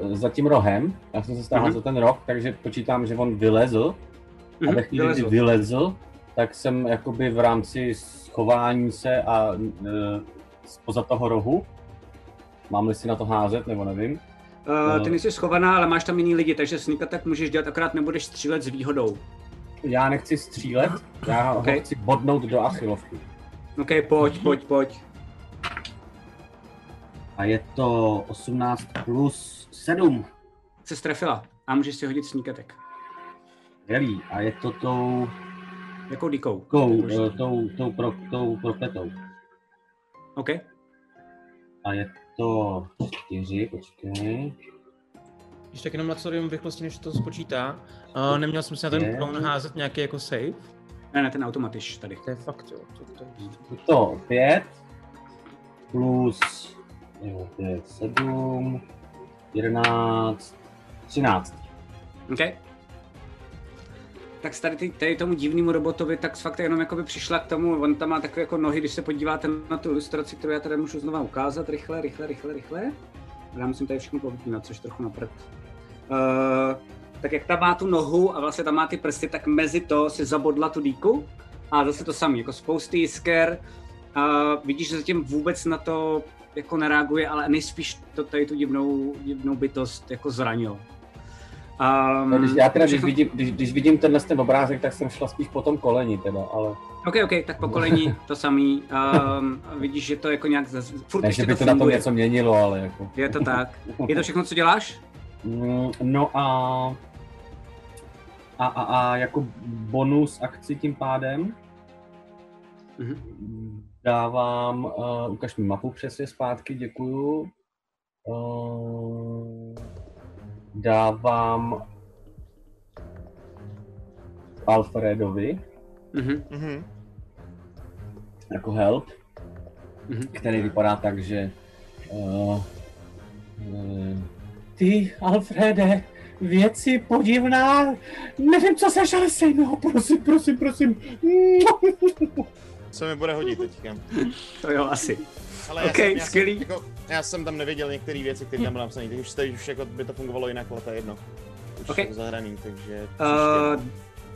S16: uh, za tím rohem, já jsem se stáhl
S4: Mhm.
S16: za ten roh, takže počítám, že on vylezl.
S4: Mhm,
S16: A ve chvíli, kdy
S4: vylezl.
S16: vylezl, tak jsem jakoby v rámci schování se a uh, spoza toho rohu, mám-li si na to házet, nebo nevím.
S4: Uh,
S16: No.
S4: ty nejsi schovaná, ale máš tam jiný lidi, takže sníka tak můžeš dělat, akorát nebudeš střílet s výhodou.
S16: Já nechci střílet, já okay.
S4: Okay.
S16: ho chci bodnout do achilovky.
S4: OK, pojď, pojď, pojď.
S16: A je to 18 plus 7.
S4: Se strefila a můžeš si hodit sníkatek.
S16: Skvělý. A je to tou...
S4: Jakou díkou?
S16: Tou, eh, tou, tou, pro, tou prokletou.
S4: OK?
S16: A je to 4,
S10: Hm.
S16: počkej.
S7: Když tak jenom na celém rychlosti, než to spočítá. Uh, neměl jsem si na
S16: Je.
S7: ten kron házet nějaký jako save?
S4: Ne, ne, ten automatiš tady.
S7: To je fakt, jo. To, to, to.
S16: Je to 5 plus 9, 7, 11, 13.
S4: OK. Tak tady, ty- tady tomu divnému robotovi tak fakt jenom jakoby přišla k tomu, on tam má takové jako nohy, když se podíváte na tu ilustraci, kterou já tady můžu znova ukázat, rychle, rychle, rychle, rychle. Já musím tady všechno povypínat, což trochu na prd. Uh, tak jak tam má tu nohu a vlastně tam má ty prsty, tak mezi to si zabodla tu dýku a zase to samé, jako spousty jisker. A vidíš, že zatím vůbec na to jako nereaguje, ale nejspíš to tady tu divnou, divnou bytost jako zranil. Um,
S16: No, když já teda, když vidím, když, když vidím tenhle ten obrázek, tak jsem šla spíš po tom koleni teda, ale
S4: OK, OK, tak pokolení to samý. Um, vidíš, že to jako nějak zase, furt
S16: ne,
S4: ještě
S16: že by to,
S4: to
S16: na tom
S4: funguje.
S16: něco měnilo, ale jako.
S4: Je to tak. Je to všechno, co děláš?
S16: Mm, No a... A, a, a jako bonus akci tím pádem dávám, uh, ukaž mi mapu přesně zpátky, děkuju. Uh, dávám Alfredovi
S4: Mhm.
S11: Mhm.
S16: jako help,
S4: Mhm.
S16: který vypadá tak, že uh, uh, Ty, Alfrede,
S17: věci podivná. Nevím, co seš, ale sej, no, prosím, prosím,
S7: [laughs]
S17: prosím.
S11: Co mi bude hodit teďka?
S4: [laughs] To jo, asi.
S11: Ale já
S4: OK,
S11: jsem, já
S4: skvělý.
S11: Jsem, jako, já jsem tam nevěděl některé věci, které tam byly napsané, takže už, teď už jako by to fungovalo jinak, ale to je jedno. Už
S4: OK.
S11: okay. zahraný, takže...
S4: Uh,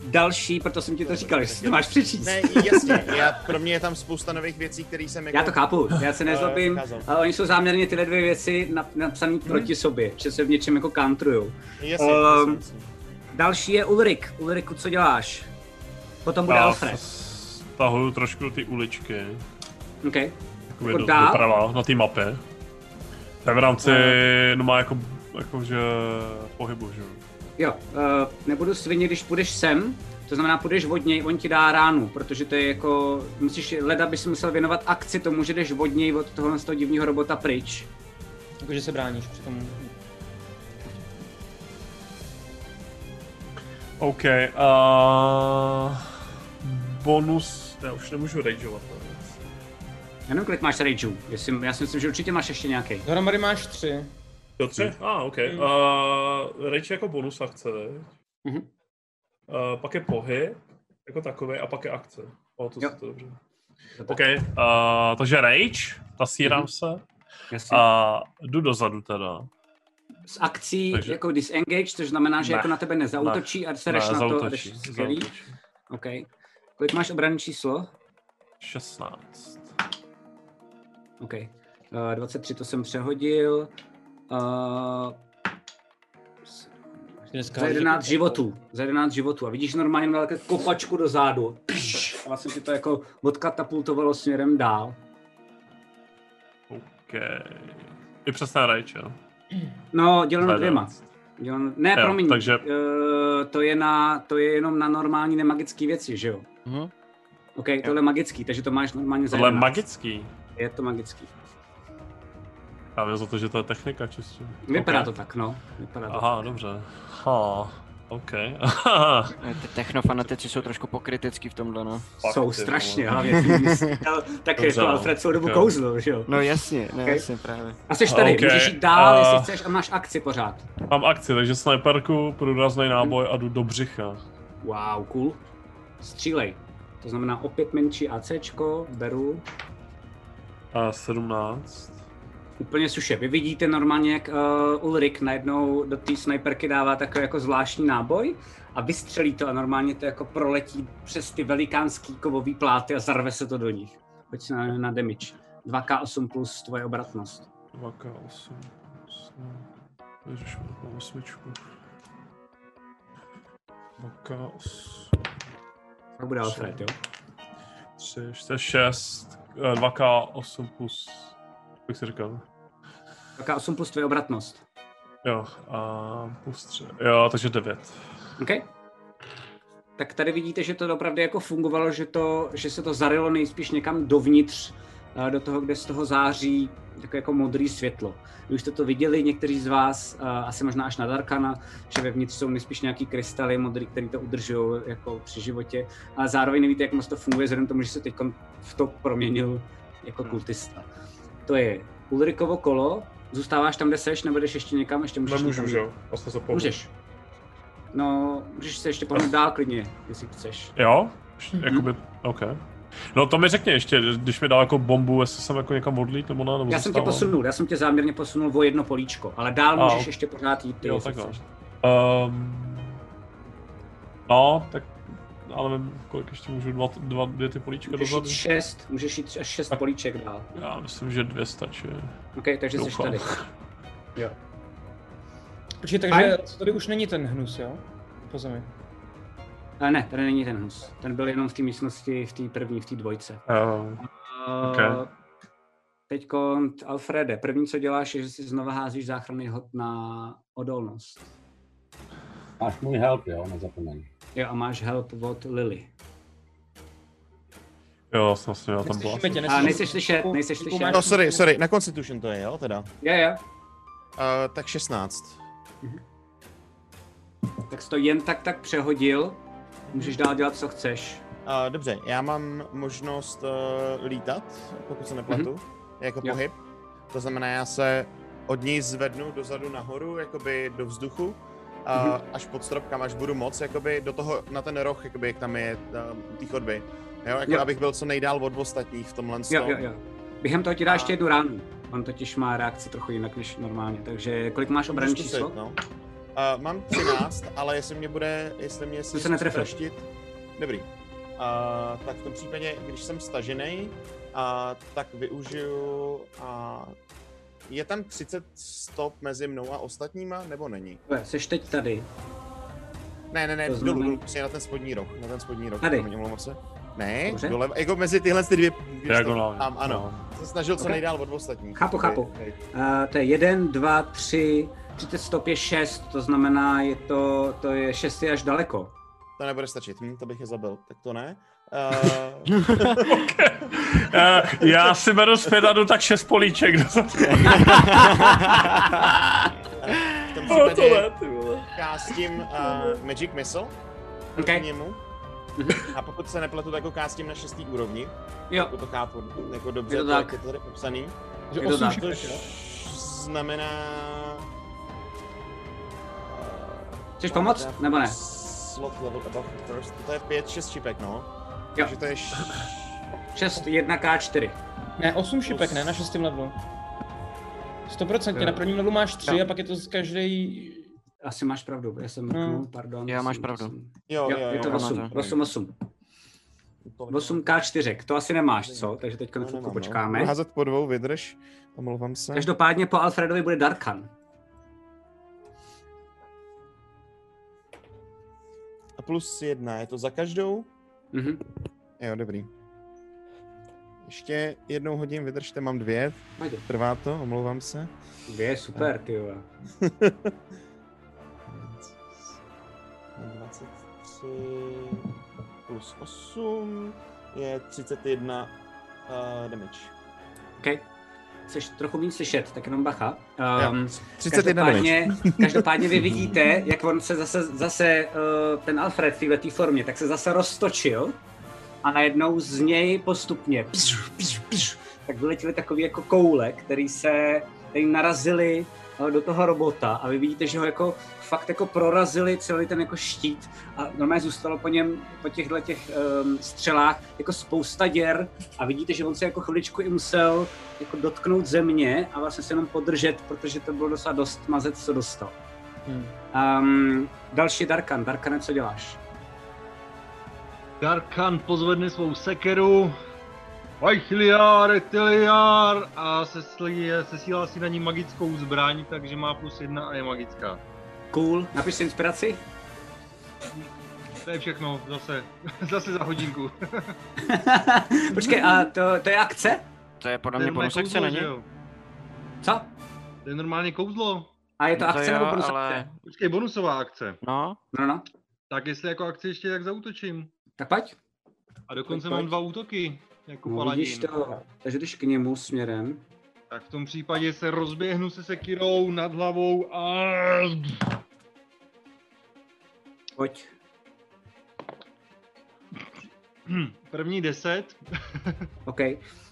S4: další, proto jsem ti to říkal, že si to máš přečíst.
S11: Ne, jasně, já, pro mě je tam spousta nových věcí, které jsem jako...
S4: Já to chápu, já se
S11: eh,
S4: nezlobím,
S11: dokázal.
S4: ale oni jsou záměrně tyhle dvě věci nap- napsané proti sobě, že se v něčem jako countrujou.
S11: Mhm. Jasně,
S4: Ehm, další je Ulrik. Ulriku, co děláš? Potom bude
S9: Já
S4: Alfred.
S9: s- Stahuju trošku ty uličky.
S4: OK.
S9: Takové
S4: Jako
S9: do,
S4: dál?
S9: doprava na té mapě. To je v rámci, no má jako, jako že pohybu, že jo.
S4: Jo, uh, nebudu svinit, když půjdeš sem, to znamená, půjdeš od něj, on ti dá ránu, protože to je jako, musíš, leda bys musel věnovat akci tomu, že jdeš od něj, od tohohle z toho divního robota pryč.
S7: Jakože Jako, se bráníš při tom.
S9: OK, a bonus, já už nemůžu rageovat. ne?
S4: Jenom kolik máš rageů, jestli, já si myslím, že určitě máš ještě nějaký.
S7: Dohromady máš tři.
S9: Do tři? A, ah, OK.
S7: Mm.
S9: Uh, rage jako bonus akce, mm-hmm. uh, pak je pohyb, jako takový, a pak je akce. O, to si to dobře. OK, uh, takže rage, zasírám mm-hmm. se.
S4: Jasně.
S9: A jdu dozadu teda.
S4: S akcí Takže...
S9: Takže-
S4: jako disengage, což znamená, že
S9: Ne,
S4: jako na tebe nezautočí
S9: ne,
S4: a sereš
S9: ne,
S4: na to. a
S9: zautočí,
S4: jdeš- skvělý.
S9: zautočí.
S4: OK. Kolik máš obranné číslo?
S9: 16.
S4: OK. Uh, 23 to jsem přehodil. Uh, za 11 životů. Za 11 životů. A vidíš normálně měl jako kopačku do zádu. Pš, A vlastně si to jako odkatapultovalo směrem dál.
S9: OK. eh, I přes ten rage, jo.
S4: No, děleno
S9: Zvedá.
S4: dvěma. Děleno... Ne,
S9: Jo,
S4: promiň.
S9: takže-
S4: eh, to, je na, to je jenom na normální nemagické věci, že jo?
S9: Mhm.
S4: OK, tohle je magický, takže to máš normálně za
S9: Tohle je
S4: 11.
S9: magický.
S4: Je to magický.
S9: Já vím za to, že to je technika čistě.
S4: Vypadá
S9: OK.
S4: to tak, no. Vypadá to
S9: Aha, dobře. Ha, OK.
S24: Ty technofanatici jsou trošku pokritický v tomhle, no.
S4: Fakt, Jsou ty vole. strašně, hlavně ty jsi říkal, tak
S24: Dobře,
S4: jako
S24: no.
S4: Alfred celou dobu
S24: Jo.
S4: kouzlil, že jo?
S24: No jasně, no
S4: Okej.
S24: jasně právě.
S4: A jsi tady,
S9: OK, eh.
S4: můžeš jít dál, jestli
S9: a-
S4: chceš a máš akci pořád.
S9: Mám akci, takže sniperku, průrazný náboj a jdu do břicha.
S4: Wow, cool. Střílej. To znamená opět menší ACčko, beru.
S9: A 17.
S4: Úplně suše. Vy vidíte normálně, jak uh, Ulrik najednou do té sniperky dává takový jako zvláštní náboj a vystřelí to a normálně to jako proletí přes ty velikánský kovový pláty a zarve se to do nich. Pojď si na, na damage. 2k8 plus tvoje obratnost.
S9: 2k8. Ježiš, mám osmičku. 2k8.
S4: Tak bude Alfred, jo?
S9: 3, 4, 6, 2k8 Eh, plus, jak jsi říkal?
S4: 2k8 plus tvoje obratnost.
S9: Jo, a plus 3. Jo, takže 9.
S4: OK. Tak tady vidíte, že to opravdu jako fungovalo, že, to, že se to zarilo nejspíš někam dovnitř, eh, do toho, kde z toho září takové jako modré světlo. Vy už jste to viděli, někteří z vás, eh, asi možná až na Darkana, že vevnitř jsou nejspíš nějaký krystaly modrý, které to udržují jako při životě, ale zároveň nevíte, jak moc to funguje, vzhledem k tomu, že se teď v to proměnil jako kultista. To je Ulrikovo kolo, zůstáváš tam, kde seš, nebo jdeš ještě někam, ještě můžeš
S9: Nemůžu,
S4: někam
S9: že
S4: jít?
S9: jo? Já jsem zapomněl.
S4: Můžeš. No, můžeš se ještě pohnout dál klidně, jestli chceš.
S9: Jo?
S4: Mhm.
S9: Ještě- Jakoby, OK. No to mi řekni ještě, když mi dal jako bombu, jestli jsem jako někam odlít nebo ne, nebo
S4: Já jsem tě
S9: zůstávám.
S4: posunul, já jsem tě záměrně posunul o jedno políčko, ale dál
S9: A,
S4: můžeš
S9: ok.
S4: ještě pořád jít ty,
S9: Jo,
S4: jestli
S9: takhle.
S4: chceš.
S9: Um, no, tak, ale nevím, kolik ještě můžu, dva, dva dvě ty políčka
S4: Můžeš jít
S9: dozadu?
S4: šest, můžeš jít až šest políček dál.
S9: Já myslím, že dvě stačí.
S4: OK, takže jsi
S9: Doufám.
S4: tady. Jo.
S7: Počkej, takže
S4: Fajn.
S7: tady už není ten hnus, jo? Po zemi.
S4: A ne, tady není ten hnus. Ten byl jenom v té místnosti, v té první, v té dvojce.
S9: Jo.
S4: Uh, Teď Alfrede, první, co děláš, je, že si znova házíš záchranný hod na odolnost.
S10: Máš můj help, jo, nezapomeň.
S4: Jo, a máš help od Lily.
S9: Jo, jsem si, já tam byla.
S7: Neslyšíme tě,
S4: A Eh, nejsi slyšet, nejsi slyšet.
S11: No, sorry, sorry, na Constitution to je, jo, teda.
S4: Jo, jo.
S11: Uh, tak 16.
S4: Tak jsi to jen tak tak přehodil. Můžeš dál dělat, co chceš.
S11: Uh, dobře, já mám možnost uh, lítat, pokud se nepletu, jako
S4: Mhm. Jo.
S11: pohyb. To znamená, já se od ní zvednu dozadu nahoru, jakoby do vzduchu, uh,
S4: Mhm.
S11: až pod strop, kam až budu moc, jakoby do toho, na ten roh, jakoby, jak tam je uh, té chodby. Jo, jako
S4: Jo.
S11: abych byl co nejdál od ostatních v tomhle
S4: Jo,
S11: tom.
S4: jo, jo. Během toho ti dá ještě jednu ránu. On totiž má reakci trochu jinak než normálně. Takže kolik máš obrany
S11: Můžu
S4: číslo?
S11: zkusit, no. Uh, mám 13, ale jestli mě bude, jestli mě se
S4: se netrefil.
S11: Dobrý. Uh, tak v tom případě, když jsem stažený, uh, tak využiju... Uh, je tam 30 stop mezi mnou a ostatníma, nebo není?
S4: Takhle, Seš teď tady.
S11: Ne, ne, ne,
S4: To
S11: dolů,
S4: znamená-
S11: dolů, přesně na ten spodní roh, na ten spodní roh.
S4: Tady.
S11: promiň, omlouvám se. Ne,
S4: Dobře.
S11: doleva, jako mezi tyhle ty dvě... dvě
S9: Diagonálně,
S11: stopy. Tam, ano.
S9: no.
S11: Jsem snažil co
S4: Ok.
S11: nejdál od ostatních.
S4: Chápu, chápu.
S11: Tady,
S4: Uh, to je 1, 2, 3, 30 stop je 6, to znamená, je to, to je 6 až daleko.
S11: To nebude stačit, hm, to bych je zabil, tak to
S4: [laughs]
S11: ne. [laughs] Uh,
S9: Eh, já si beru zpět a jdu tak šest
S4: [laughs]
S9: políček dozadu.
S11: V tom
S9: No, to
S11: případě
S9: ne, ty vole.
S11: kástím uh, Magic Missile proti němu. A pokud se nepletu, tak ho kástím na šestý úrovni.
S4: Mhm. Jo.
S11: Jako to chápu jako dobře,
S4: Je to
S11: to, jak
S4: tak.
S11: je to tady popsaný.
S7: Že Je to osm tak. šipek,
S11: Což
S7: jo?
S11: znamená...
S4: Chceš pomoct, nebo ne?
S11: Slot level above first. To je 5, 6 šipek, no.
S4: Jo.
S11: Takže to je... Š...
S4: 6, 1, K4.
S7: Ne, 8 šipek, ne, na šestém levelu. 100%
S4: Jo.
S7: na prvním levelu máš 3
S4: Jo.
S7: a pak je to z Hmm. každý.
S4: Asi máš pravdu, já jsem mrknul, pardon.
S24: Jo, máš
S4: jsem-
S24: pravdu.
S4: jsem-
S11: Jo, jo,
S4: je to
S11: jo,
S4: 8,
S11: ano, to-
S4: 8, 8. 8 K4, to asi nemáš, co? Takže teď chvilku
S11: no.
S4: počkáme.
S11: Budu házet po dvou, vydrž. Omlouvám se.
S4: Každopádně po Alfredovi bude Darkan.
S11: A plus jedna, je to za každou?
S4: Mhm.
S11: Jo, dobrý. Ještě jednou hodím, vydržte, mám dvě.
S4: Pojď.
S11: Trvá to, omlouvám se.
S4: Dvě, super, ty jo.
S11: 23 [laughs] plus 8 je 31 uh, damage.
S4: OK. Chceš trochu méně slyšet, tak jenom bacha.
S11: Jo,
S4: Um,
S11: 31
S4: každopádně,
S11: [laughs] damage.
S4: každopádně vy vidíte, jak on se zase, zase uh, ten Alfred v této formě, tak se zase roztočil a najednou z něj postupně pšu, pšu, pšu, tak vyletěly takový jako koule, který se který narazili eh, do toho robota a vy vidíte, že ho jako fakt jako prorazili celý ten jako štít a normálně zůstalo po něm, po těchto těch um, střelách jako spousta děr a vidíte, že on se jako chviličku i musel jako dotknout země a vlastně se jenom podržet, protože to bylo docela dost mazec, co dostal.
S7: Hmm.
S4: Um, další Darkan. Darkane, co děláš?
S8: Darkan pozvedne svou sekeru. Vajchiliar, Etiliar a seslí, sesílá si na ní magickou zbraň, takže má plus jedna a je magická.
S4: Cool. Napiš si inspiraci?
S8: To je všechno, zase, [laughs] zase za hodinku.
S4: [laughs] Počkej, a to, to je akce?
S1: To je podle
S8: To je
S1: mě
S8: normálně
S1: bonus akce,
S8: kouzlo,
S1: není?
S8: že jo?
S4: Co?
S8: To je normálně kouzlo.
S4: A je to No to akce nebo jo, bonus ale-
S8: akce? Počkej, bonusová akce.
S1: No.
S4: No, no.
S8: Tak jestli jako akci ještě tak zautočím.
S4: Tak pojď.
S8: A dokonce
S4: Pojď, pojď.
S8: mám dva útoky, jako
S4: No, vidíš
S8: paladin.
S4: to. Takže jdeš k němu směrem.
S8: Tak v tom případě se rozběhnu se sekirou nad hlavou a...
S4: Pojď.
S8: První deset. [laughs]
S4: OK.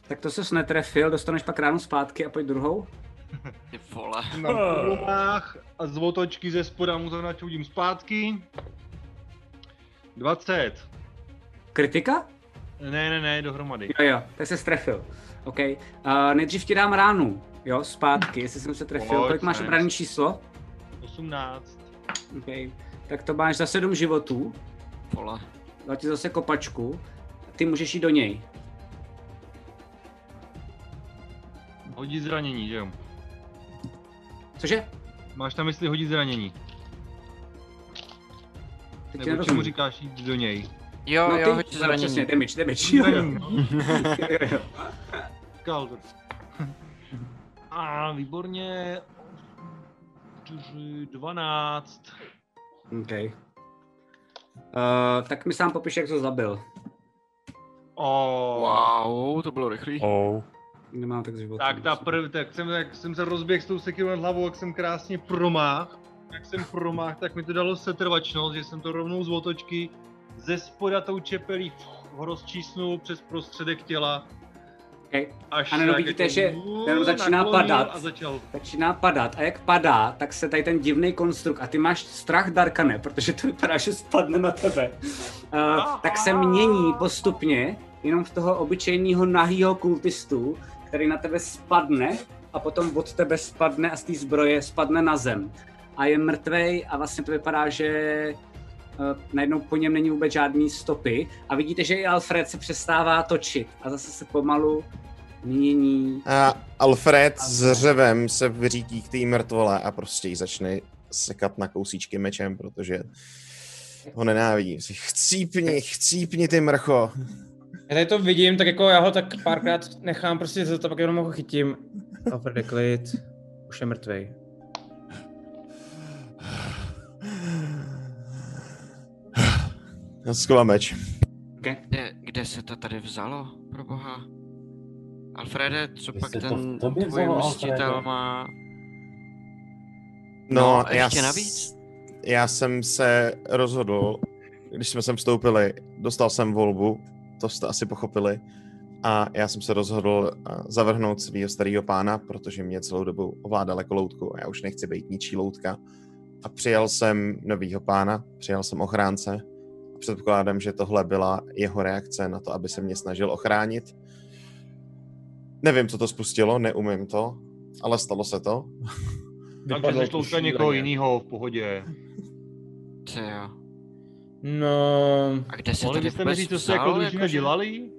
S4: Tak to ses netrefil, dostaneš pak ránu zpátky a pojď druhou.
S1: Ty vole.
S8: Na korunách a z otočky ze spoda mu to načudím zpátky. 20.
S4: Kritika?
S8: Ne, ne, ne, dohromady.
S4: Jo, jo, tak se strefil. OK. Uh, nejdřív ti dám ránu, jo, zpátky, jestli jsem se trefil.
S8: Pojď,
S4: Kolik máš
S8: ne.
S4: obranné číslo?
S8: 18.
S4: OK. Tak to máš za 7 životů. Pola. Dá ti zase kopačku. Ty můžeš jít do něj.
S8: Hodí zranění, že jo?
S4: Cože?
S8: Máš tam mysli hodit zranění.
S4: Teď
S8: Nebo čemu říkáš jít do něj?
S4: Jo, No, jo, ty- hoď no, zranění. přesně, damage, damage.
S8: Zranění, no.
S4: [laughs] Jo, jo.
S8: [laughs] Kaldur. [laughs] A výborně. 4, 12.
S4: OK. Uh, tak mi sám popiš, jak to zabil.
S8: Oh.
S4: Wow, to bylo rychlý.
S9: Oh.
S4: Nemám tak život.
S8: Tak ta prv, tak jsem, jak jsem se rozběhl s tou sekirou nad hlavou, jak jsem krásně promáh. Jak jsem promáh, tak mi to dalo setrvačnost, že jsem to rovnou z otočky ze spoda tou čepelí fuch, ho rozčísnul přes prostředek těla.
S4: Okay.
S8: Až
S4: A najednou
S8: tak
S4: no, vidíte,
S8: jako,
S4: že
S8: uh,
S4: jenom začíná
S8: naklonil
S4: padat.
S8: A začal.
S4: Začíná padat a jak padá, tak se tady ten divný konstrukt a ty máš strach Darkane, protože to vypadá, že spadne na tebe. Uh, tak se mění postupně jenom v toho obyčejného nahýho kultistu, který na tebe spadne a potom od tebe spadne a z té zbroje spadne na zem. A je mrtvej a vlastně to vypadá, že Uh, najednou po něm není vůbec žádný stopy a vidíte, že i Alfred se přestává točit a zase se pomalu mění.
S11: A Alfred s řevem se vyřítí k té mrtvole a prostě ji začne sekat na kousíčky mečem, protože ho nenávidí. Chcípni, chcípni ty mrcho.
S7: Já tady to vidím, tak jako já ho tak párkrát nechám prostě za to, pak jenom ho chytím. Alfrede, klid, už je mrtvej.
S11: Já schovám meč.
S24: Kde, kde se to tady vzalo, pro boha? Alfrede, co pak
S10: se to
S24: ten
S10: v tobě
S24: tvůj
S10: vzalo,
S24: mstitel
S10: Alfrede?
S24: má?
S11: No,
S24: No, a
S11: já,
S24: ještě
S11: s-
S24: navíc?
S11: já jsem se rozhodl, když jsme sem vstoupili, dostal jsem volbu, to jste asi pochopili, a já jsem se rozhodl a, zavrhnout svého starého pána, protože mě celou dobu ovládal jako loutku a já už nechci být ničí loutka. A přijal jsem novýho pána, přijal jsem ochránce. Předpokládám, že tohle byla jeho reakce na to, aby se mě snažil ochránit. Nevím, co to spustilo, neumím to, ale stalo se to.
S8: Takže jsi tloučil někoho jiného v pohodě.
S24: Ty jo.
S7: No...
S24: A kde se
S8: Mohli
S24: tady
S8: byste mi
S24: vůbec
S8: říct, co jste
S24: vzal,
S8: jako družina
S24: jakože?
S8: dělali?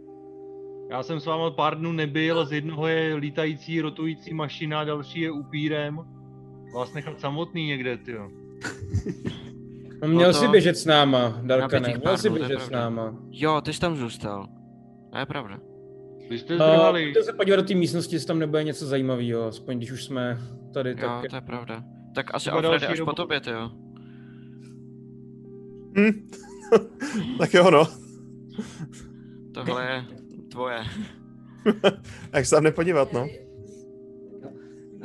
S8: Já jsem s váma pár dnů nebyl, z jednoho je lítající, rotující mašina, další je upírem. Vás nechat samotný někde, ty jo.
S7: No, měl
S24: No
S7: no
S24: to-
S7: si běžet s náma,
S24: Na
S7: Darkane,
S24: bitých
S7: měl si
S24: pár dnů, to je
S7: běžet s
S24: pravda.
S7: náma.
S24: Jo, ty jsi tam zůstal. To je pravda.
S8: Vy jste
S7: No, chtěl se podívat do té místnosti, jestli tam nebude něco zajímavého, aspoň když už jsme tady, tak...
S24: Jo, to je pravda. Tak asi
S7: Třeba
S24: Alfrede
S7: další
S24: až po
S7: dobu.
S24: tobě, ty jo.
S11: Hm. [laughs] tak jo, no.
S24: Tohle je tvoje.
S11: Jak se tam nepodívat, no.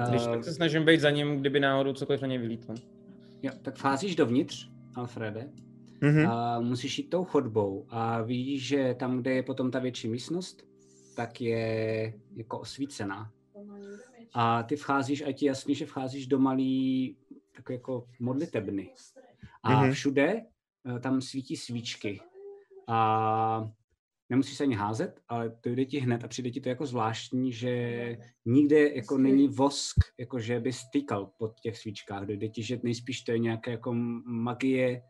S7: Když tak se snažím být za ním, kdyby náhodou cokoliv na něj vylítlo.
S4: Jo, tak vcházíš dovnitř, Alfrede,
S11: Mhm.
S4: a musíš jít tou chodbou a vidíš, že tam, kde je potom ta větší místnost, tak je jako osvícená. A ty vcházíš a je ti jasný, že vcházíš do malý tak jako modlitebny. A
S5: Mhm.
S4: všude eh, tam svítí svíčky. A nemusíš se ani házet, ale to jde ti hned a přijde ti to jako zvláštní, že nikde jako není vosk, jako že by stýkal pod těch svíčkách. Dojde ti, že nejspíš to je nějaké jako magie,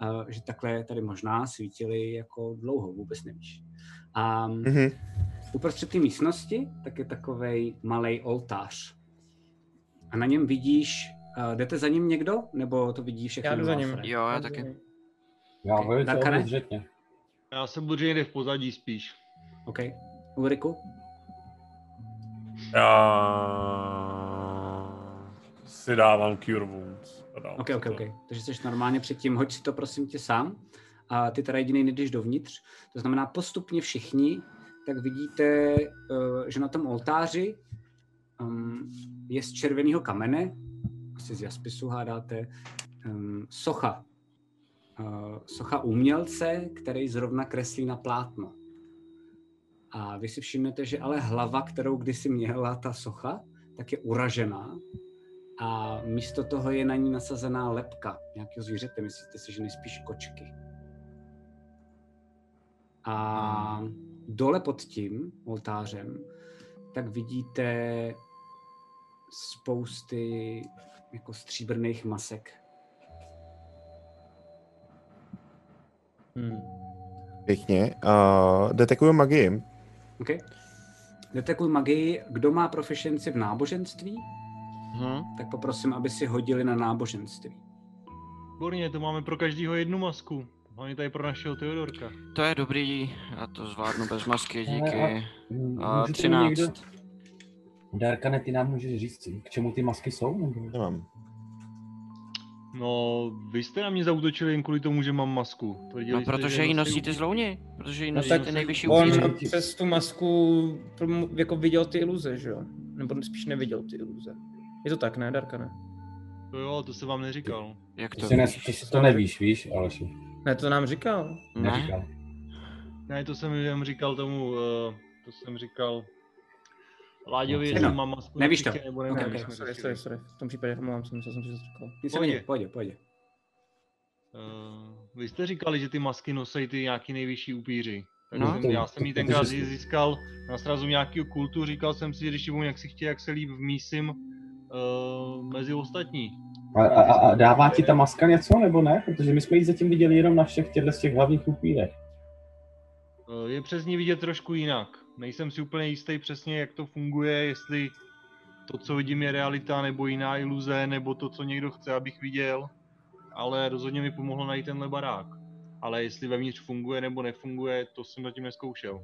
S4: a že takhle tady možná svítily jako dlouho, vůbec nevíš. A
S10: Mhm.
S11: mm-hmm.
S4: uprostřed té místnosti tak je takovej malý oltář. A na něm vidíš, uh, jdete za ním někdo, nebo to jako vidí všechno?
S7: Já jdu za ním.
S4: Alfred?
S24: Jo, já taky.
S10: Já velice
S4: Darkane?
S10: obezřetně.
S8: Já jsem budu někde v pozadí spíš.
S4: OK. Ulriku?
S9: Já si dávám Cure Wounds. A dávám
S4: OK,
S9: si
S4: OK,
S9: to.
S4: OK. Takže jsi normálně předtím, hoď si to prosím tě sám. A ty teda jediný nejdeš dovnitř. To znamená postupně všichni, tak vidíte, eh, že na tom oltáři ehm, je z červeného kamene, asi z jaspisu hádáte, ehm, socha. Eh, Socha umělce, který zrovna kreslí na plátno. A vy si všimnete, že ale hlava, kterou kdysi měla ta socha, tak je uražená a místo toho je na ní nasazená lepka nějakého zvířete, myslíte si, že nejspíš kočky. A dole pod tím oltářem tak vidíte spousty jako stříbrných masek.
S11: Pěkně. Uh, detekuju magii.
S4: OK? Detekuj magii. Kdo má proficienci v náboženství,
S24: hmm.
S4: tak poprosím, aby si hodili na náboženství.
S8: Výborně, to máme pro každýho jednu masku. Hlavně tady pro našeho Teodorka.
S24: To je dobrý, já to zvládnu bez masky,
S10: Ale
S24: díky.
S10: a-
S24: A
S10: můžete mi
S24: 13.
S10: někdo- Darkane, ty nám můžeš říct, k čemu ty masky jsou? Nebo...
S11: Nemám.
S8: No, vy jste na mě zautočili jen kvůli tomu, že mám masku. Tvrdili
S24: No,
S8: jste,
S24: protože
S8: že
S24: ji
S8: nosí-
S24: nosíte zlouni, protože ji
S8: No,
S24: nosíte
S8: tak
S24: nejvyšší
S8: on-
S24: upíři.
S8: Že-
S7: Přes tu masku prom- jako viděl ty iluze, že jo? Nebo spíš neviděl ty iluze. Je to tak, ne, Darka, ne?
S8: To jo, to se vám neříkal.
S24: Jak
S10: To, si ne, to, si to nevíš, víš, Aleši.
S7: Ne, to nám říkal.
S10: Neříkal.
S8: Ne, to jsem jen říkal tomu, uh, to jsem říkal Láďovi,
S7: No,
S8: jestli
S7: no,
S8: mám masku na
S7: Nevíš to.
S8: příště, nebo nevím,
S7: Nebo okay,
S8: jak
S7: okay,
S8: jsme
S7: sorry,
S8: řešili.
S7: sorry, sorry. V tom případě omlouvám se, musel jsem si říkal.
S4: Nic se
S8: Pohodě.
S4: vadí, pojď, pojď.
S8: Eh, vy jste říkali, že ty masky nosí ty nějaký nejvyšší upíři. Tak
S24: No.
S8: no, jsem, já jsem ji tenkrát
S24: Protože-
S8: získal na srazu nějakého kultu, říkal jsem si, když ji budu jak si chtěl, jak se líp vmísím uh, mezi ostatní.
S10: A, a, a- a dává ti ta maska něco, nebo ne? Protože my jsme ji zatím viděli jenom na všech těchto z těch hlavních upírech.
S8: Eh, Je přes ní vidět trošku jinak. Nejsem si úplně jistý přesně, jak to funguje, jestli to, co vidím, je realita, nebo jiná iluze, nebo to, co někdo chce, abych viděl. Ale rozhodně mi pomohlo najít tenhle barák. Ale jestli vevnitř funguje nebo nefunguje, to jsem zatím neskoušel.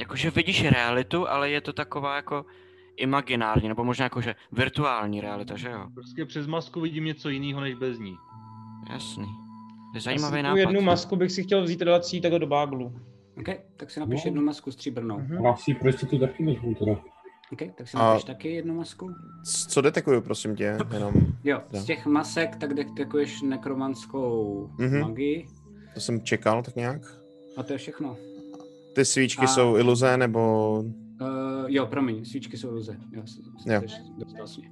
S24: Jakože vidíš realitu, ale je to taková jako imaginární, nebo možná jakože virtuální realita, že jo?
S8: Prostě přes masku vidím něco jiného než bez ní.
S24: Jasný. To je
S7: Asi
S24: zajímavý
S7: tu
S24: nápad.
S7: jednu masku bych si chtěl vzít a dát si ji takhle do Mhm. báglu.
S4: Okay, tak si napiš jednu masku stříbrnou.
S10: Mám si prostě tu taky vezmu teda.
S4: Okay, tak si
S11: A-
S4: napiš taky jednu masku.
S11: C- Co detekuju, prosím tě? Jenom...
S4: Jo, prostě-
S11: Jo.
S4: z těch masek tak detekuješ nekromanskou
S11: Mhm.
S4: magii
S11: To jsem čekal tak nějak.
S4: a to je všechno.
S11: Ty svíčky
S4: A-
S11: a... jsou iluze, nebo...
S4: Uh, jo, promiň, svíčky jsou iluze. Jo, s- s-
S11: Jo.
S4: tež dostal jsi mě.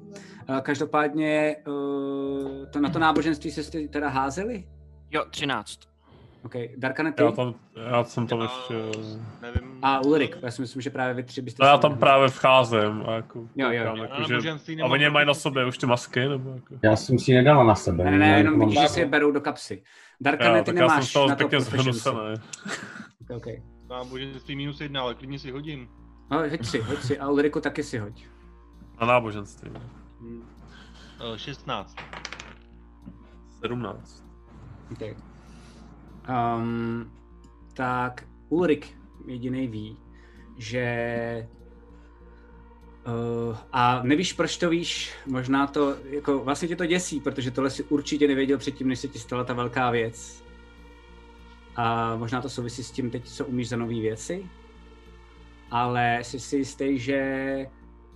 S4: Uh, každopádně uh, to na to náboženství se jste teda házeli?
S24: Jo, 13.
S4: OK, Darka ne ty?
S9: Já, tam, já jsem tam ještě...
S4: A Ulrik, já si myslím, že právě vy tři byste...
S9: No, já
S4: se
S9: tam
S4: mohli-
S9: právě vcházím a jako...
S4: Jo, jo.
S9: koukám,
S4: Já
S9: Jako,
S4: na
S9: že,
S4: boženství
S9: a
S4: nemám
S9: oni mají na sobě už ty masky, nebo jako...
S10: Já jsem si ji nedala na sebe.
S4: Ne, ne, ne,
S10: já
S4: jenom
S10: mám-
S4: vidíš, že si je berou do kapsy. Darka
S9: Jo,
S4: ne, ty
S9: tak já jsem
S4: nemáš
S9: z toho
S4: na to
S9: pěkně
S4: proficiency.
S9: zhnusený.
S4: OK, OK.
S8: Náboženství minus jedna, ale klidně si hodím.
S4: No, hoď si, hoď si. A Ulriku taky si hoď.
S9: Na náboženství.
S8: Eh, 16.
S9: 17.
S4: Okay. Um, tak Ulrik jediný ví, že Uh, a nevíš, proč to víš, možná to, jako vlastně tě to děsí, protože tohle si určitě nevěděl předtím, než se ti stala ta velká věc. A možná to souvisí s tím teď, co umíš za nové věci, ale jsi si jistý, že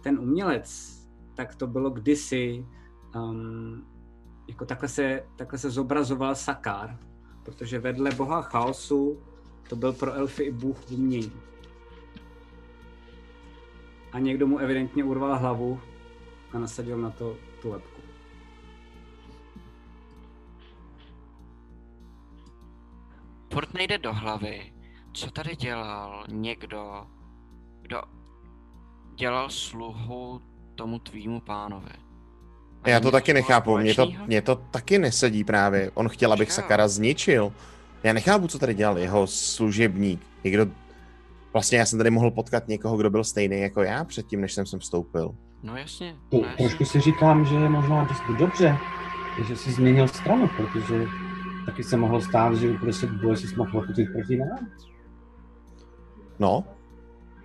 S4: ten umělec, tak to bylo kdysi, um, jako takhle se, takhle se zobrazoval Sakar, protože vedle boha chaosu to byl pro elfy i bůh umění. A někdo mu evidentně urval hlavu a nasadil na to tu lepku.
S24: Furt nejde do hlavy, co tady dělal někdo, kdo dělal sluhu tomu tvýmu pánovi.
S11: Já to taky nechápu, mě to,
S24: společného?
S11: mě to taky nesedí právě. On chtěl, abych Sakara zničil. Já nechápu, co tady dělal jeho služebník. Někdo... Vlastně já jsem tady mohl potkat někoho, kdo byl stejný jako já předtím, než jsem sem vstoupil.
S24: No jasně.
S10: To, trošku si říkám, že je možná dost dobře, že si změnil stranu, protože taky se mohlo stát, že uprostřed boje si mohl otočit proti nám.
S11: No,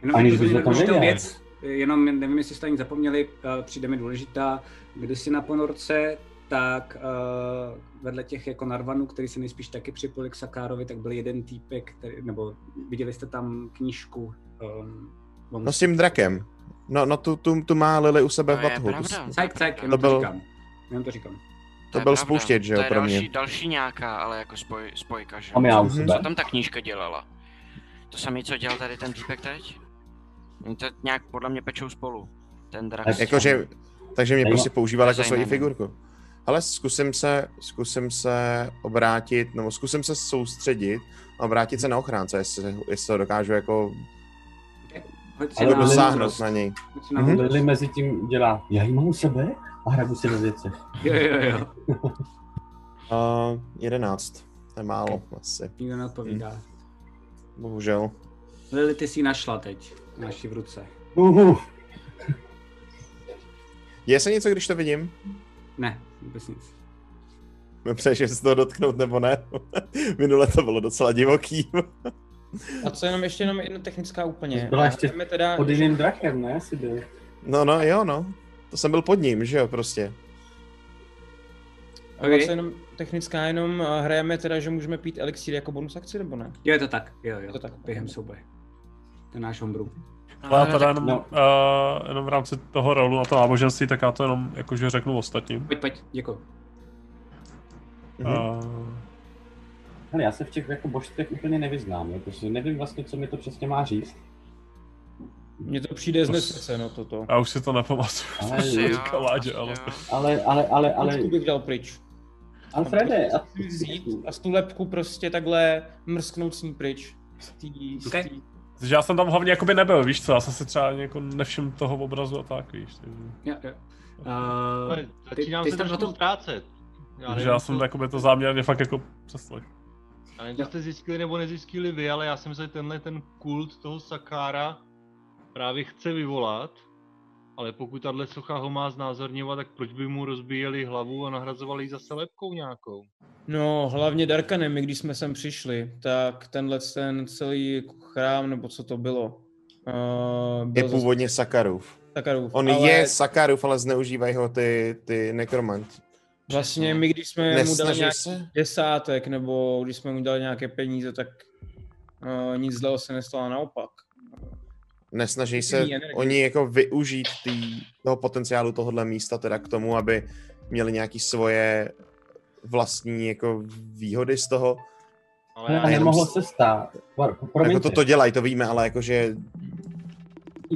S4: Jenom
S10: Aniž
S4: jednu
S10: bys o tom
S4: důležitou
S10: věděl.
S4: věc, jenom nevím, jestli jste ani zapomněli, eh, přijde mi důležitá, když jsi na ponorce, tak eh, vedle těch jako narvanů, který se nejspíš taky připojili k Sakárovi, tak byl jeden týpek, který, nebo viděli jste tam knížku um,
S11: no s tím drakem. No, no tu, tu, tu má Lily u sebe v batohu. To s-
S4: Cajk, cajk, jenom
S11: To
S4: to,
S11: byl-
S4: říkám. Jenom to říkám.
S11: To
S24: je
S11: byl
S24: pravda.
S11: spouštěč, že jo,
S24: To je
S11: pro
S24: další,
S11: mě.
S24: další nějaká, ale jako spoj, spojka, že
S11: Tam já u
S24: Co-
S11: sebe.
S24: Co tam ta knížka dělala? To samé, co dělal tady ten týpek teď? Oni to nějak podle mě pečou spolu. Ten drak.
S11: Jakože Takže mě prostě používal jako svoji figurku. Ale zkusím se, zkusím se obrátit, nebo zkusím se soustředit a obrátit se na ochránce, jestli, jestli to dokážu jako ale dosáhnout na něj.
S10: Mhm. Lily mezi tím dělá, já ji mám u sebe a hrabu si ve věcech.
S15: Jo, jo,
S11: jo. Uh, 11. To je málo asi.
S4: Nikdo neodpovídá.
S11: Hm. Bohužel.
S4: Lili, ty si ji našla teď. Naši v ruce.
S10: Uhu.
S11: Děje se něco, když to vidím?
S4: Ne, vůbec nic.
S11: No přeješ, jestli se toho dotknout nebo ne. [laughs] Minule to bylo docela divoký.
S7: A co jenom ještě jenom jedna technická úplně.
S10: Byla ještě
S7: Jdeme teda,
S10: pod jiným drakem, ne? Asi byl.
S11: no, no, jo, no. To jsem byl pod ním, že jo, prostě.
S7: a okay. jenom technická, jenom eh, hrajeme teda, že můžeme pít elixír jako bonus akci, nebo ne?
S4: Jo, je to tak. Jo, jo,
S7: Je to
S4: to
S7: tak.
S4: tak. Během souboje. Ten náš homebrew.
S9: Já teda jenom, no. uh, jenom v rámci toho rolu a to náboženství, tak já to jenom jakože řeknu ostatním.
S4: Pojď, pojď, děkuji. Mhm.
S9: Uh,
S10: Hele, já se v těch jako božstvech úplně nevyznám, jo, protože nevím vlastně, co mi to přesně má říct.
S7: Mně to přijde z no toto.
S9: Prostě- já už si to nepamatuju,
S10: Ale
S9: to
S10: jo,
S9: jsem říkal Láďa, ale...
S10: Ale, ale, ale, ale...
S7: Tušku bych dal pryč.
S10: Alfrede, a
S7: Chci vzít a tu lepku prostě takhle mrsknout s ní pryč. Z tý, z tý.
S9: Protože já jsem tam hlavně jakoby nebyl, víš co, já jsem si třeba jako nevšiml toho obrazu a tak, víš. Takže,
S4: Jo, jo.
S9: Eh,
S4: Uh,
S8: Ale Eh, začínám se trošku ztrácet.
S9: já,
S8: nevím,
S9: takže já jsem
S8: co-
S9: jakoby to záměrně fakt jako přeslech.
S8: Já nevím, jestli jste zjistili nebo nezjistili vy, ale já jsem se tenhle ten kult toho Sakára právě chce vyvolat. Ale pokud tahle socha ho má znázorňovat, tak proč by mu rozbíjeli hlavu a nahrazovali ji zase lepkou nějakou?
S7: No, hlavně Darkanem, my když jsme sem přišli, tak tenhle ten celý jako chrám, nebo co to bylo, uh,
S11: Je
S7: byl zas-
S11: původně Sakarův.
S7: Sakarův,
S11: On
S7: ale-
S11: je Sakarův, ale zneužívají ho ty, ty nekromant.
S7: Vlastně my, když jsme mu dali
S11: No. Nesnažil
S7: nějaký
S11: se?
S7: desátek, nebo když jsme mu dali nějaké peníze, tak
S18: no,
S7: uh, nic zlého se nestalo naopak.
S11: Nesnaží se
S7: Jiný energie.
S11: oni jako využít tý, toho potenciálu tohohle místa teda k tomu, aby měli nějaký svoje vlastní jako výhody z toho.
S10: Ale a Hmm. nemohlo se stát. Pro-
S11: Jako
S10: Promiňte,
S11: to, to dělají, to víme, ale jakože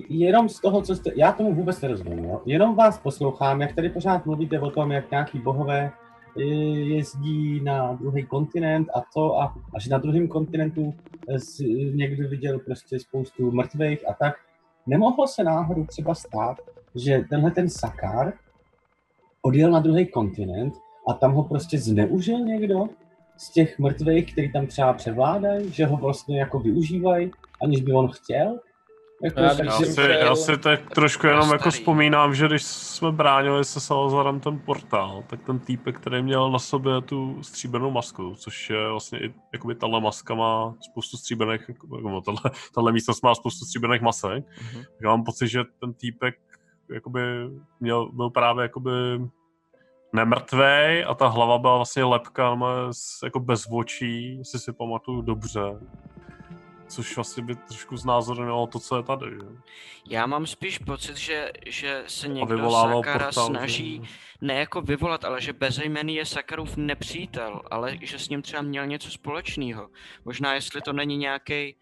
S10: jenom z toho, co jste... Já tomu vůbec nerozumím, jo? Jenom vás poslouchám, jak tady pořád mluvíte o tom, jak nějaký bohové eh, jezdí na druhý kontinent a to a, a že na druhém kontinentu eh, s- někdo viděl prostě spoustu mrtvých a tak. Nemohlo se náhodou třeba stát, že tenhle ten Sakar odjel na druhý kontinent a tam ho prostě zneužil někdo z těch mrtvých, který tam třeba převládají, že ho vlastně jako využívají, aniž by on chtěl. Jako,
S9: No, Já,
S10: že-
S9: si, já si tak trošku jenom jako vzpomínám, že když jsme bránili se Salazarem ten portál, tak ten týpek, který měl na sobě tu stříbrnou masku, což je vlastně i, jakoby tahle maska má spoustu stříbrných, jako, no, tahle, tahle místnost má spoustu stříbrných masek, mm-hmm. já mám pocit, že ten týpek jakoby měl, byl právě jakoby nemrtvej a ta hlava byla vlastně lepka, normálně s- jako bez očí, jestli si pamatuju dobře. Což vlastně by trošku znázornilo to, co je tady. Že?
S1: Já mám spíš pocit, že, že se někdo
S9: vyvolával
S1: Sakara
S9: portál, že-
S1: snaží ne jako vyvolat, ale že bezejmený je Sakarův nepřítel, ale že s ním třeba měl něco společného. Možná jestli to není nějaký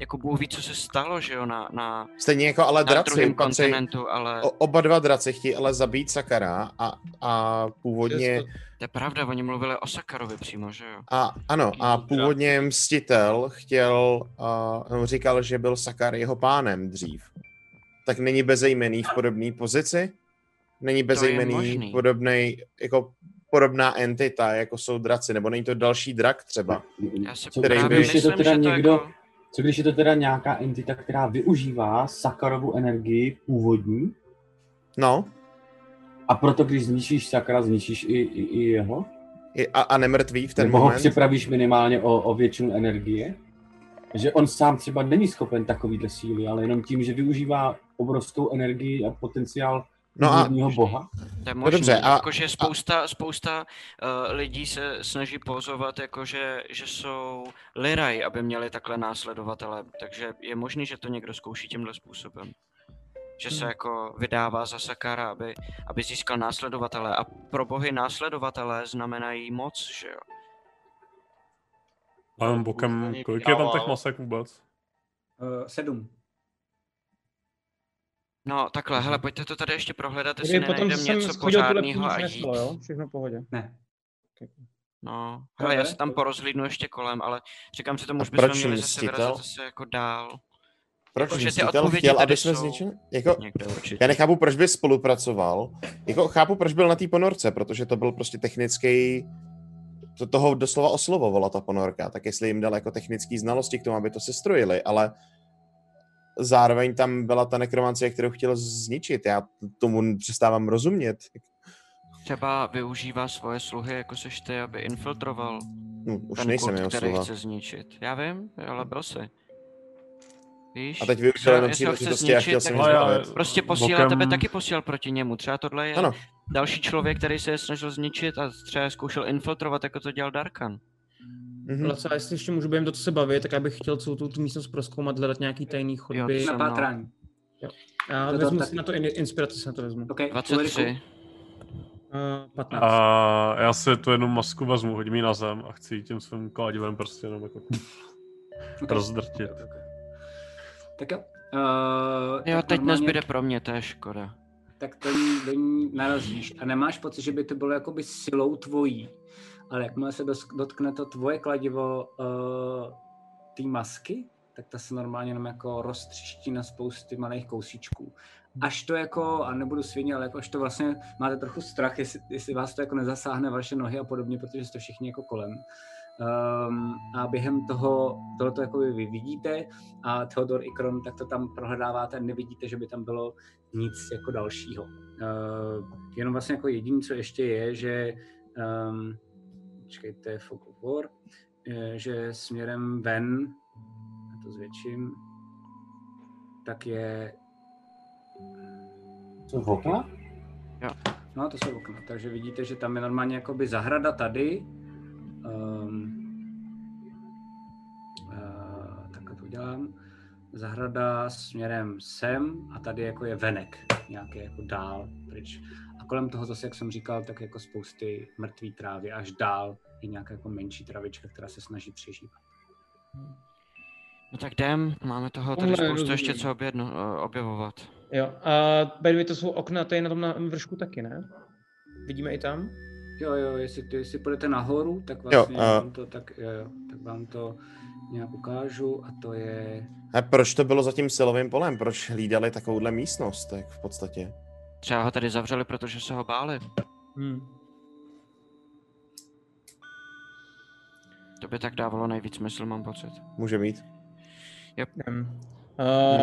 S1: jako Bůh ví, co se stalo, že jo, na, na,
S11: Stejně jako ale
S1: na
S11: draci,
S1: druhém
S11: patří,
S1: kontinentu, ale
S11: o, oba dva draci chtějí ale zabít Sakara a, a původně,
S1: to je pravda, oni mluvili o Sakarovi přímo, že jo.
S11: a, ano, a původně mstitel chtěl, uh, no, říkal, že byl Sakar jeho pánem dřív. Tak není bezejmený v podobné pozici? Není bezejmený
S1: možný.
S11: podobnej, jako podobná entita, jako jsou draci, nebo není to další drak třeba?
S1: Já si
S10: Co, co,
S11: by-
S10: když je to teda
S1: že to jako
S10: někdo, co když je to teda nějaká entita, která využívá Sakarovu energii původní?
S11: No.
S10: A proto, když zničíš Sakara, zničíš i, i, i jeho?
S11: I, a, a nemrtvý v ten
S10: Nebo ho
S11: moment?
S10: připravíš minimálně o, o většinu energie? Že on sám třeba není schopen takovýhle síly, ale jenom tím, že využívá obrovskou energii a potenciál
S11: No
S10: no
S11: a-
S10: a... boha?
S1: To je
S10: No
S1: možný, no
S10: dobře,
S1: dobře,
S10: a-
S1: a, jakože spousta, spousta uh, lidí se snaží pozovat, jakože že jsou liraj, aby měli takhle následovatele, takže je možný, že to někdo zkouší tímhle způsobem. Že se
S7: Hmm.
S1: jako vydává za Sakara, aby, aby získal následovatele a pro bohy následovatele znamenají moc, že jo.
S9: Ale bokem,
S7: Eh,
S9: kolik je tam těch masek vůbec?
S4: Uh, sedm.
S1: No takhle, hele, pojďte to tady ještě prohledat, jestli
S7: Kdyby potom
S1: nenajdem
S7: jsem
S1: něco
S7: schodil tuhle nic
S1: pořádného a jít.
S7: neslo, jo? Všechno v pohodě.
S4: Ne.
S1: No, hele, já se tam porozhlídnu ještě kolem, ale říkám si tomu, už bychom
S11: proč
S1: měli zase
S11: mstitel?
S1: vyrazit zase jako dál.
S11: Proč
S1: Jakože ty
S11: mstitel
S1: odpovědi
S11: chtěl,
S1: tady
S11: aby jsme
S1: jsou.
S11: zničili? Jako,
S1: Někde určitě.
S11: já nechápu, proč by spolupracoval. Jako, chápu, proč byl na té ponorce, protože to byl prostě technický... To toho doslova oslovovala ta ponorka, tak jestli jim dal jako technické znalosti k tomu, aby to sestrojili, ale zároveň tam byla ta nekromancie, kterou chtěl zničit. Já tomu přestávám rozumět.
S1: Třeba využívá svoje sluhy, jako seš ty, aby infiltroval
S11: No, už
S1: ten
S11: nejsem
S1: kult,
S11: jeho
S1: který
S11: sluha.
S1: chce zničit. Já vím, ale byl jsi. Víš?
S11: A teď využil jenom
S1: jestli ho chce
S11: příležitosti a
S1: zničit,
S11: chtěl se
S1: tak
S11: mě zbavit.
S1: Prostě posílá
S11: Bokem-
S1: tebe, taky posílal proti němu. Třeba tohle je
S11: Ano.
S1: další člověk, který se je snažil zničit a třeba je zkoušel infiltrovat, jako to dělal Darkan.
S11: Mhm.
S18: Ale co, a jestli ještě můžu během do co se bavit, tak já bych chtěl celou tu tu místnost proskoumat, hledat nějaký tajný chodby.
S1: ty se mnou. Na pátrání.
S18: Jo. Já
S1: To to
S18: vezmu
S1: tak-
S18: si na to in, inspiraci, si na to vezmu.
S4: Okay,
S1: 23.
S10: Eh,
S18: Uh, 15.
S9: A já si tu jednu masku vezmu, hodím ji na zem a chci ji tím svým kladivem prostě jenom jako rozdrtit.
S4: Tak jo. Uh,
S1: Jo, teď nezbyde pro mě, to je škoda.
S4: tak to ní, do ní narazíš a nemáš pocit, že by to bylo jakoby silou tvojí, ale jakmile se dos- dotkne to tvoje kladivo uh, té masky, tak ta se normálně jenom jako roztřiští na spousty malých kousíčků. Až to jako, a nebudu svině, ale jako až to vlastně máte trochu strach, jestli, jestli vás to jako nezasáhne vaše nohy a podobně, protože jste všichni jako kolem. Um, a během toho, tohoto jako vy vidíte a Theodor i Kron, tak to tam prohledáváte a nevidíte, že by tam bylo nic jako dalšího. Uh, jenom vlastně jako jediné, co ještě je, že um, počkej, to je Fog of War, eh, že směrem ven, já to zvětším, tak je...
S10: Co, v okna?
S1: Jo.
S4: No, to jsou okna, takže vidíte, že tam je normálně jakoby zahrada tady. Um, uh, takhle to udělám. Zahrada směrem sem a tady jako je venek, nějaký jako dál pryč. A kolem toho zase, jak jsem říkal, tak jako spousty mrtvý trávy, až dál je nějaká jako menší travička, která se snaží přežít.
S1: No tak jdem, máme toho
S18: Tohle
S1: tady
S18: je
S1: spoustu
S18: rozumný.
S1: ještě co objedno, eh, objevovat.
S18: Jo, a by the way, to jsou okna, to je na tom na vršku taky, ne? Vidíme i tam?
S4: Jo, jo, jestli, ty, jestli půjdete nahoru, tak vlastně jo,
S11: a-
S4: vám to, tak, jo, jo, tak vám to nějak ukážu a to je...
S11: A proč to bylo za tím silovým polem? Proč hlídali takovouhle místnost, tak v podstatě?
S1: Třeba ho tady zavřeli, protože se ho báli.
S18: Hmm.
S1: To by tak dávalo nejvíc smysl, mám pocit.
S11: Může být.
S1: Yep. Hm.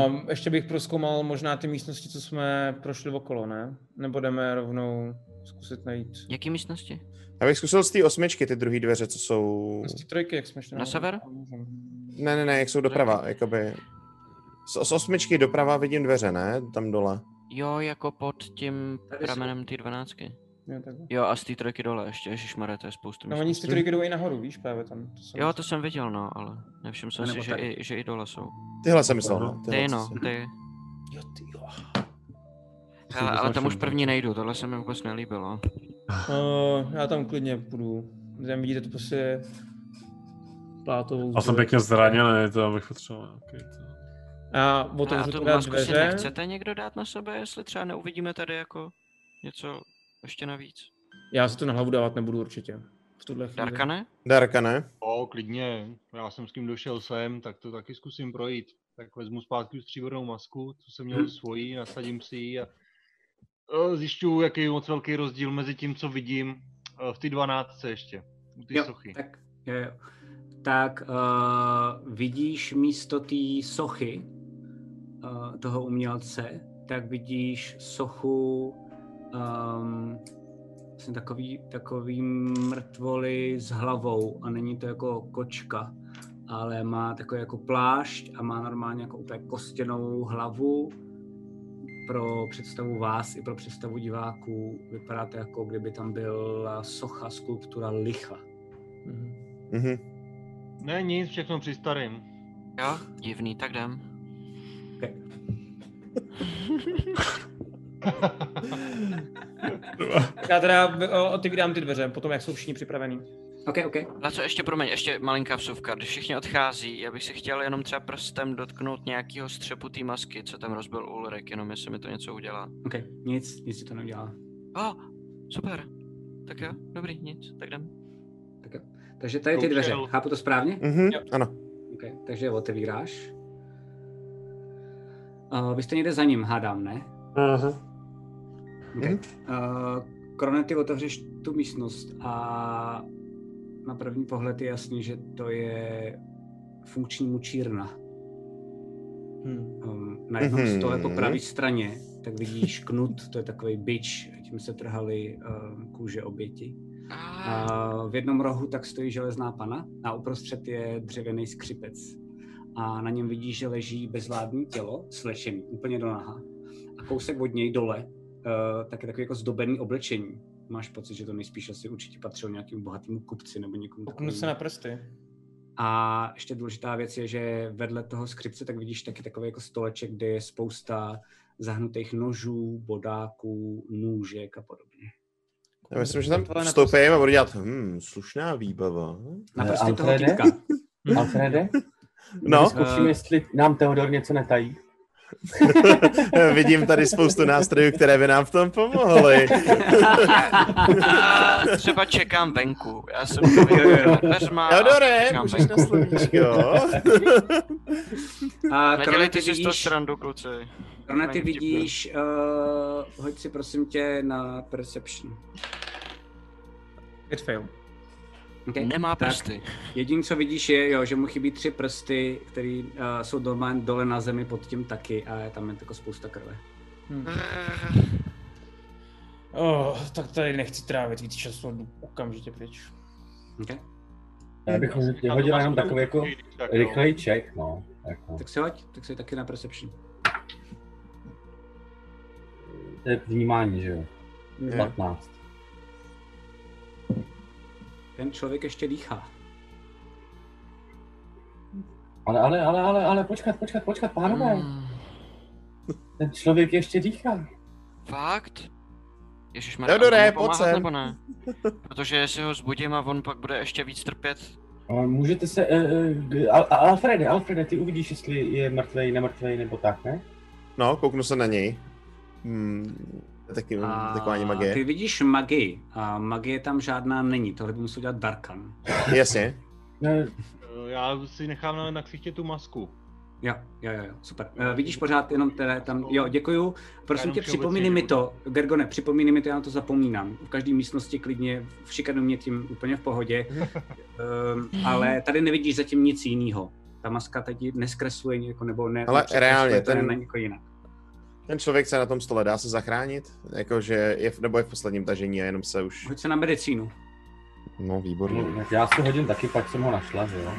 S18: Um, Ještě bych proskoumal možná ty místnosti, co jsme prošli okolo, ne? Nebo jdeme rovnou zkusit najít.
S1: Jaký místnosti?
S11: Já bych zkusil z té osmičky ty druhé dveře, co jsou...
S7: Prostě
S18: Z té trojky, jak jsme šli.
S1: Na
S18: nahoru.
S1: sever?
S11: Ne, ne, ne, jak jsou doprava, jakoby... Z, z osmičky doprava vidím dveře, ne? Tam dole.
S1: Jo, jako pod tím
S18: jsou-
S1: pramenem té dvanáctky.
S18: Jo, takhle.
S1: Jo, a z té trojky dole ještě, ježišmarja, to je spoustu
S18: No oni z
S1: místností.
S18: ty trojky jdou i nahoru, víš, právě tam. To jsem-
S1: Jo, to jsem viděl, no, ale nevšiml jsem
S18: A
S1: si,
S18: nebo
S1: že
S18: tady.
S1: i, že i dole jsou.
S11: Tyhle jsem myslel, no, tyhle
S1: Ty
S11: jsem
S1: no,
S11: si-
S1: ty.
S18: Jo, ty jo. Jsem
S1: Hele, ale tam
S18: poznačil,
S1: už
S18: no.
S1: první nejdu, tohle se mi vůbec nelíbilo.
S18: Uh, já tam klidně půjdu. Tam vidíte to prostě plátovou
S9: A jsem
S18: zbroj.
S9: pěkně zraněný, to bych potřeboval nějaký to.
S18: A
S1: Ale No a prostě
S18: otevřu
S1: tu
S18: teda
S1: masku si
S18: dveře.
S1: nechcete někdo dát na sebe, jestli třeba neuvidíme tady jako něco ještě navíc?
S18: Já si to na hlavu dávat nebudu určitě.
S9: [laughs]
S18: V tuhle chvíli.
S1: Darkane?
S11: Darka ne?
S8: O, klidně. Já jsem s kým došel sem, tak to taky zkusím projít. Tak vezmu zpátky stříbrnou masku, co jsem měl
S18: Hmm.
S4: Mhm.
S8: svoji, nasadím si ji a e, zjišťuju, jaký je moc velký rozdíl mezi tím, co vidím e, v ty dvanáctce ještě. U ty
S4: jo,
S8: sochy.
S4: Tak, jo, jo. tak uh, vidíš místo té sochy uh, toho umělce, tak vidíš sochu um, vlastně takový, takový mrtvoly s hlavou a není to jako kočka, ale má takový jako plášť a má normálně jako úplně kostěnou hlavu pro představu vás i pro představu diváků vypadá to jako kdyby tam byla socha, skulptura licha.
S11: Mhm.
S8: Ne, nic, všechno při starým.
S1: Jo, divný, tak jdem.
S18: Já teda o, otevírám ty dveře, potom jak jsou všichni připravení.
S4: OK, OK.
S1: A co ještě, promiň, ještě malinká vsuvka. Když všichni odchází, já bych si chtěl jenom třeba prstem dotknout nějakého střepu té masky, co tam rozbil Ulrik, jenom jestli mi to něco udělá.
S4: OK, nic, nic ti to neudělá.
S1: A, oh, super. Tak jo, dobrý, nic, tak jdem. [laughs]
S4: Tak jo. Takže tady ty dveře, chápu to správně?
S11: Mhm, ano.
S4: Okay, takže je otevíráš. Uh, vy jste někde za ním, hádám, ne?
S11: Uh-huh.
S4: Okay.
S11: Mhm.
S4: Uh, Krone, ty otevřeš tu místnost a na první pohled je jasný, že to je funkční mučírna. Hmm. Um, na jednom
S11: Mhm.
S4: stole po pravé straně tak vidíš knut, to je takový bič, tím se trhaly uh, kůže oběti. A v jednom rohu tak stojí železná pana a uprostřed je dřevěný skřipec. A na něm vidíš, že leží bezvládní tělo, slešený, úplně do naha. A kousek od něj dole, eh, tak je takový jako zdobený oblečení. Máš pocit, že to nejspíš asi určitě patřilo nějakému bohatému kupci nebo někomu
S7: Uknu se na prsty.
S4: a ještě důležitá věc je, že vedle toho skřipce tak vidíš taky takový jako stoleček, kde je spousta zahnutých nožů, bodáků, nůžek a podobně.
S11: Já myslím, že tam vstoupím a budu dělat, hm, slušná výbava.
S4: Na prostě toho
S17: Alfrede?
S4: týpka.
S17: [laughs] Alfrede?
S11: No.
S17: Zkusíme, jestli nám Teodor něco netají.
S11: [laughs] Vidím tady spoustu nástrojů, které by nám v tom
S4: [laughs]
S11: pomohly.
S1: Já třeba čekám venku. Já jsem mluvil dveřma. a
S11: Teodore,
S1: čekám
S11: můžeš
S1: venku.
S11: na [laughs] slovíčko.
S4: A Krone,
S1: Nedělejte
S4: ty
S1: si z toho
S4: vidíš,
S1: srandu, kluci.
S4: Krone, ty
S1: Není vtipný.
S4: vidíš, uh, hoď si prosím tě na Perception.
S7: It fail.
S4: Okay.
S1: Nemá
S4: Tak
S1: prsty.
S4: Jediné, co vidíš, je, jo, že mu chybí tři prsty, které uh, jsou doma, dole na zemi pod tím taky a tam je jako spousta krve.
S7: Eh, Oh, tak tady nechci trávit víc času, jdu okamžitě pryč.
S4: Okay.
S10: Já bych mu hodil jenom takový jako rychlej check, no. Jako.
S4: Tak si hoď, tak si taky na Perception.
S10: To je vnímání, že jo?
S4: Ne.
S10: 15.
S4: Ten člověk ještě dýchá.
S17: Ale, ale, ale, ale, ale, počkat, počkat, počkat, pánové. Ten člověk ještě dýchá.
S1: Fakt? Ježíš
S17: Teodore,
S1: Teodore,
S17: pojď
S1: pojď
S17: sem. [laughs]
S1: nebo ne? Protože jestli ho zbudím a on pak bude ještě víc trpět.
S17: Ale Můžete se... Uh, uh, Alfrede, Alfrede, ty uvidíš, jestli je mrtvej, nemrtvej nebo tak, ne?
S11: No, kouknu se na něj. Hmm, taky, a... taková ani
S4: A Ty
S11: magie.
S4: vidíš magii. A magie tam žádná není, tohle by musel dělat Darkan.
S11: Jasně.
S8: E, Já si nechám na, na ksichtě tu masku.
S4: Jo, jo, jo, jo, super. Uh, vidíš pořád jenom teda tam, jo, děkuju. Prosím
S8: Jenom všeobecně
S4: tě, připomínej mi
S8: život.
S4: to, Gergone, připomínej mi to, já na to zapomínám. V každé místnosti klidně, v šikanu mě tím úplně v pohodě, um, ale tady nevidíš zatím nic jiného. Ta maska teď ti neskresluje jako, nebo ne.
S11: Ale
S4: nepřekresluje
S11: reálně,
S4: to ten...
S11: ten-
S4: na někoho jinak.
S11: Ten člověk se na tom stole dá se zachránit? Jakože je, v- nebo je v posledním tažení a jenom se už...
S4: Hoď se na medicínu.
S11: No,
S10: No,
S11: výborně.
S10: tak já si hodím taky, pak jsem ho
S11: [laughs]
S10: našla, že jo?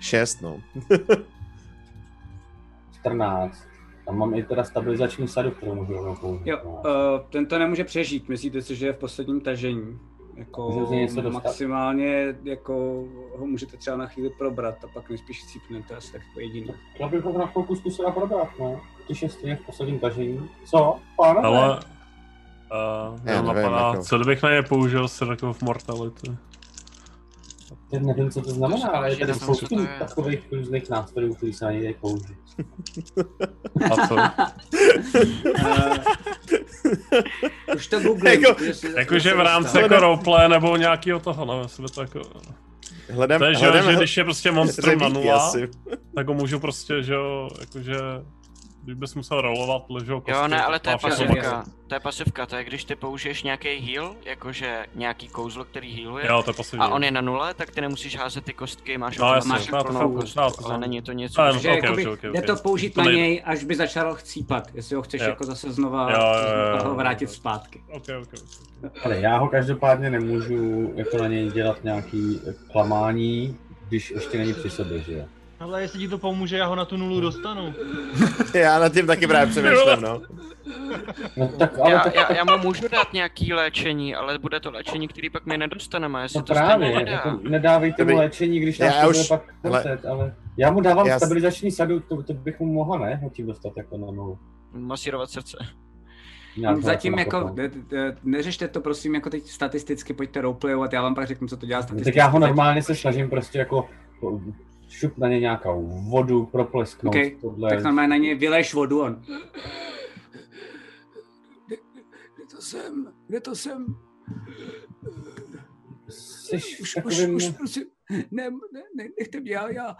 S11: Šest, no.
S10: 14. A mám i teda stabilizační sadu, kterou můžu rovnou použít.
S4: Jo, uh, ten to nemůže přežít, myslíte si, že je v posledním tažení. Jako
S10: Může z něj něco dostat?
S4: maximálně jako ho můžete třeba na chvíli probrat a pak nejspíš cípne, to je asi tak jako jediný.
S10: Já bych ho na chvilku zkusila probrat, no. Když je v posledním tažení. Co? Pánové?
S9: Ale... Uh,
S10: Já
S9: já
S10: nevím,
S9: napadá,
S10: jako.
S9: co kdybych na ně použil Circle of Mortality?
S10: Já nevím, co to znamená, ale je tady
S9: To jsou-
S10: spoustu takových různých nástrojů, který se na něj dají použít.
S9: A co?
S4: Už to googlím.
S11: Jako-
S4: jestli-
S9: Jakože v rámci
S11: Hledám-
S9: jako roleplay nebo nějakého toho, nevím, jestli by to jako...
S11: Hledám-
S9: to je, že,
S11: hledám
S9: že
S11: hl-
S9: když je prostě monstrum na
S11: řebíky
S9: nula,
S11: asi.
S9: tak ho můžu prostě, že jo, jakože... Když bys musel rolovat, ležel prostě...
S1: Jo, ne, ale to je
S9: má fakt
S1: pasivka.
S9: obak.
S1: To je pasivka, to je když ty použiješ nějaký heal, jakože nějaký kouzlo, který healuje.
S9: Jo, to je pasivní.
S1: A on je na nule, tak ty nemusíš házet ty kostky, máš
S9: No, jasně,
S1: máš
S9: no, to
S1: plnou
S9: chápu,
S1: kostku,
S9: no, to
S1: ale
S9: jsem-
S1: není to nic.
S9: Ale- no,
S4: Že
S9: Ok,
S4: jakoby
S9: ok, ok,
S4: jde
S9: ok.
S4: to použít
S9: To
S4: na
S9: nejde.
S4: něj, až by začal chcípat, jestli ho chceš
S9: Jo.
S4: jako zase znova,
S9: Jo, jo, jo,
S4: znova
S9: jo,
S4: ho
S9: jo.
S4: vrátit zpátky.
S9: Ok, ok, ok.
S10: [laughs] Ale já ho každopádně nemůžu jako na něj dělat nějaký eh, klamání, když ještě není při sobě, že jo?
S8: Ale jestli ti to pomůže, já ho na tu nulu dostanu.
S11: [laughs] Já nad tím taky právě přemýšlím, no.
S10: No tak ale
S1: Já,
S10: tak,
S1: já, já mu můžu dát nějaký léčení, ale bude to léčení, který pak my nedostaneme, jestli
S10: no
S1: to právě,
S10: právě,
S1: nedá.
S10: jako nedávejte mu léčení, když
S11: Já-
S10: nás
S11: já
S10: to bude
S11: už-
S10: pak
S11: hele,
S10: koncet, ale... Já mu dávám
S11: já s-
S10: stabilizační sadu, to, to bych mu mohla, ne? Ho tím dostat jako na nulu.
S1: Masírovat srdce.
S4: Já Zatím jako, ne, ne- neřešte to prosím jako teď statisticky, pojďte roleplayovat, já vám pak řeknu, co to dělá
S10: No,
S4: statisticky.
S10: tak já ho normálně se snažím prostě jako po- šup na ně nějakou vodu, proplesknout
S4: Okay,
S10: tohle.
S4: tak normálně na ně vylejš vodu, on.
S5: Kde to jsem? Kde to jsem?
S10: Jsi
S5: už,
S10: takovým-
S5: už, už, prosím, ne, ne, ne, nechte mě, já, já,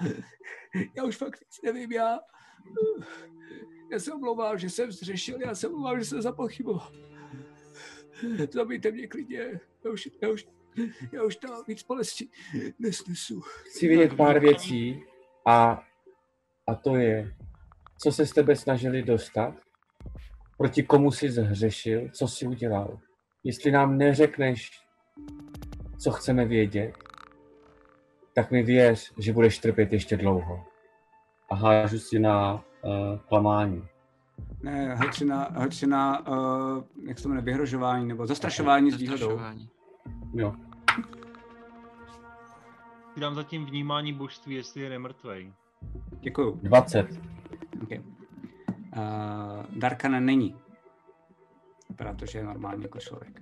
S5: já už fakt nic nevím, já, já se omlouvám, že jsem zřešil, já se omlouvám, že jsem zapochyboval. Zabijte mě klidně, já už, já už, já už tam víc bolesti nesnesu.
S10: Chci vědět pár věcí a, a to je, co se s tebe snažili dostat, proti komu jsi zhřešil, co jsi udělal. Jestli nám neřekneš, co chceme vědět, tak mi věř, že budeš trpět ještě dlouho. A hážu si na uh, klamání.
S4: Ne, hoď si na, hoď si na uh, jak se to jmenuje, vyhrožování, nebo zastrašování s výhodou.
S10: Jo.
S8: Si dám zatím vnímání božství, jestli je nemrtvej.
S4: Děkuju.
S10: 20.
S4: Okay. Uh, Darkana není. Vypadá to, že je normální jako člověk.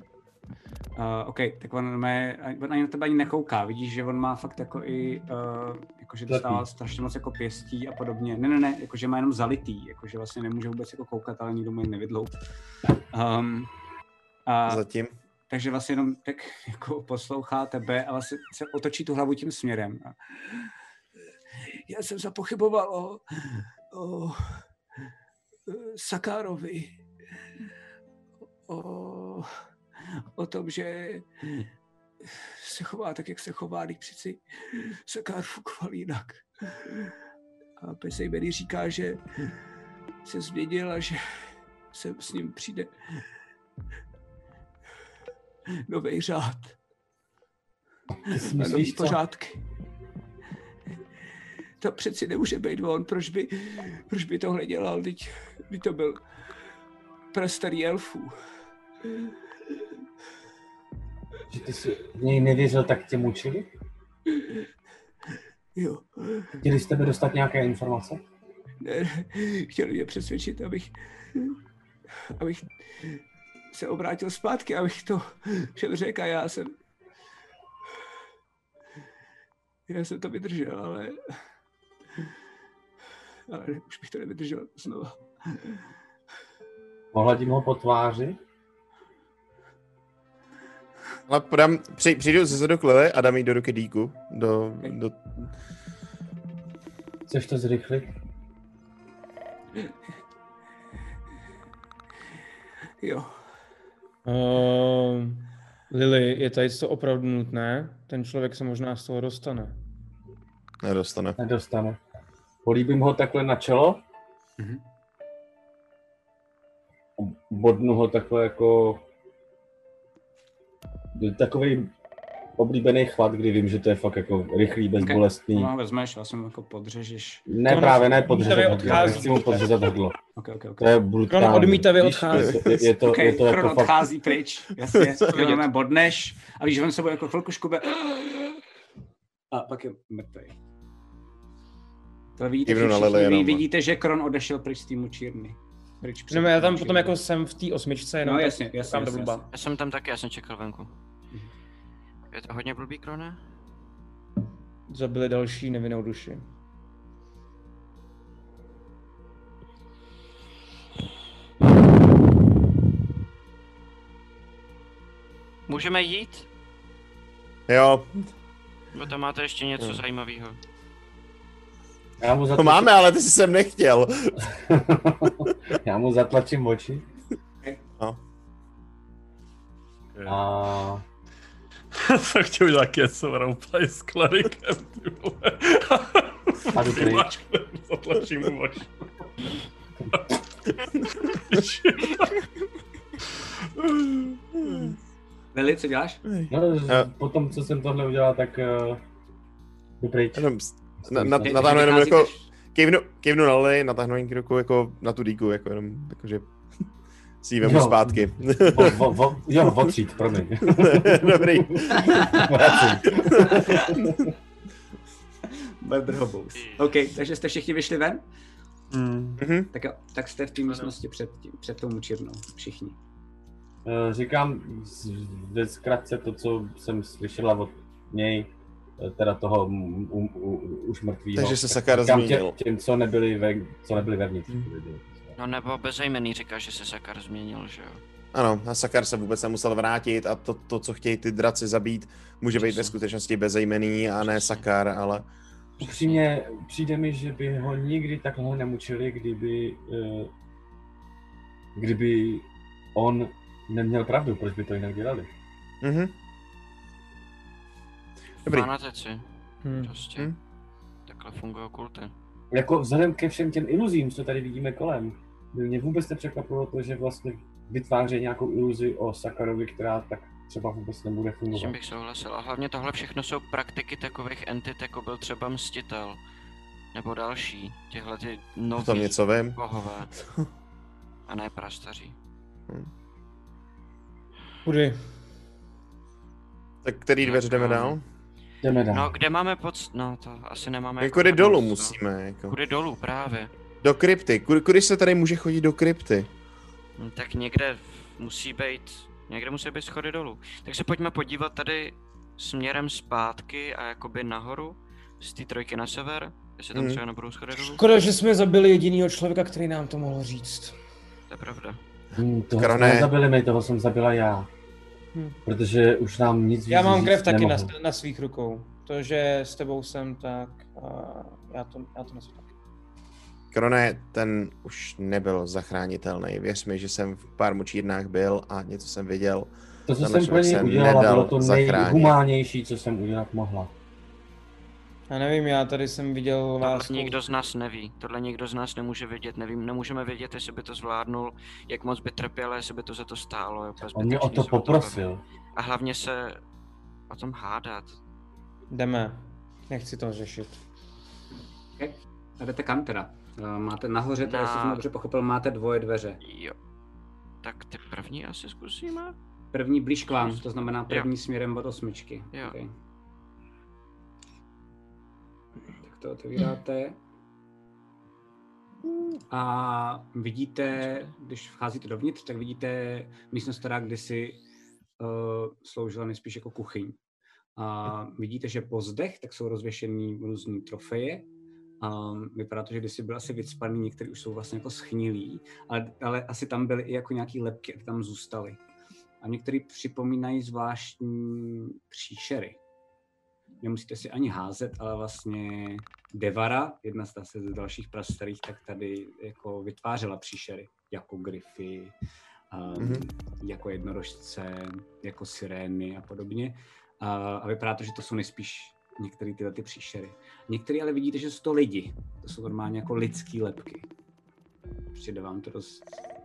S4: Uh, OK, tak on, normálně- on ani na tebe ani nekouká. Vidíš, že on má fakt jako i, uh, jakože
S10: Slepý.
S4: dostává strašně moc jako pěstí a podobně. Ne, ne, ne, jakože má jenom zalitý, jakože vlastně nemůže vůbec jako koukat, ale nikdo mu je nevidlou. Um, a,
S11: Zatím.
S4: Takže vlastně jenom tak jako poslouchá tebe a vlastně se otočí tu hlavu tím směrem. A,
S5: Já jsem zapochyboval o, o eh, Sakárovi, o, o tom, že se chová tak, jak se chová, když přeci Sakár fukoval jinak. A Pesejmeny říká, že
S10: Hm.
S5: se změnil a že sem s ním přijde nový řád.
S10: Ty si
S5: A nový
S10: myslíš, co?
S5: pořádky. To přeci nemůže být on, proč by, proč by tohle dělal, teď by to byl prastarý elfů.
S10: Že ty jsi v něj nevěřil, tak tě mučili?
S5: Jo.
S10: Chtěli z tebe dostat nějaké informace?
S5: Ne, chtěl mě přesvědčit, abych, abych se obrátil zpátky, abych to všem řekl a já jsem, já jsem to vydržel, ale, ale ne, už bych to nevydržel znova.
S10: Ohledím ho po tváři?
S11: Ale podám, při, přijdu ze zadu k Lily a dám jí do ruky dýku. Do, do,
S10: Chceš to zrychlit?
S5: Jo,
S18: Uh, Lily, je tady to opravdu nutné? Ten člověk se možná z toho dostane.
S11: Nedostane.
S10: Nedostane. Políbím ho takhle na čelo.
S4: Mhm.
S10: Bodnu ho takhle jako... Takový oblíbený chvat, kdy vím, že to je fakt jako rychlý, bezbolestný.
S4: No, vezmeš, vlastně mu jako podřežeš.
S10: Ne, právě ne podřezat
S4: Tady
S10: hrdlo. Nechci mu podřezat hrdlo.
S4: Okay, okay, okay.
S10: To je brutální. Víš, Je, je to, je to
S4: Kron
S10: jako fakt...
S4: odchází pryč,
S18: [laughs]
S4: jasně, to jenom bodneš a víš, že on sebou jako chvilku škube a pak je mrtvý. To vidíte,
S11: Kývnu
S4: že
S11: na
S4: všichni,
S11: Lily
S4: vy
S11: jenom.
S4: vidíte, že Kron odešel pryč z týmu čírny. Pryč před
S18: No, já tam
S4: týmu
S18: potom
S4: Čírny.
S18: jako jsem v té osmičce, jenom
S4: No,
S18: tak
S4: jasně, jasně,
S18: tam do
S4: jasně,
S18: blba.
S4: jasně.
S1: Já jsem tam taky, já jsem čekal venku.
S11: Mhm.
S1: Je to hodně blbý, Krone?
S18: Zabili další nevinnou duši.
S1: Můžeme jít?
S11: jo,
S1: Nebo tam máte ještě něco
S11: Jo.
S1: zajímavého?
S10: Já mu
S11: to
S10: zatlačím,
S11: máme, ale ty jsi sem nechtěl.
S10: [laughs] já mu zatlačím oči.
S11: No.
S10: A...
S9: [laughs] jsem chtěl udělat něco roleplay s klerikem, ty vole.
S10: A jdu pryč.
S9: [laughs] Zatlačím mu vaši.
S4: Lily, co děláš?
S10: No, z- potom, co jsem tohle udělal, tak... Uh, jdu pryč.
S11: Na, na, natáhnu jenom jako... Kejvnu, kejvnu na Lily, natáhnu jen k ruku jako na tu dýku, jako jenom jakože si ji vemu
S10: Jo.
S11: zpátky.
S10: Vo- vo- vo- jo, otřít, promiň.
S11: [laughs]
S4: [laughs]
S10: [laughs]
S11: Dobrý.
S10: Vracím.
S4: Bude brhobous. OK, takže jste všichni vyšli ven?
S15: Mm. Mm-hmm. Tak, jo, tak jste v té místnosti před, tím- před tou mučírnou, všichni.
S10: Eh, Říkám z- ve zkratce to, co jsem slyšela od něj, eh, teda toho mm, u, u, už mrtvýho.
S11: Takže se Sakara
S10: Říkám
S11: změnil.
S10: Těm, těm, co nebyli, ve, co nebyli vevnitř.
S1: No nebo bezejmený říká, že se Sakar změnil, že jo?
S11: Ano, a Sakar se vůbec nemusel vrátit a to, to co chtějí ty draci zabít, může být ve skutečnosti bezejmený a ne Sakar, ale...
S10: Upřímně přijde mi, že by ho nikdy takhle nemučili, kdyby, eh, kdyby on neměl pravdu, proč by to jinak dělali.
S11: Mhm.
S1: Dobrý. Fanateci.
S10: Hmm.
S1: Prostě.
S10: Hmm.
S1: Takhle fungují kulty.
S10: Jako vzhledem ke všem těm iluzím, co tady vidíme kolem, by mě vůbec nepřekvapilo to, že vlastně vytváří nějakou iluzi o Sakarovi, která tak třeba vůbec nebude
S1: S tím
S10: fungovat.
S1: bych souhlasil. A hlavně tohle všechno jsou praktiky takových entit, jako byl třeba Mstitel. Nebo další. Tyhle ty nový
S11: tam něco vím.
S1: No
S11: [laughs]
S1: bohové. A ne prastaří.
S18: Kudy?
S11: Tak který dveře jdeme dál?
S10: Jdeme
S1: No, kde máme pod... No, to asi nemáme...
S11: Jako kudy
S1: možnost,
S11: dolů
S1: no.
S11: musíme, jako.
S1: Kudy dolů, právě.
S11: Do krypty, kudy, kudy se tady může chodit do krypty?
S1: No, tak někde musí být, někde musí být schody dolů. Tak se pojďme podívat tady směrem zpátky a jakoby nahoru, z té trojky na sever, jestli tam
S18: Mhm.
S1: třeba nebudou schody dolů.
S18: Škoda, že jsme zabili jedinýho člověka, který nám to mohl říct.
S1: To je pravda.
S10: Hmm, toho
S18: Sakaro,
S10: jsme
S18: ne.
S10: nezabili my, toho jsem zabila já.
S18: Hm.
S10: Protože už nám nic
S18: Já
S10: víc
S18: mám
S10: říct
S18: krev taky na,
S10: nemohu.
S18: na svých rukou. To, že s tebou jsem, tak uh, já to, já to nesu taky.
S11: Krone, ten už nebyl zachránitelný. Věř mi, že jsem v pár mučírnách byl a něco jsem viděl.
S10: To, co
S11: Tenhle
S10: jsem pro
S11: člověk
S10: něj
S11: se
S10: udělala,
S11: nedal
S10: bylo to
S11: zachránit.
S10: nejhumánější, co jsem udělat mohla.
S18: Já nevím, já tady jsem viděl vás.
S1: Tohle No, nikdo z nás neví, tohle nikdo z nás nemůže vědět, nevím, nemůžeme vědět, jestli by to zvládnul, jak moc by trpěl, jestli by to za to stálo. Jo,
S10: On mě o
S1: zbytečný
S10: to
S1: jsou bavit.
S10: poprosil.
S1: A hlavně se o tom hádat.
S18: Jdeme. Nechci to řešit.
S4: Okay. A jdete kam teda? Eh, Máte nahoře, teda,
S1: Na-
S4: jestli jsem dobře pochopil, máte dvoje dveře.
S1: Jo. Tak ty první asi zkusíme.
S4: První blíž k vám, to znamená první
S1: Jo.
S4: směrem od osmičky.
S1: Jo.
S4: Okay. Tak to otevíráte. A vidíte, když vcházíte dovnitř, tak vidíte místnost, která kdysi uh, sloužila nejspíš jako kuchyň. A vidíte, že po zdech tak jsou rozvěšený různé trofeje. A vypadá to, že kdysi byl asi vycpaný, některý už jsou vlastně jako schnilí, ale, ale asi tam byly i jako nějaký lepky, které tam zůstaly. A některý připomínají zvláštní příšery. Nemusíte si ani házet, ale vlastně Devara, jedna z zase z dalších prastarých, tak tady jako vytvářela příšery, jako gryfy, um,
S11: Mhm.
S4: jako jednorožce, jako sirény a podobně. A, a vypadá to, že to jsou nejspíš některé tyhle ty příšery. Některé ale vidíte, že jsou to lidi. To jsou normálně jako lidský lepky. Přijde Prostě vám to dost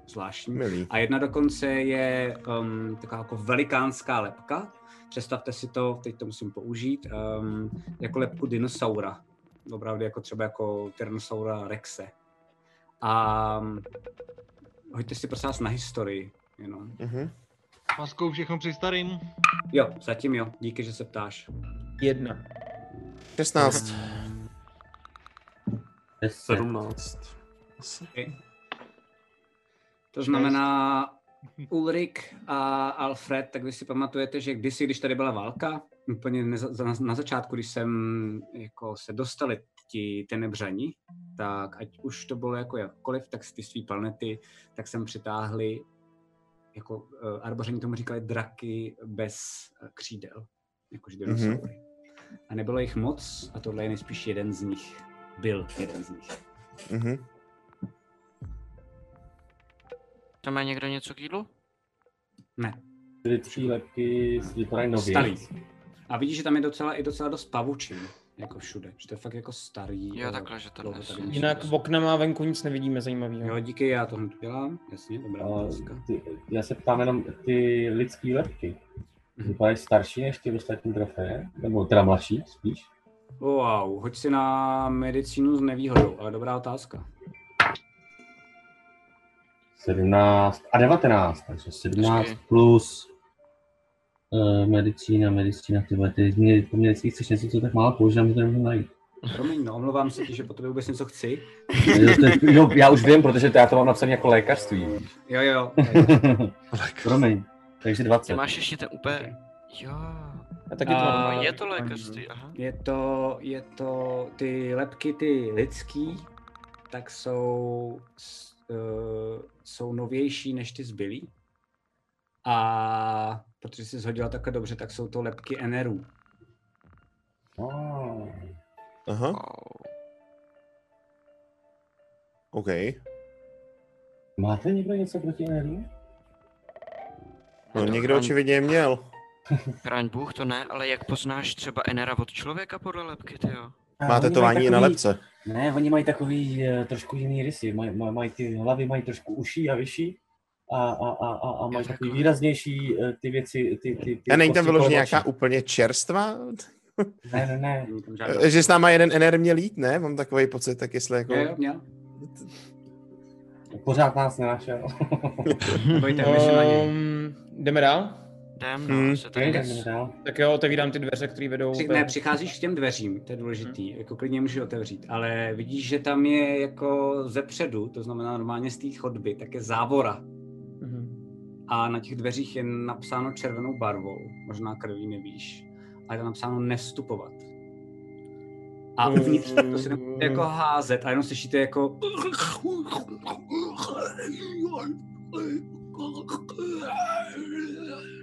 S4: zvláštní.
S11: Milý.
S4: A jedna dokonce je um, taková jako velikánská lepka. Představte si to, teď to musím použít, um, jako lepku dinosaura. Opravdu jako třeba jako Tyrannosaura rexe. A um, hoďte si prosím vás na historii. Jenom.
S11: Mm-hmm.
S8: Paskou všechno při starým.
S4: Jo, zatím jo. Díky, že se ptáš.
S18: Jedna.
S11: 16.
S9: 17.
S4: To znamená, Ulrik a Alfred, tak vy si pamatujete, že kdysi, když tady byla válka, úplně neza- za- na začátku, když jsem jako se dostali ti tenebřani, tak ať už to bylo jako jakkoliv, tak z ty své planety, tak jsem přitáhli, jako uh, arboření tomu říkali draky bez eh, křídel, jakože
S11: Mhm.
S4: dinosaury. A nebylo jich moc a tohle je nejspíš jeden z nich. Byl jeden z nich.
S11: Mhm.
S1: Tam má někdo něco k jídlu?
S4: Ne.
S10: Lidský lepky si vypadají nově.
S4: Starý. A vidíš, že tam je docela i docela dost pavučin, jako všude. Že to je fakt jako starý.
S1: Jo,
S4: eh,
S1: takhle, že to
S4: dlouho
S1: dnes-
S4: tady než-
S18: Jinak v okna má venku nic nevidíme zajímavého.
S4: Jo, díky, já to hned dělám. Jasně, [laughs] dobrá
S10: Ale
S4: otázka.
S10: ty, já se ptám jenom ty lidský lepky.
S1: Mhm.
S10: Vypadají starší než ty ostatní trofeje? Nebo teda mladší spíš?
S4: Wow, hoď si na medicínu s nevýhodou, ale dobrá otázka.
S10: 17 a 19, takže 17
S4: Hezky.
S10: plus eh, uh, medicína, medicína, ty vole, ty mě, po mně vždycky chceš něco, co tak málo používám, že to nemůžu najít.
S15: Promiň, no, omlouvám se ti, že po tobě vůbec něco chci.
S10: Jo, to- jo, já už vím, protože to já to mám napsané jako lékařství. víš.
S15: Jo,
S10: [laughs]
S15: jo.
S10: Promiň. Takže
S1: Ty
S10: 20.
S1: máš ještě ten úplně... Jo.
S7: A
S1: taky to mám, ale- Je to lékařství, aha.
S4: Je to, je to, ty lepky, ty lidský, tak jsou, s- eh, jsou novější než ty zbylí. A protože jsi zhodila takhle dobře, tak jsou to lepky NRů.
S11: Aha. OK.
S10: Máte někdo něco proti NRU?
S11: No, někdo očividně
S1: [laughs]
S11: měl.
S1: Chráň Bůh, to ne, ale jak poznáš třeba Enera od člověka podle lepky, ty jo?
S11: Má tetování i na lepce.
S10: Ne, oni mají takový eh, trošku jiný rysy. Mají, maj, mají ty hlavy mají trošku uší a vyšší. A, a, a, a, a mají takový výraznější eh, ty věci, ty, ty, ty
S11: A není tam
S10: kosti
S11: vyloženě
S10: kolem očí.
S11: nějaká úplně čerstvá?
S10: [laughs] Ne, ne, ne.
S11: Eh, Že s náma jeden NR měl jít, ne? Mám takový pocit, tak jestli jako...
S10: Jo, jo,
S4: měl.
S10: Pořád
S1: [laughs]
S10: nás nenašel.
S11: [laughs]
S7: Ehm, jdeme dál?
S1: Jdem,
S4: no, Hmm. se tady-
S7: Tak jo, otevírám ty dveře, které vedou...
S4: Při, ne, přicházíš k těm dveřím, to je důležitý,
S1: Mhm.
S4: jako klidně můžeš otevřít, ale vidíš, že tam je jako ze předu, to znamená normálně z té chodby, tak je závora.
S7: Mhm.
S4: A na těch dveřích je napsáno červenou barvou, možná krví nevíš, ale je tam napsáno nevstupovat. A uvnitř tak to si nemůžete jako házet a jenom slyšíte jako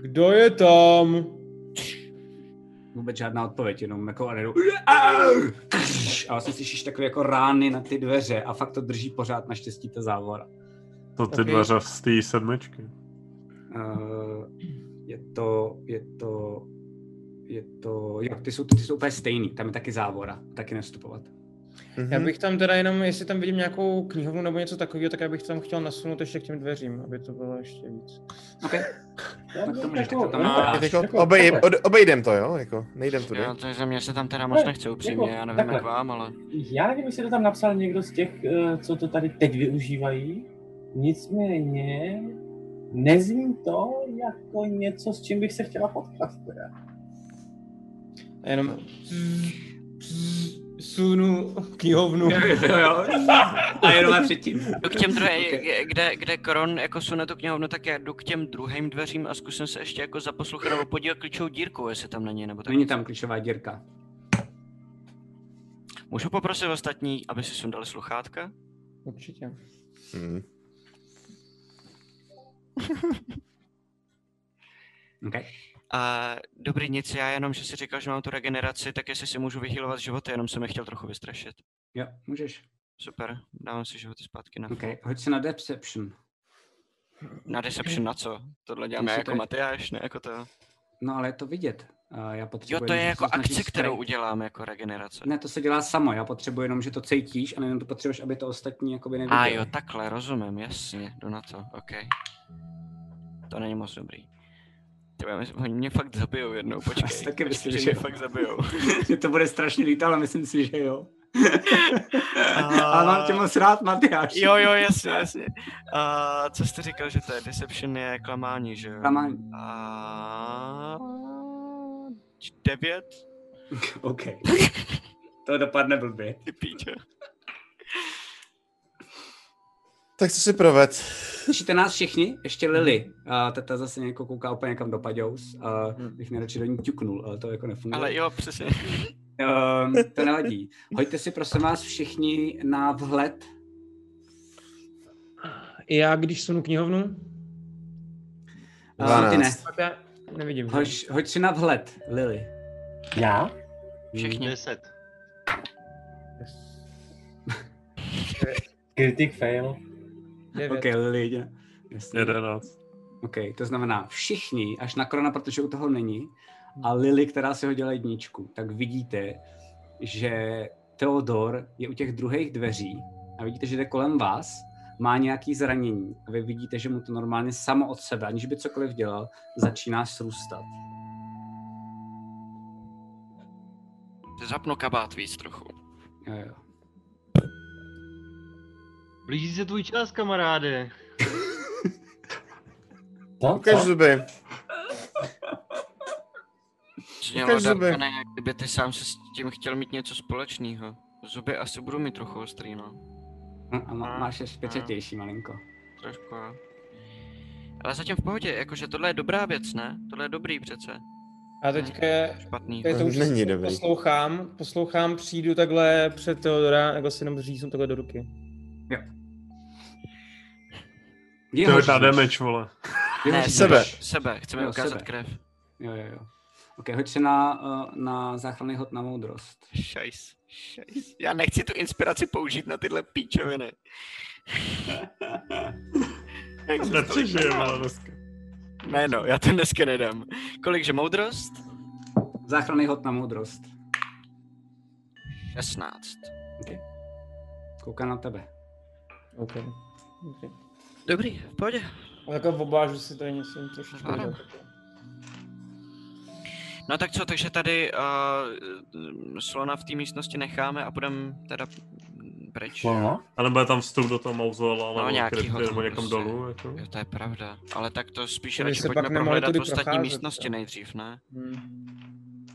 S7: Kdo je tam?
S4: vůbec žádná odpověď, jenom jako a nejdu, a vlastně slyšíš takové jako rány na ty dveře a fakt to drží pořád naštěstí ta závora.
S9: To ty dveře z té sedmičky.
S4: Eh, je to, je to, je to, jo, ty jsou, ty jsou úplně stejný, tam je taky závora, taky nevstupovat.
S11: Mhm.
S7: Já bych tam teda jenom, jestli tam vidím nějakou knihovnu nebo něco takového, tak já bych tam chtěl nasunout ještě k těm dveřím, aby to bylo ještě víc. [laughs]
S4: Okay.
S10: Tak
S4: to můžeš, tak to tam
S11: A,
S4: dáš.
S11: jako, obej, od- obejdem to, jo? Jako, nejdem tudy.
S1: Jo, takže za mě se tam teda moc
S10: Ne,
S1: nechce
S10: jako
S1: upřímně, já nevím jak
S10: takhle.
S1: vám, ale...
S10: Já nevím, jestli to tam napsal někdo z těch, eh, co to tady teď využívají. Nicméně nezní to jako něco, s čím bych se chtěla potkat. Teda.
S7: A jenom sunu knihovnu.
S4: A jenom předtím.
S1: Jdu No, k těm
S4: [laughs]
S1: druhé, kde, kde Kron jako sune tu knihovnu, tak já jdu k těm druhým dveřím a zkusím se ještě jako zaposlouchat nebo podívat klíčovou dírku, jestli tam není nebo tak.
S4: Není tam klíčová dírka.
S1: Můžu poprosit ostatní, aby si sundali sluchátka?
S7: Určitě.
S4: [laughs]
S11: Hmm.
S4: Okay.
S1: A dobrý nic, já jenom, že si říkal, že mám tu regeneraci, tak jestli si můžu vyhýlovat životy, jenom jsem je chtěl trochu vystrašit.
S4: Jo, můžeš.
S1: Super, dávám si životy zpátky na
S4: Okay. Hoď se na Deception.
S1: Na Deception na co? Tohle dělám
S4: Jestli
S1: já jako
S4: to je-
S1: Matyáš, ne jako to.
S4: No ale je to vidět. A já
S1: Jo,
S4: potřebuji,
S1: to je
S4: že se
S1: jako
S4: snažíš
S1: akce, kterou
S4: skrýt.
S1: udělám jako regenerace.
S4: Ne, to se dělá samo, já potřebuji jenom, že to cítíš a nejenom to potřebuješ, aby to ostatní jakoby neviděli.
S1: A jo, takhle, rozumím, jasně, jdu na to, ok. To není moc dobrý. Ty, vole, oni mě fakt zabijou
S4: [laughs]
S1: jednou, počkej. [laughs]
S4: si taky myslím,
S1: počkej,
S4: že
S1: mě
S4: jo.
S1: fakt zabijou.
S4: [laughs] [laughs] že to bude strašně lítat, ale myslím si,
S1: [laughs]
S4: že jo. [laughs] ale mám tě moc rád, Matyáš.
S1: Jo, jo, jasně, jasně. A co jste říkal, že to je Deception je klamání, že jo?
S4: Klamání.
S1: A... č- Devět?
S4: OK. To dopadne blbě.
S1: Ty píče.
S11: Tak co si proved?
S4: Slyšíte nás všichni? Ještě Lily. A teta zase někoho kouká úplně někam do paďous. A bych nejradši do ní ťuknul, ale to jako nefunguje.
S1: Ale jo, přesně.
S4: Ehm, to nevadí. Hoďte si prosím vás všichni na vhled.
S7: Já když sunu knihovnu?
S4: Uh, ty ne.
S7: Tak já Nevidím.
S4: Hoď, hoď si na vhled, Lily.
S10: Já?
S1: Všichni.
S8: 10.
S10: Kritik fail.
S4: OK, Lily jediná. Jasně.
S9: Jedenáct.
S4: OK, to znamená všichni, až na Krona, protože u toho není, a Lily, která si hodila jedničku, tak vidíte, že Theodor je u těch druhých dveří a vidíte, že jde kolem vás, má nějaký zranění a vy vidíte, že mu to normálně samo od sebe, aniž by cokoliv dělal, začíná srůstat.
S1: Zapnu kabát víc trochu.
S4: Jo, jo.
S8: Blíží se tvůj čas, kamaráde.
S10: No,
S11: Ukaž zuby.
S1: znělo darkané, jak kdyby ty sám se s tím chtěl mít něco společného. Zuby asi budu mít trochu ostrý, no. Hmm,
S4: A má, máš je špečetější malinko.
S1: Trošku, jo. Ale zatím v pohodě, jakože tohle je dobrá věc, ne? Tohle je dobrý přece.
S7: A teďka
S1: Špatný.
S7: teď to už
S11: Není
S7: si
S11: dobrý.
S7: poslouchám, poslouchám, přijdu takhle před Teodora, jako si jenom říznu takhle do ruky.
S9: To je ta damage, vole.
S4: Jeho
S1: Ne,
S4: řízeš.
S1: sebe. Sebe, chceme ukázat krev.
S4: Jo, jo, jo. Ok, hoď se na, eh, na záchranný hod na moudrost.
S1: Šajs, šajs. Já nechci tu inspiraci použít na tyhle
S4: [laughs]
S1: píčoviny.
S9: Nepřežije, vole, dneska.
S1: Ne no, já to dneska nedám. Kolikže moudrost?
S4: Záchranný hod na moudrost.
S1: 16.
S4: Kouká na tebe.
S7: OK.
S1: Dobrý, v pohodě.
S7: A takhle oblážu si tady něco trošičku.
S1: Ano. No tak co, takže tady uh, slona v té místnosti necháme a půjdeme teda pryč.
S9: A nebo je tam vstup do toho mauzela,
S1: No,
S9: nebo
S1: nějakýho
S9: krypty, nebo
S1: tam
S9: někam
S1: prostě.
S9: dolů. Jako.
S1: Jo, to je pravda. Ale tak to spíš
S7: To by
S1: radši
S7: se
S1: pojďme
S7: pak nemalo
S1: prohledat
S7: tudy
S1: ostatní
S7: procházet, no.
S1: místnosti
S7: jo.
S1: nejdřív, ne?
S4: Hmm,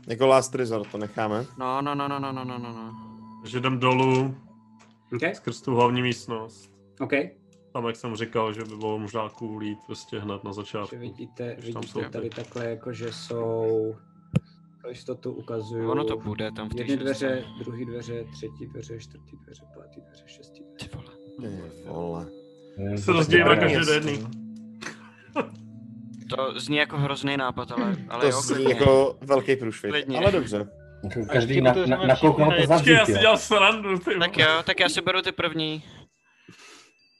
S11: Jako last resort to necháme.
S1: No, no, no, no, no, no, no, no.
S9: Takže jdem dolů,
S4: okay.
S9: skrz tu hlavní místnost.
S4: Okay.
S9: Tam, jak jsem říkal, že by bylo možná cool jít prostě hned na začátku.
S4: Vidíte,
S9: Když tam
S4: vidíte
S9: jsou
S4: tady takhle, jako že jsou, pro jistotu ukazuju.
S1: Ono to bude tam v té
S4: Jedny dveře,
S1: šestce.
S4: druhý dveře, třetí dveře, čtvrtý dveře, pátý dveře, šestý dveře.
S11: Ty vole.
S10: Hmm.
S9: Se rozdělíme každý do jedný.
S1: To zní jako hrozný nápad, ale, ale
S11: To
S1: jo,
S11: zní
S1: klidně.
S11: jako velký průšvih,
S1: Klidně.
S11: ale dobře.
S10: Jako Každý na, na, nakoukal to za
S9: Počkej, já si dělal srandu, ty
S1: Tak jo, tak já si beru ty první.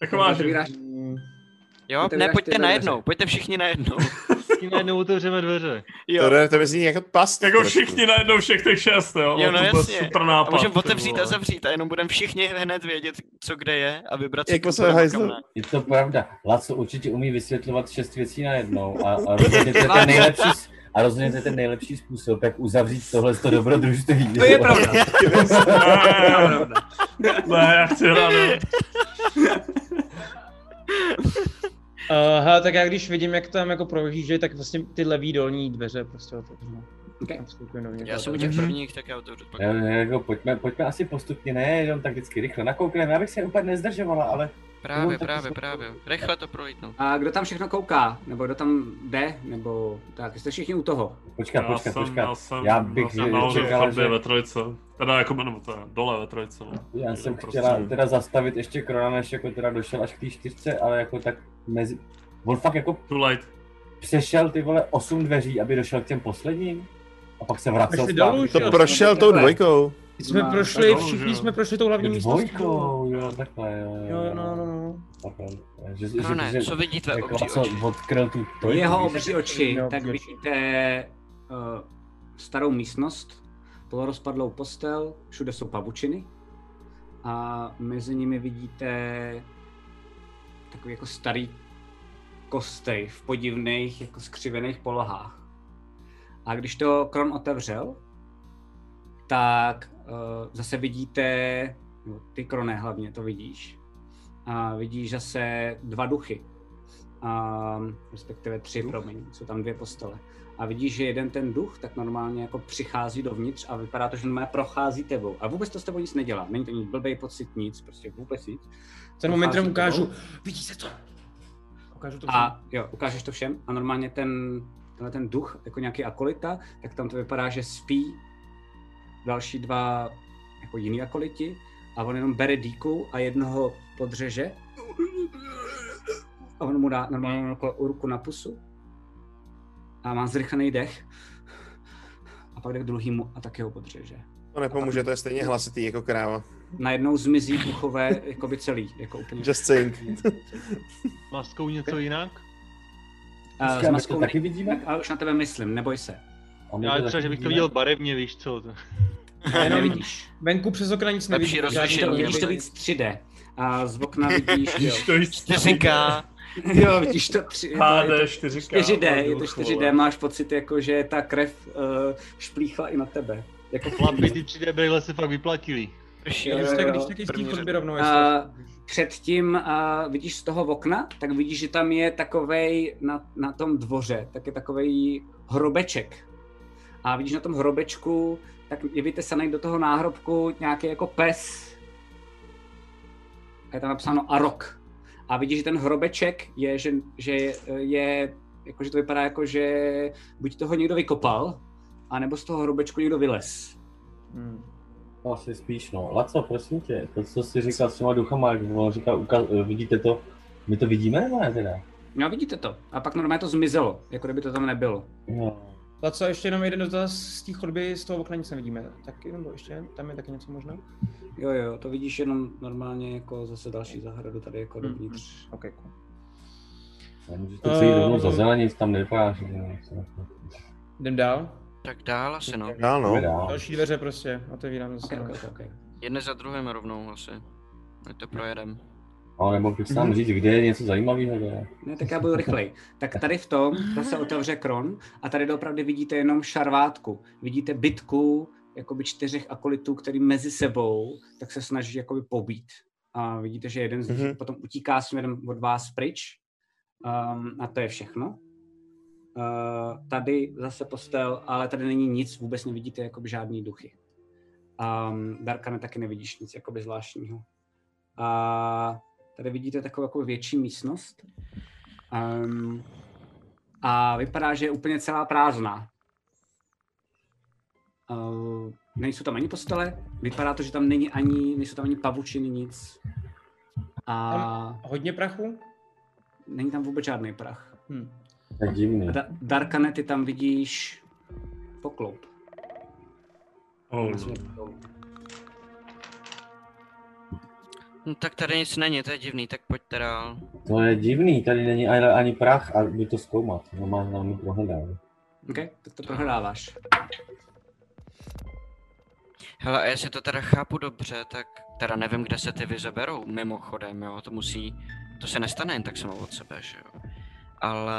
S9: Taková, že...
S4: Otevíráš-
S1: Jo, ne,
S4: Otevíráš
S1: pojďte
S4: tyhle
S1: najednou,
S4: dveře.
S1: pojďte všichni najednou.
S8: Tím najednou otevřeme dveře.
S1: Jo.
S11: To, jde- to by zní jako past.
S9: [laughs] Jako
S11: trošku.
S9: všichni najednou všech těch šest, jo?
S1: Jo, no
S9: to byl
S1: jasně.
S9: super
S1: a
S9: nápad.
S1: můžeme
S9: ty
S1: otevřít
S9: vole.
S1: a zavřít a jenom budeme všichni hned vědět, co kde je a vybrat si,
S11: Jako
S1: kam
S11: se
S1: půjdeme,
S11: hajzl.
S1: kam ne.
S10: Je to pravda. Laco určitě umí vysvětlovat šest věcí najednou
S4: [laughs]
S10: a, a rozhodně to je ten nejlepší, s- a rozhodně to je ten nejlepší způsob, jak uzavřít tohle to dobrodružství.
S4: To je pravda.
S10: [laughs]
S9: [laughs] Ne, já chci hrát, jo.
S7: Uh, hele, tak já když vidím, jak tam jako prohlížej, tak vlastně ty levý dolní dveře prostě otevřu.
S1: Já
S4: Okay.
S7: jako-
S1: jsem u
S7: Mhm.
S1: těch prvních, tak já otevřu pak.
S10: Jo, jo, jako pojďme, pojďme asi postupně, ne jenom tak vždycky rychle nakoukneme, abych se úplně nezdržovala, ale...
S1: Právě, právě, právě. Rychle to prolítnu.
S4: A kdo tam všechno kouká? Nebo kdo tam jde? Nebo tak, jste všichni u toho.
S10: Počkat,
S9: Já
S10: počkat,
S9: jsem-
S10: počkat.
S9: Já jsem,
S10: Já bych
S9: já jsem
S10: že-
S9: nahoře v
S10: čekal,
S9: chodbě
S10: že-
S9: ve trojce. Teda jako, nebo to je dole ve trojce. No.
S10: Já jsem
S9: Prostě.
S10: chtěla teda zastavit ještě Krona, než jako teda došel až k té čtyřce, ale jako tak mezi... On fakt jako
S9: Too late.
S10: přešel ty vole osm dveří, aby došel k těm posledním. A pak se vracel
S7: Šli
S10: zpátky.
S7: dolů, že jo? To prošel
S11: tou dvojkou.
S9: No,
S7: Jsme prošli, všichni jsme prošli tou hlavní místností.
S10: Dvojkou, jo, takhle, jo.
S7: Jo, jo, no, no, no.
S10: Takhle, Že, že,
S1: No ne,
S10: že,
S1: co vidí tvé
S10: jako
S1: obří
S10: co,
S1: oči?
S10: odkryl tu trojku,
S4: Jeho
S10: víš?
S4: obří oči, tak vidíte uh, starou místnost, polorozpadlou postel, všude jsou pavučiny a mezi nimi vidíte takový jako starý kostej v podivných, jako skřivených polohách. A když to Kron otevřel, tak uh, zase vidíte, no, ty Kroné hlavně to vidíš, a vidíš zase dva duchy, a respektive tři, Duch. promiň, jsou tam dvě postele. A vidíš, že jeden ten duch tak normálně jako přichází dovnitř a vypadá to, že normálně prochází tebou. A vůbec to s tebou nic nedělá, není to nic blbej pocit, nic, prostě vůbec nic.
S7: Ten moment jenom
S4: Prochází tebou.
S7: ukážu, vidíte to? Ukážu to
S4: A jo, ukážeš to všem a normálně ten, tenhle ten duch, jako nějaký akolita, tak tam to vypadá, že spí další dva jako jiný akoliti a on jenom bere dýku a jednoho podřeže a on mu dá normálně jako ruku na pusu a má zrychlený dech a pak jde k druhýmu a taky ho podřeže.
S11: To nepomůže, to je stejně hlasitý jako kráva.
S4: Najednou zmizí duchové jako by celý, jako úplně.
S11: Just saying.
S8: Maskou něco jinak?
S4: A s
S8: Říkáme,
S4: maskou
S8: to taky
S4: vidíme? Ale už na tebe myslím, neboj se.
S8: Já třeba, že bych to viděl barevně, víš co?
S4: Ne, nevidíš.
S7: Venku přes okna nic nevidíš.
S4: Vidíš to, vidíš to víc 3D. A z okna vidíš...
S9: Vidíš to víc
S1: 4K.
S4: Jo, vidíš to 3 je to-
S9: HD,
S4: je to
S9: 4K,
S4: 4D, je to
S9: vole.
S4: 4D, máš pocit, jako, že ta krev uh, šplíchla i na tebe. Jako
S8: Chlapi, ty 3D brýle se fakt vyplatili.
S4: Jo, jo, jo. A Předtím a vidíš z toho okna, tak vidíš, že tam je takovej na, na tom dvoře, tak je takovej hrobeček. a vidíš na tom hrobečku, tak je vytesaný do toho náhrobku nějaký jako pes. A je tam napsáno Arok. A vidíš, že ten hrobeček je, že, že je, je jakože to vypadá jako, že buď toho někdo vykopal, anebo z toho hrobečku někdo vylez.
S10: Hmm. Asi spíš, no. Laco, prosím tě, to, co jsi říkal s těma duchama, jak on říkal, ukaz, vidíte to, my to vidíme, ne teda?
S4: No, vidíte to. A pak normálně to zmizelo, jako kdyby to tam nebylo.
S10: No.
S7: Laco, ještě jenom jeden dotaz z té chodby, z toho okna nic nevidíme. Tak jenom ještě, tam je taky něco možná?
S4: Jo, jo, to vidíš jenom normálně jako zase další zahradu tady jako mm. dovnitř.
S7: Hmm. Ok, cool.
S10: Můžete si
S7: Eh,
S10: jít rovnou za zelenit, tam nevypadáš.
S7: Jdem dál?
S1: Tak dál asi no.
S11: Dál no.
S7: Další dveře prostě, otevírám zase.
S4: Okay, okay, okay.
S1: Jedne za druhým rovnou asi. My to projedem.
S10: Ale nebo bych sám říct, kde je něco zajímavého.
S4: Ne? ne, tak já budu rychlej. Tak tady v tom zase otevře kron a tady doopravdy vidíte jenom šarvátku. Vidíte bitku jakoby čtyřech akolitů, který mezi sebou tak se snaží jakoby pobít. A vidíte, že jeden z nich
S7: Mhm.
S4: mm-hmm. potom utíká směrem od vás pryč. Um, a to je všechno. Uh, tady zase postel, ale tady není nic, vůbec nevidíte jakoby žádný duchy. Um, Darkane taky nevidíš nic jakoby zvláštního. A uh, tady vidíte takovou jako větší místnost. Um, a vypadá, že je úplně celá prázdná. Uh, nejsou tam ani postele, vypadá to, že tam není ani, nejsou tam ani pavučiny, nic.
S7: A... Tam hodně prachu?
S4: Není tam vůbec žádný prach.
S7: Hmm.
S10: Tak divný.
S4: Da- Darkane, ty tam vidíš pokloup.
S25: Oh.
S4: Mhm. Vlastně
S1: No tak tady nic není, to je divný, tak pojďte dál.
S10: To je divný, tady není ani, ani prach a by to zkoumat, no má nám prohledává.
S4: OK,
S1: Hmm.
S4: tak to prohledáváš.
S1: Hele, a jestli to teda chápu dobře, tak teda nevím, kde se ty vyzeberou, mimochodem, jo, to musí, to se nestane jen tak samo od sebe, že jo ale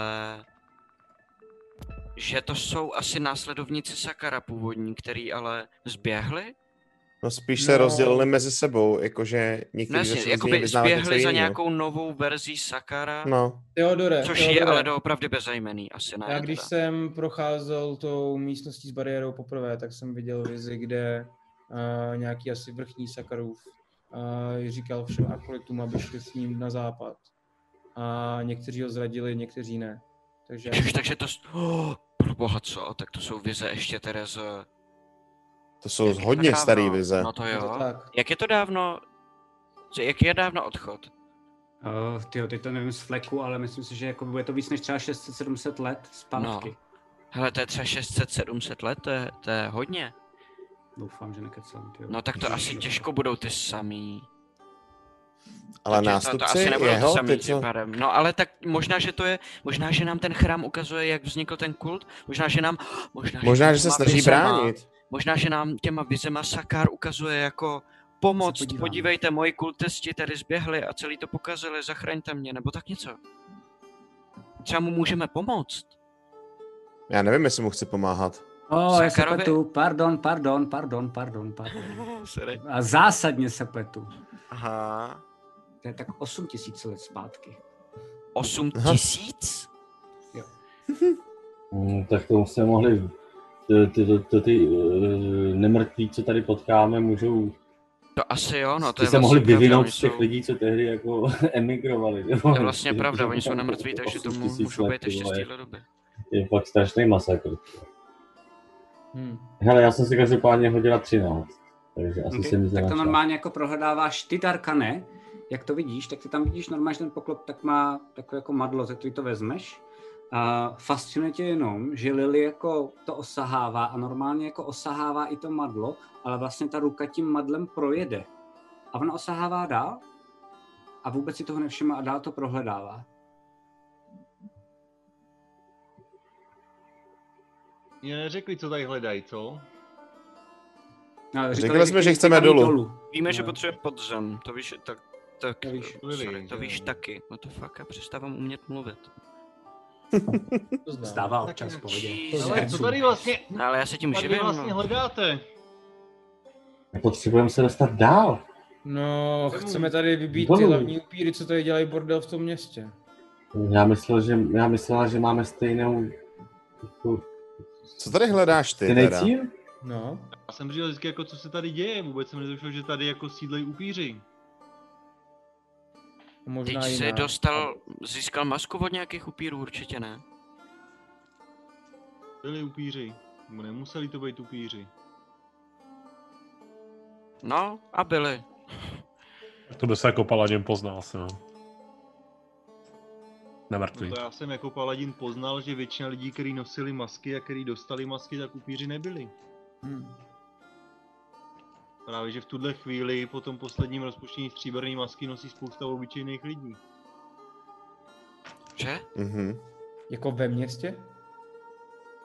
S1: že to jsou asi následovníci Sakara původní, který ale zběhli?
S11: No spíš no. se rozdělili mezi sebou, jakože někteří
S1: no, jakoby zběhli za nějakou novou verzí Sakara,
S11: no.
S7: Teodore,
S1: což
S7: Teodore.
S1: je ale doopravdy bezajmený, asi ne.
S7: Já když teda. jsem procházel tou místností s bariérou poprvé, tak jsem viděl vizi, kde uh, nějaký asi vrchní Sakarův uh, říkal všem akolitům, aby šli s ním na západ a někteří ho zradili, někteří ne.
S1: Takže... [laughs] Ježiš, takže to... Oh, proboha, co? Tak to jsou vize ještě teda z...
S11: To jsou Jak hodně staré vize.
S1: No to jo. To tak. Jak je to dávno... Jak je dávno odchod? No.
S4: Uh, tyjo, teď to nevím z fleku, ale myslím si, že jako bude to víc než třeba 600-700 let zpátky. No.
S1: Hele, to je třeba 600-700 let, to je, to je hodně.
S4: Doufám, že nekecám, tyjo.
S1: No tak to Ježiš, asi těžko budou ty samý.
S11: Ale Takže nástupci to, to jeho,
S1: ty co? No ale tak možná, že to je, možná, že nám ten chrám ukazuje, jak vznikl ten kult, možná, že nám, možná,
S11: možná že, že se snaží vizema, bránit.
S1: Možná, že nám těma vizema Sakár ukazuje jako pomoc, podívejte, moji kultisti tady zběhli a celý to pokazili, zachraňte mě, nebo tak něco. Třeba mu můžeme pomoct.
S11: Já nevím, jestli mu chci pomáhat.
S4: O, oh, já se pletu, pardon, pardon, pardon,
S1: [laughs]
S4: pardon, pardon. A zásadně se pletu.
S1: Aha.
S4: To je tak 8 tisíc let zpátky.
S1: 8 tisíc?
S4: Jo.
S10: mm, tak to se mohli... Ty, ty, ty, ty, ty eh, nemrtví, co tady potkáme, můžou...
S1: To asi jo, no to
S10: ty
S1: je vlastně
S10: se mohli vyvinout
S1: pravda,
S10: z těch
S1: jsou...
S10: lidí, co tehdy jako [laughs] emigrovali.
S1: To je vlastně pravda, oni jsou nemrtví, takže to můžou být ještě z téhle doby.
S10: Je fakt strašný masakr.
S4: Hm.
S7: Hmm.
S10: Hele, já jsem si každopádně hodila 13. Takže asi okay. jsem
S4: Tak to normálně jako prohledáváš ty, Darkane, jak to vidíš, tak ty tam vidíš normálně, že ten poklop tak má takové jako madlo, ze který to vezmeš. A fascinuje tě jenom, že Lily jako to osahává a normálně jako osahává i to madlo, ale vlastně ta ruka tím madlem projede. A ona osahává dál a vůbec si toho nevšimá a dál to prohledává.
S8: Mě neřekli, co tady hledají, co?
S4: No,
S11: Řekli jsme, že chceme dolů. dolů.
S1: Víme,
S4: no.
S1: že potřebuje podzem, to víš, tak, tak, to víš, sorry, Lili, to víš taky. No to fakt, já přestávám umět mluvit.
S4: to Stává občas v pohodě.
S8: Ale co tady vlastně,
S1: no, ale já se tím
S8: tady
S1: živím.
S8: vlastně
S1: no.
S8: hledáte?
S10: Potřebujeme se dostat dál.
S7: No, chceme tady vybít ty
S10: Dolů.
S7: hlavní upíry, co tady dělají bordel v tom městě.
S10: Já, myslel, že, já myslela, že máme stejnou jako,
S11: Co tady hledáš ty?
S8: Ty
S11: teda?
S8: nejcíl?
S7: No.
S8: Já jsem říkal vždycky, jako co se tady děje, vůbec jsem netušil, že tady jako sídlej upíři.
S7: Možná
S1: Teď
S7: jiná.
S1: jsi dostal, získal masku od nějakých upírů, určitě ne.
S8: Byli upíři, nebo nemuseli to být upíři.
S1: No, a byli.
S9: To by se jako paladin poznal asi, no. Nemrtvý.
S8: No to já jsem jako paladin poznal, že většina lidí, kteří nosili masky a kteří dostali masky, tak upíři nebyli.
S7: Hmm.
S8: Právě, že v tuhle chvíli po tom posledním rozpuštění stříbrné masky nosí spousta obyčejných lidí.
S1: Že?
S11: Mhm.
S7: Jako ve městě?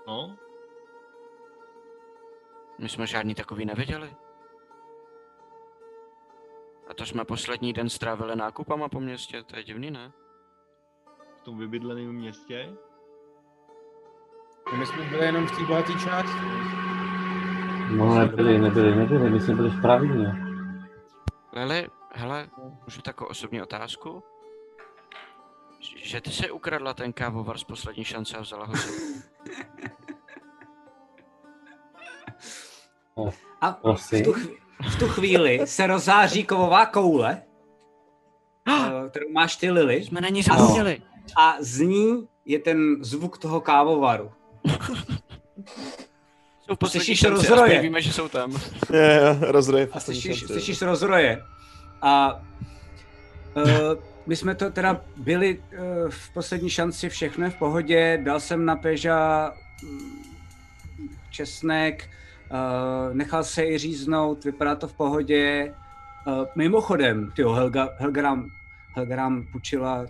S8: No,
S1: My jsme žádný takový neviděli. A to jsme poslední den strávili nákupama po městě, to je divný, ne?
S8: v tom vybydleném městě.
S7: My jsme byli jenom v té bohaté části.
S10: No nebyli, nebyli, nebyli, my jsme byli v pravině.
S1: Lili, hele, můžu takovou osobní otázku? Ž- Že ty se ukradla ten kávovar z poslední šance a vzala ho si.
S4: A v tu, chv- v tu chvíli se rozáří kovová koule, eh, kterou máš ty Lily. Jsme
S1: Ah! na ní
S4: zapomněli. A z ní je ten zvuk toho kávovaru.
S1: [laughs] Jsou
S4: Slyšíš
S1: šanci, aspoň
S4: rozroje.
S1: Víme, že jsou tam.
S11: Je, je, rozroje.
S4: A slyšíš, slyšíš rozroje. A uh, my jsme to teda byli uh, v poslední šanci, všechno je v pohodě, dal jsem na Peža mm, česnek, uh, nechal se i říznout, vypadá to v pohodě. Uh, mimochodem, tyjo, Helga, Helga, nám, Helga nám půjčila uh,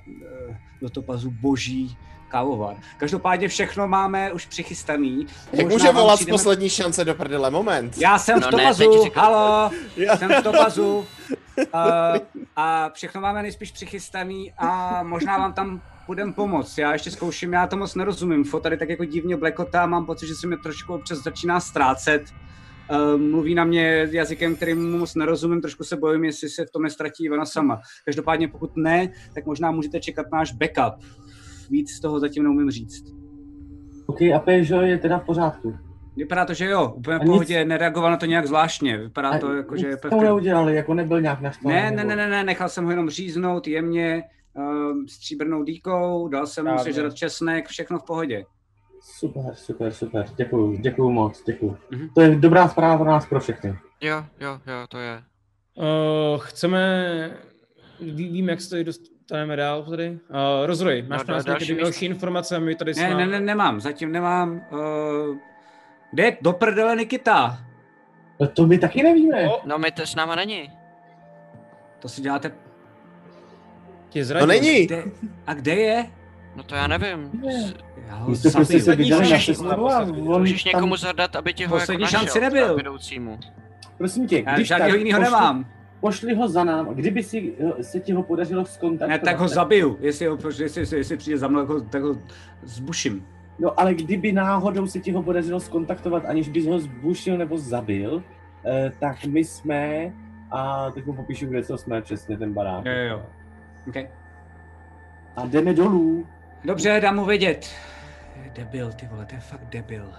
S4: do topazu boží kávovar. Každopádně všechno máme už přichystaný.
S11: Jak
S4: Možná
S11: může
S4: vám
S11: volat z
S4: přijdeme-
S11: poslední šance do prdele? Moment.
S4: já
S1: No,
S4: jsem v Tomazu, halo, jsem v Tomazu. Uh, a všechno máme nejspíš přichystaný a možná vám tam budem pomoct. Já ještě zkouším, já to moc nerozumím. Fo tady tak jako divně blekotá, mám pocit, že se mě trošku občas začíná ztrácet. Uh, mluví na mě jazykem, kterým mu moc nerozumím, trošku se bojím, jestli se v tom nestratí Ivana sama. Každopádně pokud ne, tak možná můžete čekat náš backup. Víc z toho zatím neumím říct.
S10: OK, a Peugeot je teda v pořádku.
S4: Vypadá to, že jo, úplně v
S10: A nic-
S4: pohodě, nereagoval na to nějak zvláštně. Vypadá to jako, že je
S10: Nic
S4: úplně v
S10: to
S4: klidu.
S10: neudělali, jako nebyl nějak naštvaný.
S4: Ne, ne, ne, ne, ne, nechal jsem ho jenom říznout jemně um, stříbrnou dýkou, dal jsem mu
S10: Právě.
S4: sežrat česnek, všechno v pohodě.
S10: Super, super, super, děkuju, děkuju moc, děkuju.
S4: Mhm.
S10: To je dobrá zpráva pro nás, pro všechny.
S1: Jo, jo, jo, to je.
S18: Uh, chceme... Ví, vím, jak se tady dostaneme dál tady. Uh, rozroj, máš
S4: No,
S18: pro
S4: da-
S18: nás
S4: další
S18: nějaké další informace a my tady s
S4: Ne, ne,
S18: námi-
S4: ne, nemám, zatím nemám. Uh, kde je do prdele Nikita?
S10: No to my taky nevíme.
S1: No my to s náma není.
S4: To si děláte...
S18: Tě
S1: zradil. No není.
S4: Kde, a kde je?
S1: No to já nevím. S-
S4: Já
S10: My jsme prostě se viděli na seznamu a on
S1: Můžeš
S10: tam-
S1: někomu zadat, aby tě ho
S4: Poslední
S1: jako našel,
S4: šanci nebyl.
S1: třeba Vedoucímu.
S10: Prosím tě,
S4: Já
S10: když
S4: žádnýho
S10: tak,
S4: jinýho
S10: pošli-
S4: nemám.
S10: Pošli ho za nám, kdyby si, eh, se ti ho podařilo skontaktovat.
S4: Ne, tak ho zabiju, jestli, ho, proč- jestli, jestli, jestli přijde za mnou, tak ho, tak ho zbuším.
S10: No ale kdyby náhodou se ti ho podařilo skontaktovat, aniž bys ho zbušil nebo zabil, eh, tak my jsme, a teď mu popíšu, kde co jsme, přesně ten barák.
S4: Jo, jo. Okay.
S10: A jdeme dolů.
S4: Dobře, dám mu vědět. Je Debil, ty vole, to je fakt debil.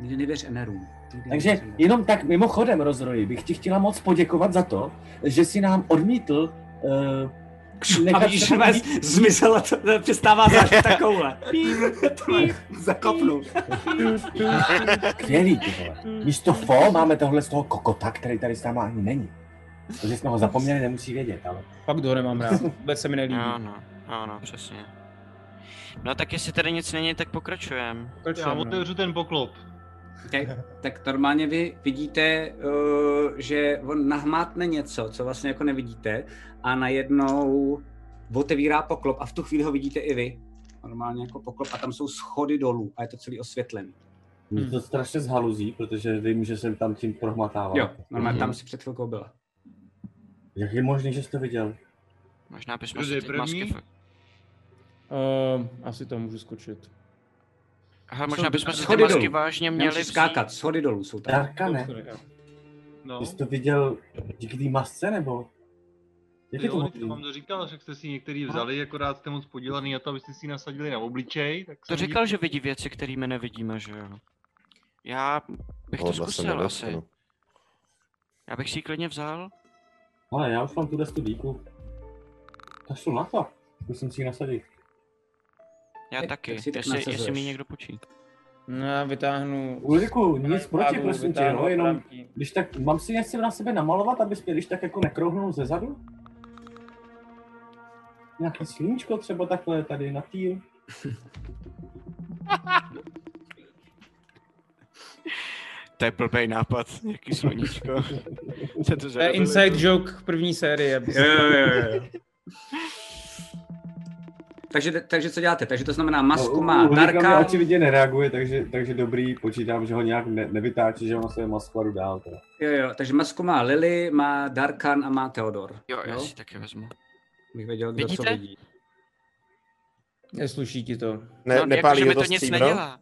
S4: Nikdy nevěř Enerům. Nikdy
S10: Takže
S4: nevěř Enerům.
S10: jenom tak mimochodem, Rozroji, bych ti chtěla moc poděkovat za to, že si nám odmítl uh,
S4: A vidíš, že vás zmizela, to, přestává
S10: [laughs]
S4: zářit takovouhle. Zakopnu.
S10: Skvělý, ty vole. Místo fo máme tohle z toho kokota, který tady s náma ani není. Protože jsme ho zapomněli, nemusí vědět, ale...
S18: Fakt ho nemám rád, vůbec se mi nelíbí.
S1: Ano, ano, přesně. No tak jestli tady nic není, tak pokračujeme.
S18: Pokračujeme. Já
S4: no.
S18: otevřu
S8: ten poklop.
S4: Okay. Tak normálně vy vidíte, eh, že on nahmátne něco, co vlastně jako nevidíte a najednou otevírá poklop a v tu chvíli ho vidíte i vy. Normálně jako poklop a tam jsou schody dolů a je to celý osvětlený. Hmm.
S10: Mě to strašně zhaluzí, protože vím, že jsem tam tím prohmatával. Mhm.
S4: Jo, normálně tam si před chvilkou byla.
S10: Jak je možné, že jsi to viděl?
S1: Možná bychom
S10: Kdo
S1: si
S10: je
S1: ty
S10: první?
S1: masky... fa-
S4: Ehm,
S18: Uh, asi tam můžu skočit.
S1: [laughs] Hele,
S18: Jsou
S1: možná
S18: ty-
S1: bychom si ty
S18: schody
S1: masky
S18: dolů.
S1: vážně
S18: Já
S1: měli
S18: musím
S1: vzít.
S18: skákat,
S4: schody dolů jsou
S10: Dárka ne.
S8: No.
S10: Ty jsi to viděl díky té masce, nebo? Jak je to
S8: Jo,
S10: možný?
S8: to vám to říkal, že jste si některý vzali, akorát jste moc podělaný na to, abyste si ji nasadili na obličej. Tak
S1: To
S8: jsem
S1: říkal, že vidí věci, kterými nevidíme, že jo. Já bych to
S11: Tohle se
S1: zkusil
S11: nedostanu.
S1: asi. Já bych si ji klidně vzal.
S10: Ale já už mám tu studíku. Kašlu na to. Musím si ji nasadit.
S1: Já taky,
S7: tak si tak
S1: jestli,
S7: nasazuješ.
S1: jestli mi někdo počí.
S7: No,
S18: Eh,
S7: já vytáhnu...
S10: Ulriku, nic proti,
S7: Vytáhnu-
S10: prosím tě,
S7: vytáhnu
S10: jo, jenom,
S7: opravky.
S10: když tak, mám si něco na sebe namalovat, abys mě když tak jako nekrouhnul ze zadu? Nějaký sluníčko třeba takhle tady na týl?
S1: To je blbý nápad, jaký sluníčko. Co to za
S18: To je
S1: rozhodnutí?
S18: inside joke první série. aby se-
S1: Jo, jo, jo, jo.
S17: Takže,
S4: takže co děláte? Takže to znamená, [laughs]
S10: No,
S4: masku
S10: u-
S4: má
S10: u Ulrika mi
S4: Darka.
S10: Očividně nereaguje, takže, takže dobrý, počítám, že ho nějak ne, nevytáčí, že on se masklaru dál. Teda.
S4: Jo, jo, takže masku má Lily, má Darkan a má Theodor.
S1: Jo, já si taky vezmu.
S4: Bych věděl, kdo
S1: Vidíte?
S4: co vidí.
S18: [laughs] Nesluší ti to.
S11: Ne,
S1: No,
S11: nepálí
S1: jakože mi
S11: ho to
S1: to nic
S11: stříbro?
S1: nedělá.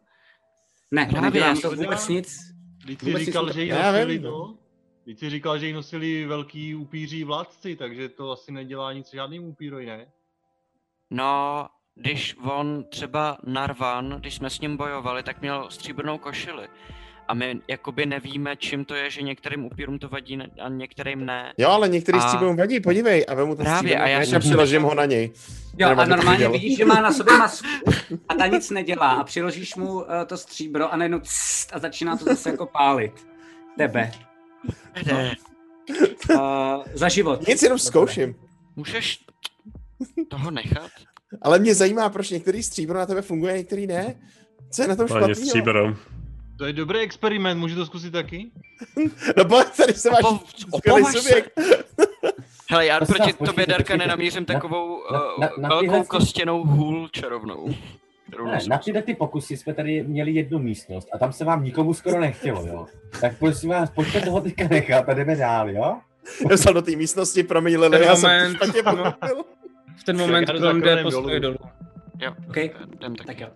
S4: Ne,
S1: Právě,
S4: nedělá
S1: já
S4: to
S1: si-
S4: vůbec nic.
S8: Vždyť jsi
S4: Vůbec
S8: říkal,
S4: nic-
S8: že ji
S4: Já
S8: nosili,
S4: vím,
S8: no. Vždyť jsi říkal, že ji nosili velký upíří vládci, takže to asi nedělá nic žádným upíroj, ne?
S1: [laughs] No, když on třeba Narvan, když jsme s ním bojovali, tak měl stříbrnou košili. A my jakoby nevíme, čím to je, že některým upírům to vadí ne- a některým ne.
S11: Jo, ale některý
S1: A-
S11: stříbrnou vadí, podívej, a vemu ten
S1: Právě,
S11: stříbrný
S1: a já
S11: meč
S1: jsem-
S11: a přiložím ho na něj.
S4: Jo,
S11: Jenom
S4: a
S11: abych
S4: normálně
S11: viděl.
S4: vidíš, že má na sobě masku a ta nic nedělá a přiložíš mu eh, to stříbro a najednou cst, a začíná to zase jako pálit. Tebe.
S1: No.
S4: Uh, za život.
S11: Nic jenom zkouším.
S1: Můžeš
S11: [laughs]
S1: toho nechat?
S11: [laughs] Ale mě zajímá, proč některý stříbro na tebe funguje, některý ne. Co je na tom
S9: Páně
S11: špatného?
S9: stříbro.
S8: To je dobrý experiment, můžu to zkusit taky?
S11: No bo tady se máš skvělý
S8: opovaž se.
S11: subjekt.
S1: [laughs] Hele, já
S8: Prosím
S1: proti
S8: vás, počkejte,
S1: tobě, Darka,
S8: počkejte.
S1: nenamířím
S8: Na-
S1: takovou
S10: na-
S1: eh,
S10: na- na
S1: velkou
S10: tyhle-
S1: kostěnou hůl čarovnou. Kterou
S10: Ne,
S1: nosím.
S10: na tyhle ty pokusy jsme tady měli jednu místnost a tam se vám nikomu skoro nechtělo, jo? Tak prosím vás, pojďte toho teďka nechat a jdeme dál, jo?
S11: Já jsem do té místnosti promýlil, já jsem to špatně
S18: no, v ten moment
S4: Tak já jdu
S18: Kron
S4: za
S18: jde
S4: Kronem
S18: po stroji dolů.
S4: dolů.
S1: Jo, eh,
S4: okay.
S1: jdem taky.
S4: Tak jo.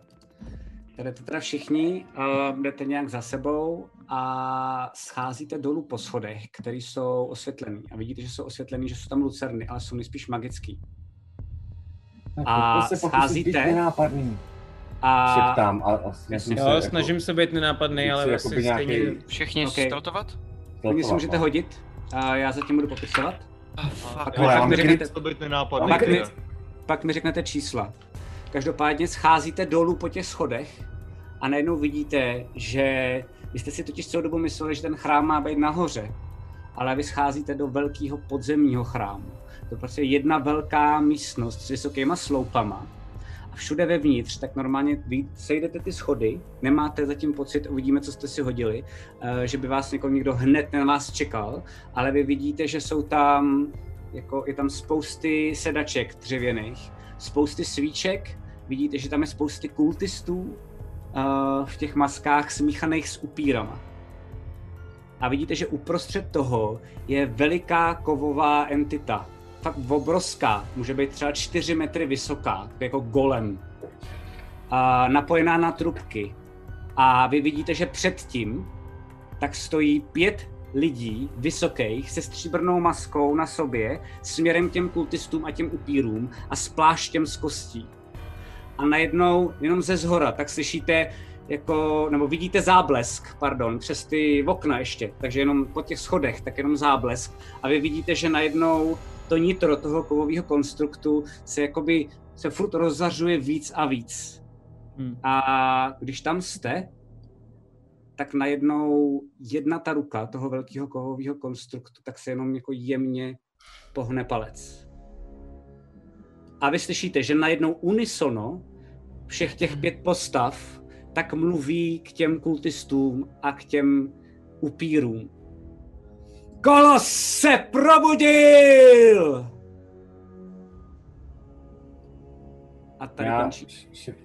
S4: Tady jdete teda všichni, uh, jdete nějak za sebou a scházíte dolů po schodech, které jsou osvětlený. A vidíte, že jsou osvětlený, že jsou tam lucerny, ale jsou nejspíš magický.
S10: Tak
S4: A
S10: pojďte se pokusit být
S4: scházíte
S10: nenápadný.
S4: a...
S10: Šeptám a- a snažím
S18: Jo, snažím se být nenápadný, ale
S10: jakoby
S18: vlastně
S10: jako- nějaký-
S18: stejně...
S1: Všichni
S4: Okej.
S1: okay. startovat?
S4: Klidně si
S10: Startovat,
S4: můžete
S10: no.
S4: hodit, a já zatím budu popisovat.
S1: Ah,
S4: A pak,
S8: Ale já
S4: pak,
S8: mám
S4: mi
S8: kryt-
S4: řeknete,
S8: to být nenápadný
S4: pak, mi,
S8: teda.
S4: pak mi řeknete čísla. Každopádně scházíte dolů po těch schodech a najednou vidíte, že vy jste si totiž celou dobu mysleli, že ten chrám má být nahoře, ale vy scházíte do velkého podzemního chrámu. To je prostě jedna velká místnost s vysokýma sloupama a všude vevnitř, tak normálně vy sejdete ty schody, nemáte zatím pocit, uvidíme, co jste si hodili, eh, že by vás někoho někdo hned na vás čekal, ale vy vidíte, že jsou tam, jako je tam spousty sedaček dřevěných, spousty svíček, vidíte, že tam je spousty kultistů eh, v těch maskách smíchaných s upírama. A vidíte, že uprostřed toho je veliká kovová entita. Fakt obrovská, může být třeba 4 metry vysoká, jako golem. A napojená na trubky. A vy vidíte, že předtím tak stojí pět lidí vysokých se stříbrnou maskou na sobě směrem k těm kultistům a těm upírům a s pláštěm z kostí. A najednou jenom ze zhora tak slyšíte jako, nebo vidíte záblesk, pardon, přes ty okna ještě, takže jenom po těch schodech, tak jenom záblesk a vy vidíte, že najednou to nitro toho kovového konstruktu se jakoby se furt rozzařuje víc a víc.
S7: Hmm.
S4: A když tam jste, tak najednou jedna ta ruka toho velkého kovového konstruktu tak se jenom jako jemně pohne palec. A vy slyšíte, že najednou unisono všech těch pět postav tak mluví k těm kultistům a k těm upírům. Kolos se probudil! A tady
S10: Já
S4: končí.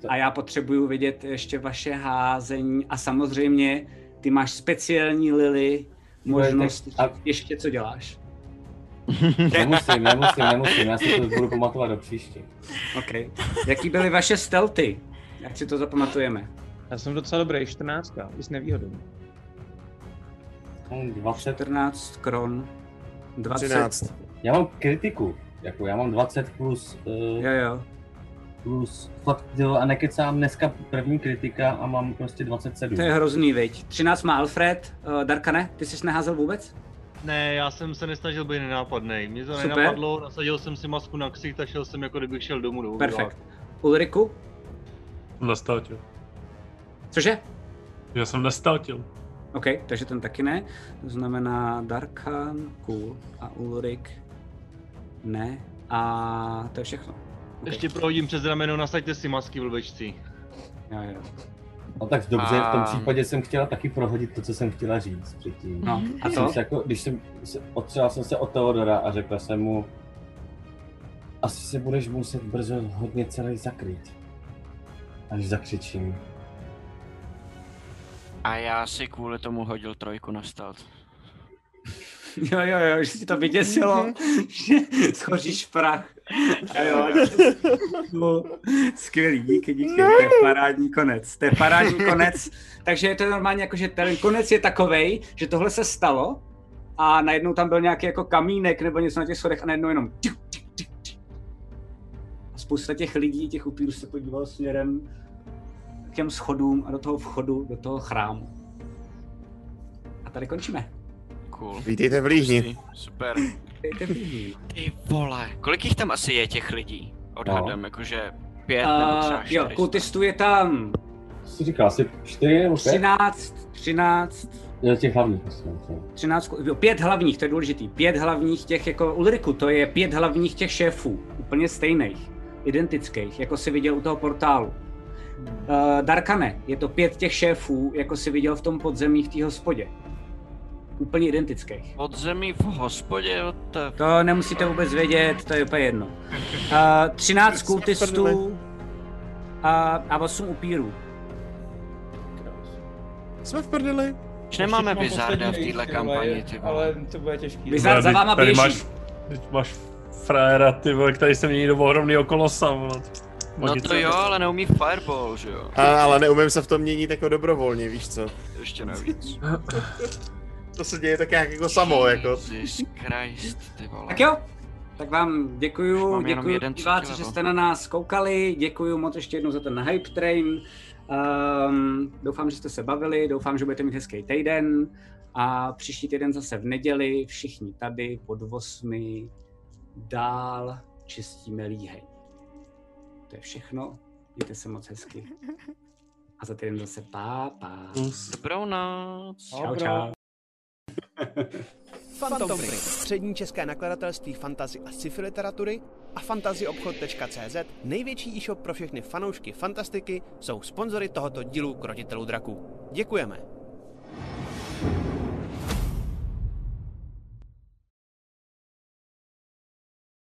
S4: A já potřebuju vidět ještě vaše házení a samozřejmě ty máš speciální lily, možnost a... ještě co děláš.
S10: [laughs] Nemusím, nemusím, nemusím, já si to budu pamatovat do příště.
S4: OK. Jaký byly vaše stelty? Jak si to zapamatujeme?
S18: Já jsem docela dobrý, 14, i s nevýhodou.
S10: 20.
S4: 14 kron. 20.
S10: 13. Já mám kritiku, jako já mám 20 plus... Uh,
S4: jo, jo.
S10: plus fakt, jo, a nekecám dneska první kritika a mám prostě 27.
S4: To je hrozný, viď? 13 má Alfred, uh, Darka ne? Ty jsi neházel vůbec?
S8: Ne, já jsem se nesnažil být nenápadný. Mě to
S4: Super.
S8: Super. nenapadlo, nasadil jsem si masku na ksicht a šel jsem jako kdybych šel domů do
S4: Perfekt. Ulriku?
S9: Nestaltil.
S4: Cože?
S9: Já jsem nestaltil.
S4: OK, takže ten taky ne. To znamená Darkan, cool. A Ulrik, ne. A to je všechno. [laughs]
S8: Okay. Ještě prohodím přes rameno, nasaďte si masky blbečci.
S4: Jo, jo.
S10: No tak dobře, v tom
S8: A-
S10: případě jsem chtěla taky prohodit to, co jsem chtěla říct předtím.
S4: No, a
S10: jsem
S4: to?
S10: se jako, když jsem, se, otřela jsem se od Teodora a řekla jsem mu, asi se budeš muset brzo hodně celý zakrýt. Až zakřičím.
S1: A já si kvůli tomu hodil trojku na stealth.
S4: Jo, jo, jo, že si to vyděsilo, že [laughs] schoříš v prach. Jo,
S10: [laughs]
S4: jo. No, Skvělý, díky, díky, to je parádní konec, to je parádní konec. Takže je to normálně jako, že ten konec je takovej, že tohle se stalo a najednou tam byl nějaký jako kamínek nebo něco na těch schodech a najednou jenom tuk, tuk, tuk, tuk. a spousta těch lidí, těch upírů se podívalo směrem k těm schodům a do toho vchodu, do toho chrámu. A tady končíme.
S1: Cool.
S11: Vítejte v Líhni.
S1: Super.
S4: Ty
S1: vole, kolik jich tam asi je těch lidí? Odhadem,
S10: No.
S1: no. jakože pět uh, nebo třeba
S4: jo,
S1: čtyři.
S4: kultistů je tam
S10: Jsi říkal, asi čtyři nebo pět?
S4: 13, 13,
S10: Jo, těch hlavních, myslím. že.
S4: 13, jo, pět hlavních, to je důležitý, pět hlavních těch, jako Ulriku, to je pět hlavních těch šéfů, úplně stejných, identických, jako si viděl u toho portálu.
S11: Hmm.
S4: Uh, Darkane, je to pět těch šéfů, jako si viděl v tom podzemí v té hospodě. Úplně identických.
S1: Podzemí v hospodě, what the...
S4: To nemusíte vůbec vědět, to je úplně jedno. Uh, 13 kultistů a, a 8 upírů.
S11: Jsme v prdeli.
S1: Už nemáme
S7: Ještě mám
S1: Wizarda v
S7: poslední
S1: téhle
S7: link,
S1: kampani,
S7: ale-
S1: ty vole.
S7: Ale to bude těžký.
S9: Ne, teď- tady Máš, teď máš frajera, ty vole, který se mění do ohromného kolosa, vole.
S1: No to jo, ale neumí Fireball, že jo?
S11: A, ale neumím se v tom měnit jako dobrovolně, víš co?
S1: Ještě navíc.
S11: to se děje tak nějak jako samo, jako.
S1: Jesus Christ, ty vole.
S4: Tak jo, tak vám děkuju,
S1: mám jenom
S4: děkuju
S1: jeden
S4: diváci, že
S1: centilevo.
S4: jste na nás koukali, děkuju moc ještě jednou za ten hype train. Um, doufám, že jste se bavili, doufám, že budete mít hezký týden a příští týden zase v neděli všichni tady pod 8 dál čistíme líheň. To je všechno, mějte se moc hezky. A za týden zase pá, pá.
S1: Dobrou noc.
S4: Čau, čau.
S2: Phantom Print. Střední české nakladatelství fantazy a sci-fi literatury a fantazyobchod.cz, největší e-shop pro všechny fanoušky fantastiky, jsou sponzory tohoto dílu Krotitelů draků. Děkujeme.